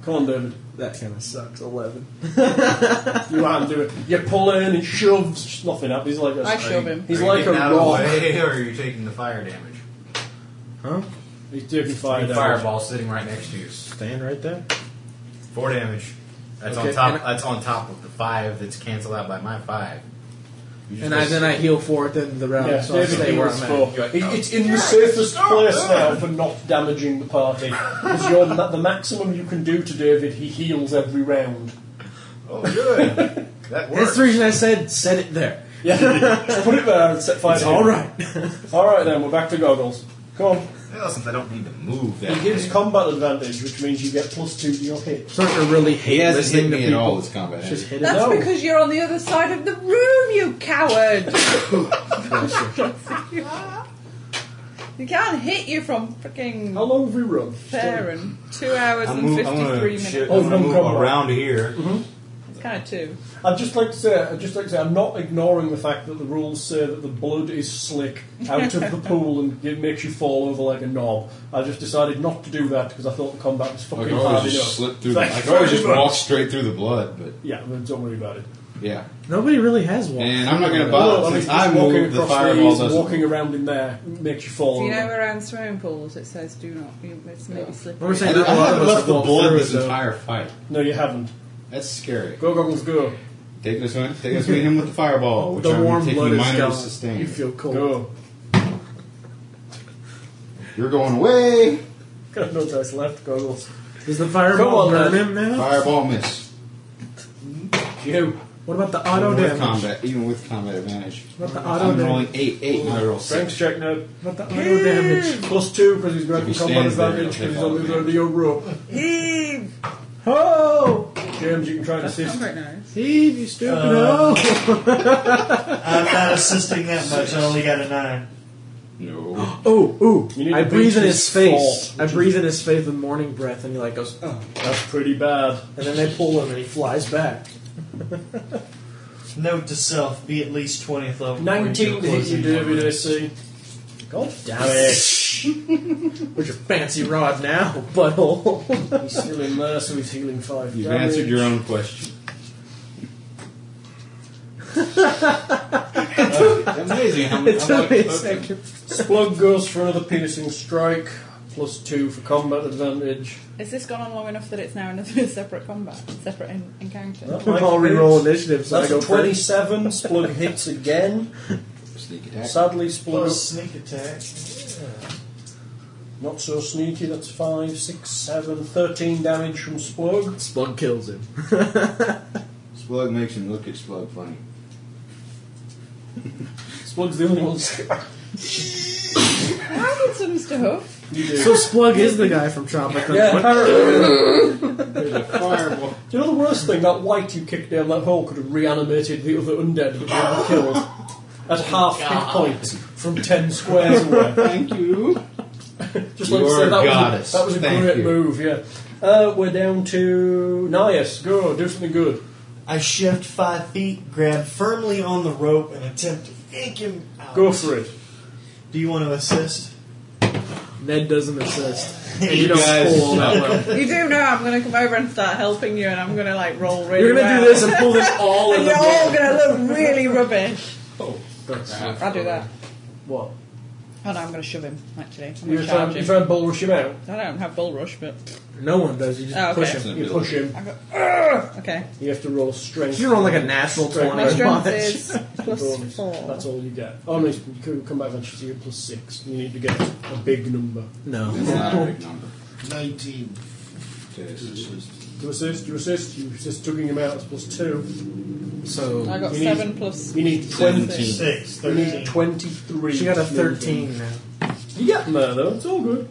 S4: Come on, David.
S6: That kind of sucks. 11.
S4: You can't do it. You pull in and shoves nothing up. He's like a
S3: I shove him.
S4: He's
S10: Are you
S4: like a
S10: getting out of the
S4: rock.
S10: way, or are you taking the fire damage?
S6: Huh?
S4: He's taking fire
S10: Big
S4: damage.
S10: fireball sitting right next to you.
S6: Stand right there.
S10: Four damage. That's
S6: Okay,
S10: on top.
S6: and I-
S10: that's on top of the five that's canceled out by my five. You just
S6: And I,
S10: go-
S6: then I heal for it then the round,
S4: Yeah,
S6: so I
S4: David
S6: stay where
S4: heals
S6: I'm
S4: for.
S6: at.
S4: It- It's in the safest place now for not damaging the party. Because you're ma- the maximum you can do to David, he heals every round.
S10: Oh, good. that
S6: That's
S10: works.
S6: the reason I said set it there.
S4: Yeah, just put it there and set fire
S6: It's
S4: to him.
S6: alright.
S4: All right then, we're back to goggles. Come on.
S10: Well, since I don't need to move that.
S4: He gives
S10: thing.
S4: combat advantage, which means you get plus two to your hit.
S11: It's not a really
S10: He
S11: hit
S10: hasn't hit
S11: listening to
S10: me at all,
S11: people.
S10: it's combat.
S11: Just hit it
S3: That's
S11: out.
S3: because you're on the other side of the room, you coward. you can't hit you from freaking. How
S4: long have we run?
S3: Farron. Two hours
S10: I'm
S3: and
S10: move- I'm gonna
S3: 53
S10: shit-
S3: minutes.
S6: Oh,
S10: I'm gonna move
S4: combat.
S10: around here.
S6: Mm-hmm.
S3: It's kind of two.
S4: I'd just like to say, I'd just like to say, I'm not ignoring the fact that the rules say that the blood is slick out of the pool and it makes you fall over like a knob. I just decided not to do that because I thought the combat was
S5: I
S4: fucking
S6: Oh,
S5: can
S4: hard
S5: always
S4: enough.
S5: just slip through. The,
S4: Thank
S5: I
S4: you
S5: can always
S4: very
S5: just
S4: much.
S5: walk straight through the blood, but
S4: Yeah, but don't worry about it.
S5: yeah.
S6: Nobody really has one.
S5: And I'm not going to
S4: Although,
S5: bother
S4: I mean,
S5: since
S4: just
S5: I
S4: walking
S5: moved. The
S4: across
S5: fireball
S4: these,
S5: doesn't.
S4: walking around in there makes you fall
S3: Do you
S4: over.
S3: know around swimming pools it says do not? You, it's maybe slippery.
S6: We're saying
S5: I
S6: that a lot of
S5: haven't
S6: us
S5: left
S6: have
S5: the
S6: walked
S5: blood
S6: through
S5: this
S6: it, though.
S5: entire fight.
S4: No, you haven't.
S5: That's scary.
S4: Go goggles, go.
S5: Take this one. Take this one. Hit him with the fireball. Which
S6: The
S5: I'm
S6: warm
S5: taking
S6: blood is
S5: minor
S6: gone.
S5: sustain.
S6: You feel cold.
S4: Go.
S5: You're going away.
S4: Got no dice left, goggles.
S6: Does the fireball
S4: Come on,
S6: burn him now?
S5: Fireball miss.
S4: You.
S6: What about the auto
S5: even with
S6: damage?
S5: combat, even with combat advantage.
S6: What about the auto
S5: I'm
S6: damage?
S5: rolling eight, eight. Now I roll
S4: Strength
S5: six.
S4: check now.
S6: What about the auto damage?
S4: Plus two because he's grabbing
S5: If he
S4: combat
S5: stands there,
S4: advantage
S5: he'll
S4: because he's
S5: take
S4: on
S5: all
S4: the
S5: the
S4: other end of your rope.
S3: Heave!
S6: Oh!
S4: James, you can try and
S3: That's
S4: assist.
S3: not very nice.
S6: Steve, you stupid Oh.
S9: Uh,
S6: hoe.
S9: I'm not assisting that much. I only got a nine.
S5: No.
S6: Oh,
S4: You need
S6: ooh. I
S4: to
S6: breathe in
S4: beat
S6: his
S4: his
S6: face.
S4: fault,
S6: I breathe in his face with morning breath, and he like goes, oh.
S4: That's pretty bad.
S6: And then they pull him, and he flies back.
S9: Note to self: be at least twentieth level.
S4: 19 to hit you, David AC.
S6: God damn it. With your fancy rod now, butthole.
S4: He's still in there, so he's healing 5
S5: You've
S4: damage.
S5: answered your own question. Uh, amazing how much.
S6: it took me a second.
S4: Splug goes for another piercing strike, plus 2 for combat advantage.
S3: Has this gone on long enough that it's now another separate combat, separate en- encounter?
S6: I'm all reroll initiative, so I
S4: That's
S6: go
S4: a
S6: first.
S4: 27. Splug hits again.
S5: Sneak attack.
S4: Sadly,
S9: plus
S4: Splug
S9: sneak attack.
S4: not so sneaky. That's 5, 6, 7, 13 damage from Splug.
S6: Splunk kills him.
S5: Splug makes him look at Splug funny.
S4: Splug's the only one.
S3: I did some stuff.
S4: you do.
S6: So Splug is the guy from Tropic.
S4: Yeah, apparently.
S5: There's a fireball.
S4: Do you know the worst thing? That light you kicked down that hole could have reanimated the other undead that you had killed at
S3: Oh,
S4: half hit point from ten squares away.
S5: Thank you.
S4: Just
S5: You
S4: like to
S5: are
S4: say,
S5: a
S4: that
S5: goddess.
S4: was a, that was a
S5: Thank
S4: great
S5: you.
S4: move. Yeah. Uh, we're down to Nias. Go do something good.
S16: I shift five feet, grab firmly on the rope, and attempt to yank him out.
S4: Go for it.
S16: Do you want to assist?
S6: Ned doesn't assist. And
S5: You
S6: you don't
S5: guys-
S6: pull all that well.
S3: You do know I'm going to come over and start helping you, and I'm going to like roll really.
S6: You're gonna
S3: well.
S6: do this and pull them all in
S3: And you're
S6: the
S3: all going to look really rubbish. I'll do that.
S4: What?
S3: Oh no, I'm going to shove him. Actually, I'm going
S4: You're
S3: to
S4: trying,
S3: charge
S4: you're
S3: him.
S4: trying to bull rush him out.
S3: I don't have bull rush, but
S6: No one does. You just
S3: Oh, okay.
S6: push him.
S4: You push him.
S3: I go. "Ugh!" Okay,
S4: You have to roll strength.
S6: You're on like a natural
S4: Strength.
S3: my
S6: 20.
S3: strength
S6: Watch.
S3: is plus
S4: Bonus.
S3: four.
S4: That's all you get. Oh no, you could come back eventually. So you get plus six. You need to get a big number.
S6: No.
S5: That's not a big number.
S2: Nineteen.
S4: To assist, you assist, you assist tugging him out. That's plus two.
S3: I
S6: So
S3: got
S4: You need-
S3: seven plus.
S4: You need twenty.
S5: Seventeen.
S16: Six.
S4: You
S16: Thirteen.
S4: need 23.
S6: she got a 13 now.
S4: You get them there, though. It's all good.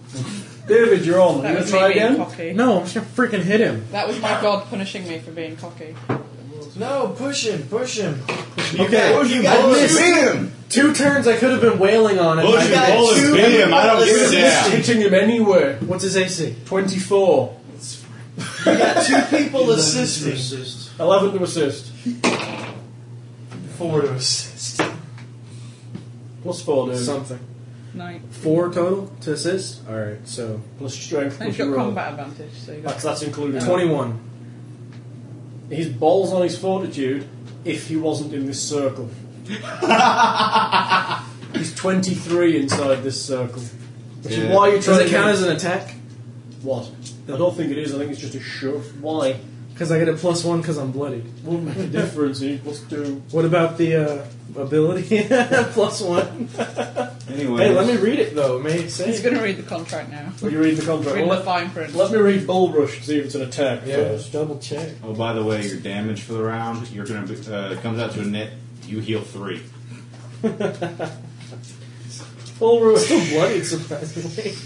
S4: David, you're on.
S3: That
S4: You going to
S3: was
S4: try
S3: me being
S4: again?
S3: cocky.
S6: No, I'm just gonna freaking hit him.
S3: That was my god punishing me for being cocky.
S16: No, push him, push him.
S6: Okay,
S16: you
S6: I
S16: got
S6: missed.
S5: him!
S6: Two turns I could have been wailing on it.
S5: Push
S6: I-
S5: him, pull him, beat him. I don't give a
S4: Just
S5: damn.
S4: hitting him anywhere.
S6: What's his AC?
S4: 24.
S16: You got two people
S2: To
S16: assisting.
S2: assist.
S4: 11 to assist.
S16: Four to assist.
S4: Plus 4, David.
S6: Something.
S3: Nine.
S6: Four total to assist? Alright, so
S4: Plus strength.
S3: And
S4: Plus
S3: you've
S4: your
S3: got
S4: roll.
S3: combat advantage, so you got.
S4: That's, that's including.
S6: 21.
S4: His balls on his fortitude if he wasn't in this circle. He's 23 inside this circle. Which is
S5: Yeah.
S4: why you're
S6: Does
S4: trying
S6: it
S4: to
S6: count
S4: get-
S6: as an attack?
S4: What? I don't think it is. I think it's just a shove. Why?
S6: Because I get a plus one because I'm bloodied.
S4: Wouldn't make a difference. He plus two.
S6: What about the uh, ability? plus one.
S5: Anyway,
S6: Hey, let me read it though. It may say.
S3: He's going to read the contract now.
S4: Well, you read the contract.
S3: Read
S4: Well,
S3: the fine print.
S4: let, let me read Bull Rush to see if it's an attack
S6: Yeah,
S4: first.
S6: just double check.
S5: Oh, by the way, your damage for the round, you're gonna be, uh, it comes out to a net. You heal three.
S4: Ulru is still bloodied, surprisingly.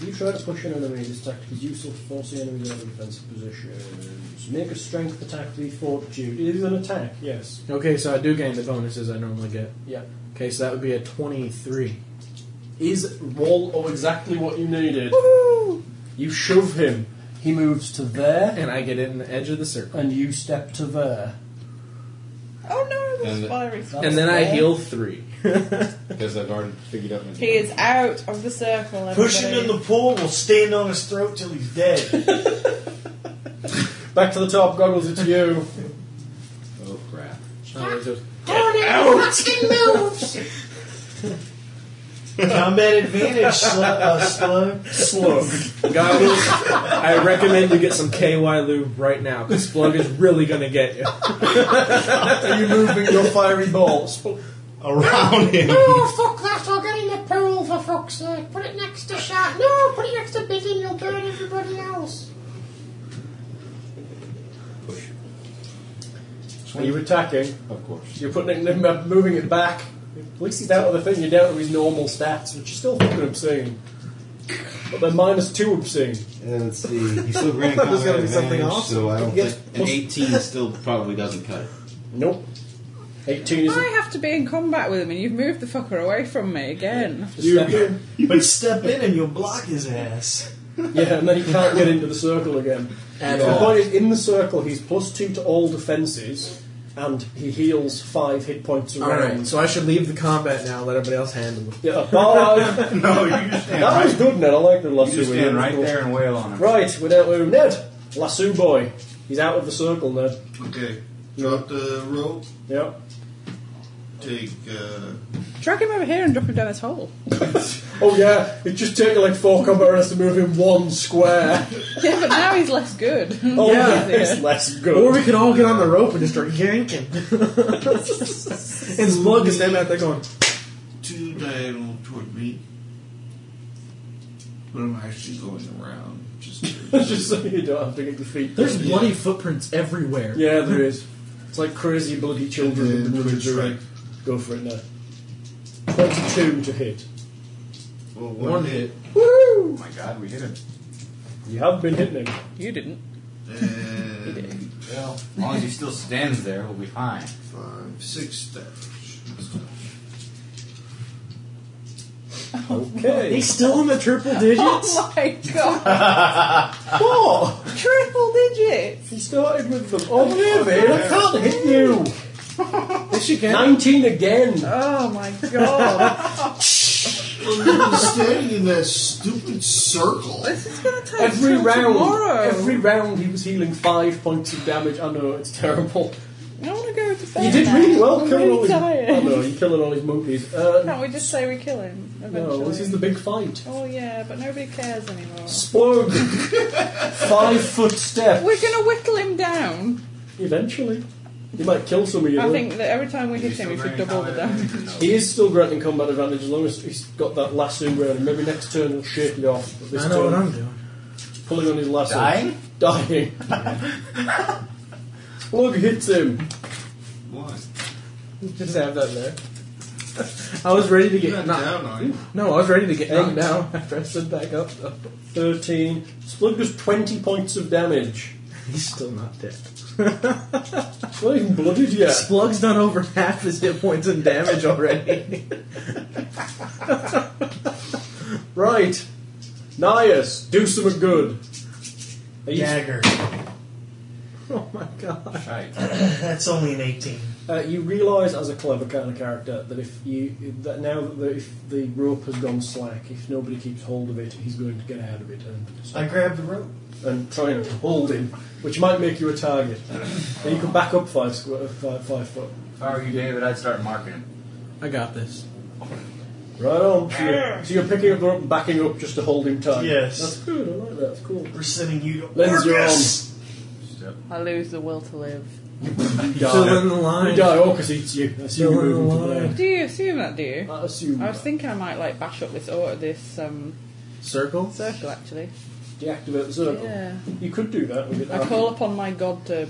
S4: You try to push an enemy. This tactic is useful to force the enemy out of defensive positions. Make a strength attack with fortitude. It is an attack, yes.
S6: Okay, so I do gain the bonuses I normally get.
S4: Yeah.
S6: Okay, so that would be a 23.
S4: Is Wall oh, exactly what you needed? You shove him. He moves to there,
S6: And I get in the edge of the circle.
S4: and you step to there.
S3: Oh no, that's
S5: And-
S3: fiery.
S6: and then I
S3: That's
S6: heal 3.
S5: Because I've already figured out my.
S3: fair. He is out of the circle. Everybody.
S16: Push him in the pool. We'll stand on his throat till he's dead.
S4: Back to the top, goggles, it's you.
S5: Oh crap!
S6: Oh, it's just-
S16: Combat advantage, sl- uh, slug.
S6: Slug. Goggles, I recommend you get some KY lube right now, because Slug is really going to get you.
S4: Are you moving your fiery bolts?
S5: Around him.
S7: Oh, fuck that. I'll get in the pool for fuck's sake. Put it next to Shark. No, put it next to Biggie. You'll burn everybody else.
S4: Are you attacking?
S5: Of course.
S4: You're putting it, uh, moving it back. At least he's out of the thing. You're down to his normal stats, which is still fucking obscene. But they're minus two obscene.
S5: And let's see. He still ran
S6: thought there was
S5: combat
S6: gonna be something
S5: advantage,
S6: awesome.
S5: So I don't
S4: Yes.
S5: think an 18 still probably doesn't cut it.
S4: Nope. Eighteen is
S3: I have to be in combat with him, and you've moved the fucker away from me again.
S4: step in.
S16: But step in and you'll block his ass.
S4: Yeah, and then he can't get into the circle again.
S6: At
S4: the
S6: all.
S4: point is, in the circle, he's plus two to all defences, and he heals five hit points around.
S6: Alright, so I should leave the combat now and let everybody else handle it.
S4: Yeah, bye.
S5: No, you just stand
S4: that was good, Ned. I like the
S5: You
S4: lasso.
S5: just
S4: we
S5: stand
S4: did.
S5: right there and wail on him.
S4: Right, without Lou. Ned, lasso boy. He's out of the circle, Ned.
S2: Okay. Drop the rope.
S4: Yep.
S2: Take. Uh,
S3: Drag him over here and drop him down this hole.
S4: Oh yeah, it just takes like four combat rounds to move in one square.
S3: Yeah, but now he's less good.
S4: Oh
S3: yeah.
S4: yeah, it's less
S6: Or
S4: good.
S6: we could all get on the rope and just start yanking. and Slug is standing out there going,
S2: two diagonal toward me. But I'm actually going around. Just,
S4: just so you don't have to get your feet.
S6: There's
S4: dirty.
S6: bloody footprints everywhere.
S4: Yeah, there is. It's like crazy bloody children
S2: And
S4: in the
S2: then
S4: movie
S2: twitch
S4: doing. Go for it now. Twenty-two to hit.
S2: well, one,
S6: One
S2: hit.
S5: Oh my god, we hit him.
S4: You have been hitting him.
S3: You didn't.
S2: And
S5: Well, as long as he still stands there, we'll be fine.
S2: five, six damage.
S4: Okay.
S6: still in the triple digits?
S3: Oh my god!
S4: What?
S3: Triple digits!
S4: He started with them. Oh, yeah, man, I can't hit you.
S6: Yes, you can.
S4: Nineteen again.
S3: Oh my god!
S2: Well, you're standing in that stupid circle.
S3: this is gonna take
S4: Every
S3: till
S4: round,
S3: tomorrow.
S4: every round he was healing five points of damage. I know it's terrible.
S3: I want to go to bed.
S4: You did
S3: now.
S4: really well
S3: I'm
S4: killing all
S3: really
S4: his. I
S3: tired.
S4: know you're killing all his monkeys. Uh,
S3: Can't we just say we kill him? Eventually?
S4: no, this is the big fight.
S3: Oh yeah, but nobody cares anymore.
S4: Splug. five foot step.
S3: We're gonna whittle him down.
S4: Eventually, you might kill some of you.
S3: I think that every time we hit him, we should double the damage.
S4: He is still granting combat advantage as long as he's got that lasso round. Maybe next turn he'll shake it off. But this
S6: I know
S4: turn,
S6: what I'm doing.
S4: he's pulling on his lasso.
S5: Dying?
S4: Dying. Plug hits him.
S2: One.
S6: Just have that there. I was ready to
S2: You're
S6: get
S2: not
S6: knocked.
S2: down, are you?
S6: No, I was ready to get knocked
S4: Eight.
S6: down after I stood back up. though.
S4: 13. Splug does 20 points of damage.
S6: He's still not dead.
S4: He's Not even blooded yet.
S6: Splug's done over half his hit points and damage already.
S4: Right. Nias, do some good. Are you-
S16: Dagger.
S6: oh my god.
S16: That's only an 18.
S4: Uh, you realise, as a clever kind of character, that if you that now that the, if the rope has gone slack, if nobody keeps hold of it, he's going to get out of it and
S16: I grab the rope.
S4: and try and hold him, which might make you a target. and you can back up five square, five, five foot.
S5: If I were you, David, I'd start marking him.
S6: I got this.
S4: Right on. So you're, so you're picking up the rope and backing up just to hold him tight.
S16: Yes.
S4: That's good. I like that. That's cool.
S16: We're sending you to
S4: Lens, you're
S16: Orcus.
S3: I lose the will to live.
S4: You
S6: Still in
S4: die.
S6: the
S4: You
S6: line.
S4: die. Orcus eats you. That's you
S6: Still in the
S4: moving to
S6: line.
S4: blade.
S3: Do you assume that? Do you?
S4: I assume.
S3: I was thinking I might like bash up this or this um,
S6: Circle?
S3: circle actually.
S4: Deactivate the circle.
S3: Yeah.
S4: You could do that. with it
S3: I
S4: after.
S3: call upon my god to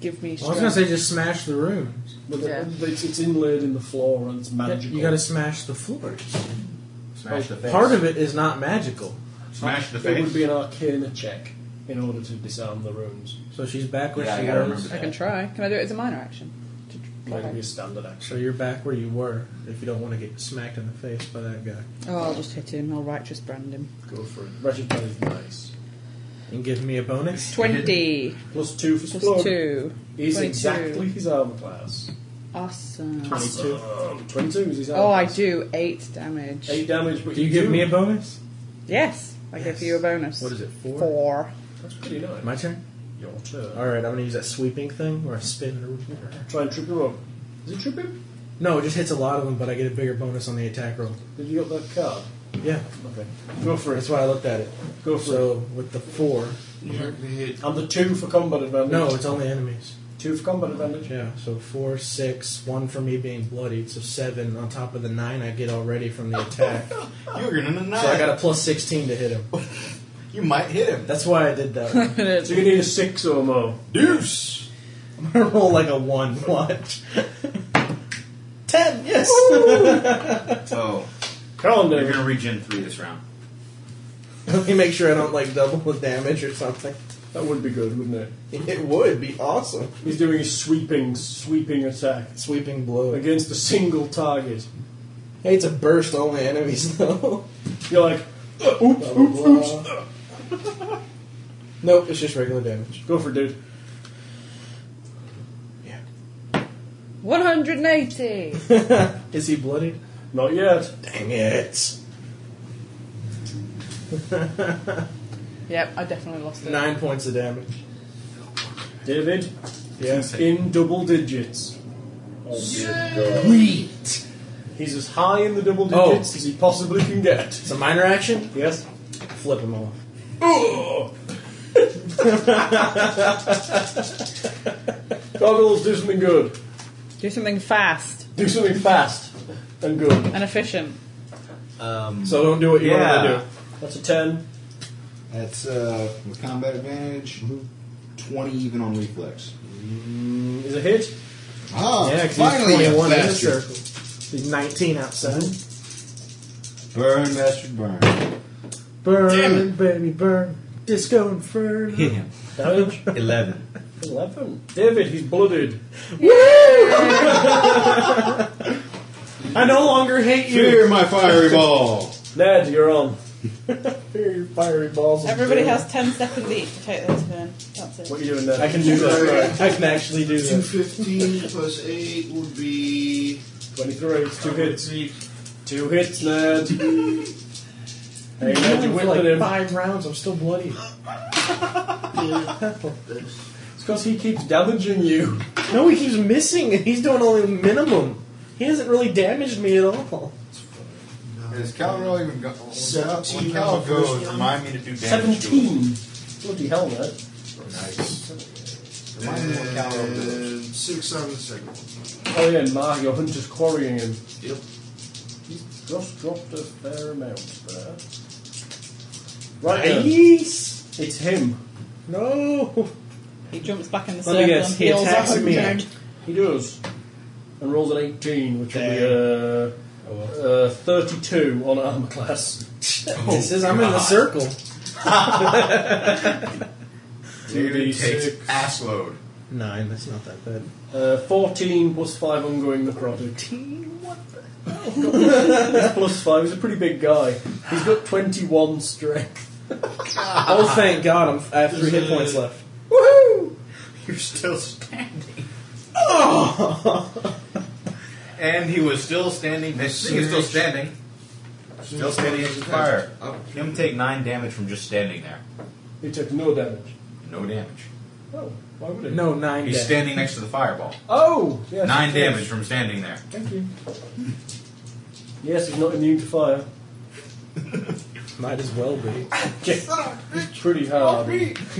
S3: give me.
S6: I was
S3: Strength.
S6: gonna say just smash the rooms.
S4: But the-
S6: Yeah.
S4: but it's, it's inlaid in the floor and it's magical.
S6: You gotta smash the floors.
S4: Smash the face.
S6: Part of it is not magical.
S10: Smash the
S4: It
S10: face.
S4: would be an arcana check in order to disarm the runes.
S6: So she's back
S4: where
S6: where
S4: Yeah, she
S6: she
S4: I gotta was.
S6: was.
S4: remember.
S3: I can try. Can I do it as a minor action?
S4: Might be a standard action.
S6: So you're back where you were if you don't want to get smacked in the face by that guy.
S3: Oh, I'll just hit him. I'll righteous brand him.
S4: Go for it. Ratchet Brand is nice.
S6: And give me a bonus.
S3: 20.
S4: Plus two for
S3: Plus
S4: Splug.
S3: two.
S4: He's
S3: 22.
S4: exactly his armor class.
S3: Awesome.
S4: 22. 22 is his armor
S3: Oh, I
S4: class.
S3: do. 8 damage.
S4: Eight damage, but
S6: Do you give me a
S4: bonus?
S6: bonus?
S3: Yes. I give you a bonus.
S6: What is it, four?
S3: 4.
S4: That's pretty nice.
S6: My turn?
S4: Your turn.
S6: Alright, I'm gonna use that sweeping thing where I spin and
S4: Try and trip him up. Is it trip him?
S6: No, it just hits a lot of them, but I get a bigger bonus on the attack roll.
S4: Did you get that card?
S6: Yeah.
S4: Okay. Go for it.
S6: That's why I looked at it.
S4: Go for
S6: so with the four.
S2: You have to hit.
S4: And the two for combat advantage.
S6: No, it's only enemies.
S4: Two for combat advantage.
S6: Yeah, so four, six, one for me being bloodied, so seven on top of the nine I get already from the attack. so
S10: You're gonna not.
S6: I got a plus sixteen to hit him.
S10: You might hit him.
S6: That's why I did that. one.
S4: So you need a six or more.
S10: Deuce.
S6: I'm gonna roll like a one. Watch. Ten. Yes.
S10: Oh, you're
S4: Calendar.
S10: gonna regen three this round.
S6: Let me make sure I don't like double the damage or something.
S4: That would be good, wouldn't it?
S6: It would be awesome.
S4: He's doing a sweeping, sweeping attack
S6: Sweeping blow.
S4: against a single target.
S6: Hey, it's a burst only enemies though.
S4: You're like, "Uh, oops, oops, oops. uh."
S6: nope, it's just regular damage.
S4: Go for it, dude.
S3: 180.
S6: Is he bloodied?
S4: Not yet.
S6: Dang it.
S3: yep, I definitely lost it.
S6: Nine points of damage.
S4: David,
S6: Yeah.
S4: in double digits.
S6: Sweet.
S4: He's as high in the double digits
S6: Oh.
S4: as he possibly can get.
S6: It's a minor action.
S4: Yes?
S6: Flip him off.
S4: Goggles, do something good.
S3: Do something fast
S4: Do something fast and good.
S3: and efficient.
S10: Um,
S6: So don't do what you want
S10: Yeah.
S6: to
S4: That's a 10.
S5: That's uh, with combat advantage.
S10: Mm-hmm.
S5: Twenty even on reflex.
S4: Is a hit.
S5: Ah,
S6: do. Yeah, because he's
S5: finally a
S6: 21 in the
S5: bastard.
S6: circle. He's 19 outside.
S5: Burn, bastard, burn.
S6: Burn, baby, burn. Disco inferno.
S10: hit him.
S4: Damage.
S10: Eleven.
S4: 11. David, he's blooded.
S6: I no longer hate you.
S5: Fear my fiery ball.
S4: Ned, you're on.
S6: Fear your fiery balls.
S3: Everybody has 10 seconds each to take their turn. That's it.
S4: What are you doing, Ned?
S6: I can do that. I can actually do
S2: Two
S6: that.
S2: fifteen plus eight would be
S4: 23. It's two hits. Two hits, Ned. hey, Ned, you
S6: For like
S4: whipped him.
S6: five rounds, I'm still bloody.
S4: It's because he keeps damaging you.
S6: No, he keeps missing, and he's doing only minimum. He hasn't really damaged me at all.
S5: Is Cal really even go- When
S2: Seventeen
S5: Cal
S2: on the first
S5: goes,
S2: one.
S5: remind me to do damage. To him.
S4: 17. Bloody hell, Ned.
S5: Nice. Remind me when Cal goes.
S2: and six on the second one.
S4: Oh yeah, and Mark, your hunter's quarrying him.
S2: Yep.
S4: He's just dropped a fair amount there. Right then,
S6: Nice.
S4: it's him.
S6: No.
S3: He jumps back in the
S6: Let me
S3: circle
S6: guess,
S3: and
S6: he
S3: heals
S6: attacks
S3: 100.
S6: me.
S4: He does. And rolls an 18, which will be a, uh 32 on armor class.
S6: This is. I'm in the circle.
S10: Dude
S4: 2d6.
S10: takes ass load.
S6: Nine. That's not that bad.
S4: Uh, 14 plus 5 ongoing necrotic.
S6: What the?
S4: That's plus 5, he's a pretty big guy. He's got 21 strength.
S6: Oh, thank God! I'm, I have three hit points left.
S4: Woohoo!
S10: You're still standing.
S5: Oh.
S10: and he was still standing. This thing is still standing. Still standing in the fire. Him take nine damage from just standing there.
S4: He took no damage.
S10: No damage.
S4: Oh, why would he?
S6: No, nine.
S10: He's
S6: dead.
S10: standing next to the fireball.
S4: Oh! Yes,
S10: Nine
S4: he did.
S10: damage from standing there.
S4: Thank you. yes, he's not immune to fire.
S6: Might as well be.
S4: It's pretty hard.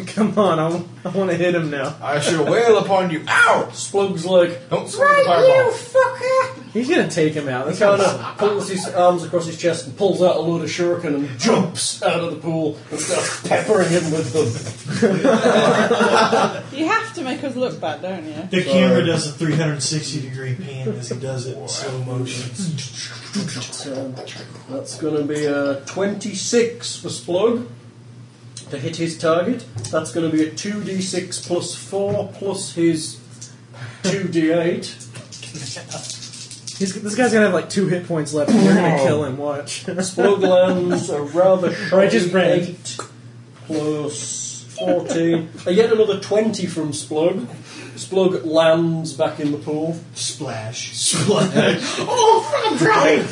S6: Come on, I want to hit him now.
S10: I shall wail upon you. Ow!
S4: Splug's like,
S10: Don't swing the fireball.
S7: fucker!
S4: He's going to take him out. He kind of pulls his arms across his chest and pulls out a load of shuriken and jumps out of the pool and starts peppering him with them.
S3: You have to make us look bad, don't you?
S9: The camera does a 360 degree pan as he does it in slow motion.
S4: So that's going to be a 26 for Splug to hit his target. That's going to be a 2d6 plus 4 plus his 2d8.
S6: He's, this guy's gonna have like two hit points left. and You're gonna kill him. Watch.
S4: Splug lands a rather
S6: Righteous
S4: shoddy
S6: brand.
S4: 8 plus 14. I get another 20 from Splug. Splug lands back in the pool.
S9: Splash.
S4: Splash.
S7: Oh, I'm drowning!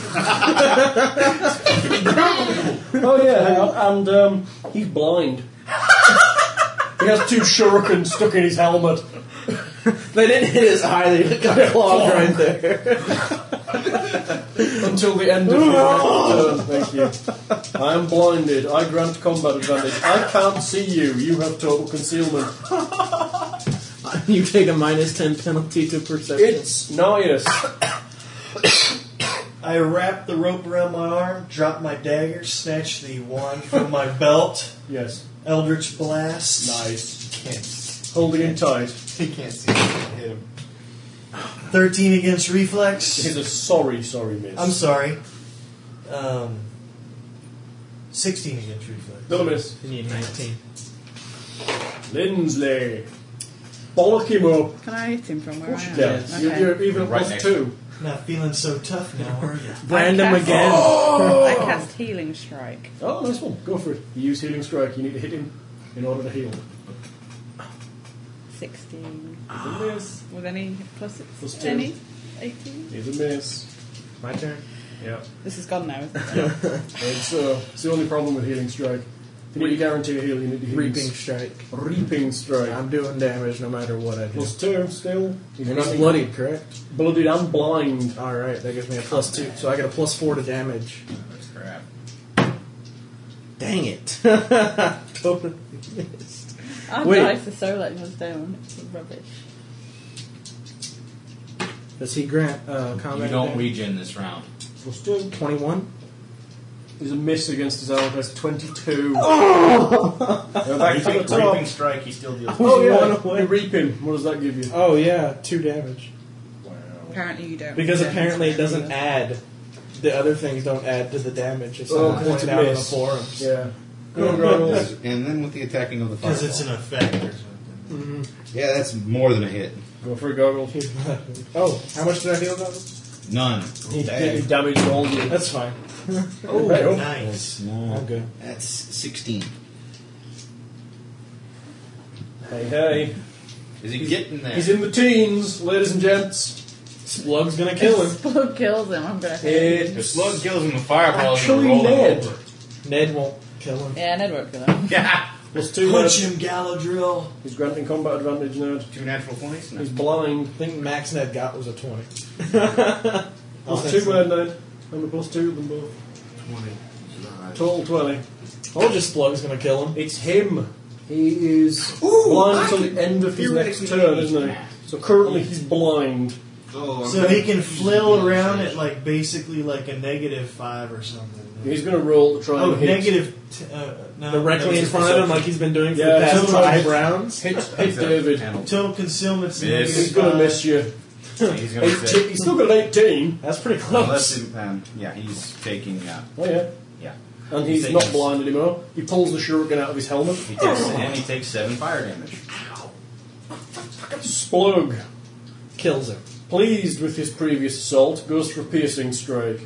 S4: Oh yeah, hang on. and um, he's blind. he has two shuriken stuck in his helmet.
S11: They didn't hit his eye. They got clogged right there.
S4: Until the end of your turn, thank you. I am blinded. I grant combat advantage. I can't see you. You have total concealment.
S6: You take a minus ten penalty to perception.
S4: It's nice.
S9: I wrap the rope around my arm, drop my dagger, snatch the wand from my belt,
S4: Yes.
S9: Eldritch Blast.
S4: Nice.
S16: Can't see.
S4: Holding him tight.
S16: He can't see. Can't hit him.
S9: 13 against reflex.
S4: He's a sorry, sorry miss.
S9: I'm sorry. Um, 16 against reflex.
S4: No miss.
S6: You need nineteen.
S4: Lindsley. Bollock him up.
S3: Can I hit him from where I am?
S4: Yes.
S3: Okay.
S4: You're, you're even
S10: Right
S4: plus
S10: next.
S4: two.
S9: Not feeling so tough now, are you?
S6: Brand
S3: I
S6: him
S3: cast-
S6: again.
S3: I cast healing strike.
S4: Oh, nice one. Go for it. You use healing strike. You need to hit him in order to heal.
S3: Sixteen
S4: It's a miss.
S3: with any plus,
S4: Plus two.
S3: any eighteen.
S4: It's a miss.
S6: My turn.
S4: Yeah.
S3: This is gone now. Isn't it?
S4: It's, uh, it's the only problem with healing strike. You need to guarantee a heal. You need to heal.
S6: Reaping strike.
S4: Reaping strike.
S6: I'm doing damage no matter what I do.
S4: Plus two still.
S6: And he's bloodied, correct?
S4: Bloodied and blind.
S6: All right, that gives me a plus two, so I get a plus four to damage.
S10: That's crap.
S6: Dang it! totally missed.
S3: Our
S6: Wait.
S3: dice are so letting us down. It's rubbish.
S6: Does he grant uh,
S10: You
S6: combat?
S10: don't
S6: damage?
S10: regen this round.
S4: Plus two.
S6: Twenty-one.
S4: He's a miss against his allies. 22.
S10: In fact,
S4: to the
S10: reaping,
S4: top.
S10: reaping strike, he still deals.
S4: Oh,
S6: One
S4: yeah.
S6: away.
S4: You reap him. What does that give you?
S6: Oh yeah, two damage.
S3: Apparently you don't.
S6: Because
S3: Yeah.
S6: apparently it doesn't add. The other things don't add to the damage. It's
S4: Oh,
S6: oh,
S4: 'cause it's
S6: pointed
S4: a
S6: out on the
S4: miss.
S6: forums.
S4: Yeah. Good rolls.
S5: And then with the attacking of the
S9: Because it's
S5: fireball.
S9: an effect or something.
S5: Yeah, that's more than a hit.
S4: Go for a goggle.
S6: oh, how much did I deal about?
S5: None.
S4: He
S5: Dang.
S4: did damage all you.
S6: That's fine.
S4: Oh,
S9: Nice.
S6: I'm good.
S5: That's 16.
S4: Hey, hey.
S10: Is he getting there?
S4: He's in the teens, ladies and gents. Splug's gonna kill him.
S3: Spell kills him. I'm gonna hit. him.
S10: If
S4: It's
S10: Slug kills him, the fireball is going to
S4: Actually
S10: roll him
S4: Ned.
S10: over.
S6: Ned won't kill him.
S3: Yeah, Ned won't kill him.
S10: Yeah.
S4: plus two.
S9: Punch
S4: Ned.
S9: him, Galadriel.
S4: He's granting combat advantage, Ned.
S10: Two natural points? No.
S4: He's blind.
S6: I think max Ned got was a twenty.
S4: Plus two, Ned. Ned. And a plus two of them both.
S16: 20.
S4: Total 20.
S6: Told you Splug's gonna kill him.
S4: It's him. He is blind until the end of his next turn, isn't he? So currently he's blind.
S2: Oh, I'm
S9: So he can flail around at like basically like a negative five or something.
S4: He's gonna roll to try
S9: Oh,
S4: and hit.
S9: negative. T- uh, no,
S6: Directly in
S9: negative
S6: front of him, like he's been doing for
S4: Yeah,
S6: the past
S9: sometimes-
S6: five rounds.
S4: Hit, hit David.
S10: Panel.
S9: Total concealment's
S10: Yes.
S9: negative
S4: He's gonna
S9: five.
S4: miss you.
S10: He's going to
S4: Eighteen-
S10: take.
S4: He's still got an 18.
S6: That's pretty close.
S10: Unless he, um, yeah, he's taking. Uh,
S4: Oh, yeah.
S10: yeah.
S4: And he's
S10: He
S4: not
S10: takes-
S4: blind anymore. He pulls the shuriken out of his helmet.
S10: He takes, and he takes seven fire damage.
S4: Splug,
S6: Kills him.
S4: pleased with his previous assault, goes for a piercing strike.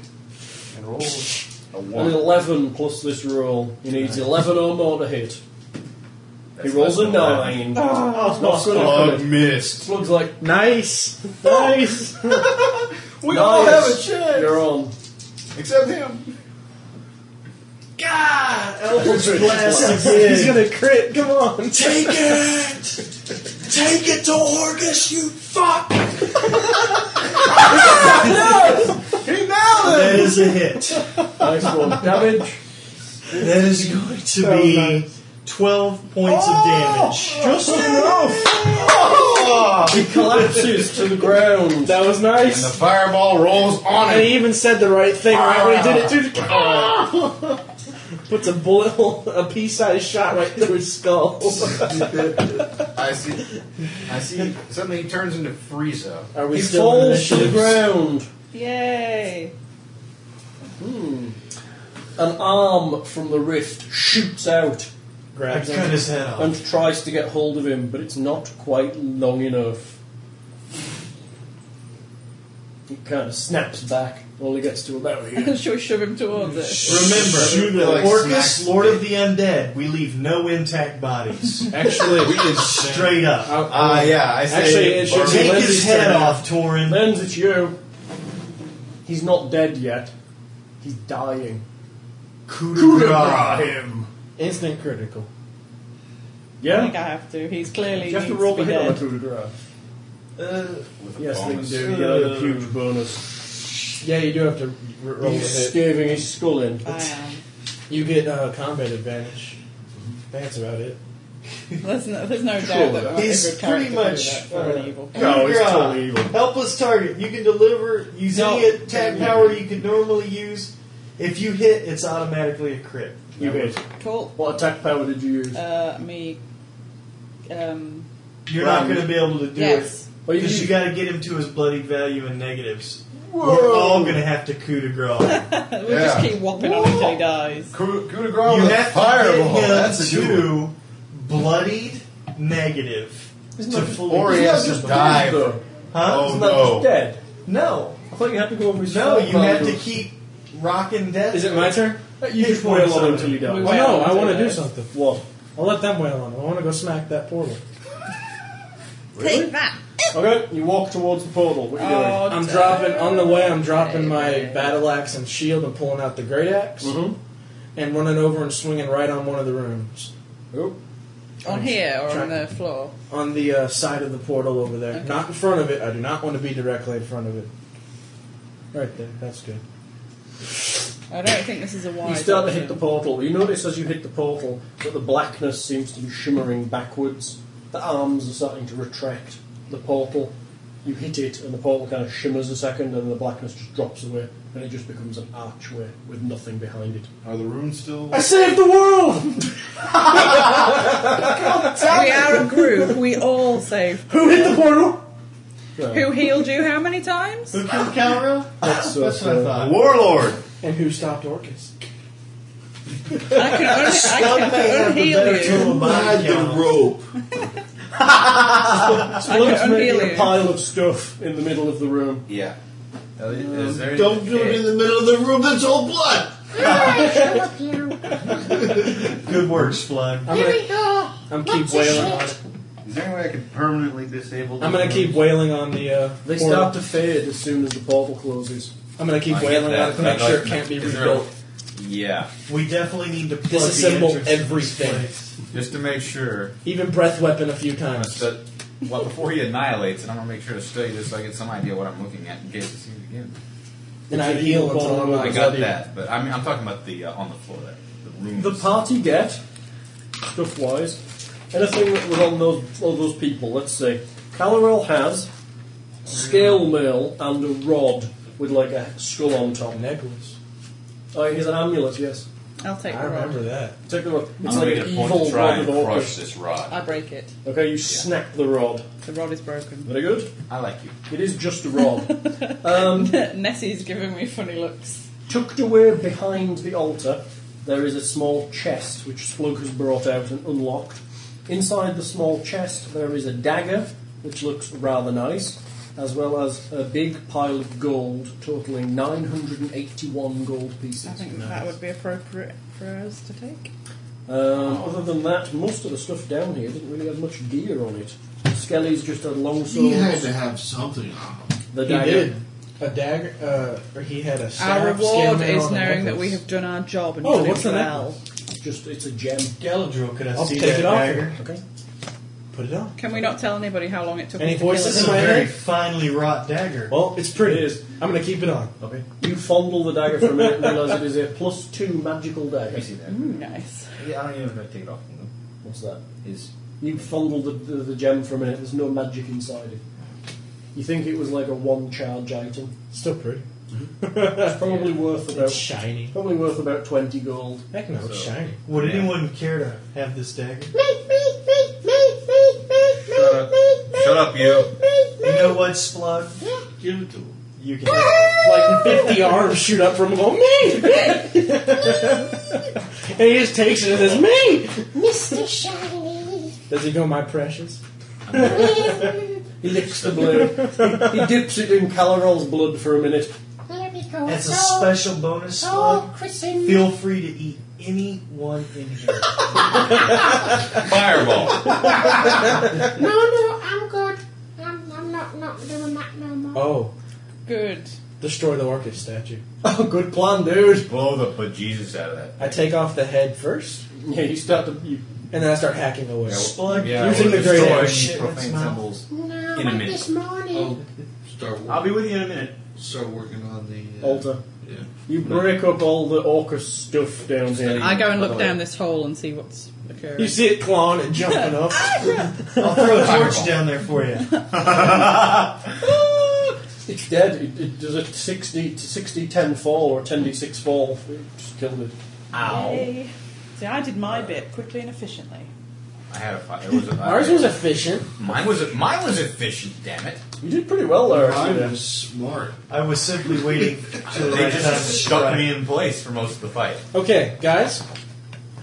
S10: And rolls a
S4: An
S10: one.
S4: 11 plus this roll. He needs 11 or more to hit.
S10: That's
S4: he rolls
S10: less
S4: a
S10: than eleven.
S4: 9.
S9: Oh,
S4: That's not good
S10: Slug
S4: enough.
S10: missed.
S4: Splug's like,
S6: Nice, nice.
S10: We
S4: all have a
S10: chance!
S4: you're on.
S10: Except him.
S9: God, Eldritch
S4: Blast.
S9: Blast
S6: He's
S9: again.
S6: gonna crit. Come on.
S9: Take it! Take it to Orgus, you fuck! That is a hit.
S4: Nice one. Damage.
S9: That is going to
S6: Oh,
S9: be 12 points of damage.
S4: Just enough. She collapses to the ground.
S6: That was nice.
S5: And the fireball rolls on
S6: And
S5: it.
S6: he even said the right thing right when he did it, dude. Oh. Puts a bullet hole, a pea-sized shot right through his skull.
S5: I see. I see. Suddenly he turns into Frieza.
S6: Are we
S4: he
S6: still in
S4: falls to the
S6: initiatives?
S4: ground.
S3: Yay!
S4: Hmm. An arm from the rift shoots out.
S9: Grabs
S4: and-
S9: him. his head off.
S4: And tries to get hold of him, but it's not quite long enough. He kind of snaps back, only gets to about here.
S3: Should we shove him towards it?
S9: Remember,
S5: Shoot it like
S9: Orcus,
S5: smack.
S9: Lord of the Undead, we leave no intact bodies.
S5: Actually, we can.
S9: Straight up.
S5: Ah, yeah. I say.
S4: Actually, it should be
S9: Take his
S4: Lindsay's
S9: head
S4: turn.
S9: off, Torin.
S4: Lenz, it's you. He's not dead yet. He's dying.
S9: Coup
S4: Coup
S9: de
S4: de
S9: grace.
S4: grace him.
S6: Instant critical.
S3: I think
S4: Yeah.
S3: I have to. He's clearly.
S4: You have to
S3: needs
S4: roll
S3: be
S4: the hit on the
S3: dead.
S4: coup de grace.
S5: With a
S4: Yes, they
S5: bonus.
S4: do. You get a huge bonus.
S6: Yeah, you do have to r- roll
S4: He's
S6: the hit.
S4: scathing his skull in.
S3: I
S6: You get uh, combat advantage.
S5: Mm-hmm.
S6: That's about it.
S3: am. There's no, there's no doubt
S4: Cool.
S3: that not
S9: He's
S3: every character can
S9: pretty
S3: do
S9: much,
S3: that for
S9: uh,
S3: an evil.
S4: No, he's
S9: Coup de grace.
S4: totally evil.
S9: Helpless target. You can deliver using
S4: No.
S9: any attack power you could normally use. If you hit, it's automatically a crit.
S4: You hit.
S3: Cool.
S4: What attack power did you use?
S3: Uh, me. Um,
S9: You're not
S4: Right.
S9: going to be able to do it.
S3: yes.
S4: Oh, you
S9: Because you
S4: used-
S9: got to get him to his bloodied value and negatives. We're all
S6: Oh.
S9: going to have to coup de grace.
S3: We'll just
S5: Yeah.
S3: keep whopping on him till he dies.
S5: Coup, coup de grace
S9: you
S5: with a
S9: have
S5: fireball.
S9: to get him
S5: That's a
S9: to
S5: two.
S9: bloodied negative to fully.
S5: Or he has to die.
S4: Though.
S9: Huh?
S5: Oh
S4: Isn't that just
S5: no.
S4: dead?
S9: No,
S4: I thought you had to go over his
S9: no,
S4: spell
S9: you have
S4: power.
S9: to keep rocking death.
S6: Oh, Is it my turn?
S4: You just wail on him until he dies.
S3: We-
S6: Well, no, I want to
S3: Wail.
S6: do something.
S4: What?
S6: I'll let them wail on him. I want to go smack that portal.
S3: Take that.
S4: Okay, you walk towards the portal. What are you doing?
S3: Oh,
S6: I'm dropping on the way. I'm dropping
S3: David.
S6: my battle axe and shield and pulling out the great axe
S5: Mm-hmm.
S4: Mhm.
S6: and running over and swinging right on one of the rooms
S4: Oh,
S3: On here or on
S6: Try-
S3: the floor?
S6: on the uh, side of the portal over there.
S3: Okay.
S6: Not in front of it. I do not want to be directly in front of it. Right there. That's good.
S3: I don't think this is a wise.
S4: You start to hit the
S3: option.
S4: portal. You notice as you hit the portal that the blackness seems to be shimmering backwards. The arms are starting to retract the portal. You hit it, and the portal kind of shimmers a second, and the blackness just drops away, and it just becomes an archway with nothing behind it.
S5: Are the runes still?
S6: I saved the world.
S3: We are a group. We all save.
S6: Who hit the portal?
S3: Who healed you how many times?
S9: Who killed Calrill?
S4: That's,
S9: That's what I thought.
S5: Warlord.
S6: And who stopped Orcus?
S3: I can only, I
S9: Some
S3: can
S9: may have
S3: only
S9: the
S3: heal
S9: better tool
S3: you.
S9: of body
S2: Ride the
S9: count.
S2: rope.
S3: I
S4: Blood's
S3: can unheal
S4: making a
S3: you.
S4: pile of stuff in the middle of the room.
S5: Yeah. Uh, is there-
S2: Don't do it in the middle of the room. That's all blood.
S7: Shut up, you.
S9: Good work, Splug.
S6: I'm
S7: Here
S6: gonna,
S7: we go.
S6: I'm keep
S7: Lots of
S6: wailing on
S7: shit.
S6: it.
S5: Is there any way I could permanently disable?
S6: I'm gonna
S5: these
S6: keep
S5: runes?
S6: wailing on the. Uh,
S4: They
S6: portal.
S4: start to fade as soon as the portal closes.
S6: I'm gonna keep
S5: I get
S6: wailing on
S5: that.
S6: it to make
S5: I'd
S6: sure
S5: like-
S6: it can't be
S5: is there a-
S6: rebuilt.
S5: Yeah,
S9: We definitely need to plug
S6: Disassemble
S9: the entrance to this
S6: everything.
S9: place.
S5: just to make sure.
S6: Even breath weapon a few
S5: I'm gonna
S6: times.
S5: stu- well, before he annihilates, and I'm gonna make sure to study this so I get some idea what I'm looking at in case it sees again.
S6: And I heal until I'm
S5: I
S6: over.
S5: got that, but I mean, I'm talking about the uh, on the floor there. The runes.
S4: The party get stuff wise anything that was on those all those people. Let's see. Calorel has scale mail and a rod with like a skull on top.
S6: necklace.
S4: Oh, he's an amulet. Yes,
S3: I'll take
S6: I
S3: the
S6: remember
S3: rod.
S6: that.
S4: take the rod. It's
S5: I'm
S4: like
S5: making
S4: an
S5: a point
S4: evil
S5: to try
S4: rod
S5: and
S4: of
S5: crush
S4: orcus.
S5: this rod.
S3: I break it.
S4: Okay, you snap the rod.
S3: The rod is broken.
S4: Very good.
S5: I like you.
S4: It is just a rod. um,
S3: Nessie's giving me funny looks.
S4: Tucked away behind the altar, there is a small chest which Splug has brought out and unlocked. Inside the small chest, there is a dagger which looks rather nice, as well as a big pile of gold totaling 981 gold pieces.
S3: I think that would be appropriate for us to take.
S4: Um, other than that, most of the stuff down here didn't really have much gear on it. Skelly's just had long
S2: He had
S4: swords.
S2: to have something on him.
S4: The
S6: He
S4: dagger.
S6: did. A dagger, uh, or he had a staff,
S3: Our
S6: scale
S3: reward
S6: mail,
S3: is
S6: and a
S3: knowing that we
S6: necklace.
S3: have done our job and
S6: Oh,
S3: done
S6: what's
S3: it
S6: the
S3: well.
S4: Just it's a gem.
S9: Galadriel, could I
S6: I'll
S9: see
S6: take
S9: that
S6: it off.
S9: dagger?
S6: Okay. Put it on.
S3: Can we not tell anybody how long it took
S6: Any
S3: us to kill
S6: voices
S9: This is
S3: him?
S9: a
S6: My
S9: very
S6: head?
S9: finely wrought dagger.
S6: Well, it's pretty.
S4: It is.
S6: I'm gonna keep it on. Okay.
S4: You fondle the dagger for a minute and realise it is a plus two magical dagger.
S5: that?
S3: Mm, nice.
S5: Yeah, I don't even know if I take it off. from them.
S4: What's that?
S5: His
S4: You fondle the, the, the gem for a minute. There's no magic inside it. You think it was like a one charge item.
S6: Still pretty.
S4: it's probably worth about
S6: It's shiny.
S4: probably worth about twenty gold.
S6: Heck no, it's shiny.
S9: Would anyone care to have this dagger?
S5: Shut up. Shut up, you.
S9: You know what, Splug?
S2: Give it to him.
S9: You can have
S6: Like 50 arms shoot up from him. Oh, me! Me! and he just takes it and says, me!
S7: Mr. Shiny.
S6: Does he go, my precious?
S4: He licks the blade. he, he dips it in Calarol's blood for a minute.
S7: There we go.
S9: That's a
S7: Go,
S9: special bonus,
S7: Go,
S9: Splug.
S7: Christen.
S9: Feel free to eat anyone in here.
S5: Fireball.
S7: No, no, I'm good. I'm, I'm not, not doing that no more.
S6: Oh,
S3: Good.
S6: destroy the orcish statue.
S4: Oh, good plan, dude.
S5: Blow the bejesus out of that.
S6: I take off the head first,
S4: Yeah, you start to. You,
S6: and then I start hacking away.
S9: Splug,
S5: Yeah,
S6: Using
S5: we'll
S6: the great
S5: destroy
S6: axe.
S5: these
S9: Shit,
S5: profane
S9: that's not-
S5: symbols.
S7: No,
S5: Oh, In a
S7: not
S5: minute. Oh,
S7: this morning.
S2: Start, wor-
S20: I'll be with you in a minute.
S2: start working on the. Uh,
S4: altar.
S2: Yeah.
S4: You break up all the orca stuff down here.
S3: I go and look down this hole and see what's occurring.
S6: You see it clawing and jumping up.
S9: I'll throw a torch down there for you.
S4: It's dead. It, it does a 60 60 10 fall or 10d6 fall. It just killed it.
S3: Yay. See, I did my bit quickly and efficiently.
S5: I had a fire. It was a
S6: Ours was efficient.
S5: Mine was mine was efficient. Damn it!
S4: You did pretty well there.
S2: Mine
S4: actually.
S2: was smart.
S9: I was simply waiting till the
S5: They
S9: right time to
S5: just stuck
S9: strike.
S5: me in place for most of the fight.
S6: Okay, guys,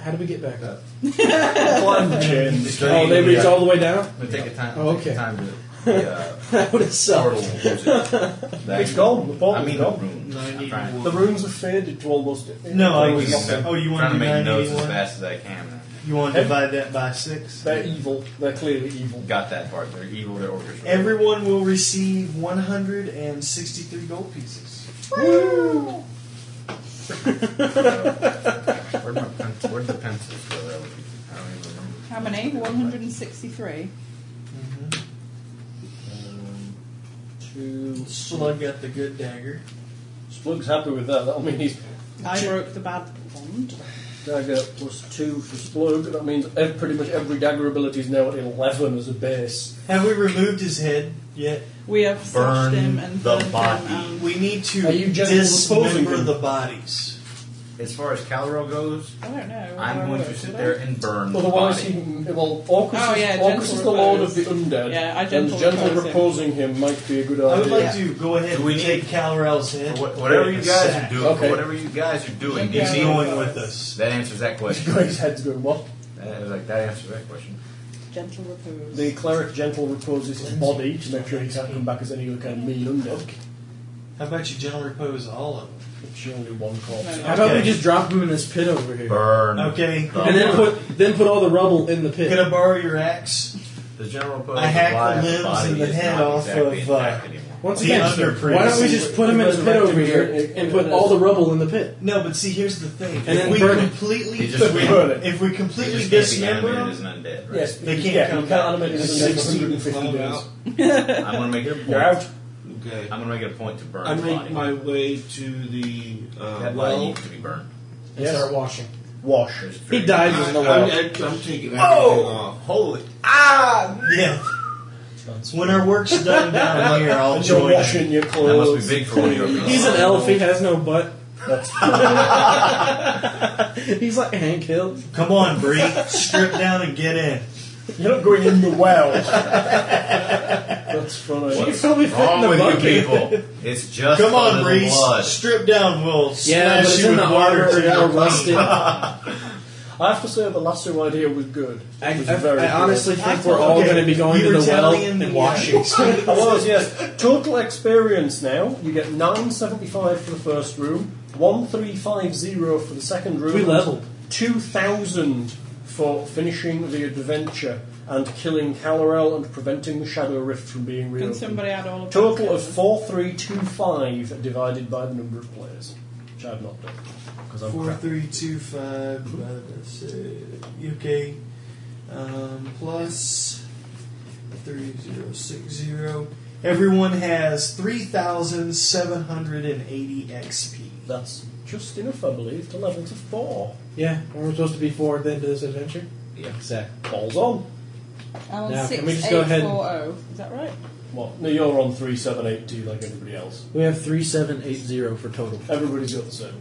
S6: how do we get back up?
S5: Just
S6: Oh, they reach all the way down?
S5: But take the time.
S6: Oh,
S5: Take the
S6: okay.
S5: time to. Yeah.
S6: That would
S5: portal
S6: have sucked.
S5: lose it.
S4: It's gone. The portal's
S5: I mean,
S4: gone.
S5: the room. I'm trying-
S4: The runes have faded to almost.
S9: No, I was.
S5: I'm
S9: Oh, you
S5: trying
S9: want
S5: to
S9: to do
S5: make notes as
S9: 981?
S5: fast as I can.
S9: You want to divide that by six?
S4: They're evil. They're clearly evil.
S5: Got that part. They're evil. They're orchestrated.
S9: Everyone will receive 163 gold pieces.
S5: Where'd my pen, where'd the pencils go? That would be- I don't even remember.
S3: How many? 163.
S9: Mm-hmm.
S5: Um,
S4: Two.
S9: Slug got the good dagger.
S4: Splug's happy with that. That'll mean he's
S3: I broke the bad wand.
S4: dagger plus two for Splug. That means ev- pretty much every dagger ability is now at 11 as a base.
S9: Have we removed his head yet?
S3: We have searched
S5: Burn
S3: him and
S5: the
S3: burned him
S5: body.
S3: and-
S9: We need to
S4: Are you just disposing
S9: dismember
S4: them?
S9: the bodies.
S5: As far as Calro goes,
S3: I don't know.
S5: I'm
S3: Where
S5: going
S3: were
S5: to
S3: we?
S5: sit there and burn the
S4: Otherwise, he,
S5: body.
S4: well, Orcus,
S3: Oh,
S4: is,
S3: yeah,
S4: Orcus
S3: gentle
S4: is the lord of
S3: repose.
S4: the undead.
S3: Yeah, I
S4: and
S3: gentle
S4: gentle
S3: repose him.
S4: reposing him might be a good idea.
S9: I would like
S3: Yeah.
S9: to go ahead
S5: Do we
S9: and
S5: need-
S9: take Calrel's head.
S5: Wha- Whatever you guys are
S9: Sack.
S5: doing,
S4: Okay.
S5: whatever you guys are doing,
S3: Okay.
S5: you
S9: He's
S5: need-
S9: going with us.
S5: that answers that question.
S4: Greg's head's going, what?
S5: That, like that answers that question.
S3: Gentle repose.
S4: The cleric gentle reposes his body to make sure he can't come back as any other kind of mean undead.
S9: How about you gentle repose all of them?
S4: It's only one corpse.
S3: No,
S6: How about we
S9: Okay.
S6: just drop him in this pit over here?
S5: Burn.
S9: Okay.
S5: the
S6: And then
S5: body.
S6: put then put all the rubble in the pit.
S9: Can I borrow your axe?
S5: the general pose.
S9: I hacked the
S5: lies,
S9: limbs
S5: body
S9: and the
S5: is
S9: head
S5: not
S9: off
S5: exactly
S9: of, uh,
S5: intact anymore.
S6: Once
S9: The
S6: again,
S9: underprints.
S6: why don't we just put him in the pit over here and put all the rubble in the pit?
S9: No, but see, here's the thing.
S6: And
S9: if
S6: then
S9: we
S6: burn it.
S9: completely,
S5: They just
S4: We burn it.
S9: if we
S5: They
S9: completely
S5: just can't be
S9: dismember
S5: animated
S9: them,
S5: as an undead, right?
S4: Yes,
S9: They
S4: you
S9: can't
S4: yeah,
S9: come
S4: you
S9: back.
S4: can't animate this undead for 150
S2: Climb
S4: days.
S2: out.
S5: I'm gonna make it a point.
S4: You're out.
S2: Okay.
S5: I'm gonna make it a point to burn
S2: I
S5: the
S2: make
S5: body.
S2: my way to the uh,
S5: that body
S2: well.
S5: needs to be burned.
S6: And start washing.
S4: Wash.
S5: There's
S6: He
S5: three.
S6: dies in
S2: I,
S6: the
S2: I'm,
S6: well.
S2: I'm taking everything
S5: Oh,
S2: off.
S5: holy! Ah,
S9: yeah. When our work's done down here, I'll
S4: And you're
S9: join. you.
S4: washing your
S5: that
S4: clothes.
S5: must be big for one of your.
S6: He's an elf. He has no butt. He's like Hank Hill.
S9: Come on, Bree, strip down and get in.
S4: You're not going in the well. That's funny.
S6: He probably fit in
S5: wrong
S6: the
S5: with
S6: bucket.
S5: you people? It's just
S9: Come
S5: under
S9: on,
S5: the
S9: Bree,
S5: blood.
S9: strip down. We'll
S6: Yeah,
S9: smash
S6: but it's
S9: you
S6: in
S9: with
S6: the
S9: water.
S6: water. It's all rusted. I,
S4: I have to say the lasso idea was good. It was
S6: I-
S4: very
S6: I
S4: good.
S6: honestly think we're all
S9: Okay,
S6: going to be going
S9: you
S6: to
S9: were
S6: the well
S9: telling uh, me-
S6: and washing.
S4: I was, yes. Total experience now. You get 975 for the first room, 1350 for the second room.
S6: We leveled.
S4: 2000 for finishing the adventure and killing Calorel and preventing the Shadow Rift from being
S3: Can
S4: reopened.
S3: somebody add all of
S4: Total
S3: those
S4: of 4325 divided by the number of players, which I've not done. Because I'm
S9: Four,
S4: crap.
S9: three, two, five. That's it. Okay. Um, plus three zero six zero. Everyone has three thousand seven hundred and eighty XP.
S4: That's just enough, I believe, to level to 4.
S6: Yeah, we're supposed to be forward then to this adventure.
S5: Yeah.
S6: Exactly.
S4: Balls on.
S3: I'm on
S4: Now,
S3: six
S4: can we just
S3: eight
S4: go ahead
S3: four oh. Is that right?
S4: What? No, you're on 3782 like everybody else.
S6: We have 3780 for total.
S4: Everybody's got the same.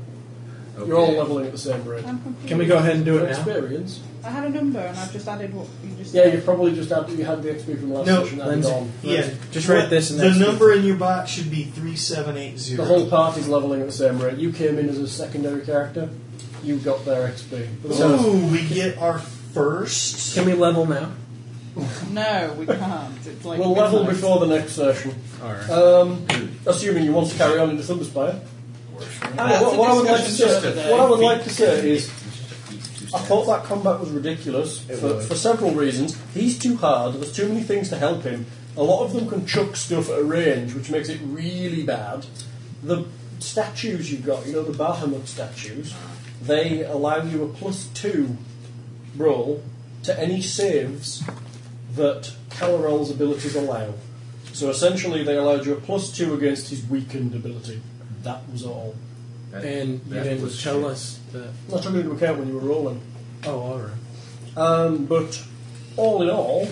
S4: You're all leveling at the same rate.
S3: I'm confused.
S6: Can we go ahead and do
S4: For
S6: it now?
S4: Experience.
S3: I had a number and I've just added what you just
S4: Yeah,
S3: said.
S4: you probably just had you had the XP from last
S16: No,
S4: session added
S6: Lindsay.
S4: on.
S16: Yeah,
S6: Just write this and
S16: the
S6: that's good.
S16: number in your box should be three seven eight
S4: The
S16: zero.
S4: whole party's leveling at the same rate. You came in as a secondary character. You got their XP. So,
S16: Ooh, we get our first.
S6: Can we level now?
S3: No, we can't. It's like
S4: we'll level
S3: midnight.
S4: before the next session.
S6: Alright.
S4: Um, assuming you want to carry on into Thunderspire.
S9: That's
S4: what,
S9: a
S4: what I would like to
S9: discussion
S4: say,
S9: for today.
S4: what I would like to say is, I thought that combat was ridiculous for, for several reasons. He's too hard. There's too many things to help him. A lot of them can chuck stuff at a range, which makes it really bad. The statues you've got, you know, the Bahamut statues, they allow you a plus two roll to any saves that Calorel's abilities allow. So essentially, they allowed you a plus two against his weakened ability. That was all.
S6: and you
S10: that
S6: didn't
S10: was
S6: tell
S10: shit.
S6: us that.
S4: I took it into account when you were rolling.
S6: Oh, alright.
S4: Um, but all in all,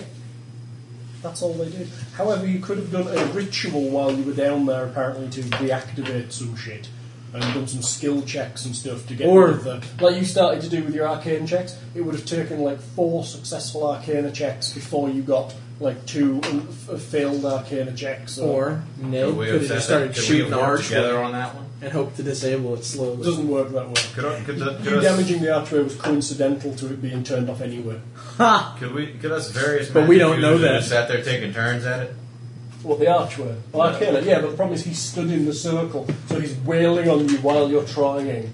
S4: that's all they did. However, you could have done a ritual while you were down there, apparently, to deactivate some shit. And done some skill checks and stuff to get
S6: Or-
S4: rid of the. Like you started to do with your arcane checks, it would have taken like four successful arcana checks before you got like two un- f- failed arcana checks. So
S6: Or Ned
S10: Could we
S6: could
S10: have
S6: have just
S10: said that-
S6: started
S10: could we
S6: shooting
S10: have worked
S6: arch
S10: together on that one?
S6: and hope to disable it
S4: It
S6: slowly.
S4: doesn't work that way.
S10: Could, I, could, the, could,
S4: You
S10: us,
S4: damaging the archway was coincidental to it being turned off anyway.
S10: could we? Could us various?
S6: But we
S10: magic users
S6: don't know that.
S10: Just sat there taking turns at it.
S4: Well, the archway. Well, I kill it, yeah, but the problem is he stood in the circle, so he's wailing on you while you're trying.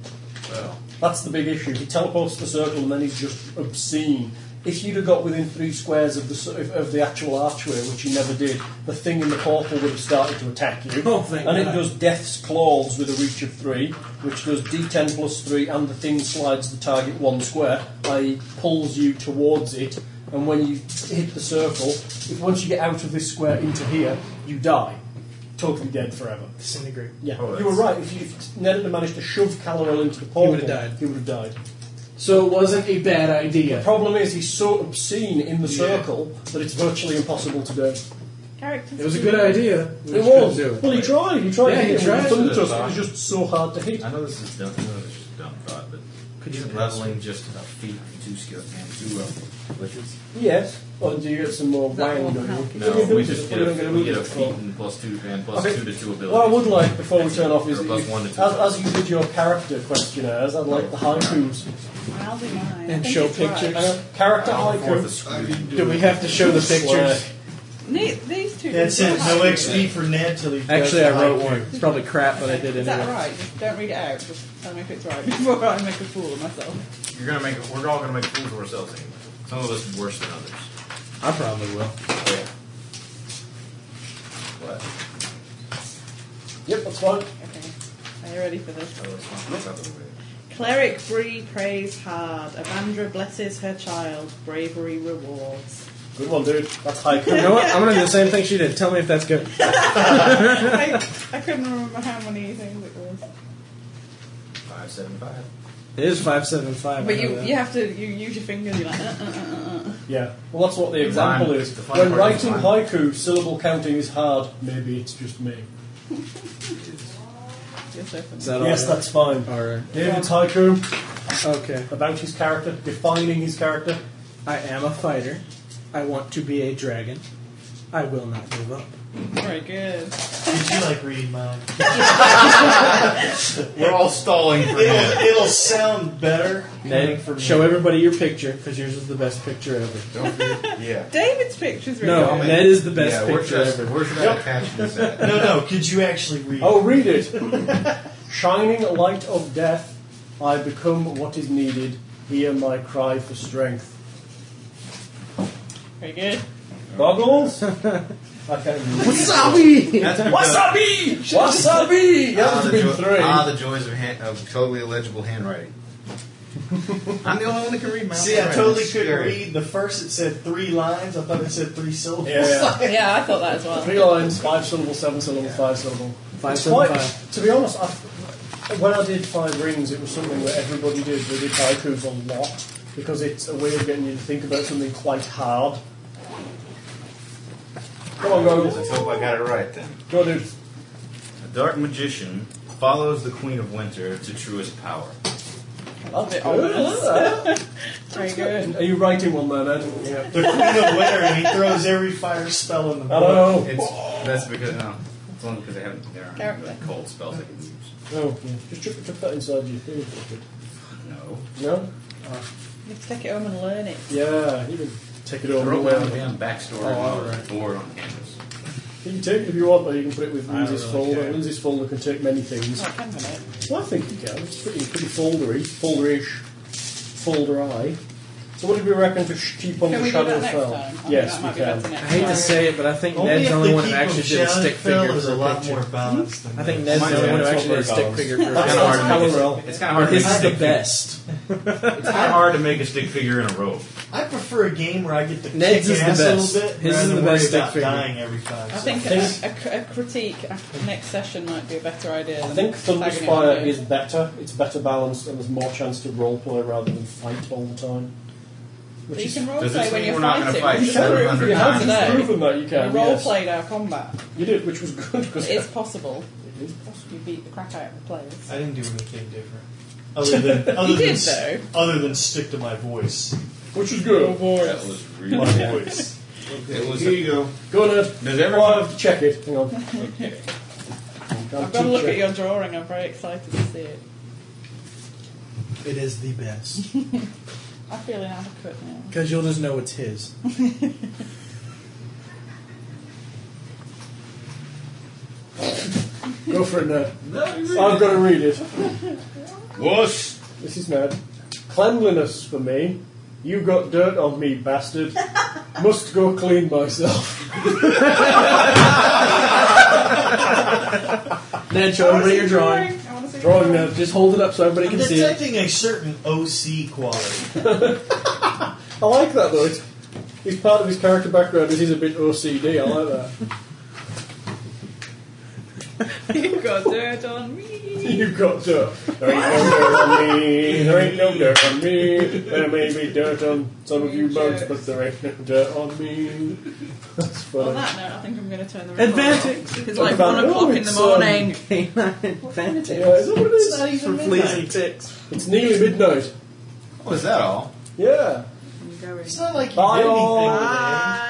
S10: Well,
S4: That's the big issue. He teleports the circle and then he's just obscene. If you'd have got within three squares of the s- of of the actual archway, which he never did, the thing in the portal would have started to attack you.
S6: Oh, thank
S4: and it
S6: God.
S4: does Death's Claws with a reach of three, which does D10 plus three, and the thing slides the target one square, i.e., pulls you towards it. And when you hit the circle, if once you get out of this square into here, you die, totally dead forever.
S6: disintegrate.
S4: Yeah,
S10: Oh,
S4: you were right. If, you, if Ned had managed to shove Calorel into the portal,
S6: would've died.
S4: He would have died.
S6: So it wasn't a bad
S4: The
S6: idea.
S4: problem is he's so obscene in the circle that it's virtually impossible to do.
S3: Characters
S6: It was a good idea. We
S4: it
S6: just
S4: was.
S6: couldn't do
S4: Well,
S6: it.
S4: he tried. He tried.
S6: Yeah,
S4: to
S6: he
S4: hit him
S6: tried.
S4: with thunder
S10: That's
S4: thrust, It
S10: fine.
S4: was just so hard to hit.
S10: I know this is dumb. I know this is dumb thought, but
S6: Could
S10: isn't
S6: you-
S10: leveling just a feat and two skills and two um, glitches?
S4: Yes. Well, Oh, do you get some more
S3: That
S4: wang?
S3: won't
S4: don't you?
S3: help.
S10: No,
S4: Give me
S10: we
S4: abilities,
S10: just get
S4: but we don't get
S10: a, we get a
S4: abilities.
S10: feat and plus two and plus
S4: Okay.
S10: two to two abilities.
S4: What I would like before we turn off is
S10: Or
S4: that
S10: plus
S4: you-
S10: one to
S4: as,
S10: two.
S4: as you did your character questionnaires, I'd like the haikus.
S3: I'll do mine. I
S6: And
S3: think
S6: show
S3: it's right.
S6: pictures.
S4: Uh, character
S10: Back and forth
S4: haiku.
S10: is screwed.
S6: Do we have to show the pictures?
S3: Ne- these two.
S16: That's
S3: don't
S16: it. No E.
S3: have-
S16: XP for Ned till he. does
S6: Actually,
S16: the
S6: I wrote
S16: haiku.
S6: one. It's probably crap, but I did
S3: Is
S6: anyway.
S3: that right? Just don't read it out. Just tell me if it's right before I make a fool of myself.
S10: You're gonna make. We're all gonna make fools of ourselves anyway. Some of us worse than others.
S6: I probably will.
S10: Yeah. What?
S4: Yep, that's fine.
S3: Okay. Are you ready for this?
S10: Oh, it's not- it's not the way.
S3: Cleric Bree prays hard. Avandra blesses her child. Bravery rewards.
S4: Good one, dude. That's haiku.
S6: You know what? I'm gonna do the same thing she did. Tell me if that's good.
S3: I, I couldn't remember how many things it was.
S10: Five seven five.
S6: It is five seven five.
S3: But you, you have to you use your fingers. You're like. Uh, uh, uh, uh, uh.
S4: Yeah, well, that's what the example
S10: Mine-
S4: is.
S10: the funny
S4: When
S10: part is
S4: writing
S10: mine.
S4: haiku, syllable counting is hard. Maybe it's just me.
S3: You're so funny.
S6: Is that all
S4: Yes,
S6: right?
S4: that's fine.
S6: All
S4: David's haiku
S6: right. Okay.
S4: about his character, defining his character.
S6: I am a fighter. I want to be a dragon. I will not give up.
S3: Very good.
S16: Did you like reading mine?
S10: We're all stalling for
S16: It'll,
S10: him.
S16: it'll sound better. coming
S6: Ned,
S16: from
S6: show
S16: me.
S6: everybody your picture because yours is the best picture ever.
S10: yeah.
S3: David's picture's really
S6: No,
S3: good.
S6: Ned is the best
S10: yeah,
S6: picture
S10: we're just,
S6: ever.
S10: Where should I attach this at?
S16: No, no. Could you actually read?
S4: Oh, read it. Shining light of death, I become what is needed. Hear my cry for strength.
S3: Very good.
S4: Boggles? I can't remember.
S6: Wasabi!
S10: That's because-
S4: Wasabi! Wasabi! Yeah,
S10: Ah,
S4: that's
S10: the
S4: been
S10: jo-
S4: three.
S10: ah, the joys of, hand, of totally illegible handwriting. I'm the only one that can read my own
S16: See, I
S10: handwriting.
S16: totally
S10: It's
S16: couldn't
S10: scary.
S16: read. The first it said three lines. I thought it said three syllables.
S4: Yeah,
S3: Yeah, I thought that as well.
S4: Three lines, five syllable, seven syllable, five syllable.
S6: Five
S4: It's
S6: syllable,
S4: quite-
S6: five.
S4: To be honest, I, when I did Five Rings, it was something that everybody did. They did haikus a lot because it's a way of getting you to think about something quite hard. Come on, go.
S5: Let's hope I got it right then.
S4: Go, dude.
S5: A dark magician follows the Queen of Winter to truest power.
S3: Love it.
S4: Very good. Are you writing one there, Ned? Yeah.
S9: The Queen of Winter, and he throws every fire spell in the book.
S4: Hello.
S5: It's that's because no, it's only because I haven't there are
S3: Character.
S5: cold spells I can use.
S4: Oh, yeah. Just chuck, chuck that inside you. Here we go.
S5: No,
S4: No.
S3: You have to take it home and learn it.
S4: Yeah, you can take it over.
S5: throw it on
S4: Well,
S5: damn backstory
S4: Oh, all
S5: or
S4: right.
S5: board on canvas.
S4: You can take it if you want, but you can put it with
S5: I don't
S4: Lindsay's
S5: really
S4: folder.
S5: care.
S4: Lindsay's folder can take many things.
S3: Oh, hang on a minute.
S4: Well, I think you can. It's pretty, pretty folderish, folderish, folder-eye. So what did we reckon to sh- keep on
S3: Can
S4: the
S3: we do
S4: Shadow
S3: that next
S4: Fell?
S3: time? I think
S4: yes,
S3: that
S4: we
S3: might be
S4: can.
S3: better
S6: I
S3: next
S6: hate
S3: time.
S6: to say it, but I think
S21: Only
S6: Ned's
S21: if
S6: the only
S21: they
S6: one who
S21: keep
S6: actually
S21: them
S6: did a
S21: shall
S6: stick
S21: fill
S6: figure
S21: is
S6: for
S21: a
S6: a
S21: lot
S6: picture.
S21: more balanced than
S6: I
S21: that.
S6: think Ned's the only one who
S4: Mine's
S6: actually did a stick
S4: overbalanced.
S6: figure for a
S5: It's
S6: picture.
S5: kinda hard to make
S6: Calorel.
S5: a- It's kind of hard. to make a
S6: His is the
S5: stick figure.
S6: best.
S5: It's kind of hard to make a stick figure in a robe.
S9: I prefer a game where I get to
S6: Ned's
S9: kick
S6: is the
S9: ass
S6: best.
S9: a little bit
S6: His is
S9: rather
S6: the
S9: than worry
S6: best stick
S9: about
S6: figure.
S9: dying every five
S3: I think
S9: seconds.
S3: a, a, cr- a critique after next session might be a better idea.
S4: I
S3: Than
S4: think
S3: tagging it
S4: Thunderspire
S3: on
S4: is better. It's better balanced, and there's more chance to roleplay rather than fight all the time.
S3: But
S4: Which
S3: you
S4: is
S3: can
S5: Does this
S3: roleplay when
S5: mean
S3: you're
S5: we're not gonna
S3: fighting.
S5: fight
S3: We
S4: you can.
S5: 700
S4: You have
S5: times
S3: today.
S4: proven that you
S3: We
S4: can. yes.
S3: roleplayed our combat.
S4: You did, which was good because
S3: It is possible. You beat the crap out of the players.
S9: I didn't do anything different. Other than, other
S3: You did,
S9: than, Other than stick to my voice.
S4: which was good.
S5: That was really.
S9: My voice.
S5: It was.
S2: Here you go.
S4: Go Ned.
S5: Does
S4: Oh, I
S5: everyone?
S4: have to check it. Hang on.
S5: Okay.
S3: I've got to look at your drawing. I'm very excited to see it.
S6: It is the best.
S3: I feel inadequate now.
S6: Because you'll just know it's his.
S4: Go for it, Ned.
S2: No, you
S4: I've got to read it.
S5: Wuss.
S4: This is mad. Cleanliness for me. You got dirt on me, bastard. Must go clean myself.
S6: Ned, show everybody your drawing.
S3: I want to see your
S4: Drawing now. Just hold it up so everybody
S9: I'm
S4: can see it.
S9: detecting a certain OC quality.
S4: I like that though. It's, it's part of his character background. Is he's a bit OCD. I like that.
S3: You got dirt on me.
S4: You've got dirt. There ain't no dirt on me. There ain't no dirt on me. There may be dirt on some of you bugs, but there ain't no dirt on me. That's
S3: On
S4: funny.
S3: that note, I think I'm going to turn the recorder
S6: Advantage!
S3: off. It's like
S4: Advan-
S3: 1 o'clock
S4: Oh,
S3: in the
S4: it's,
S3: morning.
S4: Yeah, is that what it
S6: It's
S4: is?
S6: not even for fleas and ticks.
S4: It's nearly midnight.
S5: Was that all?
S4: Yeah.
S3: I'm going.
S4: um,
S9: It's not like you
S4: Bye
S9: did
S4: all.
S9: anything today.